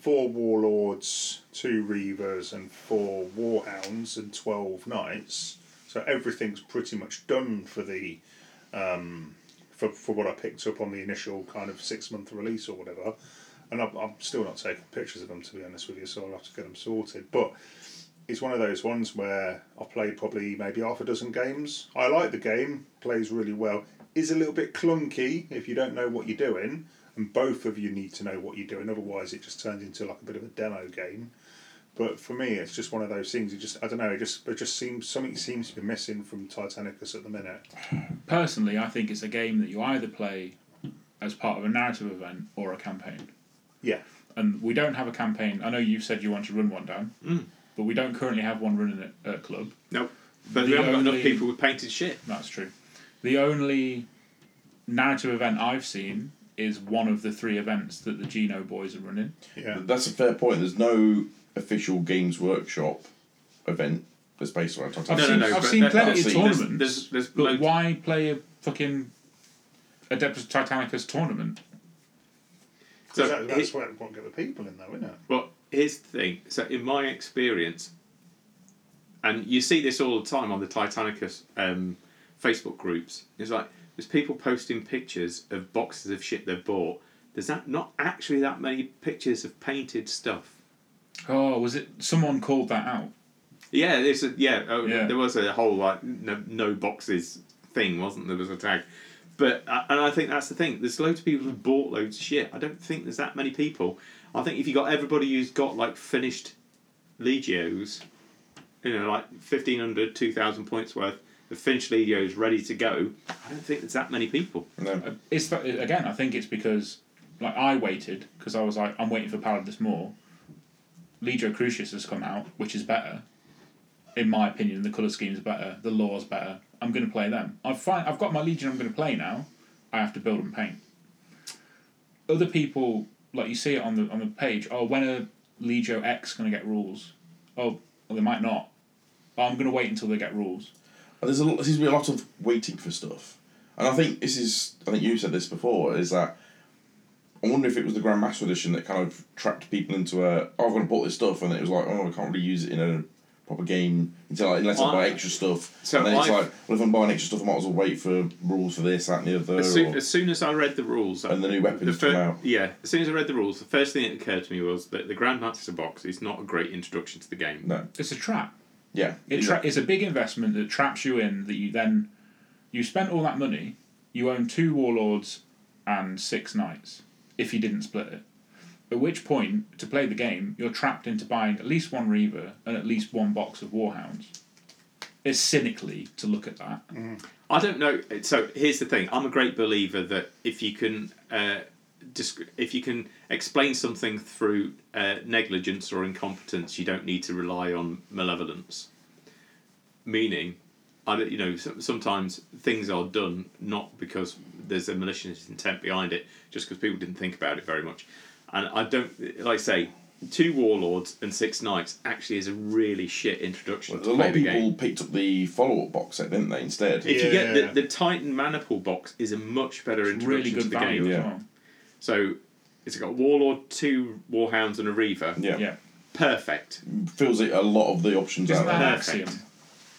[SPEAKER 3] four warlords, two reavers, and four warhounds, and twelve knights. So everything's pretty much done for the, um, for for what I picked up on the initial kind of six month release or whatever. And I'm, I'm still not taking pictures of them to be honest with you, so I'll have to get them sorted. But it's one of those ones where I played probably maybe half a dozen games. I like the game, plays really well. Is a little bit clunky if you don't know what you're doing, and both of you need to know what you're doing. Otherwise, it just turns into like a bit of a demo game. But for me, it's just one of those things. It just I don't know. It just it just seems something seems to be missing from Titanicus at the minute.
[SPEAKER 6] Personally, I think it's a game that you either play as part of a narrative event or a campaign.
[SPEAKER 3] Yeah,
[SPEAKER 6] And we don't have a campaign. I know you said you want to run one down, but we don't currently have one running at a club.
[SPEAKER 5] Nope. But
[SPEAKER 6] The
[SPEAKER 5] we haven't got
[SPEAKER 6] only-
[SPEAKER 5] enough people with painted shit.
[SPEAKER 6] That's true. The only narrative event I've seen is one of the three events that the Geno boys are running.
[SPEAKER 3] yeah.
[SPEAKER 1] That's a fair point. There's no official Games Workshop event that's based around Titanicus.
[SPEAKER 5] No, no, no.
[SPEAKER 6] I've
[SPEAKER 5] but
[SPEAKER 6] seen
[SPEAKER 5] that-
[SPEAKER 6] plenty
[SPEAKER 1] of
[SPEAKER 5] there's-
[SPEAKER 6] tournaments.
[SPEAKER 5] There's, there's,
[SPEAKER 6] But
[SPEAKER 5] there's
[SPEAKER 6] why play a fucking Adeptus Titanicus tournament?
[SPEAKER 5] So
[SPEAKER 3] that,
[SPEAKER 5] here's-
[SPEAKER 3] that's what what get the people in though, isn't it?
[SPEAKER 5] Well, here's the thing. So, in my experience, and you see this all the time on the Titanicus um, Facebook groups, it's like there's people posting pictures of boxes of shit they've bought. There's not, not actually that many pictures of painted stuff.
[SPEAKER 6] Oh, was it someone called that out?
[SPEAKER 5] Yeah, there's a, yeah, oh,
[SPEAKER 6] Yeah.
[SPEAKER 5] There was a whole like no, no boxes thing, wasn't there? There Was a tag, but uh, and I think that's the thing. There's loads of people who bought loads of shit. I don't think there's that many people. I think if you got everybody who's got like finished legios, you know, like 1,500, 2,000 points worth of finished legios ready to go, I don't think there's that many people.
[SPEAKER 1] No.
[SPEAKER 6] It's that, again. I think it's because like I waited because I was like I'm waiting for Paladus more. Legio Crucius has come out, which is better, in my opinion. The color scheme's better. The lore's better. I'm going to play them. I've find, I've got my legion. I'm going to play now. I have to build and paint. Other people like you see it on the on the page. Oh, when are Legio X going to get rules? Oh, well, they might not. but I'm going to wait until they get rules.
[SPEAKER 1] But there's a lot, there seems to be a lot of waiting for stuff, and I think this is. I think you said this before. Is that I wonder if it was the Grandmaster edition that kind of trapped people into a. Oh, I've got to bought this stuff, and it was like, oh, I can't really use it in a proper game until like, unless I, buy
[SPEAKER 5] I-
[SPEAKER 1] extra stuff.
[SPEAKER 5] so
[SPEAKER 1] and then it's
[SPEAKER 5] I've-
[SPEAKER 1] like, well, if I'm buying extra stuff, I might as well wait for rules for this, that, and the other.
[SPEAKER 5] As soon,
[SPEAKER 1] or-
[SPEAKER 5] as soon as I read the rules
[SPEAKER 1] And the new
[SPEAKER 5] the
[SPEAKER 1] weapons
[SPEAKER 5] fir-
[SPEAKER 1] come out.
[SPEAKER 5] Yeah, as soon as I read the rules, the first thing that occurred to me was that the Grandmaster box is not a great introduction to the game.
[SPEAKER 1] No.
[SPEAKER 6] It's a trap.
[SPEAKER 1] Yeah.
[SPEAKER 6] It tra- it's a big investment that traps you in that you then you spent all that money. You own two warlords and six knights if you didn't split it. At which point, to play the game, you're trapped into buying at least one Reaver and at least one box of Warhounds. It's cynically to look at that.
[SPEAKER 5] I don't know. So here's the thing. I'm a great believer that if you can, uh, disc- if you can explain something through uh, negligence or incompetence, you don't need to rely on malevolence. Meaning, I don't- you know so- sometimes things are done not because there's a malicious intent behind it, just because people didn't think about it very much. And I don't like I say two warlords and six knights actually is a really shit introduction.
[SPEAKER 1] But
[SPEAKER 5] to
[SPEAKER 1] a
[SPEAKER 5] play
[SPEAKER 1] lot of
[SPEAKER 5] the
[SPEAKER 1] people
[SPEAKER 5] game.
[SPEAKER 1] picked up the follow up box set, didn't they? Instead.
[SPEAKER 5] If you
[SPEAKER 8] Yeah.
[SPEAKER 5] get the, the Titan Maniple box, is a much better
[SPEAKER 6] It's
[SPEAKER 5] introduction
[SPEAKER 6] really good
[SPEAKER 5] to the
[SPEAKER 6] value
[SPEAKER 5] game.
[SPEAKER 1] yeah.
[SPEAKER 6] as well.
[SPEAKER 5] So it's got Warlord, two Warhounds, and a Reaver.
[SPEAKER 1] Yeah.
[SPEAKER 6] Yeah.
[SPEAKER 5] Perfect.
[SPEAKER 1] Fills it a lot of the options
[SPEAKER 6] Isn't that
[SPEAKER 1] out
[SPEAKER 6] an
[SPEAKER 5] Perfect.
[SPEAKER 6] axiom?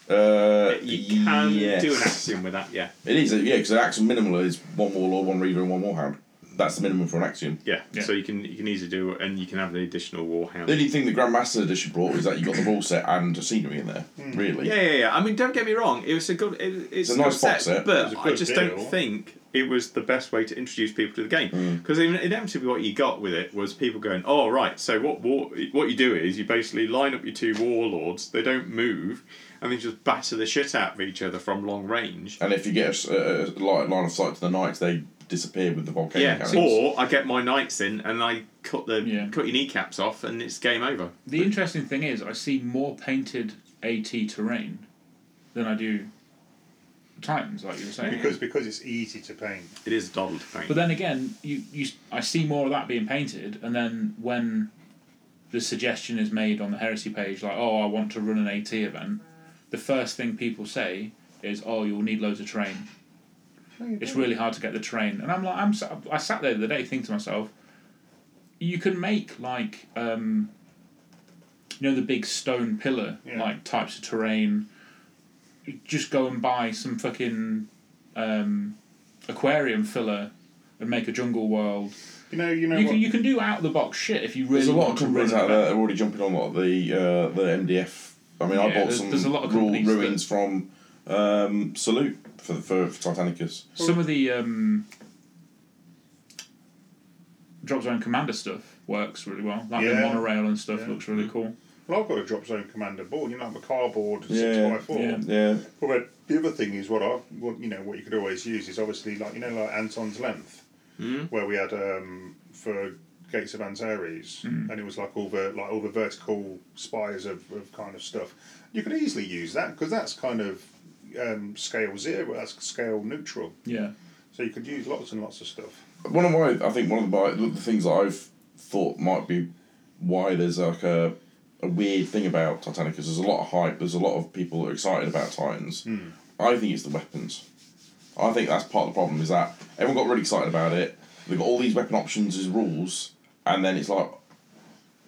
[SPEAKER 1] there. Uh,
[SPEAKER 5] You can do an
[SPEAKER 1] yes.
[SPEAKER 5] axiom with that. Yeah.
[SPEAKER 1] It is, yeah, because the axiom minimal is one warlord, one reaver, and one warhound. That's the minimum for an axiom.
[SPEAKER 5] yeah,
[SPEAKER 6] Yeah.
[SPEAKER 5] So you can you can easily do, it, and you can have the additional Warhound.
[SPEAKER 1] The only thing the Grandmaster Edition brought was that you got the rule set and the scenery in there,
[SPEAKER 6] Hmm.
[SPEAKER 1] really.
[SPEAKER 5] yeah, yeah, yeah. I mean, don't get me wrong. It was a good. It, it's
[SPEAKER 1] a
[SPEAKER 5] good
[SPEAKER 1] nice box set.
[SPEAKER 5] but
[SPEAKER 8] a
[SPEAKER 5] I
[SPEAKER 8] good
[SPEAKER 5] just
[SPEAKER 8] deal.
[SPEAKER 5] don't think it was the best way to introduce people to the game because inevitably what you got with it was people going, "Oh, right. So what war, what you do is you basically line up your two warlords. They don't move, and they just batter the shit out of each other from long range."
[SPEAKER 1] And if you get a, s- a- a li- line of sight to the knights, they disappear with the volcano
[SPEAKER 5] Yeah,
[SPEAKER 1] cannons.
[SPEAKER 5] or I get my knights in and I cut the
[SPEAKER 6] Yeah.
[SPEAKER 5] cut your kneecaps off and it's game over.
[SPEAKER 6] The interesting thing is, I see more painted AT terrain than I do Titans, like you were saying.
[SPEAKER 3] Because because it's easy to paint.
[SPEAKER 5] It is a doddle to paint.
[SPEAKER 6] But then again, you, you I see more of that being painted, and then when the suggestion is made on the heresy page, like, oh, I want to run an AT event, the first thing people say is, oh, you'll need loads of terrain. It's really hard to get the terrain, and I'm like, I'm sa- I sat there the other day thinking to myself, you can make like, um, you know, the big stone pillar
[SPEAKER 3] Yeah.
[SPEAKER 6] like types of terrain. Just go and buy some fucking um, aquarium filler and make a jungle world.
[SPEAKER 3] You know, you know
[SPEAKER 6] you,
[SPEAKER 3] what?
[SPEAKER 6] can, you can do out of the box shit if you really
[SPEAKER 1] There's a lot
[SPEAKER 6] want
[SPEAKER 1] of
[SPEAKER 6] to
[SPEAKER 1] companies
[SPEAKER 6] run
[SPEAKER 1] out
[SPEAKER 6] it
[SPEAKER 1] there that are already jumping on what the uh, the MDF. I mean, I bought
[SPEAKER 6] Yeah, there's-
[SPEAKER 1] some
[SPEAKER 6] there's a lot of
[SPEAKER 1] rule
[SPEAKER 6] companies
[SPEAKER 1] ruins from um, Salute for, for, for Titanicus.
[SPEAKER 6] Some of the um, drop zone commander stuff works really well. Like the
[SPEAKER 3] Yeah.
[SPEAKER 6] monorail and stuff looks really cool.
[SPEAKER 3] Well, I've got a drop zone commander board. You know, I'm a cardboard
[SPEAKER 1] Yeah,
[SPEAKER 3] six by four.
[SPEAKER 6] yeah.
[SPEAKER 1] Yeah,
[SPEAKER 3] But the other thing is what I, what you know, what you could always use is obviously like you know, like Anton's length,
[SPEAKER 1] Hmm?
[SPEAKER 3] where we had um, for Gates of Antares,
[SPEAKER 1] Hmm.
[SPEAKER 3] and it was like all the like all the vertical spires of, of kind of stuff. You could easily use that because that's kind of um, scale zero. That's scale neutral,
[SPEAKER 6] Yeah.
[SPEAKER 3] so you could use lots and lots of stuff.
[SPEAKER 1] one of my I think one of the, the things that I've thought might be why there's like a a weird thing about Titanic is there's a lot of hype. There's a lot of people that are excited about Titans. I think it's the weapons. I think that's part of the problem is that everyone got really excited about it. They've got all these weapon options as rules, and then it's like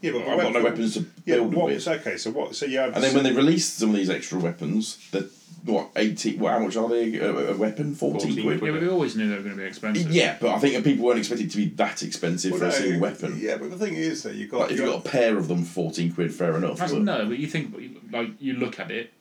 [SPEAKER 3] Yeah, but
[SPEAKER 1] I've got no weapons to
[SPEAKER 3] Yeah,
[SPEAKER 1] build
[SPEAKER 3] what,
[SPEAKER 1] with.
[SPEAKER 3] okay, so what? So you have
[SPEAKER 1] And then when they released some of these extra weapons, the what eighty? Well, how much are they? A, a weapon fourteen,
[SPEAKER 5] 14
[SPEAKER 1] quid.
[SPEAKER 6] Yeah, but we always knew they were going to be expensive.
[SPEAKER 1] Yeah, but I think people weren't expecting it to be that expensive
[SPEAKER 3] Well,
[SPEAKER 1] for a
[SPEAKER 3] no,
[SPEAKER 1] single weapon.
[SPEAKER 3] Yeah, but the thing is that you got
[SPEAKER 1] Like if you've got a pair of them for fourteen quid, fair enough.
[SPEAKER 6] That's,
[SPEAKER 1] but-
[SPEAKER 6] no, but you think like you look at it,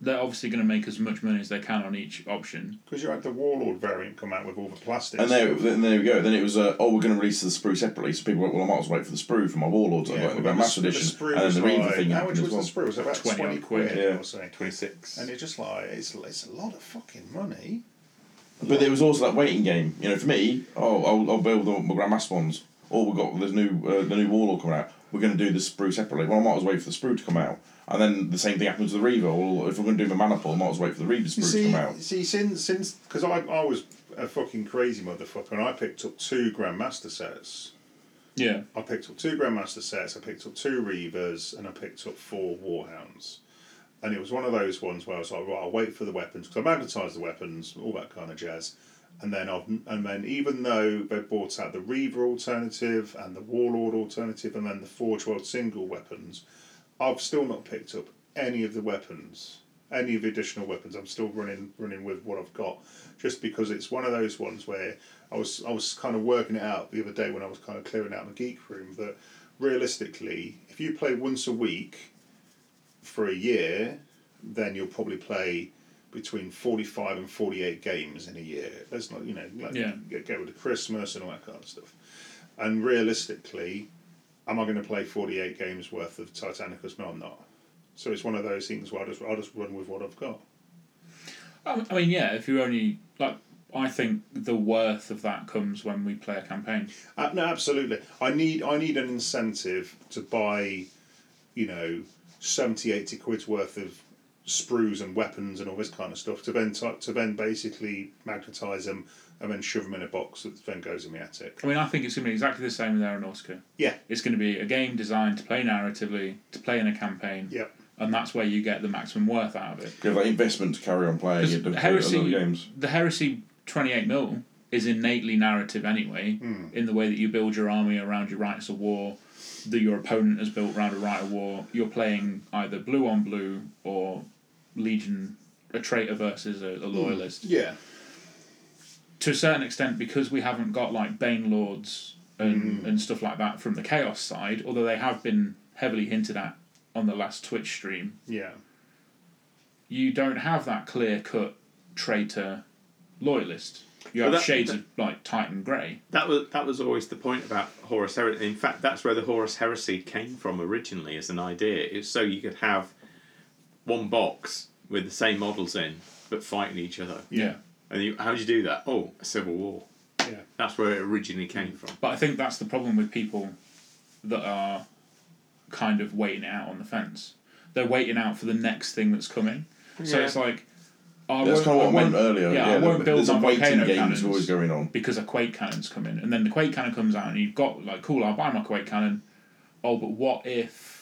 [SPEAKER 6] they're obviously going to make as much money as they can on each option.
[SPEAKER 3] because you had the Warlord variant come out with all the plastics.
[SPEAKER 1] And there, then there we go. Then it was, uh, oh, we're going to release the sprue separately. So people went, well, I might as well wait for the sprue for my warlords. I got in the
[SPEAKER 3] but the-
[SPEAKER 1] Grandmaster
[SPEAKER 3] the
[SPEAKER 1] edition,
[SPEAKER 3] sprue
[SPEAKER 1] and then
[SPEAKER 3] was
[SPEAKER 1] the Reaver
[SPEAKER 3] like-
[SPEAKER 1] thing
[SPEAKER 3] How
[SPEAKER 1] happened
[SPEAKER 3] much
[SPEAKER 1] as
[SPEAKER 3] was
[SPEAKER 1] well.
[SPEAKER 3] the sprue? It was about
[SPEAKER 6] 20
[SPEAKER 3] 20,
[SPEAKER 6] odd
[SPEAKER 3] quid,
[SPEAKER 1] quid. Yeah.
[SPEAKER 3] or something.
[SPEAKER 5] Twenty six.
[SPEAKER 3] And it's just like, it's, it's a lot of fucking money.
[SPEAKER 1] But there was also that waiting game. You know, for me, oh, I'll, I'll build the, my Grandmaster ones. Or we've got this new, uh, the new warlord coming out. We're going to do the sprue separately. Well, I might as well wait for the sprue to come out. And then the same thing happened to the Reaver. Well, if we're going to do the Maniple, I might as well wait for the Reaver
[SPEAKER 3] You
[SPEAKER 1] sprue to
[SPEAKER 3] see,
[SPEAKER 1] come out.
[SPEAKER 3] see, since since because I, I was a fucking crazy motherfucker and I picked up two Grandmaster sets.
[SPEAKER 6] Yeah.
[SPEAKER 3] I picked up two Grandmaster sets, I picked up two Reavers, and I picked up four Warhounds.
[SPEAKER 8] and it was one of those ones where I was like, right, I'll wait for the weapons because I magnetise the weapons, all that kind of jazz. And then I've, and then even though they brought out the Reaver alternative and the Warlord alternative and then the Forge World single weapons, I've still not picked up any of the weapons, any of the additional weapons. I'm still running running with what I've got, just because it's one of those ones where I was I was kind of working it out the other day when I was kind of clearing out my geek room that realistically, if you play once a week for a year, then you'll probably play between 45 and 48 games in a year. That's not, you know, like
[SPEAKER 6] Yeah.
[SPEAKER 8] get, get rid of Christmas and all that kind of stuff. And realistically, am I going to play 48 games worth of Titanicus? No, I'm not. So it's one of those things where I'll just, I'll just run with what I've got.
[SPEAKER 6] Um, I I mean, yeah, if you only like, I think the worth of that comes when we play a campaign.
[SPEAKER 8] Uh, no, absolutely. I need I need an incentive to buy, you know, 70, 80 quid's worth of sprues and weapons and all this kind of stuff to then t- to then basically magnetise them and then shove them in a box that then goes in the attic.
[SPEAKER 6] I mean, I think it's going to be exactly the same with Aeronautica.
[SPEAKER 8] Yeah.
[SPEAKER 6] It's going to be a game designed to play narratively, to play in a campaign,
[SPEAKER 8] Yep.
[SPEAKER 6] and that's where you get the maximum worth out of it.
[SPEAKER 1] You have that investment to carry on playing it.
[SPEAKER 6] 'Cause
[SPEAKER 1] the
[SPEAKER 6] Heresy,
[SPEAKER 1] other games.
[SPEAKER 6] the Heresy 28 mil is innately narrative anyway, in the way that you build your army around your rights of war, that your opponent has built around a right of war. You're playing either blue on blue or Legion, a traitor versus a, a loyalist.
[SPEAKER 8] Yeah.
[SPEAKER 6] to a certain extent because we haven't got like Bane Lords and, and stuff like that from the Chaos side, although they have been heavily hinted at on the last Twitch stream,
[SPEAKER 8] Yeah.
[SPEAKER 6] you don't have that clear cut traitor loyalist. You have
[SPEAKER 5] Well, that-
[SPEAKER 6] shades of like Titan Grey.
[SPEAKER 5] That was that was always the point about Horus Heresy. In fact, that's where the Horus Heresy came from originally as an idea. It's so you could have one box with the same models in, but fighting each other.
[SPEAKER 6] Yeah.
[SPEAKER 5] And you, how do you do that? Oh, a civil war.
[SPEAKER 8] Yeah.
[SPEAKER 5] That's where it originally came from.
[SPEAKER 6] But I think that's the problem with people that are kind of waiting it out on the fence. They're waiting out for the next thing that's coming. So
[SPEAKER 5] Yeah.
[SPEAKER 6] it's like, I
[SPEAKER 1] That's
[SPEAKER 6] won't-
[SPEAKER 1] kind of what I
[SPEAKER 6] won't-
[SPEAKER 1] meant earlier.
[SPEAKER 6] Yeah, I
[SPEAKER 1] there-
[SPEAKER 6] won't build
[SPEAKER 1] There's a
[SPEAKER 6] my
[SPEAKER 1] waiting
[SPEAKER 6] volcano
[SPEAKER 1] game that's
[SPEAKER 6] cannons.
[SPEAKER 1] always going on.
[SPEAKER 6] because a quake cannon's coming, and then the quake cannon comes out, and you've got like, cool, I'll buy my quake cannon. Oh, but what if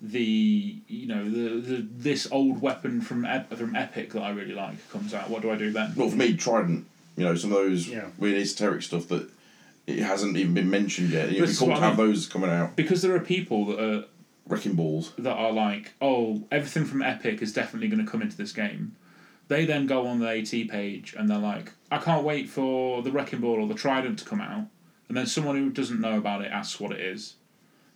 [SPEAKER 6] the you know the, the this old weapon from Ep- from Epic that I really like comes out? What do I do then?
[SPEAKER 1] Well, for me, Trident. You know, some of those
[SPEAKER 8] Yeah.
[SPEAKER 1] weird esoteric stuff that it hasn't even been mentioned yet. It'd be
[SPEAKER 6] This is
[SPEAKER 1] cool to
[SPEAKER 6] what I
[SPEAKER 1] have those coming out.
[SPEAKER 6] Because there are people that are
[SPEAKER 1] Wrecking balls.
[SPEAKER 6] that are like, oh, everything from Epic is definitely going to come into this game. They then go on the AT page and they're like, I can't wait for the Wrecking Ball or the Trident to come out. And then someone who doesn't know about it asks what it is.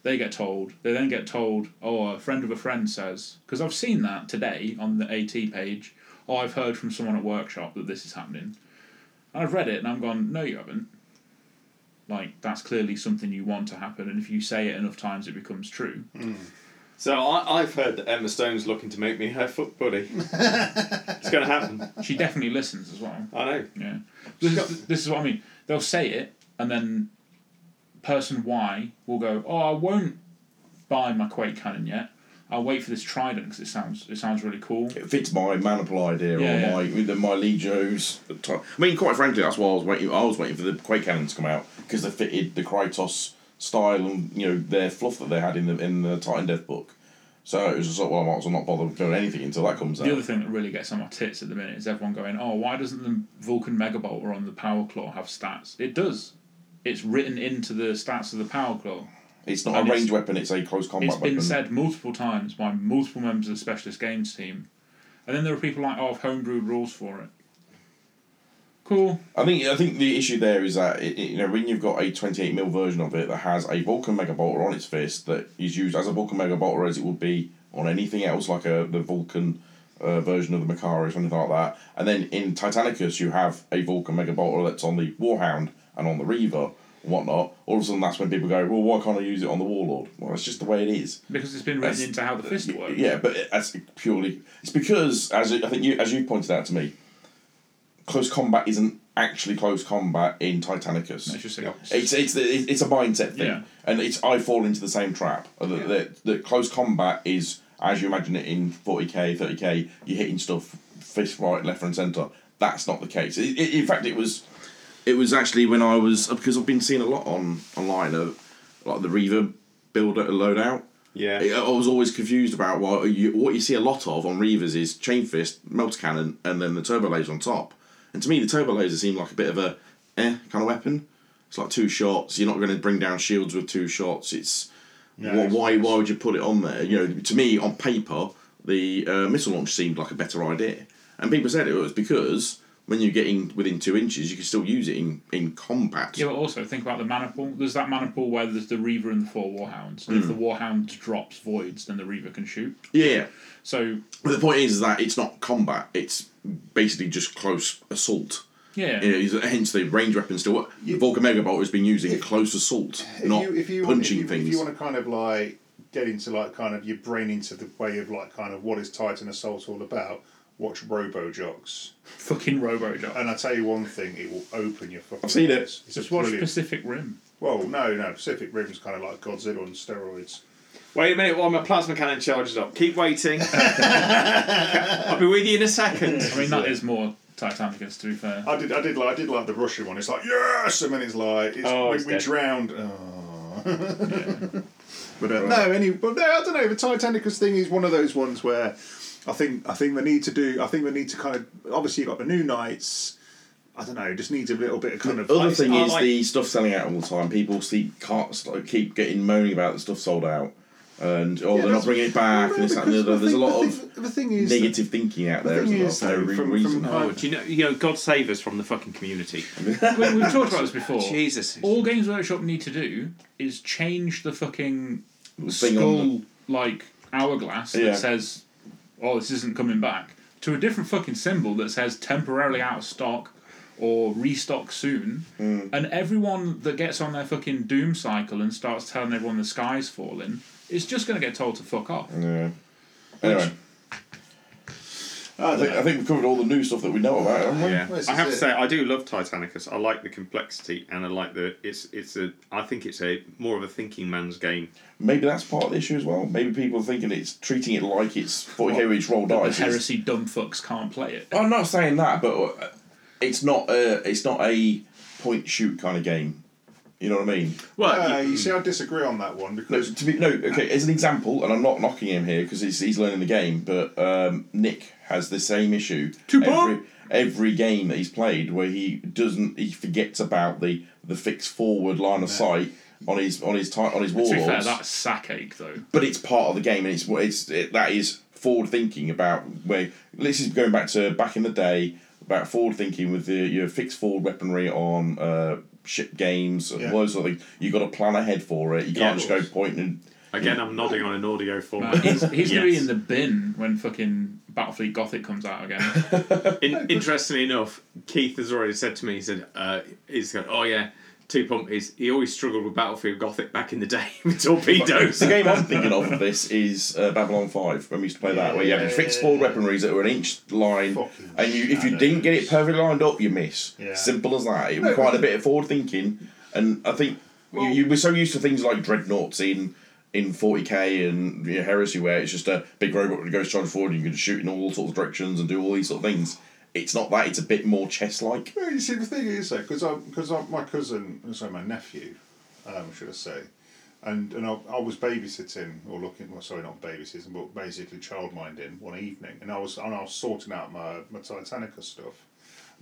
[SPEAKER 6] They get told. They then get told, oh, a friend of a friend says, because I've seen that today on the AT page, or I've heard from someone at workshop that this is happening. And I've read it and I'm gone, no, you haven't. Like, that's clearly something you want to happen. And if you say it enough times, it becomes true.
[SPEAKER 9] So I, I've heard that Emma Stone's looking to make me her foot buddy. it's going to happen.
[SPEAKER 6] She definitely listens as well.
[SPEAKER 9] I know.
[SPEAKER 6] Yeah. This, is, this is what I mean. They'll say it, and then person Y will go, "Oh, I won't buy my Quake cannon yet. I'll wait for this Trident because it sounds it sounds really cool."
[SPEAKER 1] It fits my maniple idea
[SPEAKER 6] Yeah,
[SPEAKER 1] or my the, my Legio's. Ti- I mean, quite frankly, that's why I was waiting. I was waiting for the Quake cannons to come out because they fitted the Kratos style and you know their fluff that they had in the in the Titan Death book. So it was just like, well, I might as well not bother doing anything until that comes out.
[SPEAKER 6] The other thing that really gets on my tits at the minute is everyone going, "Oh, why doesn't the Vulcan Megabolt or on the Power Claw have stats?" It does. It's written into the stats of the Power Claw.
[SPEAKER 1] It's not
[SPEAKER 6] And
[SPEAKER 1] a
[SPEAKER 6] it's-
[SPEAKER 1] ranged weapon; it's a close combat
[SPEAKER 6] It's been
[SPEAKER 1] weapon.
[SPEAKER 6] said multiple times by multiple members of the specialist games team, and then there are people like, "Oh, I've homebrewed rules for it." Cool.
[SPEAKER 1] I think I think the issue there is that it, it- you know when you've got a twenty eight mil version of it that has a Vulcan Mega Bolter on its fist that is used as a Vulcan Mega Bolter as it would be on anything else like a the Vulcan uh, version of the Makari or something like that, and then in Titanicus you have a Vulcan Mega Bolter that's on the Warhound and on the Reaver and whatnot. All of a sudden that's when people go, well, why can't I use it on the Warlord? Well, it's just the way it is.
[SPEAKER 6] Because it's been written
[SPEAKER 1] That's-
[SPEAKER 6] into how the fist
[SPEAKER 1] Y-
[SPEAKER 6] works.
[SPEAKER 1] Yeah, but it- that's purely. It's because as you- I think you as you pointed out to me, close combat isn't actually close combat in Titanicus.
[SPEAKER 6] It's just like,
[SPEAKER 1] It's it's the- it's a mindset thing,
[SPEAKER 6] Yeah.
[SPEAKER 1] and it's I fall into the same trap uh, that, that that close combat is as you imagine it in forty k, thirty k. You're hitting stuff fist right, left, and centre. That's not the case. I i in fact, it was it was uh, actually when uh, I was because I've been seeing a lot on online of like the Reaver builder loadout
[SPEAKER 5] Yeah.
[SPEAKER 1] I I was always confused about what you, what you see a lot of on Reavers is chain fist, melt cannon, and then the turbo laser on top. And to me, the turbo laser seemed like a bit of a eh kind of weapon. It's like two shots. You're not going to bring down shields with two shots. It's wh- why why would you put it on there? You know, to me on paper, the uh, missile launch seemed like a better idea. And people said it was because when you're getting within two inches, you can still use it in in combat.
[SPEAKER 6] Yeah, but also think about the maniple. There's that maniple where there's the Reaver and the four Warhounds. And If
[SPEAKER 1] Hmm.
[SPEAKER 6] the Warhound drops voids, then the Reaver can shoot.
[SPEAKER 1] yeah.
[SPEAKER 6] So
[SPEAKER 1] But the point is that it's not combat. It's basically just close assault.
[SPEAKER 6] yeah,
[SPEAKER 1] You know, is- hence the range weapons still work. The Volker Megabolt has been using close assault,
[SPEAKER 3] If
[SPEAKER 1] not
[SPEAKER 3] you, if you
[SPEAKER 1] punching
[SPEAKER 3] want, if you,
[SPEAKER 1] things.
[SPEAKER 3] If you want to kind of like get into like kind of your brain into the way of like kind of what is Titan Assault all about, watch Robo Jocks.
[SPEAKER 6] fucking Robo Jock.
[SPEAKER 3] And I tell you one thing, it will open your fucking.
[SPEAKER 1] I've seen it.
[SPEAKER 3] eyes. It's just
[SPEAKER 6] Just watch
[SPEAKER 3] brilliant.
[SPEAKER 6] Pacific Rim.
[SPEAKER 3] well, no, no, Pacific Rim's kind of like Godzilla on steroids.
[SPEAKER 5] Wait a minute while my plasma cannon charges up. Keep waiting. I'll be with you in a second.
[SPEAKER 6] I mean, that is more Titanicus, to be fair.
[SPEAKER 3] I did, I did like, I did like the Russian one. It's like yes, and then it's like it's,
[SPEAKER 5] Oh,
[SPEAKER 3] we,
[SPEAKER 5] it's
[SPEAKER 3] we
[SPEAKER 5] dead.
[SPEAKER 3] drowned. Oh.
[SPEAKER 8] But uh,
[SPEAKER 3] No, any, but no, I don't know. The Titanicus thing is one of those ones where I think I think they need to do. I think they need to kind of obviously you have got the new knights. I don't know. Just needs a little bit of kind of.
[SPEAKER 1] Other
[SPEAKER 3] like-
[SPEAKER 1] thing
[SPEAKER 5] I
[SPEAKER 1] is
[SPEAKER 5] like-
[SPEAKER 1] the stuff selling out all the time. People keep can't st- keep getting moaning about the stuff sold out, and oh they're not
[SPEAKER 3] that's-
[SPEAKER 1] bringing it back,
[SPEAKER 3] No,
[SPEAKER 1] and this that, and the
[SPEAKER 3] because
[SPEAKER 1] other.
[SPEAKER 3] the
[SPEAKER 1] There's a
[SPEAKER 3] thing-
[SPEAKER 1] lot
[SPEAKER 3] the
[SPEAKER 1] of
[SPEAKER 3] thing- the thing is that-
[SPEAKER 1] negative thinking out there as
[SPEAKER 3] thing
[SPEAKER 1] well
[SPEAKER 3] is,
[SPEAKER 1] for no
[SPEAKER 3] though,
[SPEAKER 1] re-
[SPEAKER 3] from-
[SPEAKER 1] reason.
[SPEAKER 3] from-
[SPEAKER 5] Oh, do you know, you know, God save us from the fucking community.
[SPEAKER 6] we, we've talked about this before.
[SPEAKER 5] Jesus.
[SPEAKER 6] All Games Workshop need to do is change the fucking
[SPEAKER 1] thing on the-
[SPEAKER 6] skull like hourglass
[SPEAKER 1] Yeah.
[SPEAKER 6] that says, "Oh, this isn't coming back," to a different fucking symbol that says "temporarily out of stock" or "restock soon."
[SPEAKER 1] Hmm.
[SPEAKER 6] And everyone that gets on their fucking doom cycle and starts telling everyone the sky's falling is just going to get told to fuck off.
[SPEAKER 1] Yeah. Anyway. I think, I think we've covered all the new stuff that we know about, haven't we?
[SPEAKER 5] Yeah,
[SPEAKER 3] Well, this
[SPEAKER 5] I
[SPEAKER 3] is
[SPEAKER 5] have to
[SPEAKER 3] it.
[SPEAKER 5] say I do love Titanicus. I like the complexity, and I like the it's it's a I think it's a more of a thinking man's game.
[SPEAKER 1] Maybe that's part of the issue as well. Maybe people are thinking it's treating it like it's 40k each roll dice. It's-
[SPEAKER 6] Heresy dumb fucks can't play it.
[SPEAKER 1] I'm not saying that, but uh, it's not a it's not a point shoot kind of game. You know what I mean?
[SPEAKER 5] Well,
[SPEAKER 8] Hmm.
[SPEAKER 3] Uh,
[SPEAKER 5] you-
[SPEAKER 3] you see, I disagree on that one
[SPEAKER 1] No,
[SPEAKER 3] because
[SPEAKER 1] to be, no. Okay, as an example, and I'm not knocking him here because he's, he's learning the game, but um, Nick has the same issue every, every game that he's played where he doesn't he forgets about the the fixed forward line of sight on his on his ti- on his
[SPEAKER 6] To be fair,
[SPEAKER 1] warlords.
[SPEAKER 6] that's sack ache though.
[SPEAKER 1] but it's part of the game, and it's what it's it, that is forward thinking about where this is going back to back in the day about forward thinking with the, your fixed forward weaponry on uh, ship games and
[SPEAKER 3] Yeah.
[SPEAKER 1] all those sort of things. You got to plan ahead for it. You
[SPEAKER 5] Yeah,
[SPEAKER 1] can't
[SPEAKER 5] of
[SPEAKER 1] just
[SPEAKER 5] course.
[SPEAKER 1] go point and
[SPEAKER 5] again, I'm nodding on an audio
[SPEAKER 6] Man,
[SPEAKER 5] format.
[SPEAKER 6] Uh, he's he's going to be
[SPEAKER 5] Yes.
[SPEAKER 6] in the bin when fucking Battlefleet Gothic comes out again.
[SPEAKER 5] In, interestingly enough, Keith has already said to me. He said uh, he's going, oh yeah, two pump is he always struggled with Battlefield Gothic back in the day with torpedoes.
[SPEAKER 1] The game I'm thinking of for this is uh, Babylon Five when we used to play that, where you have your fixed forward weaponries that were an inch line,
[SPEAKER 3] Fucking
[SPEAKER 1] and you if you didn't get it perfectly lined up, you miss.
[SPEAKER 3] Yeah.
[SPEAKER 1] Simple as that. It required a bit of forward thinking, and I think you, you were so used to things like dreadnoughts in in 40k and you know, heresy where it's just a big robot that goes charging forward and you can shoot in all sorts of directions and do all these sort of things. It's not that. It's a bit more chess like.
[SPEAKER 3] No, you see, the thing is, though, because I, because I, my cousin, sorry, my nephew, um, should I say, and and I, I was babysitting or looking, well, sorry, not babysitting, but basically childminding one evening, and I was and I was sorting out my my Titanica stuff,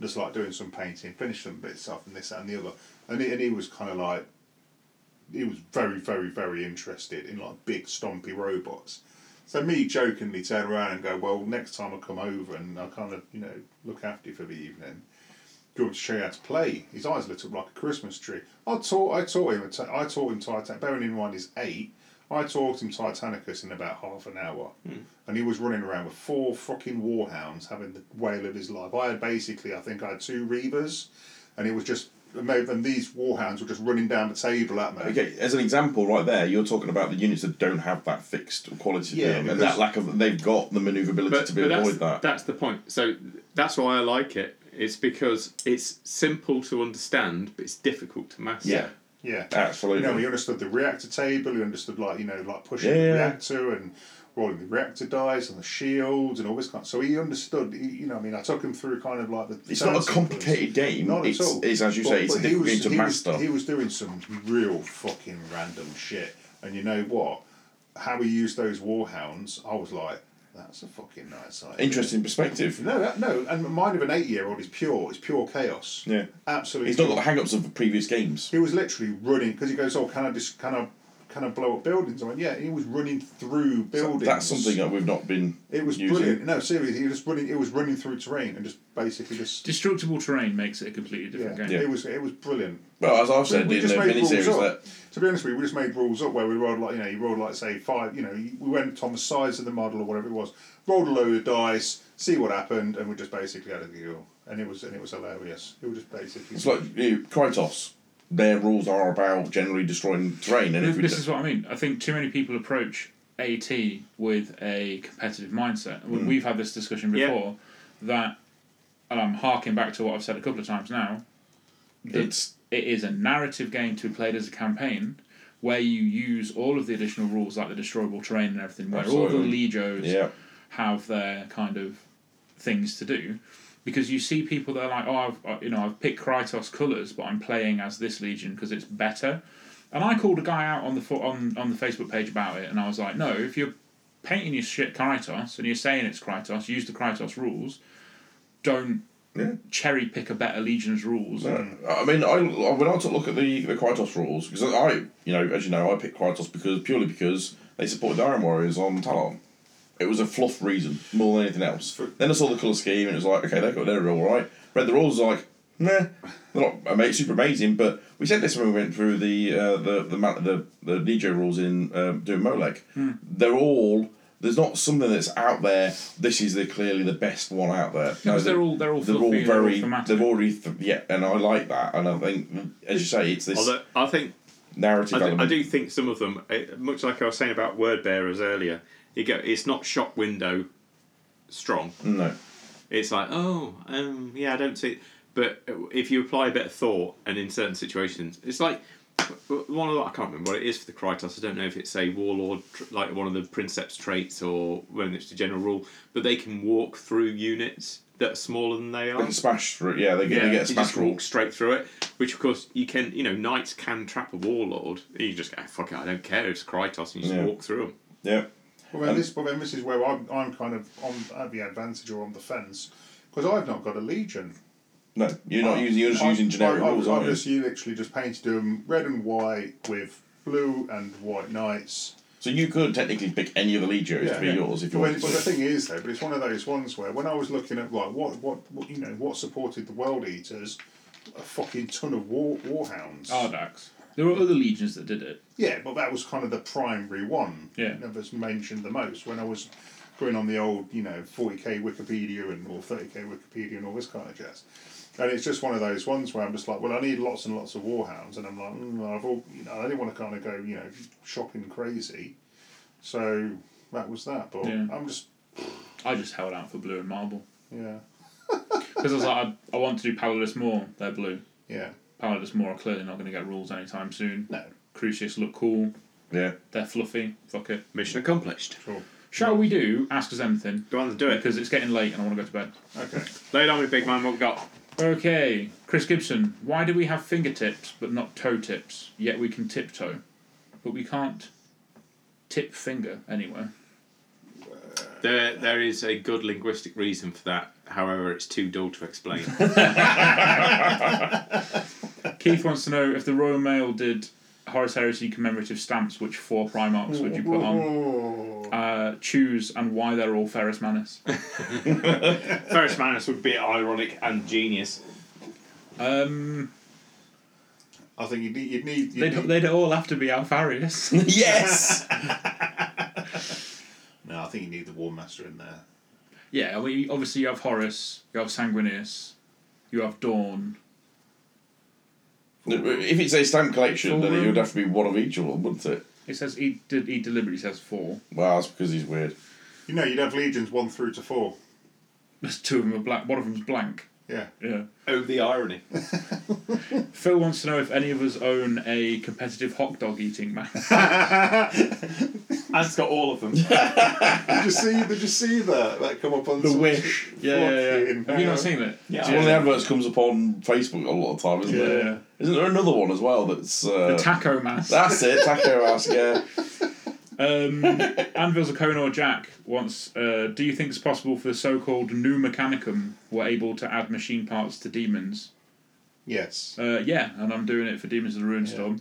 [SPEAKER 3] just like doing some painting, finished some bits off, and this that, and the other, and he, and he was kind of like, he was very very very interested in like big stompy robots. So me jokingly turn around and go, well, next time I come over and I will kind of, you know, look after you for the evening, do you want to show you how to play? His eyes lit up like a Christmas tree. I taught, I taught him, I taught him Titanic. Bearing in mind he's eight, I taught him Titanicus in about half an hour, and he was running around with four fucking warhounds, having the whale of his life. I had basically, I think I had two reavers, and it was just, and these warhounds were just running down the table at me.
[SPEAKER 1] Okay, as an example, right there, you're talking about the units that don't have that fixed quality
[SPEAKER 3] Yeah,
[SPEAKER 1] to them, and
[SPEAKER 3] because-
[SPEAKER 1] that lack of they've got the manoeuvrability to be
[SPEAKER 5] that's,
[SPEAKER 1] avoid that.
[SPEAKER 5] That's the point. So that's why I like it. It's because it's simple to understand, but it's difficult to master.
[SPEAKER 1] Yeah,
[SPEAKER 3] Yeah,
[SPEAKER 1] Absolutely.
[SPEAKER 3] You know, he understood the reactor table. He understood like you know like pushing
[SPEAKER 1] Yeah, yeah.
[SPEAKER 3] the reactor and rolling the reactor dice and the shields and all this kind. so he understood. He, you know, I mean, I took him through kind of like the.
[SPEAKER 1] it's not a
[SPEAKER 3] terms and
[SPEAKER 1] complicated game.
[SPEAKER 3] Not
[SPEAKER 1] it's,
[SPEAKER 3] at all.
[SPEAKER 1] it's as you
[SPEAKER 3] But-
[SPEAKER 1] say, it's a
[SPEAKER 3] but he
[SPEAKER 1] difficult
[SPEAKER 3] was-
[SPEAKER 1] game to
[SPEAKER 3] he was-
[SPEAKER 1] master.
[SPEAKER 3] he was doing some real fucking random shit, and you know what? how he used those warhounds, I was like, that's a fucking nice idea.
[SPEAKER 1] Interesting perspective.
[SPEAKER 3] No, that, no, and mind of an eight-year-old is pure. It's pure chaos.
[SPEAKER 1] Yeah.
[SPEAKER 3] absolutely.
[SPEAKER 1] He's not got the hang-ups of previous games.
[SPEAKER 3] he was literally running because he goes, "Oh, can I just can I can I blow up buildings?" I went, "Yeah." He was running through buildings.
[SPEAKER 1] That's something that we've not been.
[SPEAKER 3] It was
[SPEAKER 1] using.
[SPEAKER 3] brilliant. No, seriously, he was just running. It was running through terrain and just basically just.
[SPEAKER 6] Destructible terrain makes it a completely different
[SPEAKER 3] Yeah,
[SPEAKER 6] game.
[SPEAKER 3] it was it was brilliant.
[SPEAKER 1] Well, as I've
[SPEAKER 3] We-
[SPEAKER 1] said
[SPEAKER 3] we
[SPEAKER 1] in the
[SPEAKER 3] just made rules
[SPEAKER 1] miniseries, that
[SPEAKER 3] up. To be honest with you, we just made rules up where we rolled like you know you rolled like say five you know you- we went on the size of the model or whatever it was, rolled a load of dice, see what happened, and we just basically had a deal, and it was and it was hilarious. It was just basically
[SPEAKER 1] it's like you know, Krytos. Their rules are about generally destroying terrain, and if
[SPEAKER 6] This,
[SPEAKER 1] we
[SPEAKER 6] this
[SPEAKER 1] do-
[SPEAKER 6] is what I mean. I think too many people approach AT with a competitive mindset. We- We've had this discussion
[SPEAKER 7] Yeah.
[SPEAKER 6] before that, and I'm harking back to what I've said a couple of times now. that
[SPEAKER 1] it's
[SPEAKER 6] it is a narrative game to be played as a campaign where you use all of the additional rules like the destroyable terrain and everything, where all the
[SPEAKER 1] Absolutely.
[SPEAKER 6] legios
[SPEAKER 1] yeah.
[SPEAKER 6] have their kind of things to do because you see people that are like oh I've uh, you know I've picked Krytos colors but I'm playing as this legion because it's better and I called a guy out on the fo- on on the Facebook page about it and I was like no if you're painting your shit Krytos and you're saying it's Krytos use the Krytos rules don't
[SPEAKER 1] Yeah.
[SPEAKER 6] cherry pick a better legion's rules
[SPEAKER 1] uh, I mean, I when I took a look at the the Krytos rules because I, you know, as you know, I picked Krytos because purely because they supported the Iron Warriors on Talon. It was a fluff reason more than anything else. Then I saw the color scheme and it was like, okay, they got their all right. Read the rules, like, nah, they're not ama- super amazing. But we said this when we went through the uh, the the ma- the the DJ rules in um, doing Molec.
[SPEAKER 6] Hmm.
[SPEAKER 1] They're all. There's not something that's out there. This is the clearly the best one out there. No,
[SPEAKER 6] because they're all they're all
[SPEAKER 1] they're all
[SPEAKER 6] fluffy and they're all
[SPEAKER 1] very
[SPEAKER 6] thematic.
[SPEAKER 1] they've already th- yeah and i like that and i think as you say it's this
[SPEAKER 5] Although I think
[SPEAKER 1] narrative
[SPEAKER 5] I do,
[SPEAKER 1] element
[SPEAKER 5] I do think some of them, eh, much like I was saying about word bearers earlier, you go. It's not shop window strong.
[SPEAKER 1] no
[SPEAKER 5] It's like oh um, yeah, I don't see. It. But if you apply a bit of thought, and in certain situations, it's like one of the, I can't remember what it is for the Krytos. I don't know if it's a warlord tr- like one of the princeps traits or whether it's the general rule. But they can walk through units that are smaller than they
[SPEAKER 1] they
[SPEAKER 5] are.
[SPEAKER 1] can smash through yeah they get,
[SPEAKER 5] Yeah,
[SPEAKER 1] they get a
[SPEAKER 5] you
[SPEAKER 1] smash
[SPEAKER 5] just
[SPEAKER 1] roll
[SPEAKER 5] walk straight through it. Which of course you can, you know, knights can trap a warlord. and You just go, "Ah, fuck it, I don't care. It's Krytos, and you just
[SPEAKER 1] Yeah.
[SPEAKER 5] walk through them.
[SPEAKER 1] yeah
[SPEAKER 3] Well, then
[SPEAKER 1] And-
[SPEAKER 3] this, well, then this is where I'm, I'm kind of on at the advantage or on the fence because I've not got a legion.
[SPEAKER 1] no you're not using you're just
[SPEAKER 3] I've-
[SPEAKER 1] using generic
[SPEAKER 3] I've, I've,
[SPEAKER 1] rules
[SPEAKER 3] I've
[SPEAKER 1] aren't you?
[SPEAKER 3] just you literally just painted them red and white with blue and white knights.
[SPEAKER 1] so you could technically pick any of the legios to be yours if you
[SPEAKER 3] But,
[SPEAKER 1] wanted
[SPEAKER 3] but the
[SPEAKER 1] to
[SPEAKER 3] thing is, though, but it's one of those ones where when I was looking at like what what, what you know what supported the World Eaters, a fucking ton of war warhounds.
[SPEAKER 6] Ardax there were other legions that did it
[SPEAKER 3] Yeah, but that was kind of the primary one.
[SPEAKER 6] Yeah.
[SPEAKER 3] that was mentioned the most when I was going on the old, you know, forty k Wikipedia and or thirty k Wikipedia and all this kind of jazz. And it's just one of those ones where I'm just like, well, I need lots and lots of warhounds, and I'm like, mm, I've all, you know, I didn't want to kind of go, you know, shopping crazy. So that was that. But
[SPEAKER 6] Yeah.
[SPEAKER 3] I'm just,
[SPEAKER 6] I just held out for blue and marble
[SPEAKER 3] yeah,
[SPEAKER 6] Because I was like, I, I want to do Paladus Moor. They're blue.
[SPEAKER 3] yeah,
[SPEAKER 6] Paladus Moor are clearly not going to get rules anytime soon.
[SPEAKER 3] no,
[SPEAKER 6] Crucius look cool.
[SPEAKER 1] yeah
[SPEAKER 6] They're fluffy. Fuck
[SPEAKER 3] Mm.
[SPEAKER 6] it.
[SPEAKER 5] Mission accomplished.
[SPEAKER 3] sure,
[SPEAKER 6] Shall we do Ask Us Anything?
[SPEAKER 5] Go on, then, do it.
[SPEAKER 6] Because it's getting late and I want to go to bed.
[SPEAKER 3] okay.
[SPEAKER 5] Lay it on me, big man. What we got?
[SPEAKER 6] Okay, Chris Gibson. Why do we have fingertips but not toe tips? Yet we can tiptoe, but we can't tip finger anywhere.
[SPEAKER 5] There, there is a good linguistic reason for that. However, it's too dull to explain.
[SPEAKER 6] Keith wants to know if the Royal Mail did Horus Heresy commemorative stamps, which four Primarchs would you put on?
[SPEAKER 3] Oh,
[SPEAKER 6] Uh, choose and why they're all Ferris Manus.
[SPEAKER 5] Ferris Manus would be ironic and genius.
[SPEAKER 6] Um,
[SPEAKER 3] I think you'd need, you'd need, you'd
[SPEAKER 6] they'd,
[SPEAKER 3] need
[SPEAKER 6] they'd all have to be Alfarius.
[SPEAKER 1] yes
[SPEAKER 3] no, I think you need the War Master in there.
[SPEAKER 6] yeah, I mean, obviously you have Horus, you have Sanguinius, you have Dawn.
[SPEAKER 1] if it's a stamp collection then it would have to be one of each of them wouldn't it
[SPEAKER 6] It says he did. He deliberately says four.
[SPEAKER 1] well that's because he's weird
[SPEAKER 3] You know, you'd have legions one through to four.
[SPEAKER 6] There's two of them are black. One of them's blank.
[SPEAKER 3] Yeah.
[SPEAKER 6] Yeah.
[SPEAKER 5] Oh, the irony.
[SPEAKER 6] Phil wants to know if any of us own a competitive hot dog eating man.
[SPEAKER 5] Ant's got all of them.
[SPEAKER 3] Did you see? Did you see that? That come up on
[SPEAKER 6] The
[SPEAKER 3] some-
[SPEAKER 6] Wish. Yeah, yeah, yeah.
[SPEAKER 3] Fucking
[SPEAKER 6] Have you
[SPEAKER 3] hell.
[SPEAKER 6] not seen it?
[SPEAKER 5] Yeah.
[SPEAKER 1] it's one of the adverts comes up on Facebook a lot of time isn't it
[SPEAKER 6] Yeah.
[SPEAKER 1] isn't there another one as well that's uh,
[SPEAKER 6] The Taco Mask.
[SPEAKER 1] that's it taco ass yeah
[SPEAKER 6] Um, Anvils of Conor Jack wants, uh, do you think it's possible for the so-called new mechanicum were able to add machine parts to demons?
[SPEAKER 3] Yes.
[SPEAKER 6] Uh, yeah, and I'm doing it for Demons of the Ruinstorm.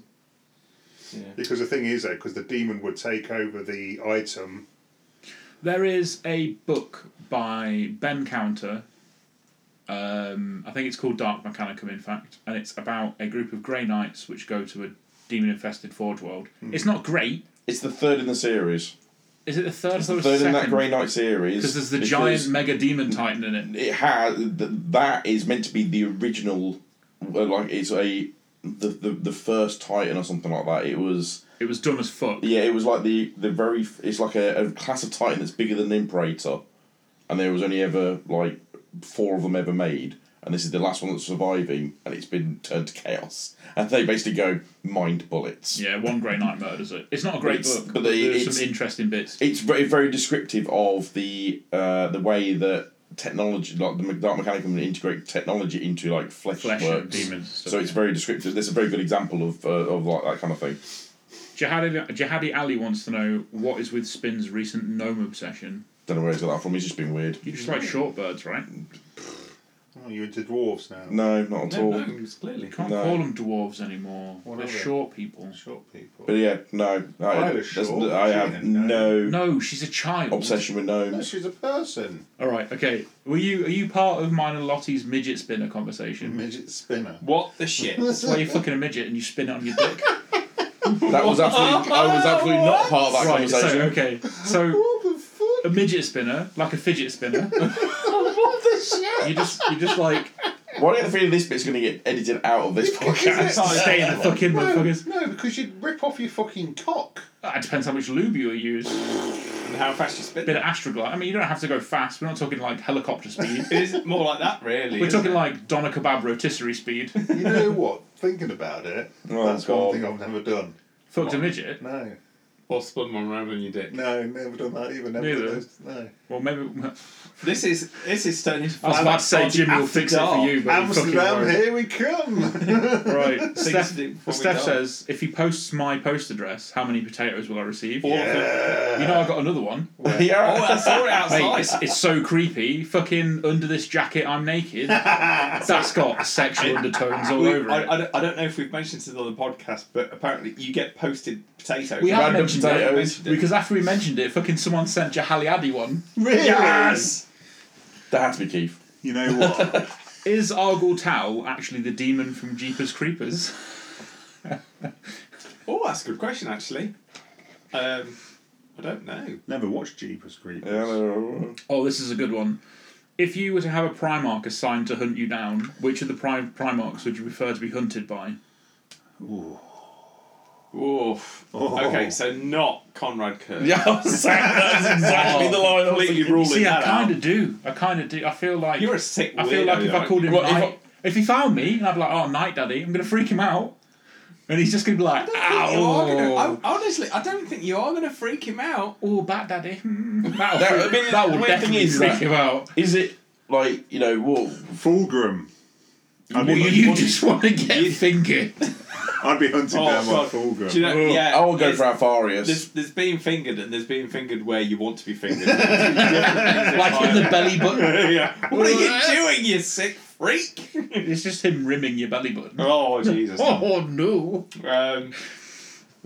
[SPEAKER 6] Storm.
[SPEAKER 3] Because the thing is, though, because the demon would take over the item.
[SPEAKER 6] There is a book by Ben Counter. Um, I think it's called Dark Mechanicum, in fact, and it's about a group of Grey Knights which go to a demon-infested Forge world. It's not great.
[SPEAKER 1] It's the third in the series.
[SPEAKER 6] Is it the third
[SPEAKER 1] It's
[SPEAKER 6] or
[SPEAKER 1] the
[SPEAKER 6] the
[SPEAKER 1] third in
[SPEAKER 6] second?
[SPEAKER 1] that Grey Knight series.
[SPEAKER 6] because there's the
[SPEAKER 1] because
[SPEAKER 6] giant mega demon titan in it.
[SPEAKER 1] It has th- that is meant to be the original, uh, like it's a the, the the first Titan or something like that. It was
[SPEAKER 6] It was dumb as fuck.
[SPEAKER 1] yeah, it was like the the very f- it's like a, a class of Titan that's bigger than the Imperator, and there was only ever like four of them ever made, and this is the last one that's surviving, and it's been turned to chaos, and they basically go mind bullets.
[SPEAKER 6] Yeah, one Grey Knight murders it. It's not a great
[SPEAKER 1] It's-
[SPEAKER 6] book,
[SPEAKER 1] but
[SPEAKER 6] but
[SPEAKER 1] they-
[SPEAKER 6] there's
[SPEAKER 1] it's-
[SPEAKER 6] some interesting bits.
[SPEAKER 1] it's very very descriptive of the uh, the way that technology like the dark mechanicum integrate technology into like flesh,
[SPEAKER 6] Flesh and
[SPEAKER 1] works.
[SPEAKER 6] demons,
[SPEAKER 1] so,
[SPEAKER 6] so
[SPEAKER 1] it's very descriptive there's a very good example of uh, of like that kind of thing
[SPEAKER 6] Jihadi, Jihadi Ali wants to know what is with Spin's recent gnome obsession.
[SPEAKER 1] don't know where he's got that from he's just been weird
[SPEAKER 6] You just like short birds, right?
[SPEAKER 3] Oh, you're into dwarves now.
[SPEAKER 1] no not at all
[SPEAKER 5] No, no, it's clearly.
[SPEAKER 6] You can't
[SPEAKER 1] No.
[SPEAKER 6] call them dwarves anymore.
[SPEAKER 3] What
[SPEAKER 6] They're
[SPEAKER 3] are they?
[SPEAKER 6] short people.
[SPEAKER 3] Short people.
[SPEAKER 1] but yeah no I,
[SPEAKER 3] Ireland
[SPEAKER 1] that's-
[SPEAKER 3] short,
[SPEAKER 1] I
[SPEAKER 3] she
[SPEAKER 1] have
[SPEAKER 3] didn't
[SPEAKER 1] no,
[SPEAKER 3] know.
[SPEAKER 6] No, she's a child.
[SPEAKER 1] obsession with
[SPEAKER 3] No,
[SPEAKER 1] gnomes
[SPEAKER 3] she's a person.
[SPEAKER 6] All right, okay. Were you are you part of mine and Lottie's midget spinner conversation?
[SPEAKER 3] Midget spinner.
[SPEAKER 5] What the shit?
[SPEAKER 6] That's why you're fucking a midget and you spin it on your dick.
[SPEAKER 1] that was absolutely I was absolutely not part of that
[SPEAKER 6] right. So
[SPEAKER 1] conversation
[SPEAKER 6] okay. So
[SPEAKER 3] What the fuck?
[SPEAKER 6] a midget spinner, like a fidget spinner.
[SPEAKER 3] What the shit?
[SPEAKER 6] You just you just like
[SPEAKER 1] why do you get the feeling this bit's going to get edited out of this podcast
[SPEAKER 6] stay in the fucking
[SPEAKER 3] No,
[SPEAKER 6] motherfuckers.
[SPEAKER 3] no, because you'd rip off your fucking cock.
[SPEAKER 6] Ah, It depends how much lube you use.
[SPEAKER 5] and how fast you spin
[SPEAKER 6] bit
[SPEAKER 5] it.
[SPEAKER 6] of astroglide. I mean, you don't have to go fast. We're not talking like helicopter speed.
[SPEAKER 5] It is more like that, really.
[SPEAKER 6] We're
[SPEAKER 5] isn't
[SPEAKER 6] talking
[SPEAKER 5] it?
[SPEAKER 6] like doner kebab rotisserie speed.
[SPEAKER 3] You know what? Thinking about it,
[SPEAKER 1] Oh,
[SPEAKER 3] that's
[SPEAKER 1] God.
[SPEAKER 3] one thing I've never done.
[SPEAKER 6] Fucked a midget.
[SPEAKER 3] No,
[SPEAKER 5] Or spun one round on your dick.
[SPEAKER 3] no, never done that either. Never
[SPEAKER 6] Neither.
[SPEAKER 3] done those. No.
[SPEAKER 6] Well, maybe
[SPEAKER 5] This is this is turning. into
[SPEAKER 6] I was about to say
[SPEAKER 5] Party
[SPEAKER 6] Jimmy will
[SPEAKER 5] After
[SPEAKER 6] fix it for
[SPEAKER 5] Dark.
[SPEAKER 6] you, but you fucking
[SPEAKER 3] Amsterdam,
[SPEAKER 6] won't.
[SPEAKER 3] here we come.
[SPEAKER 5] to
[SPEAKER 6] Right. Steph,
[SPEAKER 5] do before we
[SPEAKER 6] Steph
[SPEAKER 5] die.
[SPEAKER 6] says if he posts my post address, how many potatoes will I receive?
[SPEAKER 3] yeah.
[SPEAKER 6] You know, I got another one.
[SPEAKER 1] yeah
[SPEAKER 5] Oh, I saw it
[SPEAKER 6] Mate,
[SPEAKER 5] outside.
[SPEAKER 6] it's, it's so creepy. Fucking under this jacket, I'm naked. That's got sexual undertones all
[SPEAKER 5] We-
[SPEAKER 6] over
[SPEAKER 5] I,
[SPEAKER 6] it.
[SPEAKER 5] I, don't, I don't know if we've mentioned this on the podcast, but apparently you get posted potatoes.
[SPEAKER 6] we have
[SPEAKER 1] random
[SPEAKER 6] mentioned
[SPEAKER 1] potatoes.
[SPEAKER 6] it
[SPEAKER 5] Mentioned it.
[SPEAKER 6] because after we mentioned it, fucking someone sent Jahali Addy one.
[SPEAKER 3] Really?
[SPEAKER 5] Yes!
[SPEAKER 1] that had to be Keith
[SPEAKER 3] You know what?
[SPEAKER 6] Is Argyle Tau actually the demon from Jeepers Creepers?
[SPEAKER 5] Oh, that's a good question, actually. Um, I don't know.
[SPEAKER 3] never watched Jeepers Creepers.
[SPEAKER 1] yeah, no.
[SPEAKER 6] Oh, this is a good one. If you were to have a Primarch assigned to hunt you down, which of the prime Primarchs would you prefer to be hunted by?
[SPEAKER 5] Oof. Oh. Okay, so not Conrad Kerr. Oh,
[SPEAKER 1] Yeah, I was saying that's exactly the line I was
[SPEAKER 5] Completely
[SPEAKER 1] thinking.
[SPEAKER 5] ruling
[SPEAKER 6] Oh. See, I
[SPEAKER 5] that
[SPEAKER 6] kind
[SPEAKER 5] out.
[SPEAKER 6] of do. I kind of do. I feel like
[SPEAKER 5] You're a sick.
[SPEAKER 6] I feel
[SPEAKER 5] weirdo,
[SPEAKER 6] like if I
[SPEAKER 5] though.
[SPEAKER 6] called him
[SPEAKER 1] Well, if I-
[SPEAKER 6] Knight, if, he found me and I'd be like, "Oh, Night Daddy," I'm gonna freak him out, and he's just gonna be like,
[SPEAKER 5] You are gonna-
[SPEAKER 6] "Ow,
[SPEAKER 5] I- honestly, I don't think you are going to freak him out.
[SPEAKER 6] oh, Bat Daddy." Hmm. That'll
[SPEAKER 1] That- I
[SPEAKER 6] freak-
[SPEAKER 1] mean,
[SPEAKER 6] that
[SPEAKER 1] the
[SPEAKER 6] will
[SPEAKER 1] weird thing
[SPEAKER 6] definitely
[SPEAKER 1] is
[SPEAKER 6] freak
[SPEAKER 1] that-
[SPEAKER 6] him out.
[SPEAKER 1] Is it like you know what?
[SPEAKER 3] Fulgrim. I'd
[SPEAKER 6] Well,
[SPEAKER 3] be,
[SPEAKER 6] you, just want to get fingered.
[SPEAKER 3] I'd be
[SPEAKER 6] Oh,
[SPEAKER 3] hunting down by
[SPEAKER 5] Oh, God.
[SPEAKER 3] Fulgrim.
[SPEAKER 5] Do you know, yeah,
[SPEAKER 1] I will go
[SPEAKER 5] it's-
[SPEAKER 1] for Alfarius.
[SPEAKER 5] There's, there's being fingered and there's being fingered where you want to be fingered. like
[SPEAKER 6] like in the belly button.
[SPEAKER 5] What are you doing, you sick freak?
[SPEAKER 6] It's just him rimming your belly button.
[SPEAKER 5] Oh Jesus!
[SPEAKER 6] Oh no!
[SPEAKER 5] Um,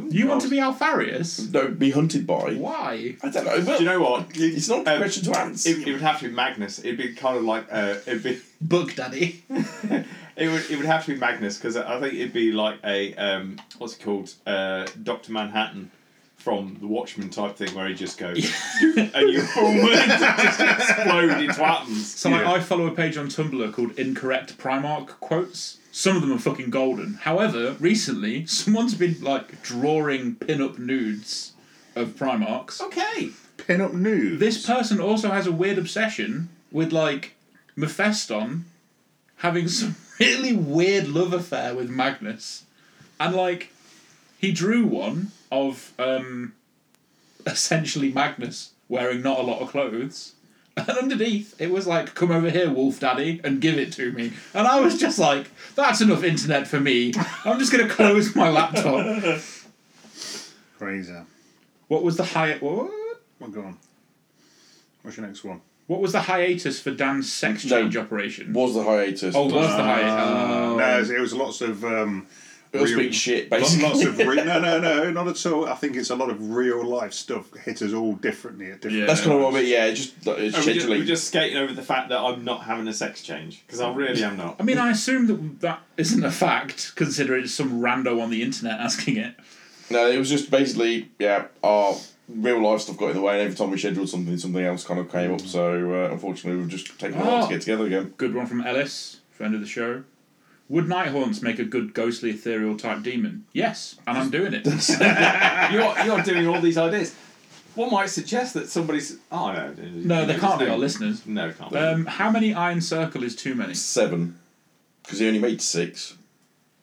[SPEAKER 6] You want to be Alfarius?
[SPEAKER 1] no, be hunted by.
[SPEAKER 6] Why?
[SPEAKER 1] I don't know. But
[SPEAKER 5] do you know what?
[SPEAKER 1] it's not a
[SPEAKER 5] Um,
[SPEAKER 1] question to answer.
[SPEAKER 5] It, it would have to be Magnus. It'd be kind of like uh, it'd be
[SPEAKER 6] Bug Daddy.
[SPEAKER 5] it would it would have to be Magnus because I think it'd be like a um what's it called uh Doctor Manhattan from the Watchmen type thing where he just goes and you almost just explode into atoms.
[SPEAKER 6] So like, I follow a page on Tumblr called Incorrect Primark Quotes. Some of them are fucking golden. However, recently someone's been like drawing pin-up nudes of Primarchs.
[SPEAKER 5] Okay.
[SPEAKER 3] Pin up nudes.
[SPEAKER 6] This person also has a weird obsession with like Mephiston having some really weird love affair with Magnus. And like he drew one of um essentially Magnus wearing not a lot of clothes. And underneath it was like, come over here, wolf daddy, and give it to me. And I was just like, that's enough internet for me. I'm just gonna close my laptop.
[SPEAKER 3] Crazy.
[SPEAKER 6] What was the hi- what?
[SPEAKER 3] Well, go on. What's your next one?
[SPEAKER 6] What was the hiatus for Dan's sex
[SPEAKER 1] No.
[SPEAKER 6] change operation?
[SPEAKER 1] Was the hiatus?
[SPEAKER 6] Oh, was the
[SPEAKER 1] Um,
[SPEAKER 6] hiatus?
[SPEAKER 3] No, it was- it was lots of um,
[SPEAKER 1] It'll
[SPEAKER 3] real-
[SPEAKER 1] speak shit,
[SPEAKER 3] Lots,
[SPEAKER 1] basically.
[SPEAKER 3] lots of re- no, no, no, not at all. I think it's a lot of real life stuff hit us all differently at different.
[SPEAKER 6] Yeah.
[SPEAKER 1] That's kind of what I mean. Yeah, it's just like, it's
[SPEAKER 5] Are we just,
[SPEAKER 1] scheduling.
[SPEAKER 5] we're just skating over the fact that I'm not having a sex change because I really am not.
[SPEAKER 6] I mean, I assume that that isn't a fact, considering it's some rando on the internet asking it.
[SPEAKER 1] No, it was just basically yeah. Our real life stuff got in the way, and every time we scheduled something, something else kind of came up. So uh, unfortunately, we've just taken a
[SPEAKER 5] Ah.
[SPEAKER 1] while
[SPEAKER 6] Oh.
[SPEAKER 1] to get together again.
[SPEAKER 6] Good one from Ellis, friend of the show. Would night haunts make a good ghostly ethereal type demon? Yes, and I'm doing it.
[SPEAKER 5] You're, you're doing all these ideas. One might suggest that somebody's. Oh, no.
[SPEAKER 6] No, they
[SPEAKER 5] there's
[SPEAKER 6] can't be
[SPEAKER 5] no-
[SPEAKER 6] our listeners.
[SPEAKER 5] No, it can't be.
[SPEAKER 6] Um, how many Iron Circle is too many?
[SPEAKER 1] Seven, because he only made six.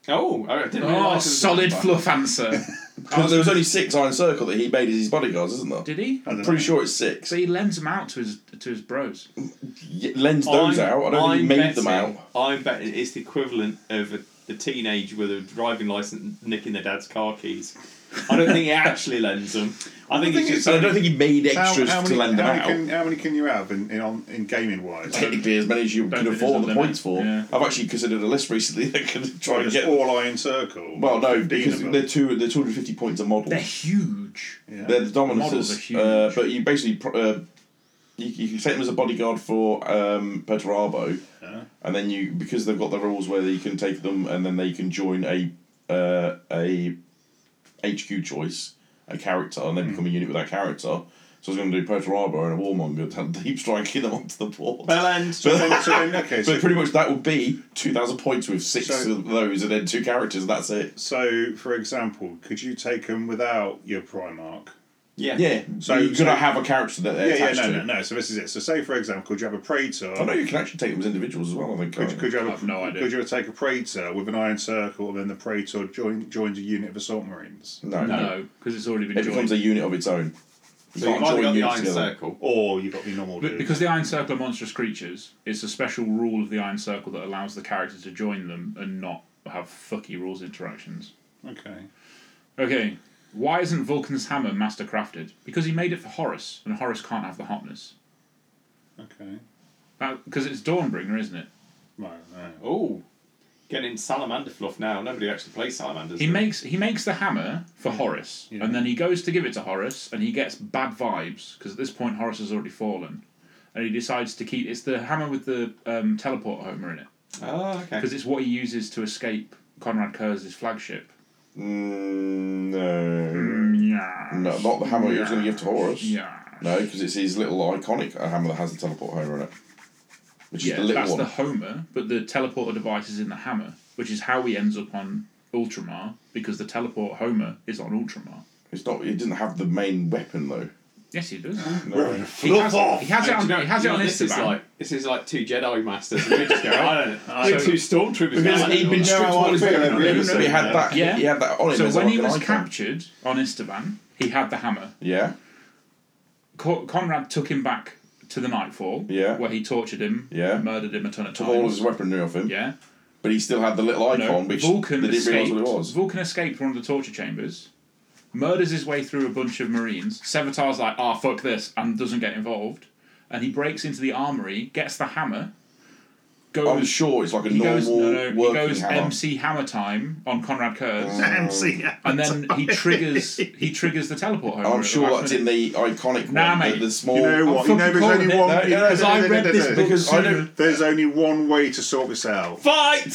[SPEAKER 5] oh, I didn't
[SPEAKER 6] Oh,
[SPEAKER 5] realise.
[SPEAKER 6] solid fluff answer.
[SPEAKER 5] Ah,
[SPEAKER 1] Because there was only six Iron Circle that he made as his bodyguards, isn't there?
[SPEAKER 6] Did he?
[SPEAKER 1] I'm pretty sure it's six.
[SPEAKER 6] So he lends them out to his to his bros.
[SPEAKER 1] Y- Lends those out. I don't think he made them out.
[SPEAKER 5] I'm betting it's the equivalent of a, the teenage with a driving license nicking their dad's car keys. I don't think he actually lends them. I think
[SPEAKER 3] the
[SPEAKER 5] it's
[SPEAKER 3] thing
[SPEAKER 5] just.
[SPEAKER 1] And I don't think he made
[SPEAKER 3] How,
[SPEAKER 1] extras
[SPEAKER 3] how many,
[SPEAKER 1] to lend them
[SPEAKER 3] how
[SPEAKER 1] out.
[SPEAKER 3] many Can, how many can you have in in, on, in gaming wise?
[SPEAKER 1] Technically, as many as you
[SPEAKER 6] Don't
[SPEAKER 1] can
[SPEAKER 6] think there's
[SPEAKER 1] afford
[SPEAKER 6] a
[SPEAKER 1] the
[SPEAKER 6] limit.
[SPEAKER 1] points for.
[SPEAKER 6] Yeah.
[SPEAKER 1] I've actually considered a list recently that could try and
[SPEAKER 3] Just
[SPEAKER 1] get.
[SPEAKER 3] all iron circle.
[SPEAKER 1] Well, no,
[SPEAKER 3] 15
[SPEAKER 1] because
[SPEAKER 3] of them.
[SPEAKER 1] they're two. They're two hundred fifty points a model.
[SPEAKER 6] They're huge.
[SPEAKER 3] Yeah.
[SPEAKER 1] They're the
[SPEAKER 6] models are
[SPEAKER 1] dominators.
[SPEAKER 6] huge.
[SPEAKER 1] Uh, but you basically pr- uh, you, you can take them as a bodyguard for um, Petrarbo, and then you because they've got the rules where you can take them and then they can join a uh, a HQ choice, a character, and they
[SPEAKER 3] Hmm.
[SPEAKER 1] become a unit with that character. So I was going to do Petrarbo and a Warmonger to deep striking them onto the board.
[SPEAKER 5] Well, and
[SPEAKER 3] So then, so then, okay,
[SPEAKER 1] But
[SPEAKER 3] so,
[SPEAKER 1] pretty much that would be two thousand points with six
[SPEAKER 3] So-
[SPEAKER 1] of those and then two characters. That's it.
[SPEAKER 3] so for example, could you take them without your Primarch?
[SPEAKER 5] yeah.
[SPEAKER 1] Yeah. So
[SPEAKER 3] So-
[SPEAKER 1] you're
[SPEAKER 3] so-
[SPEAKER 1] gonna have a character that they're
[SPEAKER 3] Yeah, yeah,
[SPEAKER 1] attached
[SPEAKER 3] no,
[SPEAKER 1] to.
[SPEAKER 3] no, no. So this is it. So say for example, could you have a Praetor?
[SPEAKER 1] I know you can actually take them as individuals as well. I think.
[SPEAKER 3] Could,
[SPEAKER 1] can't you?
[SPEAKER 3] could you have, a-
[SPEAKER 6] I've no idea.
[SPEAKER 3] Could you take a Praetor with an iron circle, and then the Praetor join, joins a unit of assault marines,
[SPEAKER 1] No,
[SPEAKER 6] No, because it's already been
[SPEAKER 1] It becomes
[SPEAKER 6] joined.
[SPEAKER 1] a unit of its own. You
[SPEAKER 5] So
[SPEAKER 1] can't
[SPEAKER 5] you've either
[SPEAKER 1] join
[SPEAKER 5] got the
[SPEAKER 1] units
[SPEAKER 5] iron
[SPEAKER 1] together.
[SPEAKER 5] circle.
[SPEAKER 3] or you've got your normal
[SPEAKER 6] But
[SPEAKER 3] dude?
[SPEAKER 6] because the Iron Circle are monstrous creatures, it's a special rule of the Iron Circle that allows the characters to join them and not have fucky rules interactions.
[SPEAKER 3] okay,
[SPEAKER 6] Okay, why isn't Vulcan's hammer mastercrafted? Because he made it for Horus, and Horus can't have the hotness.
[SPEAKER 3] okay,
[SPEAKER 6] Because it's Dawnbringer, isn't it?
[SPEAKER 3] right, right.
[SPEAKER 5] Oh, getting salamander fluff now. Nobody actually plays salamanders.
[SPEAKER 6] He
[SPEAKER 5] do they?
[SPEAKER 6] makes he makes the hammer for Horus,
[SPEAKER 3] Yeah.
[SPEAKER 6] and then he goes to give it to Horus, and he gets bad vibes because at this point Horus has already fallen, and he decides to keep. It's the hammer with the um, teleport homer in it
[SPEAKER 5] Oh, okay.
[SPEAKER 6] because it's what he uses to escape Conrad Kurz's flagship.
[SPEAKER 1] Mm, no.
[SPEAKER 6] Hmm. Mm, Yeah.
[SPEAKER 1] no, not the hammer he was going to give to Horus.
[SPEAKER 6] Yeah.
[SPEAKER 1] No, because it's his little iconic uh, hammer that has the teleport homer in it, which is
[SPEAKER 6] Yeah,
[SPEAKER 1] the little
[SPEAKER 6] that's
[SPEAKER 1] one.
[SPEAKER 6] the Homer, but the teleporter device is in the hammer, which is how he ends up on Ultramar because the teleport Homer is on Ultramar.
[SPEAKER 1] It's not. It doesn't have the main weapon though.
[SPEAKER 6] Yes, he does.
[SPEAKER 1] No.
[SPEAKER 6] He has, he has
[SPEAKER 5] Hey,
[SPEAKER 6] it
[SPEAKER 5] do
[SPEAKER 6] on,
[SPEAKER 5] you know-
[SPEAKER 6] he has
[SPEAKER 5] do
[SPEAKER 6] it
[SPEAKER 5] you
[SPEAKER 6] on
[SPEAKER 5] know this is
[SPEAKER 6] Instagram.
[SPEAKER 5] like this is like two Jedi masters. and we just go, I don't know. We're two stormtroopers.
[SPEAKER 1] Because
[SPEAKER 5] now.
[SPEAKER 1] he'd been
[SPEAKER 5] No,
[SPEAKER 1] stripped of all his
[SPEAKER 3] I feel
[SPEAKER 1] weapons. He
[SPEAKER 3] it, really,
[SPEAKER 1] had
[SPEAKER 3] so-
[SPEAKER 1] that.
[SPEAKER 6] Yeah.
[SPEAKER 1] He had that on him.
[SPEAKER 6] So
[SPEAKER 1] as
[SPEAKER 6] when
[SPEAKER 1] like
[SPEAKER 6] he
[SPEAKER 1] an
[SPEAKER 6] was
[SPEAKER 1] icon.
[SPEAKER 6] captured on Esteban, he had the hammer.
[SPEAKER 1] Yeah.
[SPEAKER 6] Co- Conrad took him back to the Nightfall,
[SPEAKER 1] Yeah.
[SPEAKER 6] where he tortured him,
[SPEAKER 1] Yeah.
[SPEAKER 6] murdered him a ton of
[SPEAKER 1] Took all of
[SPEAKER 6] times.
[SPEAKER 1] his weaponry off him.
[SPEAKER 6] Yeah,
[SPEAKER 1] But he still had the little
[SPEAKER 6] No,
[SPEAKER 1] icon, which
[SPEAKER 6] Vulcan
[SPEAKER 1] they didn't realise
[SPEAKER 6] escaped.
[SPEAKER 1] what it was.
[SPEAKER 6] Vulcan escaped one of the torture chambers, murders his way through a bunch of Marines. Sevatar's like, "Ah, fuck this," and doesn't get involved. And he breaks into the armory, gets the hammer,
[SPEAKER 1] I'm
[SPEAKER 6] goes.
[SPEAKER 1] Oh, sure it's like a
[SPEAKER 6] he
[SPEAKER 1] normal
[SPEAKER 6] goes, no, no, he
[SPEAKER 1] working
[SPEAKER 6] goes
[SPEAKER 1] hammer. Oh.
[SPEAKER 6] MC Hammer time on Conrad Kurz,
[SPEAKER 8] MC.
[SPEAKER 6] and then he triggers he triggers the teleport. Homer
[SPEAKER 1] I'm sure that's in the iconic one,
[SPEAKER 6] Nah,
[SPEAKER 1] the-
[SPEAKER 6] mate.
[SPEAKER 1] the, small.
[SPEAKER 3] You know what? You know
[SPEAKER 6] fucking
[SPEAKER 3] there's only
[SPEAKER 6] calling it.
[SPEAKER 3] one.
[SPEAKER 1] No, yeah,
[SPEAKER 6] because I read this book
[SPEAKER 1] Because I don't-
[SPEAKER 6] sooner.
[SPEAKER 3] There's only one way to sort this out.
[SPEAKER 5] Fight!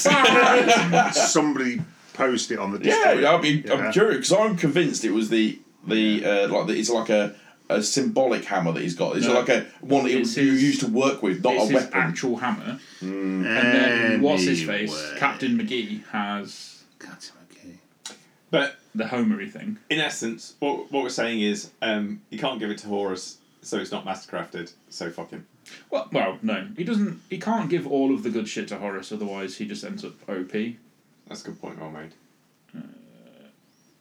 [SPEAKER 3] Somebody post it on the Discord.
[SPEAKER 1] Yeah, I'd be,
[SPEAKER 3] Yeah.
[SPEAKER 1] I'm curious because I'm convinced it was the the uh, like the, it's like a, a symbolic hammer that he's got. It's
[SPEAKER 6] No.
[SPEAKER 1] like a one that
[SPEAKER 6] It's
[SPEAKER 1] it, you
[SPEAKER 6] his-
[SPEAKER 1] used to work with, not
[SPEAKER 6] It's
[SPEAKER 1] a
[SPEAKER 6] his
[SPEAKER 1] weapon.
[SPEAKER 6] actual hammer. And then what's his face?
[SPEAKER 3] Anyway.
[SPEAKER 6] Captain McGee has
[SPEAKER 3] That's okay.
[SPEAKER 5] but
[SPEAKER 6] the Homery thing.
[SPEAKER 5] in essence, what, what we're saying is, um, you can't give it to Horus, so it's not mastercrafted. So fuck him.
[SPEAKER 6] Well, well, no, he doesn't. He can't give all of the good shit to Horace, otherwise he just ends up OP.
[SPEAKER 5] That's a good point, well made.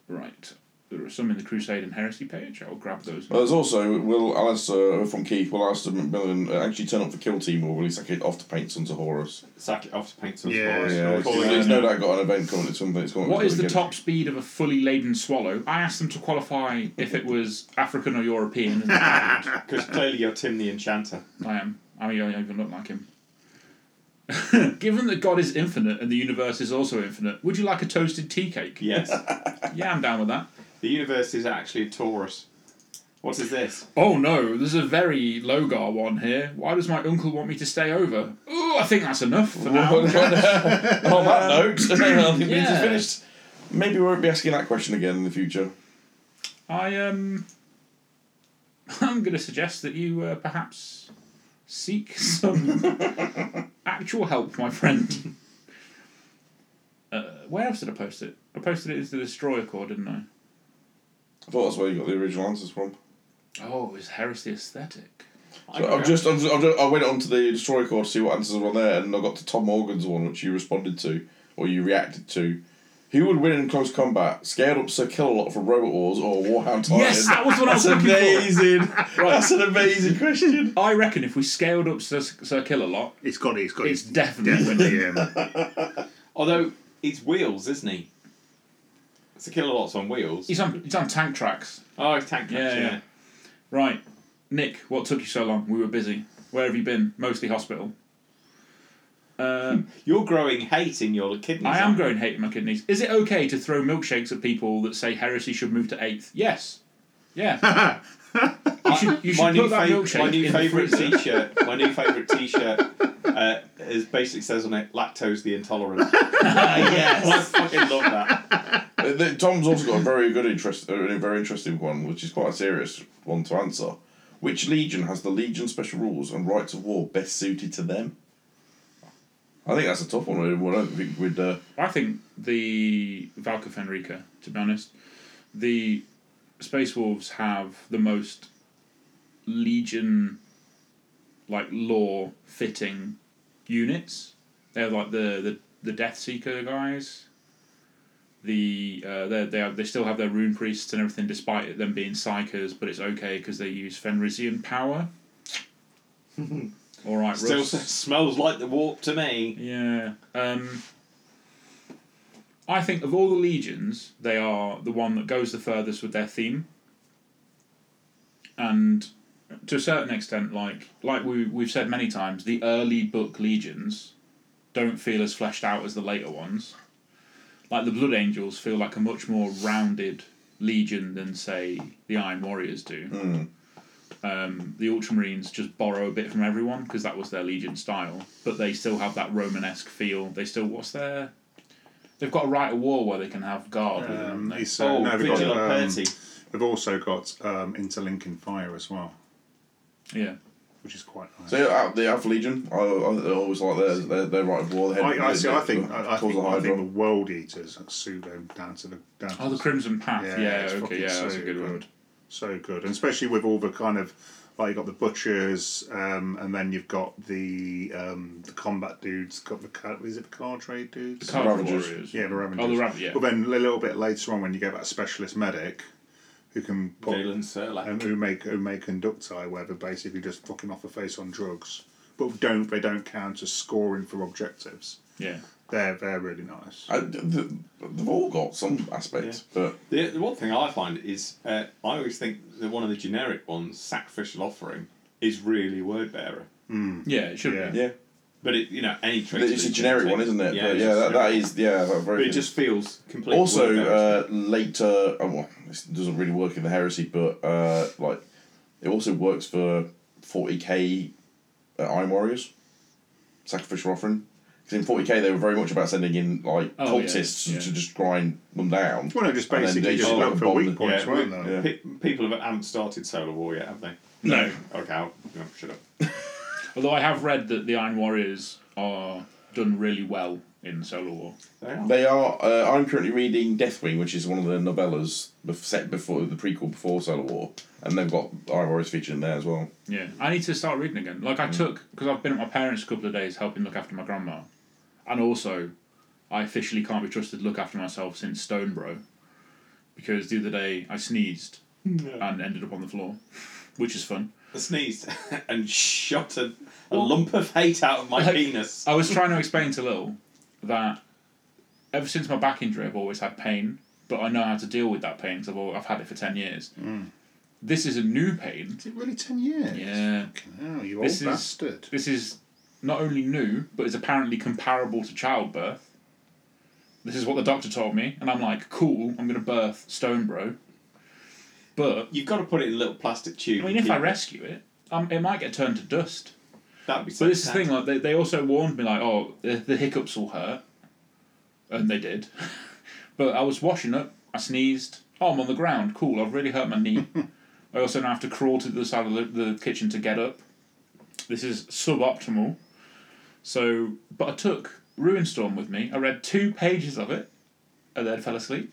[SPEAKER 6] Right. there are some in the Crusade and Heresy page. I'll grab those.
[SPEAKER 1] Well, there's also Will Alistair uh, from Keith, Will Alistair McMillan uh, actually turn up for Kill Team or release it off to paint Sons of Horus.
[SPEAKER 5] Sack it off to paint some
[SPEAKER 8] Yeah,
[SPEAKER 5] scores.
[SPEAKER 1] Yeah, it's,
[SPEAKER 5] Calling
[SPEAKER 1] it's
[SPEAKER 5] it-
[SPEAKER 1] no doubt got an event coming at some point. It's going,
[SPEAKER 6] What
[SPEAKER 1] it's
[SPEAKER 6] is the
[SPEAKER 1] going to
[SPEAKER 6] top speed of a fully laden swallow? I asked them to qualify if it was African or European. and I
[SPEAKER 5] Because clearly you're Tim the Enchanter.
[SPEAKER 6] am. I mean, I don't even look like him. Given that God is infinite and the universe is also infinite, would you like a toasted tea cake?
[SPEAKER 5] Yes.
[SPEAKER 6] Yeah, I'm down with that.
[SPEAKER 5] the universe is actually Taurus. What is this?
[SPEAKER 6] Oh no, there's a very Logar one here. Why does my uncle want me to stay over? Oh, I think that's enough for now.
[SPEAKER 1] Get... On that note, I think
[SPEAKER 6] Um, Yeah.
[SPEAKER 1] yeah. finished. Maybe we won't be asking that question again in the future.
[SPEAKER 6] I um, I'm going to suggest that you uh, perhaps seek some actual help, my friend. Uh, where else did I post it? I posted it into the Destroyer Core, didn't I?
[SPEAKER 1] I thought that's where you got the original answers from.
[SPEAKER 6] Oh, it was Heresy Aesthetic.
[SPEAKER 1] So I've just, I've, I've just, I went on to the Destroyer Core to see what answers were on there, and I got to Tom Morgan's one, which you responded to, or you reacted to. Who would win in close combat? Scared up Sir Kill-A-Lot from Robot Wars or Warhound Titan?
[SPEAKER 6] Oh, Yes, that was what I was looking
[SPEAKER 1] amazing.
[SPEAKER 6] for. Right.
[SPEAKER 1] That's an amazing question.
[SPEAKER 6] I reckon if we scaled up Sir, Sir Kill a lot,
[SPEAKER 8] It's got it's got
[SPEAKER 6] it's definitely winning.
[SPEAKER 8] definitely um,
[SPEAKER 5] Although, he's wheels, isn't he? It's a killer lots on wheels.
[SPEAKER 6] He's on, he's on tank tracks.
[SPEAKER 5] oh, it's tank
[SPEAKER 6] Yeah,
[SPEAKER 5] capture.
[SPEAKER 6] yeah. Right, Nick, what took you so long? We were busy. Where have you been? Mostly hospital. Um,
[SPEAKER 5] You're growing hate in your kidneys.
[SPEAKER 6] I am
[SPEAKER 5] aren't you?
[SPEAKER 6] growing hate in my kidneys. Is it okay to throw milkshakes at people that say heresy should move to eighth? Yes. Yeah. you should,
[SPEAKER 5] my
[SPEAKER 6] you should
[SPEAKER 5] new,
[SPEAKER 6] put
[SPEAKER 5] fav-
[SPEAKER 6] that milkshake
[SPEAKER 5] my new
[SPEAKER 6] in the
[SPEAKER 5] favorite
[SPEAKER 6] freezer.
[SPEAKER 5] t-shirt. My new favorite t-shirt uh, is basically says on it lactose the intolerant.
[SPEAKER 6] Ah,
[SPEAKER 5] yes, I fucking love that.
[SPEAKER 1] Uh, the- Tom's also got a very good interest, uh, a very interesting one, which is quite a serious one to answer. Which legion has the legion special rules and rights of war best suited to them? I think that's a tough one. I don't think we'd. Uh,
[SPEAKER 6] I think the Valka Fenrica, to be honest, the Space Wolves have the most Legion like law fitting units. They're like the, the, the Death Seeker guys. The uh, they they have, they still have their rune priests and everything, despite it them being psychers. But it's okay because they use Fenrisian power. All right,
[SPEAKER 5] Still
[SPEAKER 6] Russ.
[SPEAKER 5] s- smells like the warp to me.
[SPEAKER 6] Yeah. Um, I think of all the legions, they are the one that goes the furthest with their theme. And to a certain extent, like like we we've said many times, the early book legions don't feel as fleshed out as the later ones. Like the Blood Angels feel like a much more rounded legion than say the Iron Warriors do.
[SPEAKER 8] Hmm.
[SPEAKER 6] Um, the Ultramarines just borrow a bit from everyone because that was their Legion style, but they still have that Romanesque feel. They still what's their? They've got a right of war where they can have guard. with them, haven't
[SPEAKER 8] um,
[SPEAKER 6] they?
[SPEAKER 8] it's, uh,
[SPEAKER 5] Oh,
[SPEAKER 8] no, they've got, um,
[SPEAKER 5] vigilante.
[SPEAKER 8] they've also got um, interlinking fire as well,
[SPEAKER 6] yeah,
[SPEAKER 8] which is quite nice.
[SPEAKER 1] so yeah, the Alpha Legion, I, I always like their, their, their right of war. Their
[SPEAKER 8] I, I see. I think
[SPEAKER 1] their-
[SPEAKER 8] I, I
[SPEAKER 1] towards
[SPEAKER 8] think,
[SPEAKER 1] the
[SPEAKER 8] I think the
[SPEAKER 1] Hydra.
[SPEAKER 8] world eaters suit them down to the down. to
[SPEAKER 6] Oh, the Crimson Path. Yeah,
[SPEAKER 8] it's
[SPEAKER 6] okay,
[SPEAKER 8] fucking
[SPEAKER 6] yeah, that's
[SPEAKER 8] so
[SPEAKER 6] a good one.
[SPEAKER 8] So good, and especially with all the kind of like you got the butchers, um, and then you've got the um, the combat dudes. Got the car, is it the car trade dudes?
[SPEAKER 6] Card
[SPEAKER 1] Ravagers.
[SPEAKER 6] Warriors.
[SPEAKER 8] yeah, the Ravengers.
[SPEAKER 6] Oh, the Rav- yeah.
[SPEAKER 8] But then a little bit later on, when you get that specialist medic, who can put
[SPEAKER 5] Galen Serlak.
[SPEAKER 8] and who make who make conducti, where they're basically just fucking off the face on drugs, but don't they don't count as scoring for objectives.
[SPEAKER 6] Yeah.
[SPEAKER 8] They're they're really nice.
[SPEAKER 1] I, th- they've all got some aspects, but
[SPEAKER 5] The, the one thing I find is uh, I always think that one of the generic ones, sacrificial offering, is really word bearer.
[SPEAKER 6] Yeah, it should
[SPEAKER 8] Yeah.
[SPEAKER 6] be.
[SPEAKER 1] yeah,
[SPEAKER 5] But it, you know, any trace.
[SPEAKER 1] it's a generic one, isn't it? but yeah, that, that is yeah. Very
[SPEAKER 5] But it just feels completely.
[SPEAKER 1] also
[SPEAKER 5] word-bearer.
[SPEAKER 1] uh, later oh, well this doesn't really work in the heresy but uh, like it also works for 40k uh, iron warriors sacrificial offering because in 40k they were very much about sending in like
[SPEAKER 6] Oh, yeah,
[SPEAKER 1] cultists
[SPEAKER 6] yeah.
[SPEAKER 1] to just grind them down
[SPEAKER 8] Well, no, just
[SPEAKER 1] And then
[SPEAKER 8] basically
[SPEAKER 1] they
[SPEAKER 8] just
[SPEAKER 1] just
[SPEAKER 8] look
[SPEAKER 1] like
[SPEAKER 8] for
[SPEAKER 1] bomb
[SPEAKER 8] weak
[SPEAKER 1] them.
[SPEAKER 8] points,
[SPEAKER 5] Yeah,
[SPEAKER 8] weren't
[SPEAKER 5] we-
[SPEAKER 8] they?
[SPEAKER 1] yeah.
[SPEAKER 5] Pe- people have, haven't started Solar War yet, have they?
[SPEAKER 6] No.
[SPEAKER 5] Okay, I'll, no, shut up.
[SPEAKER 6] Although I have read that the Iron Warriors are done really well in Solar War.
[SPEAKER 5] They are.
[SPEAKER 1] they are uh, I'm currently reading Deathwing which is one of the novellas bef- set before the prequel before Solar War and they've got iron warriors featured in there as well
[SPEAKER 6] Yeah, I need to start reading again. Like I
[SPEAKER 8] Mm.
[SPEAKER 6] took because I've been at my parents' a couple of days helping look after my grandma, and also I officially can't be trusted to look after myself since Stonebro. because the other day I sneezed and ended up on the floor, which is fun.
[SPEAKER 5] I sneezed and shot a, a lump of hate out of my
[SPEAKER 6] Like-
[SPEAKER 5] penis.
[SPEAKER 6] I was trying to explain to Lil that ever since my back injury, I've always had pain, but I know how to deal with that pain because I've, al- I've had it for 10 years. This is a new pain.
[SPEAKER 3] Is it really 10 years?
[SPEAKER 6] Yeah.
[SPEAKER 3] Oh, you
[SPEAKER 6] This
[SPEAKER 3] old
[SPEAKER 6] is-
[SPEAKER 3] bastard.
[SPEAKER 6] This is not only new, but is apparently comparable to childbirth. This is what the doctor told me, and I'm like, cool, I'm going to birth Stone Bro. But,
[SPEAKER 5] You've got to put it in a little plastic tube.
[SPEAKER 6] I mean,
[SPEAKER 5] and
[SPEAKER 6] if I
[SPEAKER 5] keep-
[SPEAKER 6] rescue it, um, it might get turned to dust.
[SPEAKER 5] that'd be
[SPEAKER 6] But this is the thing, like they, they also warned me, like, oh, the, the hiccups will hurt. And they did. but I was washing up, I sneezed. Oh, I'm on the ground. Cool, I've really hurt my knee. I also now have to crawl to the other side of the, the kitchen to get up. This is suboptimal. So, but I took Ruinstorm with me. I read two pages of it and then fell asleep.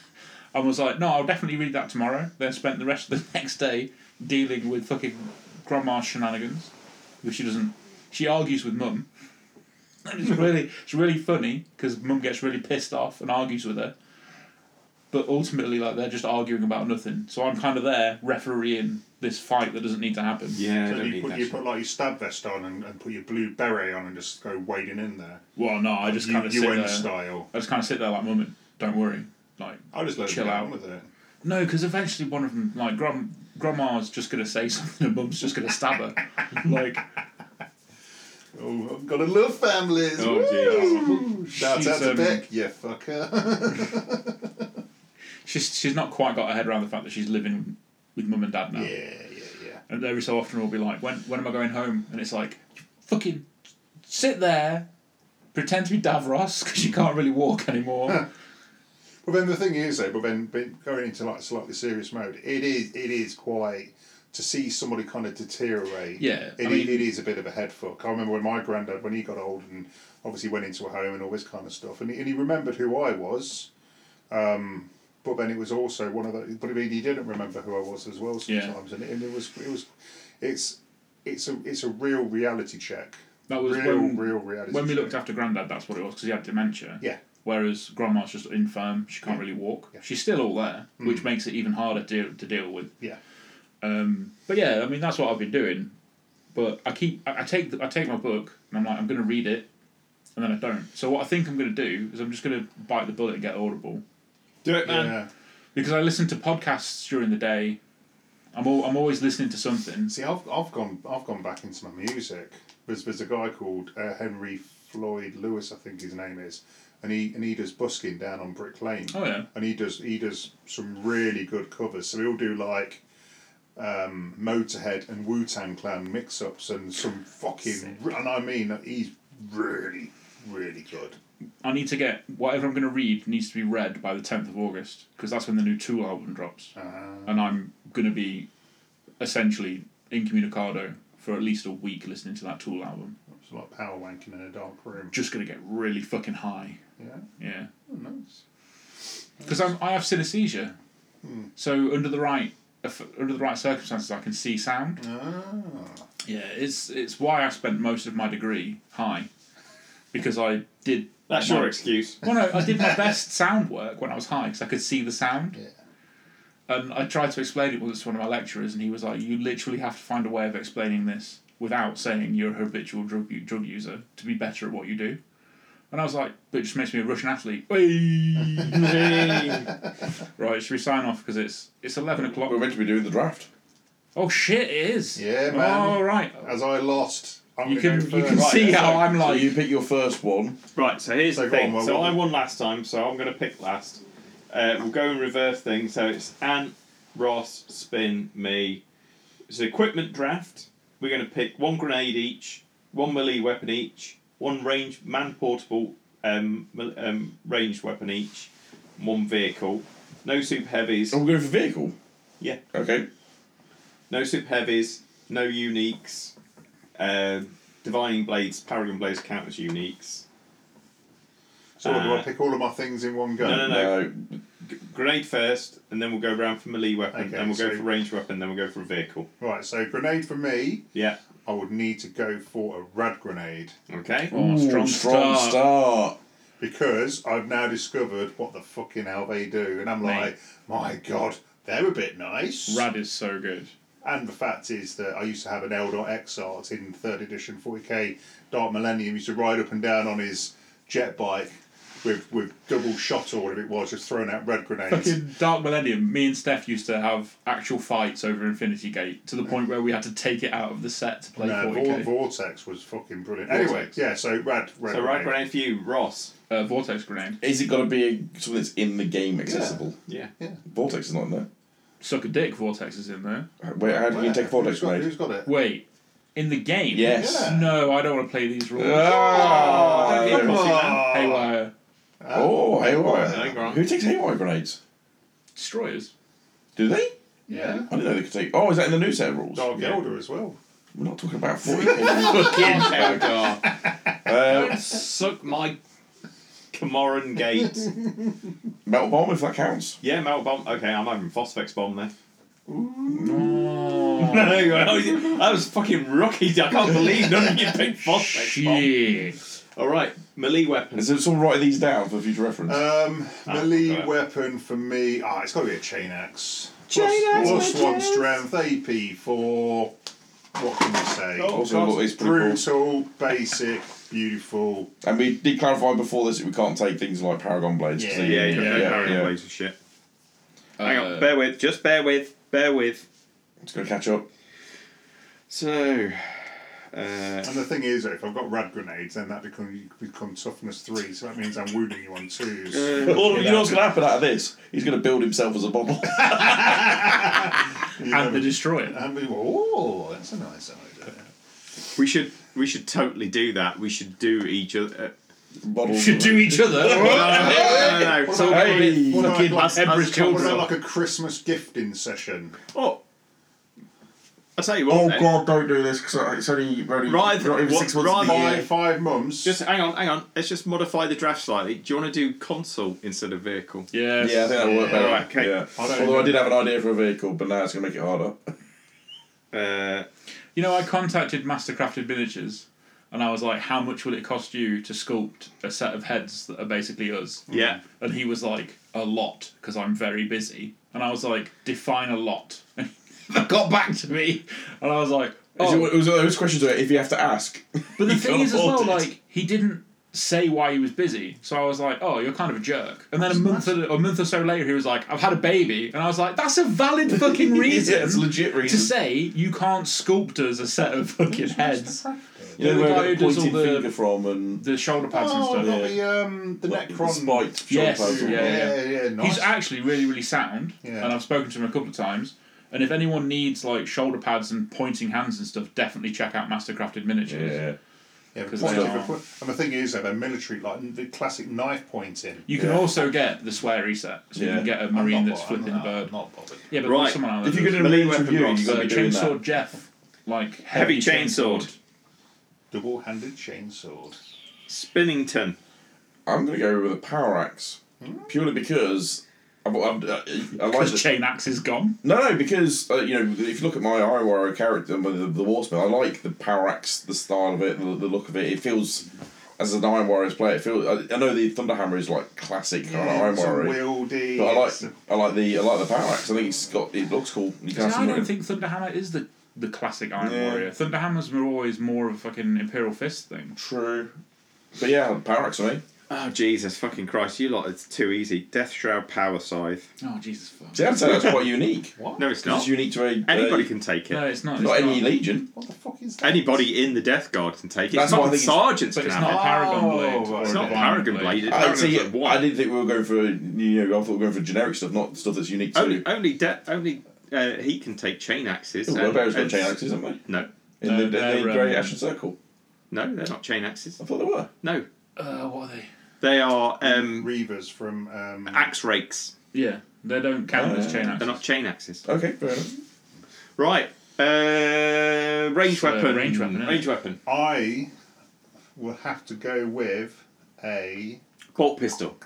[SPEAKER 6] and was like, no, I'll definitely read that tomorrow. Then spent the rest of the next day dealing with fucking grandma's shenanigans because she doesn't. She argues with mum. And it's really, it's really funny because mum gets really pissed off and argues with her. But ultimately, like they're just arguing about nothing. So I'm kind of there refereeing this fight that doesn't need to happen.
[SPEAKER 5] Yeah, I
[SPEAKER 3] So
[SPEAKER 5] don't
[SPEAKER 3] you
[SPEAKER 5] need
[SPEAKER 3] put,
[SPEAKER 5] that.
[SPEAKER 3] you put like your stab vest on and, and put your blue beret on and just go wading in there.
[SPEAKER 6] Well, no, I just
[SPEAKER 3] You,
[SPEAKER 6] kind of sit
[SPEAKER 3] UN
[SPEAKER 6] there.
[SPEAKER 3] style.
[SPEAKER 6] I just kind of sit there like, mum, don't worry. Like
[SPEAKER 3] I'll just let
[SPEAKER 6] Chill
[SPEAKER 3] them get
[SPEAKER 6] out.
[SPEAKER 3] on with it.
[SPEAKER 6] no, because eventually one of them, like Grum, grandma's just gonna say something and mum's just gonna stab her. like
[SPEAKER 3] Oh, I've got a little families.
[SPEAKER 5] Oh,
[SPEAKER 3] Woo! Shout
[SPEAKER 6] She's,
[SPEAKER 3] out to
[SPEAKER 6] um,
[SPEAKER 3] Beck, you fucker.
[SPEAKER 6] she's she's not quite got her head around the fact that she's living with mum and dad now.
[SPEAKER 3] yeah.
[SPEAKER 6] And every so often we'll be like, when when am I going home? And it's like, fucking sit there, pretend to be Davros because you can't really walk anymore.
[SPEAKER 3] But then the thing is, though, but then but going into like slightly serious mode, it is it is quite to see somebody kind of deteriorate.
[SPEAKER 6] Yeah,
[SPEAKER 3] it,
[SPEAKER 6] I
[SPEAKER 3] i-
[SPEAKER 6] mean-
[SPEAKER 3] it is a bit of a head fuck. I remember when my granddad, when he got old and obviously went into a home and all this kind of stuff, and he, and he remembered who I was. Um, but then it was also one of the. But I mean, he didn't remember who I was as well
[SPEAKER 6] Yeah.
[SPEAKER 3] sometimes, and, it, and it was it was, it's it's a it's a real reality check.
[SPEAKER 6] That was
[SPEAKER 3] real
[SPEAKER 6] when-
[SPEAKER 3] real reality.
[SPEAKER 6] when we
[SPEAKER 3] check.
[SPEAKER 6] looked after Grandad, that's what it was because he had dementia.
[SPEAKER 3] Yeah.
[SPEAKER 6] Whereas grandma's just infirm; she can't really walk. She's still all there, which makes it even harder to to deal with.
[SPEAKER 3] Hmm. Yeah.
[SPEAKER 6] Um, but yeah, I mean that's what I've been doing. But I keep I, I take the, I take my book and I'm like I'm gonna read it, and then I don't. So what I think I'm gonna do is I'm just gonna bite the bullet and get Audible
[SPEAKER 5] Do it, man.
[SPEAKER 3] Yeah.
[SPEAKER 6] because I listen to podcasts during the day. I'm all, I'm always listening to something.
[SPEAKER 3] See, I've, I've gone I've gone back into my music. There's there's a guy called uh, Henry Floyd Lewis, I think his name is, and he and he does busking down on Brick Lane.
[SPEAKER 6] Oh yeah,
[SPEAKER 3] And he does he does some really good covers. So he'll do like um, Motorhead and Wu Tang Clan mix ups and some fucking and I mean he's really really good.
[SPEAKER 6] I need to get whatever I'm gonna read needs to be read by the 10th of August because that's when the new Tool album drops,
[SPEAKER 3] Ah.
[SPEAKER 6] and I'm gonna be essentially incommunicado for at least a week listening to that Tool album.
[SPEAKER 3] It's like power wanking in a dark room.
[SPEAKER 6] Just gonna get really fucking high.
[SPEAKER 3] Yeah,
[SPEAKER 6] Yeah.
[SPEAKER 3] Oh, nice. Hmm.
[SPEAKER 6] because I'm I have synesthesia, so under the right if, under the right circumstances I can see sound.
[SPEAKER 3] Ah,
[SPEAKER 6] Yeah, it's it's why I spent most of my degree high, because I did.
[SPEAKER 5] That's
[SPEAKER 6] my-
[SPEAKER 5] your excuse.
[SPEAKER 6] Well, no, I did my best sound work when I was high because I could see the sound. And I tried to explain it once to one of my lecturers, and he was like, "You literally have to find a way of explaining this without saying you're a habitual drug u- drug user to be better at what you do." And I was like, "But it just makes me a Russian athlete." right, should we sign off because it's it's eleven o'clock?
[SPEAKER 1] We're meant to be doing the draft.
[SPEAKER 6] Oh shit, it is.
[SPEAKER 3] Yeah, man.
[SPEAKER 6] All right.
[SPEAKER 3] as I lost, I'm
[SPEAKER 6] You
[SPEAKER 3] gonna
[SPEAKER 6] can
[SPEAKER 3] go
[SPEAKER 6] you can
[SPEAKER 3] first.
[SPEAKER 6] see
[SPEAKER 5] Right,
[SPEAKER 6] how
[SPEAKER 5] so-
[SPEAKER 6] I'm
[SPEAKER 1] So
[SPEAKER 6] like.
[SPEAKER 1] you pick your first one.
[SPEAKER 5] Right, so here's
[SPEAKER 3] So
[SPEAKER 5] the
[SPEAKER 3] go on,
[SPEAKER 5] thing.
[SPEAKER 3] well,
[SPEAKER 5] so
[SPEAKER 3] what-
[SPEAKER 5] I won last time, so I'm going to pick last. Uh, we'll go in reverse thing. So it's Ant, Ross, Spin, me. It's an equipment draft. We're going to pick one grenade each, one melee weapon each, one range man portable um, mil- um, ranged weapon each, and one vehicle. No super heavies.
[SPEAKER 1] Oh, we're going for vehicle.
[SPEAKER 5] Yeah.
[SPEAKER 1] Okay.
[SPEAKER 5] No super heavies, no uniques. Um, Divining blades, Paragon blades count as uniques.
[SPEAKER 3] So what, do I
[SPEAKER 5] Uh,
[SPEAKER 3] pick all of my things in one go?
[SPEAKER 5] No, no, no.
[SPEAKER 1] No.
[SPEAKER 5] Uh, Grenade first, and then we'll go round for melee weapon,
[SPEAKER 3] Okay,
[SPEAKER 5] then we'll
[SPEAKER 3] so-
[SPEAKER 5] go for range weapon, then we'll go for a vehicle.
[SPEAKER 3] Right, so grenade for me,
[SPEAKER 5] Yeah.
[SPEAKER 3] I would need to go for a rad grenade.
[SPEAKER 5] Okay.
[SPEAKER 6] Oh, strong,
[SPEAKER 1] Ooh, strong
[SPEAKER 6] start.
[SPEAKER 1] start.
[SPEAKER 3] because I've now discovered what the fucking hell they do, and I'm like, my god, they're a bit nice.
[SPEAKER 6] Rad is so good.
[SPEAKER 3] And the fact is that I used to have an L.X art in third edition 40k Dark Millennium. Used to ride up and down on his jet bike with with double shot or whatever it was, just throwing out red grenades.
[SPEAKER 6] Fucking Dark Millennium, me and Steph used to have actual fights over Infinity Gate to the point where we had to take it out of the set to play
[SPEAKER 3] No,
[SPEAKER 6] 40k.
[SPEAKER 3] Uh, Vor- Vortex was fucking brilliant. Anyway,
[SPEAKER 6] Vortex.
[SPEAKER 3] yeah, so rad, rad.
[SPEAKER 5] So right
[SPEAKER 3] grenade.
[SPEAKER 5] grenade for you, Ross.
[SPEAKER 6] uh, Vortex Grenade.
[SPEAKER 1] Is it got to be something that's in the game accessible?
[SPEAKER 5] Yeah.
[SPEAKER 1] Vortex is not in there.
[SPEAKER 6] Suck a dick, Vortex is in there.
[SPEAKER 1] Wait, how do you take a
[SPEAKER 3] Who's
[SPEAKER 1] Vortex
[SPEAKER 3] got-
[SPEAKER 1] grenade?
[SPEAKER 3] Who's got it?
[SPEAKER 6] Wait, in the game?
[SPEAKER 1] Yes.
[SPEAKER 3] Yeah.
[SPEAKER 6] No, I don't want to play these rules.
[SPEAKER 1] Ah,
[SPEAKER 5] Oh,
[SPEAKER 1] oh,
[SPEAKER 6] Haywire
[SPEAKER 1] haywire.
[SPEAKER 5] No, go on.
[SPEAKER 1] Who takes haywire grenades?
[SPEAKER 6] destroyers.
[SPEAKER 1] Do they?
[SPEAKER 3] Yeah.
[SPEAKER 1] I didn't know they could take. Oh, is that in the new set of rules?
[SPEAKER 3] Dark Elder as well.
[SPEAKER 1] We're not talking about 40k.
[SPEAKER 5] Fucking Eldar.
[SPEAKER 1] uh,
[SPEAKER 5] Suck my Camoran gate.
[SPEAKER 1] metal bomb, if that counts.
[SPEAKER 5] Yeah, melt bomb. Okay, I'm having phosphex bomb then.
[SPEAKER 6] Oh,
[SPEAKER 5] No, no, you are. that was fucking rocky. I can't believe none of you picked phosphex bomb.
[SPEAKER 6] shit.
[SPEAKER 5] All right, melee weapons.
[SPEAKER 1] Is it someone writing these down for future reference?
[SPEAKER 3] Um,
[SPEAKER 5] Ah,
[SPEAKER 3] melee
[SPEAKER 5] okay.
[SPEAKER 3] weapon for me. Ah, it's got to be a chain axe.
[SPEAKER 5] Chain axe,
[SPEAKER 3] Plus,
[SPEAKER 5] my
[SPEAKER 3] plus one
[SPEAKER 5] chains.
[SPEAKER 3] strength AP for. What can we
[SPEAKER 8] Oh,
[SPEAKER 3] say?
[SPEAKER 1] also, look, it's pretty cool.
[SPEAKER 3] Brutal, basic, beautiful.
[SPEAKER 1] And we did clarify before this that we can't take things like Paragon Blades. 'cause
[SPEAKER 3] Yeah,
[SPEAKER 1] they-
[SPEAKER 5] Yeah, yeah,
[SPEAKER 1] yeah,
[SPEAKER 5] yeah, carrying
[SPEAKER 1] yeah.
[SPEAKER 5] loads of shit. Hang
[SPEAKER 6] Uh,
[SPEAKER 5] on, bear with, just bear with, bear with.
[SPEAKER 1] It's going to catch up.
[SPEAKER 5] So, uh,
[SPEAKER 3] And the thing is, if I've got rad grenades, then that becomes become toughness three. So that means I'm wounding you on twos.
[SPEAKER 1] All, you know what's going to happen out of this? He's going to build himself as a model.
[SPEAKER 3] You
[SPEAKER 6] and the
[SPEAKER 3] know,
[SPEAKER 6] destroyer.
[SPEAKER 3] and we, oh, that's a nice idea.
[SPEAKER 5] we should we should totally do that. We should do each other. uh,
[SPEAKER 1] model.
[SPEAKER 6] Should do each other.
[SPEAKER 5] No, no, no, no.
[SPEAKER 3] What
[SPEAKER 5] So,
[SPEAKER 3] about
[SPEAKER 1] Hey.
[SPEAKER 3] what about
[SPEAKER 6] fucking
[SPEAKER 3] like-
[SPEAKER 5] us- us
[SPEAKER 6] Emperor's
[SPEAKER 3] What
[SPEAKER 6] children.
[SPEAKER 3] about like a Christmas gifting session?
[SPEAKER 5] oh, I tell you what.
[SPEAKER 1] Oh
[SPEAKER 5] then.
[SPEAKER 1] god, don't do this because it's only, only
[SPEAKER 5] Rather-
[SPEAKER 1] not even
[SPEAKER 5] what-
[SPEAKER 1] six months of the
[SPEAKER 5] rather-
[SPEAKER 1] year.
[SPEAKER 3] Five, five months.
[SPEAKER 5] Just hang on, hang on. Let's just modify the draft slightly. Do you want to do console instead of vehicle?
[SPEAKER 1] Yeah,
[SPEAKER 6] Yeah.
[SPEAKER 1] I think that'll work better.
[SPEAKER 5] Alright, okay.
[SPEAKER 1] Yeah.
[SPEAKER 3] I don't
[SPEAKER 1] Although I
[SPEAKER 3] know.
[SPEAKER 1] did have an idea for a vehicle, but now it's going to make it harder.
[SPEAKER 5] Uh,
[SPEAKER 6] You know, I contacted Mastercrafted Miniatures and I was like, how much will it cost you to sculpt a set of heads that are basically us?
[SPEAKER 1] Mm.
[SPEAKER 5] yeah.
[SPEAKER 6] And he was like, a lot, because I'm very busy. And I was like, define a lot. And he got back to me. And I was like,
[SPEAKER 1] Is
[SPEAKER 6] oh.
[SPEAKER 1] it, it was those questions where if you have to ask.
[SPEAKER 6] But the
[SPEAKER 1] you
[SPEAKER 6] thing is, as well,
[SPEAKER 1] can't hold it.
[SPEAKER 6] like, he didn't say why he was busy. So I was like, oh, you're kind of a jerk. And then a month, or, a month or so later, he was like, I've had a baby. And I was like, that's a valid fucking reason.
[SPEAKER 1] yeah, it's a legit
[SPEAKER 6] to
[SPEAKER 1] reason.
[SPEAKER 6] say you can't sculpt us a set of fucking heads.
[SPEAKER 1] you know,
[SPEAKER 6] the
[SPEAKER 1] where I
[SPEAKER 6] guy
[SPEAKER 1] got
[SPEAKER 6] who
[SPEAKER 1] the
[SPEAKER 6] does
[SPEAKER 1] pointing
[SPEAKER 6] all the-
[SPEAKER 1] finger from and
[SPEAKER 6] The shoulder pads
[SPEAKER 3] Oh,
[SPEAKER 6] and
[SPEAKER 3] not
[SPEAKER 6] stuff.
[SPEAKER 1] yeah.
[SPEAKER 3] the um, the
[SPEAKER 1] like,
[SPEAKER 3] Necron.
[SPEAKER 1] spiked shoulder
[SPEAKER 6] Yes,
[SPEAKER 1] pads and-
[SPEAKER 6] yeah, yeah.
[SPEAKER 3] yeah, yeah, nice.
[SPEAKER 6] He's actually really, really sound,
[SPEAKER 3] Yeah.
[SPEAKER 6] and I've spoken to him a couple of times. And if anyone needs like shoulder pads and pointing hands and stuff, definitely check out Mastercrafted Miniatures.
[SPEAKER 1] Yeah.
[SPEAKER 3] Yeah,
[SPEAKER 6] 'Cause
[SPEAKER 3] pointing
[SPEAKER 6] they
[SPEAKER 3] for-
[SPEAKER 6] are-
[SPEAKER 3] for- and the thing is, that they're military, like the classic knife pointing.
[SPEAKER 6] You can
[SPEAKER 1] Yeah.
[SPEAKER 6] also get the sweary set, so you
[SPEAKER 1] Yeah.
[SPEAKER 6] can get a
[SPEAKER 3] I'm
[SPEAKER 6] marine
[SPEAKER 3] not
[SPEAKER 6] that's
[SPEAKER 3] bothered,
[SPEAKER 6] flipping
[SPEAKER 3] I'm
[SPEAKER 6] a bird.
[SPEAKER 3] not- I'm not bothered.
[SPEAKER 6] Yeah, but
[SPEAKER 5] Right.
[SPEAKER 6] someone out
[SPEAKER 1] If you're going to
[SPEAKER 5] Melee
[SPEAKER 1] release
[SPEAKER 5] weapon
[SPEAKER 1] review,
[SPEAKER 5] rocks,
[SPEAKER 1] you've got to be doing
[SPEAKER 6] chainsaw
[SPEAKER 1] that.
[SPEAKER 6] Jeff, like
[SPEAKER 5] Heavy
[SPEAKER 6] heavy,
[SPEAKER 5] chainsword.
[SPEAKER 3] Double-handed chainsword.
[SPEAKER 5] Spinnington.
[SPEAKER 1] I'm going to go with a power axe.
[SPEAKER 6] Hmm.
[SPEAKER 1] Purely because. I, I, I like
[SPEAKER 6] Because
[SPEAKER 1] that-
[SPEAKER 6] chain axe is gone.
[SPEAKER 1] No, no, because uh, you know, if you look at my Ironware character, the, the, the Warsmith, I like the power axe, the style of it, the, the look of it. It feels, as an Iron Warriors player, it feels. I, I know the Thunderhammer is like classic kind of Iron
[SPEAKER 3] it's all
[SPEAKER 1] Warrior,
[SPEAKER 3] wieldy.
[SPEAKER 1] but Oh, I like,
[SPEAKER 3] it's a-
[SPEAKER 1] I like the, I like the power axe. I think it's got, it looks cool. You can have
[SPEAKER 6] I
[SPEAKER 1] some
[SPEAKER 6] don't
[SPEAKER 1] room.
[SPEAKER 6] think Thunderhammer is the, the classic Iron
[SPEAKER 1] Yeah.
[SPEAKER 6] Warrior. Thunderhammers were always more of a fucking Imperial Fist thing.
[SPEAKER 1] True, but yeah, power axe for me.
[SPEAKER 5] Oh Jesus fucking Christ! You lot, it's too easy. Death shroud power scythe.
[SPEAKER 6] Oh, Jesus fuck.
[SPEAKER 1] See, I'd say that's quite unique.
[SPEAKER 5] No, it's
[SPEAKER 1] It's
[SPEAKER 5] not.
[SPEAKER 1] unique to a
[SPEAKER 5] Anybody
[SPEAKER 1] a-
[SPEAKER 5] can take it.
[SPEAKER 6] No, it's not. It's
[SPEAKER 1] not any legion.
[SPEAKER 3] What the fuck is that?
[SPEAKER 5] Anybody in the Death Guard can take it.
[SPEAKER 1] That's
[SPEAKER 5] It's not
[SPEAKER 1] why I
[SPEAKER 5] the
[SPEAKER 1] think it's-
[SPEAKER 5] sergeants
[SPEAKER 6] But
[SPEAKER 5] can
[SPEAKER 6] it's
[SPEAKER 5] have
[SPEAKER 6] not a
[SPEAKER 5] it.
[SPEAKER 6] Paragon
[SPEAKER 3] Oh,
[SPEAKER 6] Blade.
[SPEAKER 3] right.
[SPEAKER 6] or
[SPEAKER 5] It's
[SPEAKER 6] a
[SPEAKER 5] not
[SPEAKER 6] Divine
[SPEAKER 5] Paragon Blade. It's
[SPEAKER 1] I,
[SPEAKER 5] Paragon
[SPEAKER 1] see,
[SPEAKER 5] Blade
[SPEAKER 1] I
[SPEAKER 5] one.
[SPEAKER 1] didn't think we were going for you know I thought we were going for generic stuff, not stuff that's unique to.
[SPEAKER 5] Only, only, de- only uh, he can take chain axes.
[SPEAKER 1] Ooh,
[SPEAKER 5] and-
[SPEAKER 1] Barbarians got
[SPEAKER 5] and-
[SPEAKER 1] chain axes, haven't they?
[SPEAKER 5] No,
[SPEAKER 1] In
[SPEAKER 6] No,
[SPEAKER 1] the, the, the
[SPEAKER 6] they're,
[SPEAKER 1] Great
[SPEAKER 6] um,
[SPEAKER 1] Ashen Circle.
[SPEAKER 5] no, they're not chain axes.
[SPEAKER 1] I thought they were.
[SPEAKER 5] No,
[SPEAKER 6] Uh, what are they?
[SPEAKER 5] they are um,
[SPEAKER 3] Reavers from um,
[SPEAKER 5] axe rakes.
[SPEAKER 6] Yeah, they don't count as chain
[SPEAKER 5] They're
[SPEAKER 6] axes.
[SPEAKER 5] not chain axes.
[SPEAKER 1] Okay, fair enough.
[SPEAKER 5] Right. Uh, range
[SPEAKER 6] So,
[SPEAKER 5] weapon.
[SPEAKER 6] range weapon, isn't
[SPEAKER 5] Range
[SPEAKER 6] it?
[SPEAKER 5] weapon.
[SPEAKER 3] I will have to go with a.
[SPEAKER 5] Bolt pistol.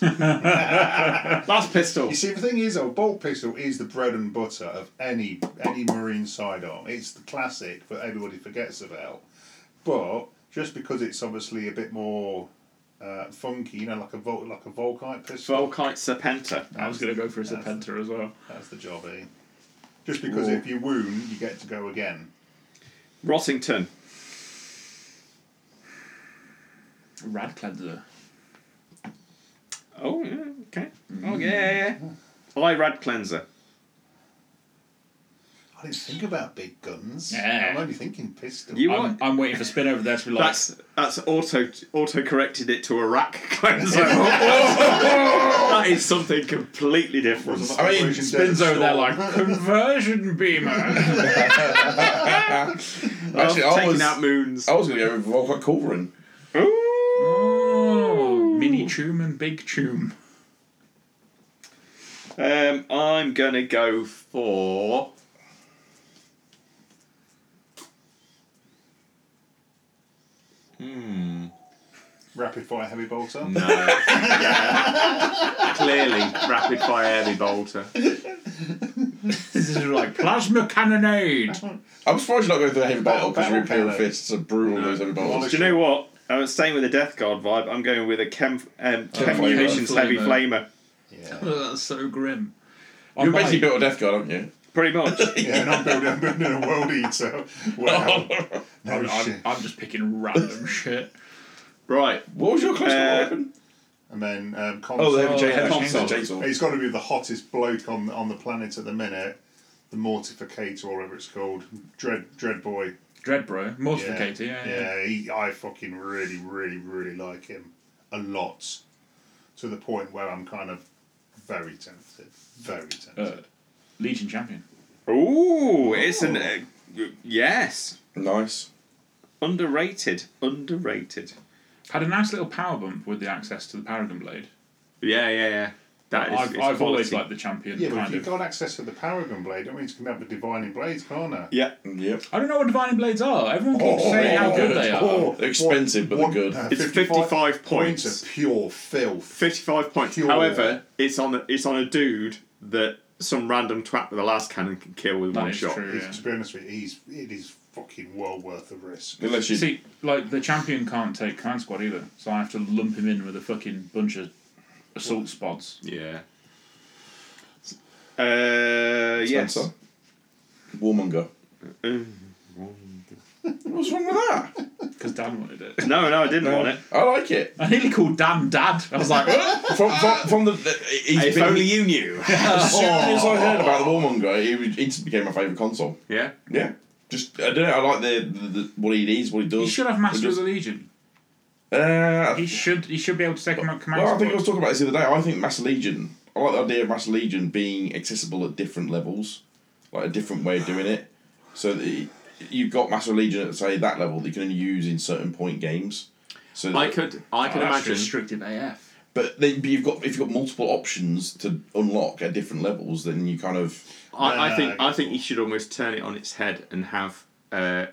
[SPEAKER 5] Last pistol.
[SPEAKER 3] You see, the thing is, a bolt pistol is the bread and butter of any any marine sidearm. It's the classic that everybody forgets about. But just because it's obviously a bit more uh, funky, you know, like a vol- like a volkite pistol.
[SPEAKER 7] Volkite Serpenta.
[SPEAKER 6] I was going to go for a Serpenta as well.
[SPEAKER 3] That's the job, eh? Just because if you wound, you get to go again.
[SPEAKER 7] Rossington.
[SPEAKER 6] Rad cleanser.
[SPEAKER 7] Oh, yeah, okay. Oh,
[SPEAKER 6] Mm.
[SPEAKER 7] yeah, yeah. Eye Rad Cleanser.
[SPEAKER 3] I didn't think about big guns.
[SPEAKER 6] Yeah.
[SPEAKER 3] I'm only thinking pistol.
[SPEAKER 7] You are.
[SPEAKER 6] I'm, I'm waiting for spin over there to be like.
[SPEAKER 7] That's that's auto auto corrected it to a rack cleanser. that is something completely different.
[SPEAKER 3] I
[SPEAKER 6] mean, spins over there like conversion beamer.
[SPEAKER 1] Ah. Actually, I
[SPEAKER 7] taking
[SPEAKER 1] was,
[SPEAKER 7] out moons.
[SPEAKER 1] I was going to go with Volkite Culverin.
[SPEAKER 6] oh, mini tomb and big tomb.
[SPEAKER 7] Um, I'm gonna go for.
[SPEAKER 3] rapid fire heavy bolter.
[SPEAKER 7] No. Yeah. Clearly, rapid fire heavy bolter.
[SPEAKER 6] This is like plasma cannonade.
[SPEAKER 1] I'm surprised you're not going for the heavy battle because
[SPEAKER 3] battle
[SPEAKER 1] your Imperial
[SPEAKER 3] cannon.
[SPEAKER 1] Fists are brutal. Those heavy battles.
[SPEAKER 7] Do you know what? I'm staying with a Death Guard vibe. I'm going with a chem, um, chem
[SPEAKER 1] flamer.
[SPEAKER 7] munitions heavy flamer.
[SPEAKER 3] Yeah.
[SPEAKER 6] Oh, that's so grim.
[SPEAKER 1] You're basically built a Death Guard, aren't you?
[SPEAKER 7] Pretty much.
[SPEAKER 3] yeah, and I'm building, I'm building a world eater. Wow. No
[SPEAKER 6] Oh. I'm,
[SPEAKER 3] shit.
[SPEAKER 6] I'm, I'm just picking random shit.
[SPEAKER 7] right.
[SPEAKER 1] What was your close combat
[SPEAKER 7] Uh,
[SPEAKER 1] weapon?
[SPEAKER 3] And then um,
[SPEAKER 1] Oh, the
[SPEAKER 3] console.
[SPEAKER 1] heavy
[SPEAKER 6] oh,
[SPEAKER 1] chainsaw.
[SPEAKER 7] console.
[SPEAKER 1] chainsaw.
[SPEAKER 3] He's got to be the hottest bloke on on the planet at the minute. The Mortificator, or whatever it's called, Dread Dread Boy.
[SPEAKER 6] Dread bro, mortificator. Yeah, yeah.
[SPEAKER 3] yeah. He, I fucking really, really, really like him a lot, to the point where I'm kind of very tempted, very tempted.
[SPEAKER 6] Uh, Legion champion.
[SPEAKER 7] Ooh, it's an uh, yes.
[SPEAKER 1] Nice.
[SPEAKER 7] Underrated. Underrated.
[SPEAKER 6] Had a nice little power bump with the access to the Paragon blade.
[SPEAKER 7] Yeah, yeah, yeah. That is.
[SPEAKER 6] I've,
[SPEAKER 7] it's
[SPEAKER 6] I've always
[SPEAKER 7] quality.
[SPEAKER 6] liked the champion.
[SPEAKER 3] yeah, but if
[SPEAKER 6] kind
[SPEAKER 3] you
[SPEAKER 6] of.
[SPEAKER 3] got access to the Paragon Blade, that means you can have the Divining Blades, can't I?
[SPEAKER 7] Yeah.
[SPEAKER 1] Yep.
[SPEAKER 6] I don't know what divining blades are. Everyone keeps
[SPEAKER 3] Oh,
[SPEAKER 6] saying how good they are.
[SPEAKER 1] They're Oh, expensive, but they're good.
[SPEAKER 7] It's 55 points.
[SPEAKER 3] of pure filth.
[SPEAKER 7] Fifty-five points.
[SPEAKER 3] Pure.
[SPEAKER 7] However, it's on a, it's on a dude that some random twat with a last cannon can kill with
[SPEAKER 6] That
[SPEAKER 7] one
[SPEAKER 6] is
[SPEAKER 7] shot.
[SPEAKER 6] true. Yeah.
[SPEAKER 3] To be honest with you, he's, it is fucking well worth the risk.
[SPEAKER 1] Unless you
[SPEAKER 6] See, like the champion can't take command squad either, so I have to lump him in with a fucking bunch of assault spods.
[SPEAKER 7] Yeah. Uh, yes.
[SPEAKER 1] Spencer. Warmonger. What's wrong with that?
[SPEAKER 6] Because Dan wanted it.
[SPEAKER 7] No, no, I didn't want it.
[SPEAKER 1] I like it.
[SPEAKER 6] I nearly called Dan Dad. I was like,
[SPEAKER 1] From from, from the, the he's
[SPEAKER 7] If
[SPEAKER 1] been-
[SPEAKER 7] only you knew.
[SPEAKER 1] as
[SPEAKER 6] Oh.
[SPEAKER 1] soon as I heard about the Warmonger, he was- instantly became my favourite console.
[SPEAKER 7] yeah.
[SPEAKER 1] Yeah. Just I don't know. I like the, the, the what he is, what he does.
[SPEAKER 6] he should have Master
[SPEAKER 1] What
[SPEAKER 6] of the
[SPEAKER 1] he
[SPEAKER 6] Legion.
[SPEAKER 1] does. Uh,
[SPEAKER 6] He should. He should be able to take command. command
[SPEAKER 1] well, I think I
[SPEAKER 6] squad.
[SPEAKER 1] was talking about this the other day. I think Master Legion. I like the idea of Master Legion being accessible at different levels, like a different way of doing it. So that it- you've got Master Legion at say that level that you can only use in certain point games. So
[SPEAKER 5] I
[SPEAKER 1] that-
[SPEAKER 5] could, I could
[SPEAKER 6] Oh, That's
[SPEAKER 5] imagine.
[SPEAKER 6] restrictive AF.
[SPEAKER 1] But then but you've got if you've got multiple options to unlock at different levels, then you kind of
[SPEAKER 5] I, I
[SPEAKER 3] No,
[SPEAKER 5] think,
[SPEAKER 3] no,
[SPEAKER 5] I think you should almost turn it on its head and have uh,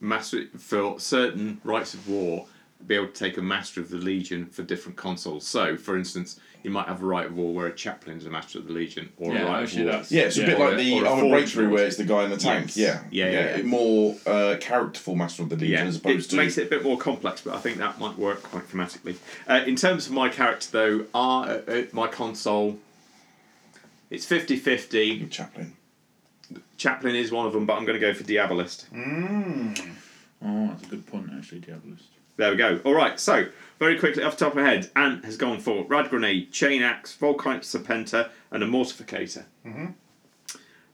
[SPEAKER 5] master for certain rights of war. Be able to take a master of the legion for different consoles. So, for instance, you might have a right of war where a chaplain is a master of the legion, or
[SPEAKER 6] Yeah,
[SPEAKER 5] a right
[SPEAKER 6] actually
[SPEAKER 5] of war.
[SPEAKER 6] that's-
[SPEAKER 1] yeah, it's a bit
[SPEAKER 5] or
[SPEAKER 1] like
[SPEAKER 5] a-
[SPEAKER 1] the
[SPEAKER 5] or a
[SPEAKER 1] armored
[SPEAKER 5] forge
[SPEAKER 1] breakthrough
[SPEAKER 5] knight.
[SPEAKER 1] where it's the guy in the tank.
[SPEAKER 5] Yes.
[SPEAKER 1] Yeah.
[SPEAKER 5] Yeah, yeah, yeah.
[SPEAKER 1] more uh, characterful Master of the Legion
[SPEAKER 5] Yeah,
[SPEAKER 1] as opposed
[SPEAKER 5] it
[SPEAKER 1] to
[SPEAKER 5] makes it a bit more complex, but I think that might work quite thematically. Uh, in terms of my character, though, are, uh, uh, my console, it's 50 50.
[SPEAKER 1] Chaplin.
[SPEAKER 5] Chaplin is one of them, but I'm going to go for Diabolist.
[SPEAKER 1] Mm.
[SPEAKER 6] Oh, that's a good point, actually, Diabolist.
[SPEAKER 5] There we go. All right, so very quickly off the top of my head, Ant has gone for Rad Grenade, Chain Axe, Volkite Serpenta, and a Mortificator.
[SPEAKER 1] Mm-hmm.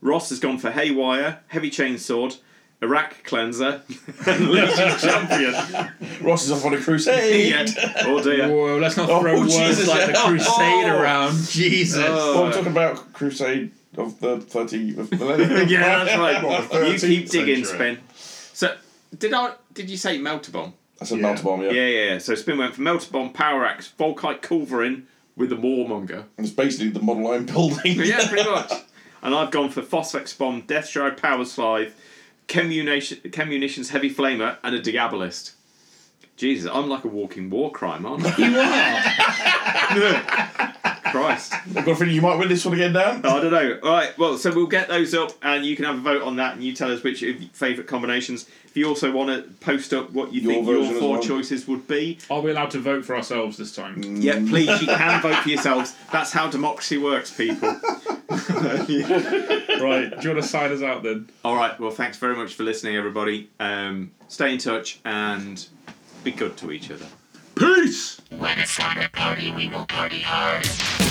[SPEAKER 5] Ross has gone for Haywire, Heavy Chainsword, Iraq Cleanser, and Legion Champion.
[SPEAKER 1] Ross is off on a crusade.
[SPEAKER 5] Yeah. Oh dear.
[SPEAKER 6] Whoa, let's not
[SPEAKER 1] Oh,
[SPEAKER 6] throw words
[SPEAKER 1] Jesus,
[SPEAKER 6] like the
[SPEAKER 1] yeah.
[SPEAKER 6] Crusade
[SPEAKER 1] Oh.
[SPEAKER 6] around. Jesus.
[SPEAKER 1] Well, I'm talking about Crusade of the 30 of millennium.
[SPEAKER 5] Yeah, that's
[SPEAKER 3] Well,
[SPEAKER 5] right. you
[SPEAKER 3] 13th
[SPEAKER 5] keep digging,
[SPEAKER 3] century.
[SPEAKER 5] Spin. So, did I? Did you say Melter Bomb?
[SPEAKER 1] I said Melter Bomb, yeah.
[SPEAKER 5] Yeah, yeah. yeah. So Spin went for Melter Bomb, Power Axe, Volkite Culverin with the Warmonger.
[SPEAKER 1] It's basically the model I'm building.
[SPEAKER 5] But yeah, pretty much. And I've gone for Phosphex Bomb, Death Shroud, Power Slide, Chemunation, Chemunitions, Heavy Flamer, and a Diabolist. Jesus, I'm like a walking war crime, aren't I?
[SPEAKER 6] You are.
[SPEAKER 5] Christ.
[SPEAKER 1] I've got a feeling you might win this one again, Dan.
[SPEAKER 5] I don't know. All right. Well, so we'll get those up, and you can have a vote on that, and you tell us which of your favourite combinations. If you also want to post up what you
[SPEAKER 1] Your
[SPEAKER 5] think your
[SPEAKER 1] version as
[SPEAKER 5] four
[SPEAKER 1] well.
[SPEAKER 5] choices would be,
[SPEAKER 6] Are we allowed to vote for ourselves this time?
[SPEAKER 1] Mm.
[SPEAKER 5] yeah, please, you can vote for yourselves. That's how democracy works, people.
[SPEAKER 6] Right, do you want to sign us out then?
[SPEAKER 5] All right. Well, thanks very much for listening, everybody. Um, stay in touch and be good to each other.
[SPEAKER 8] Peace!
[SPEAKER 4] When it's time to party, we will party hard.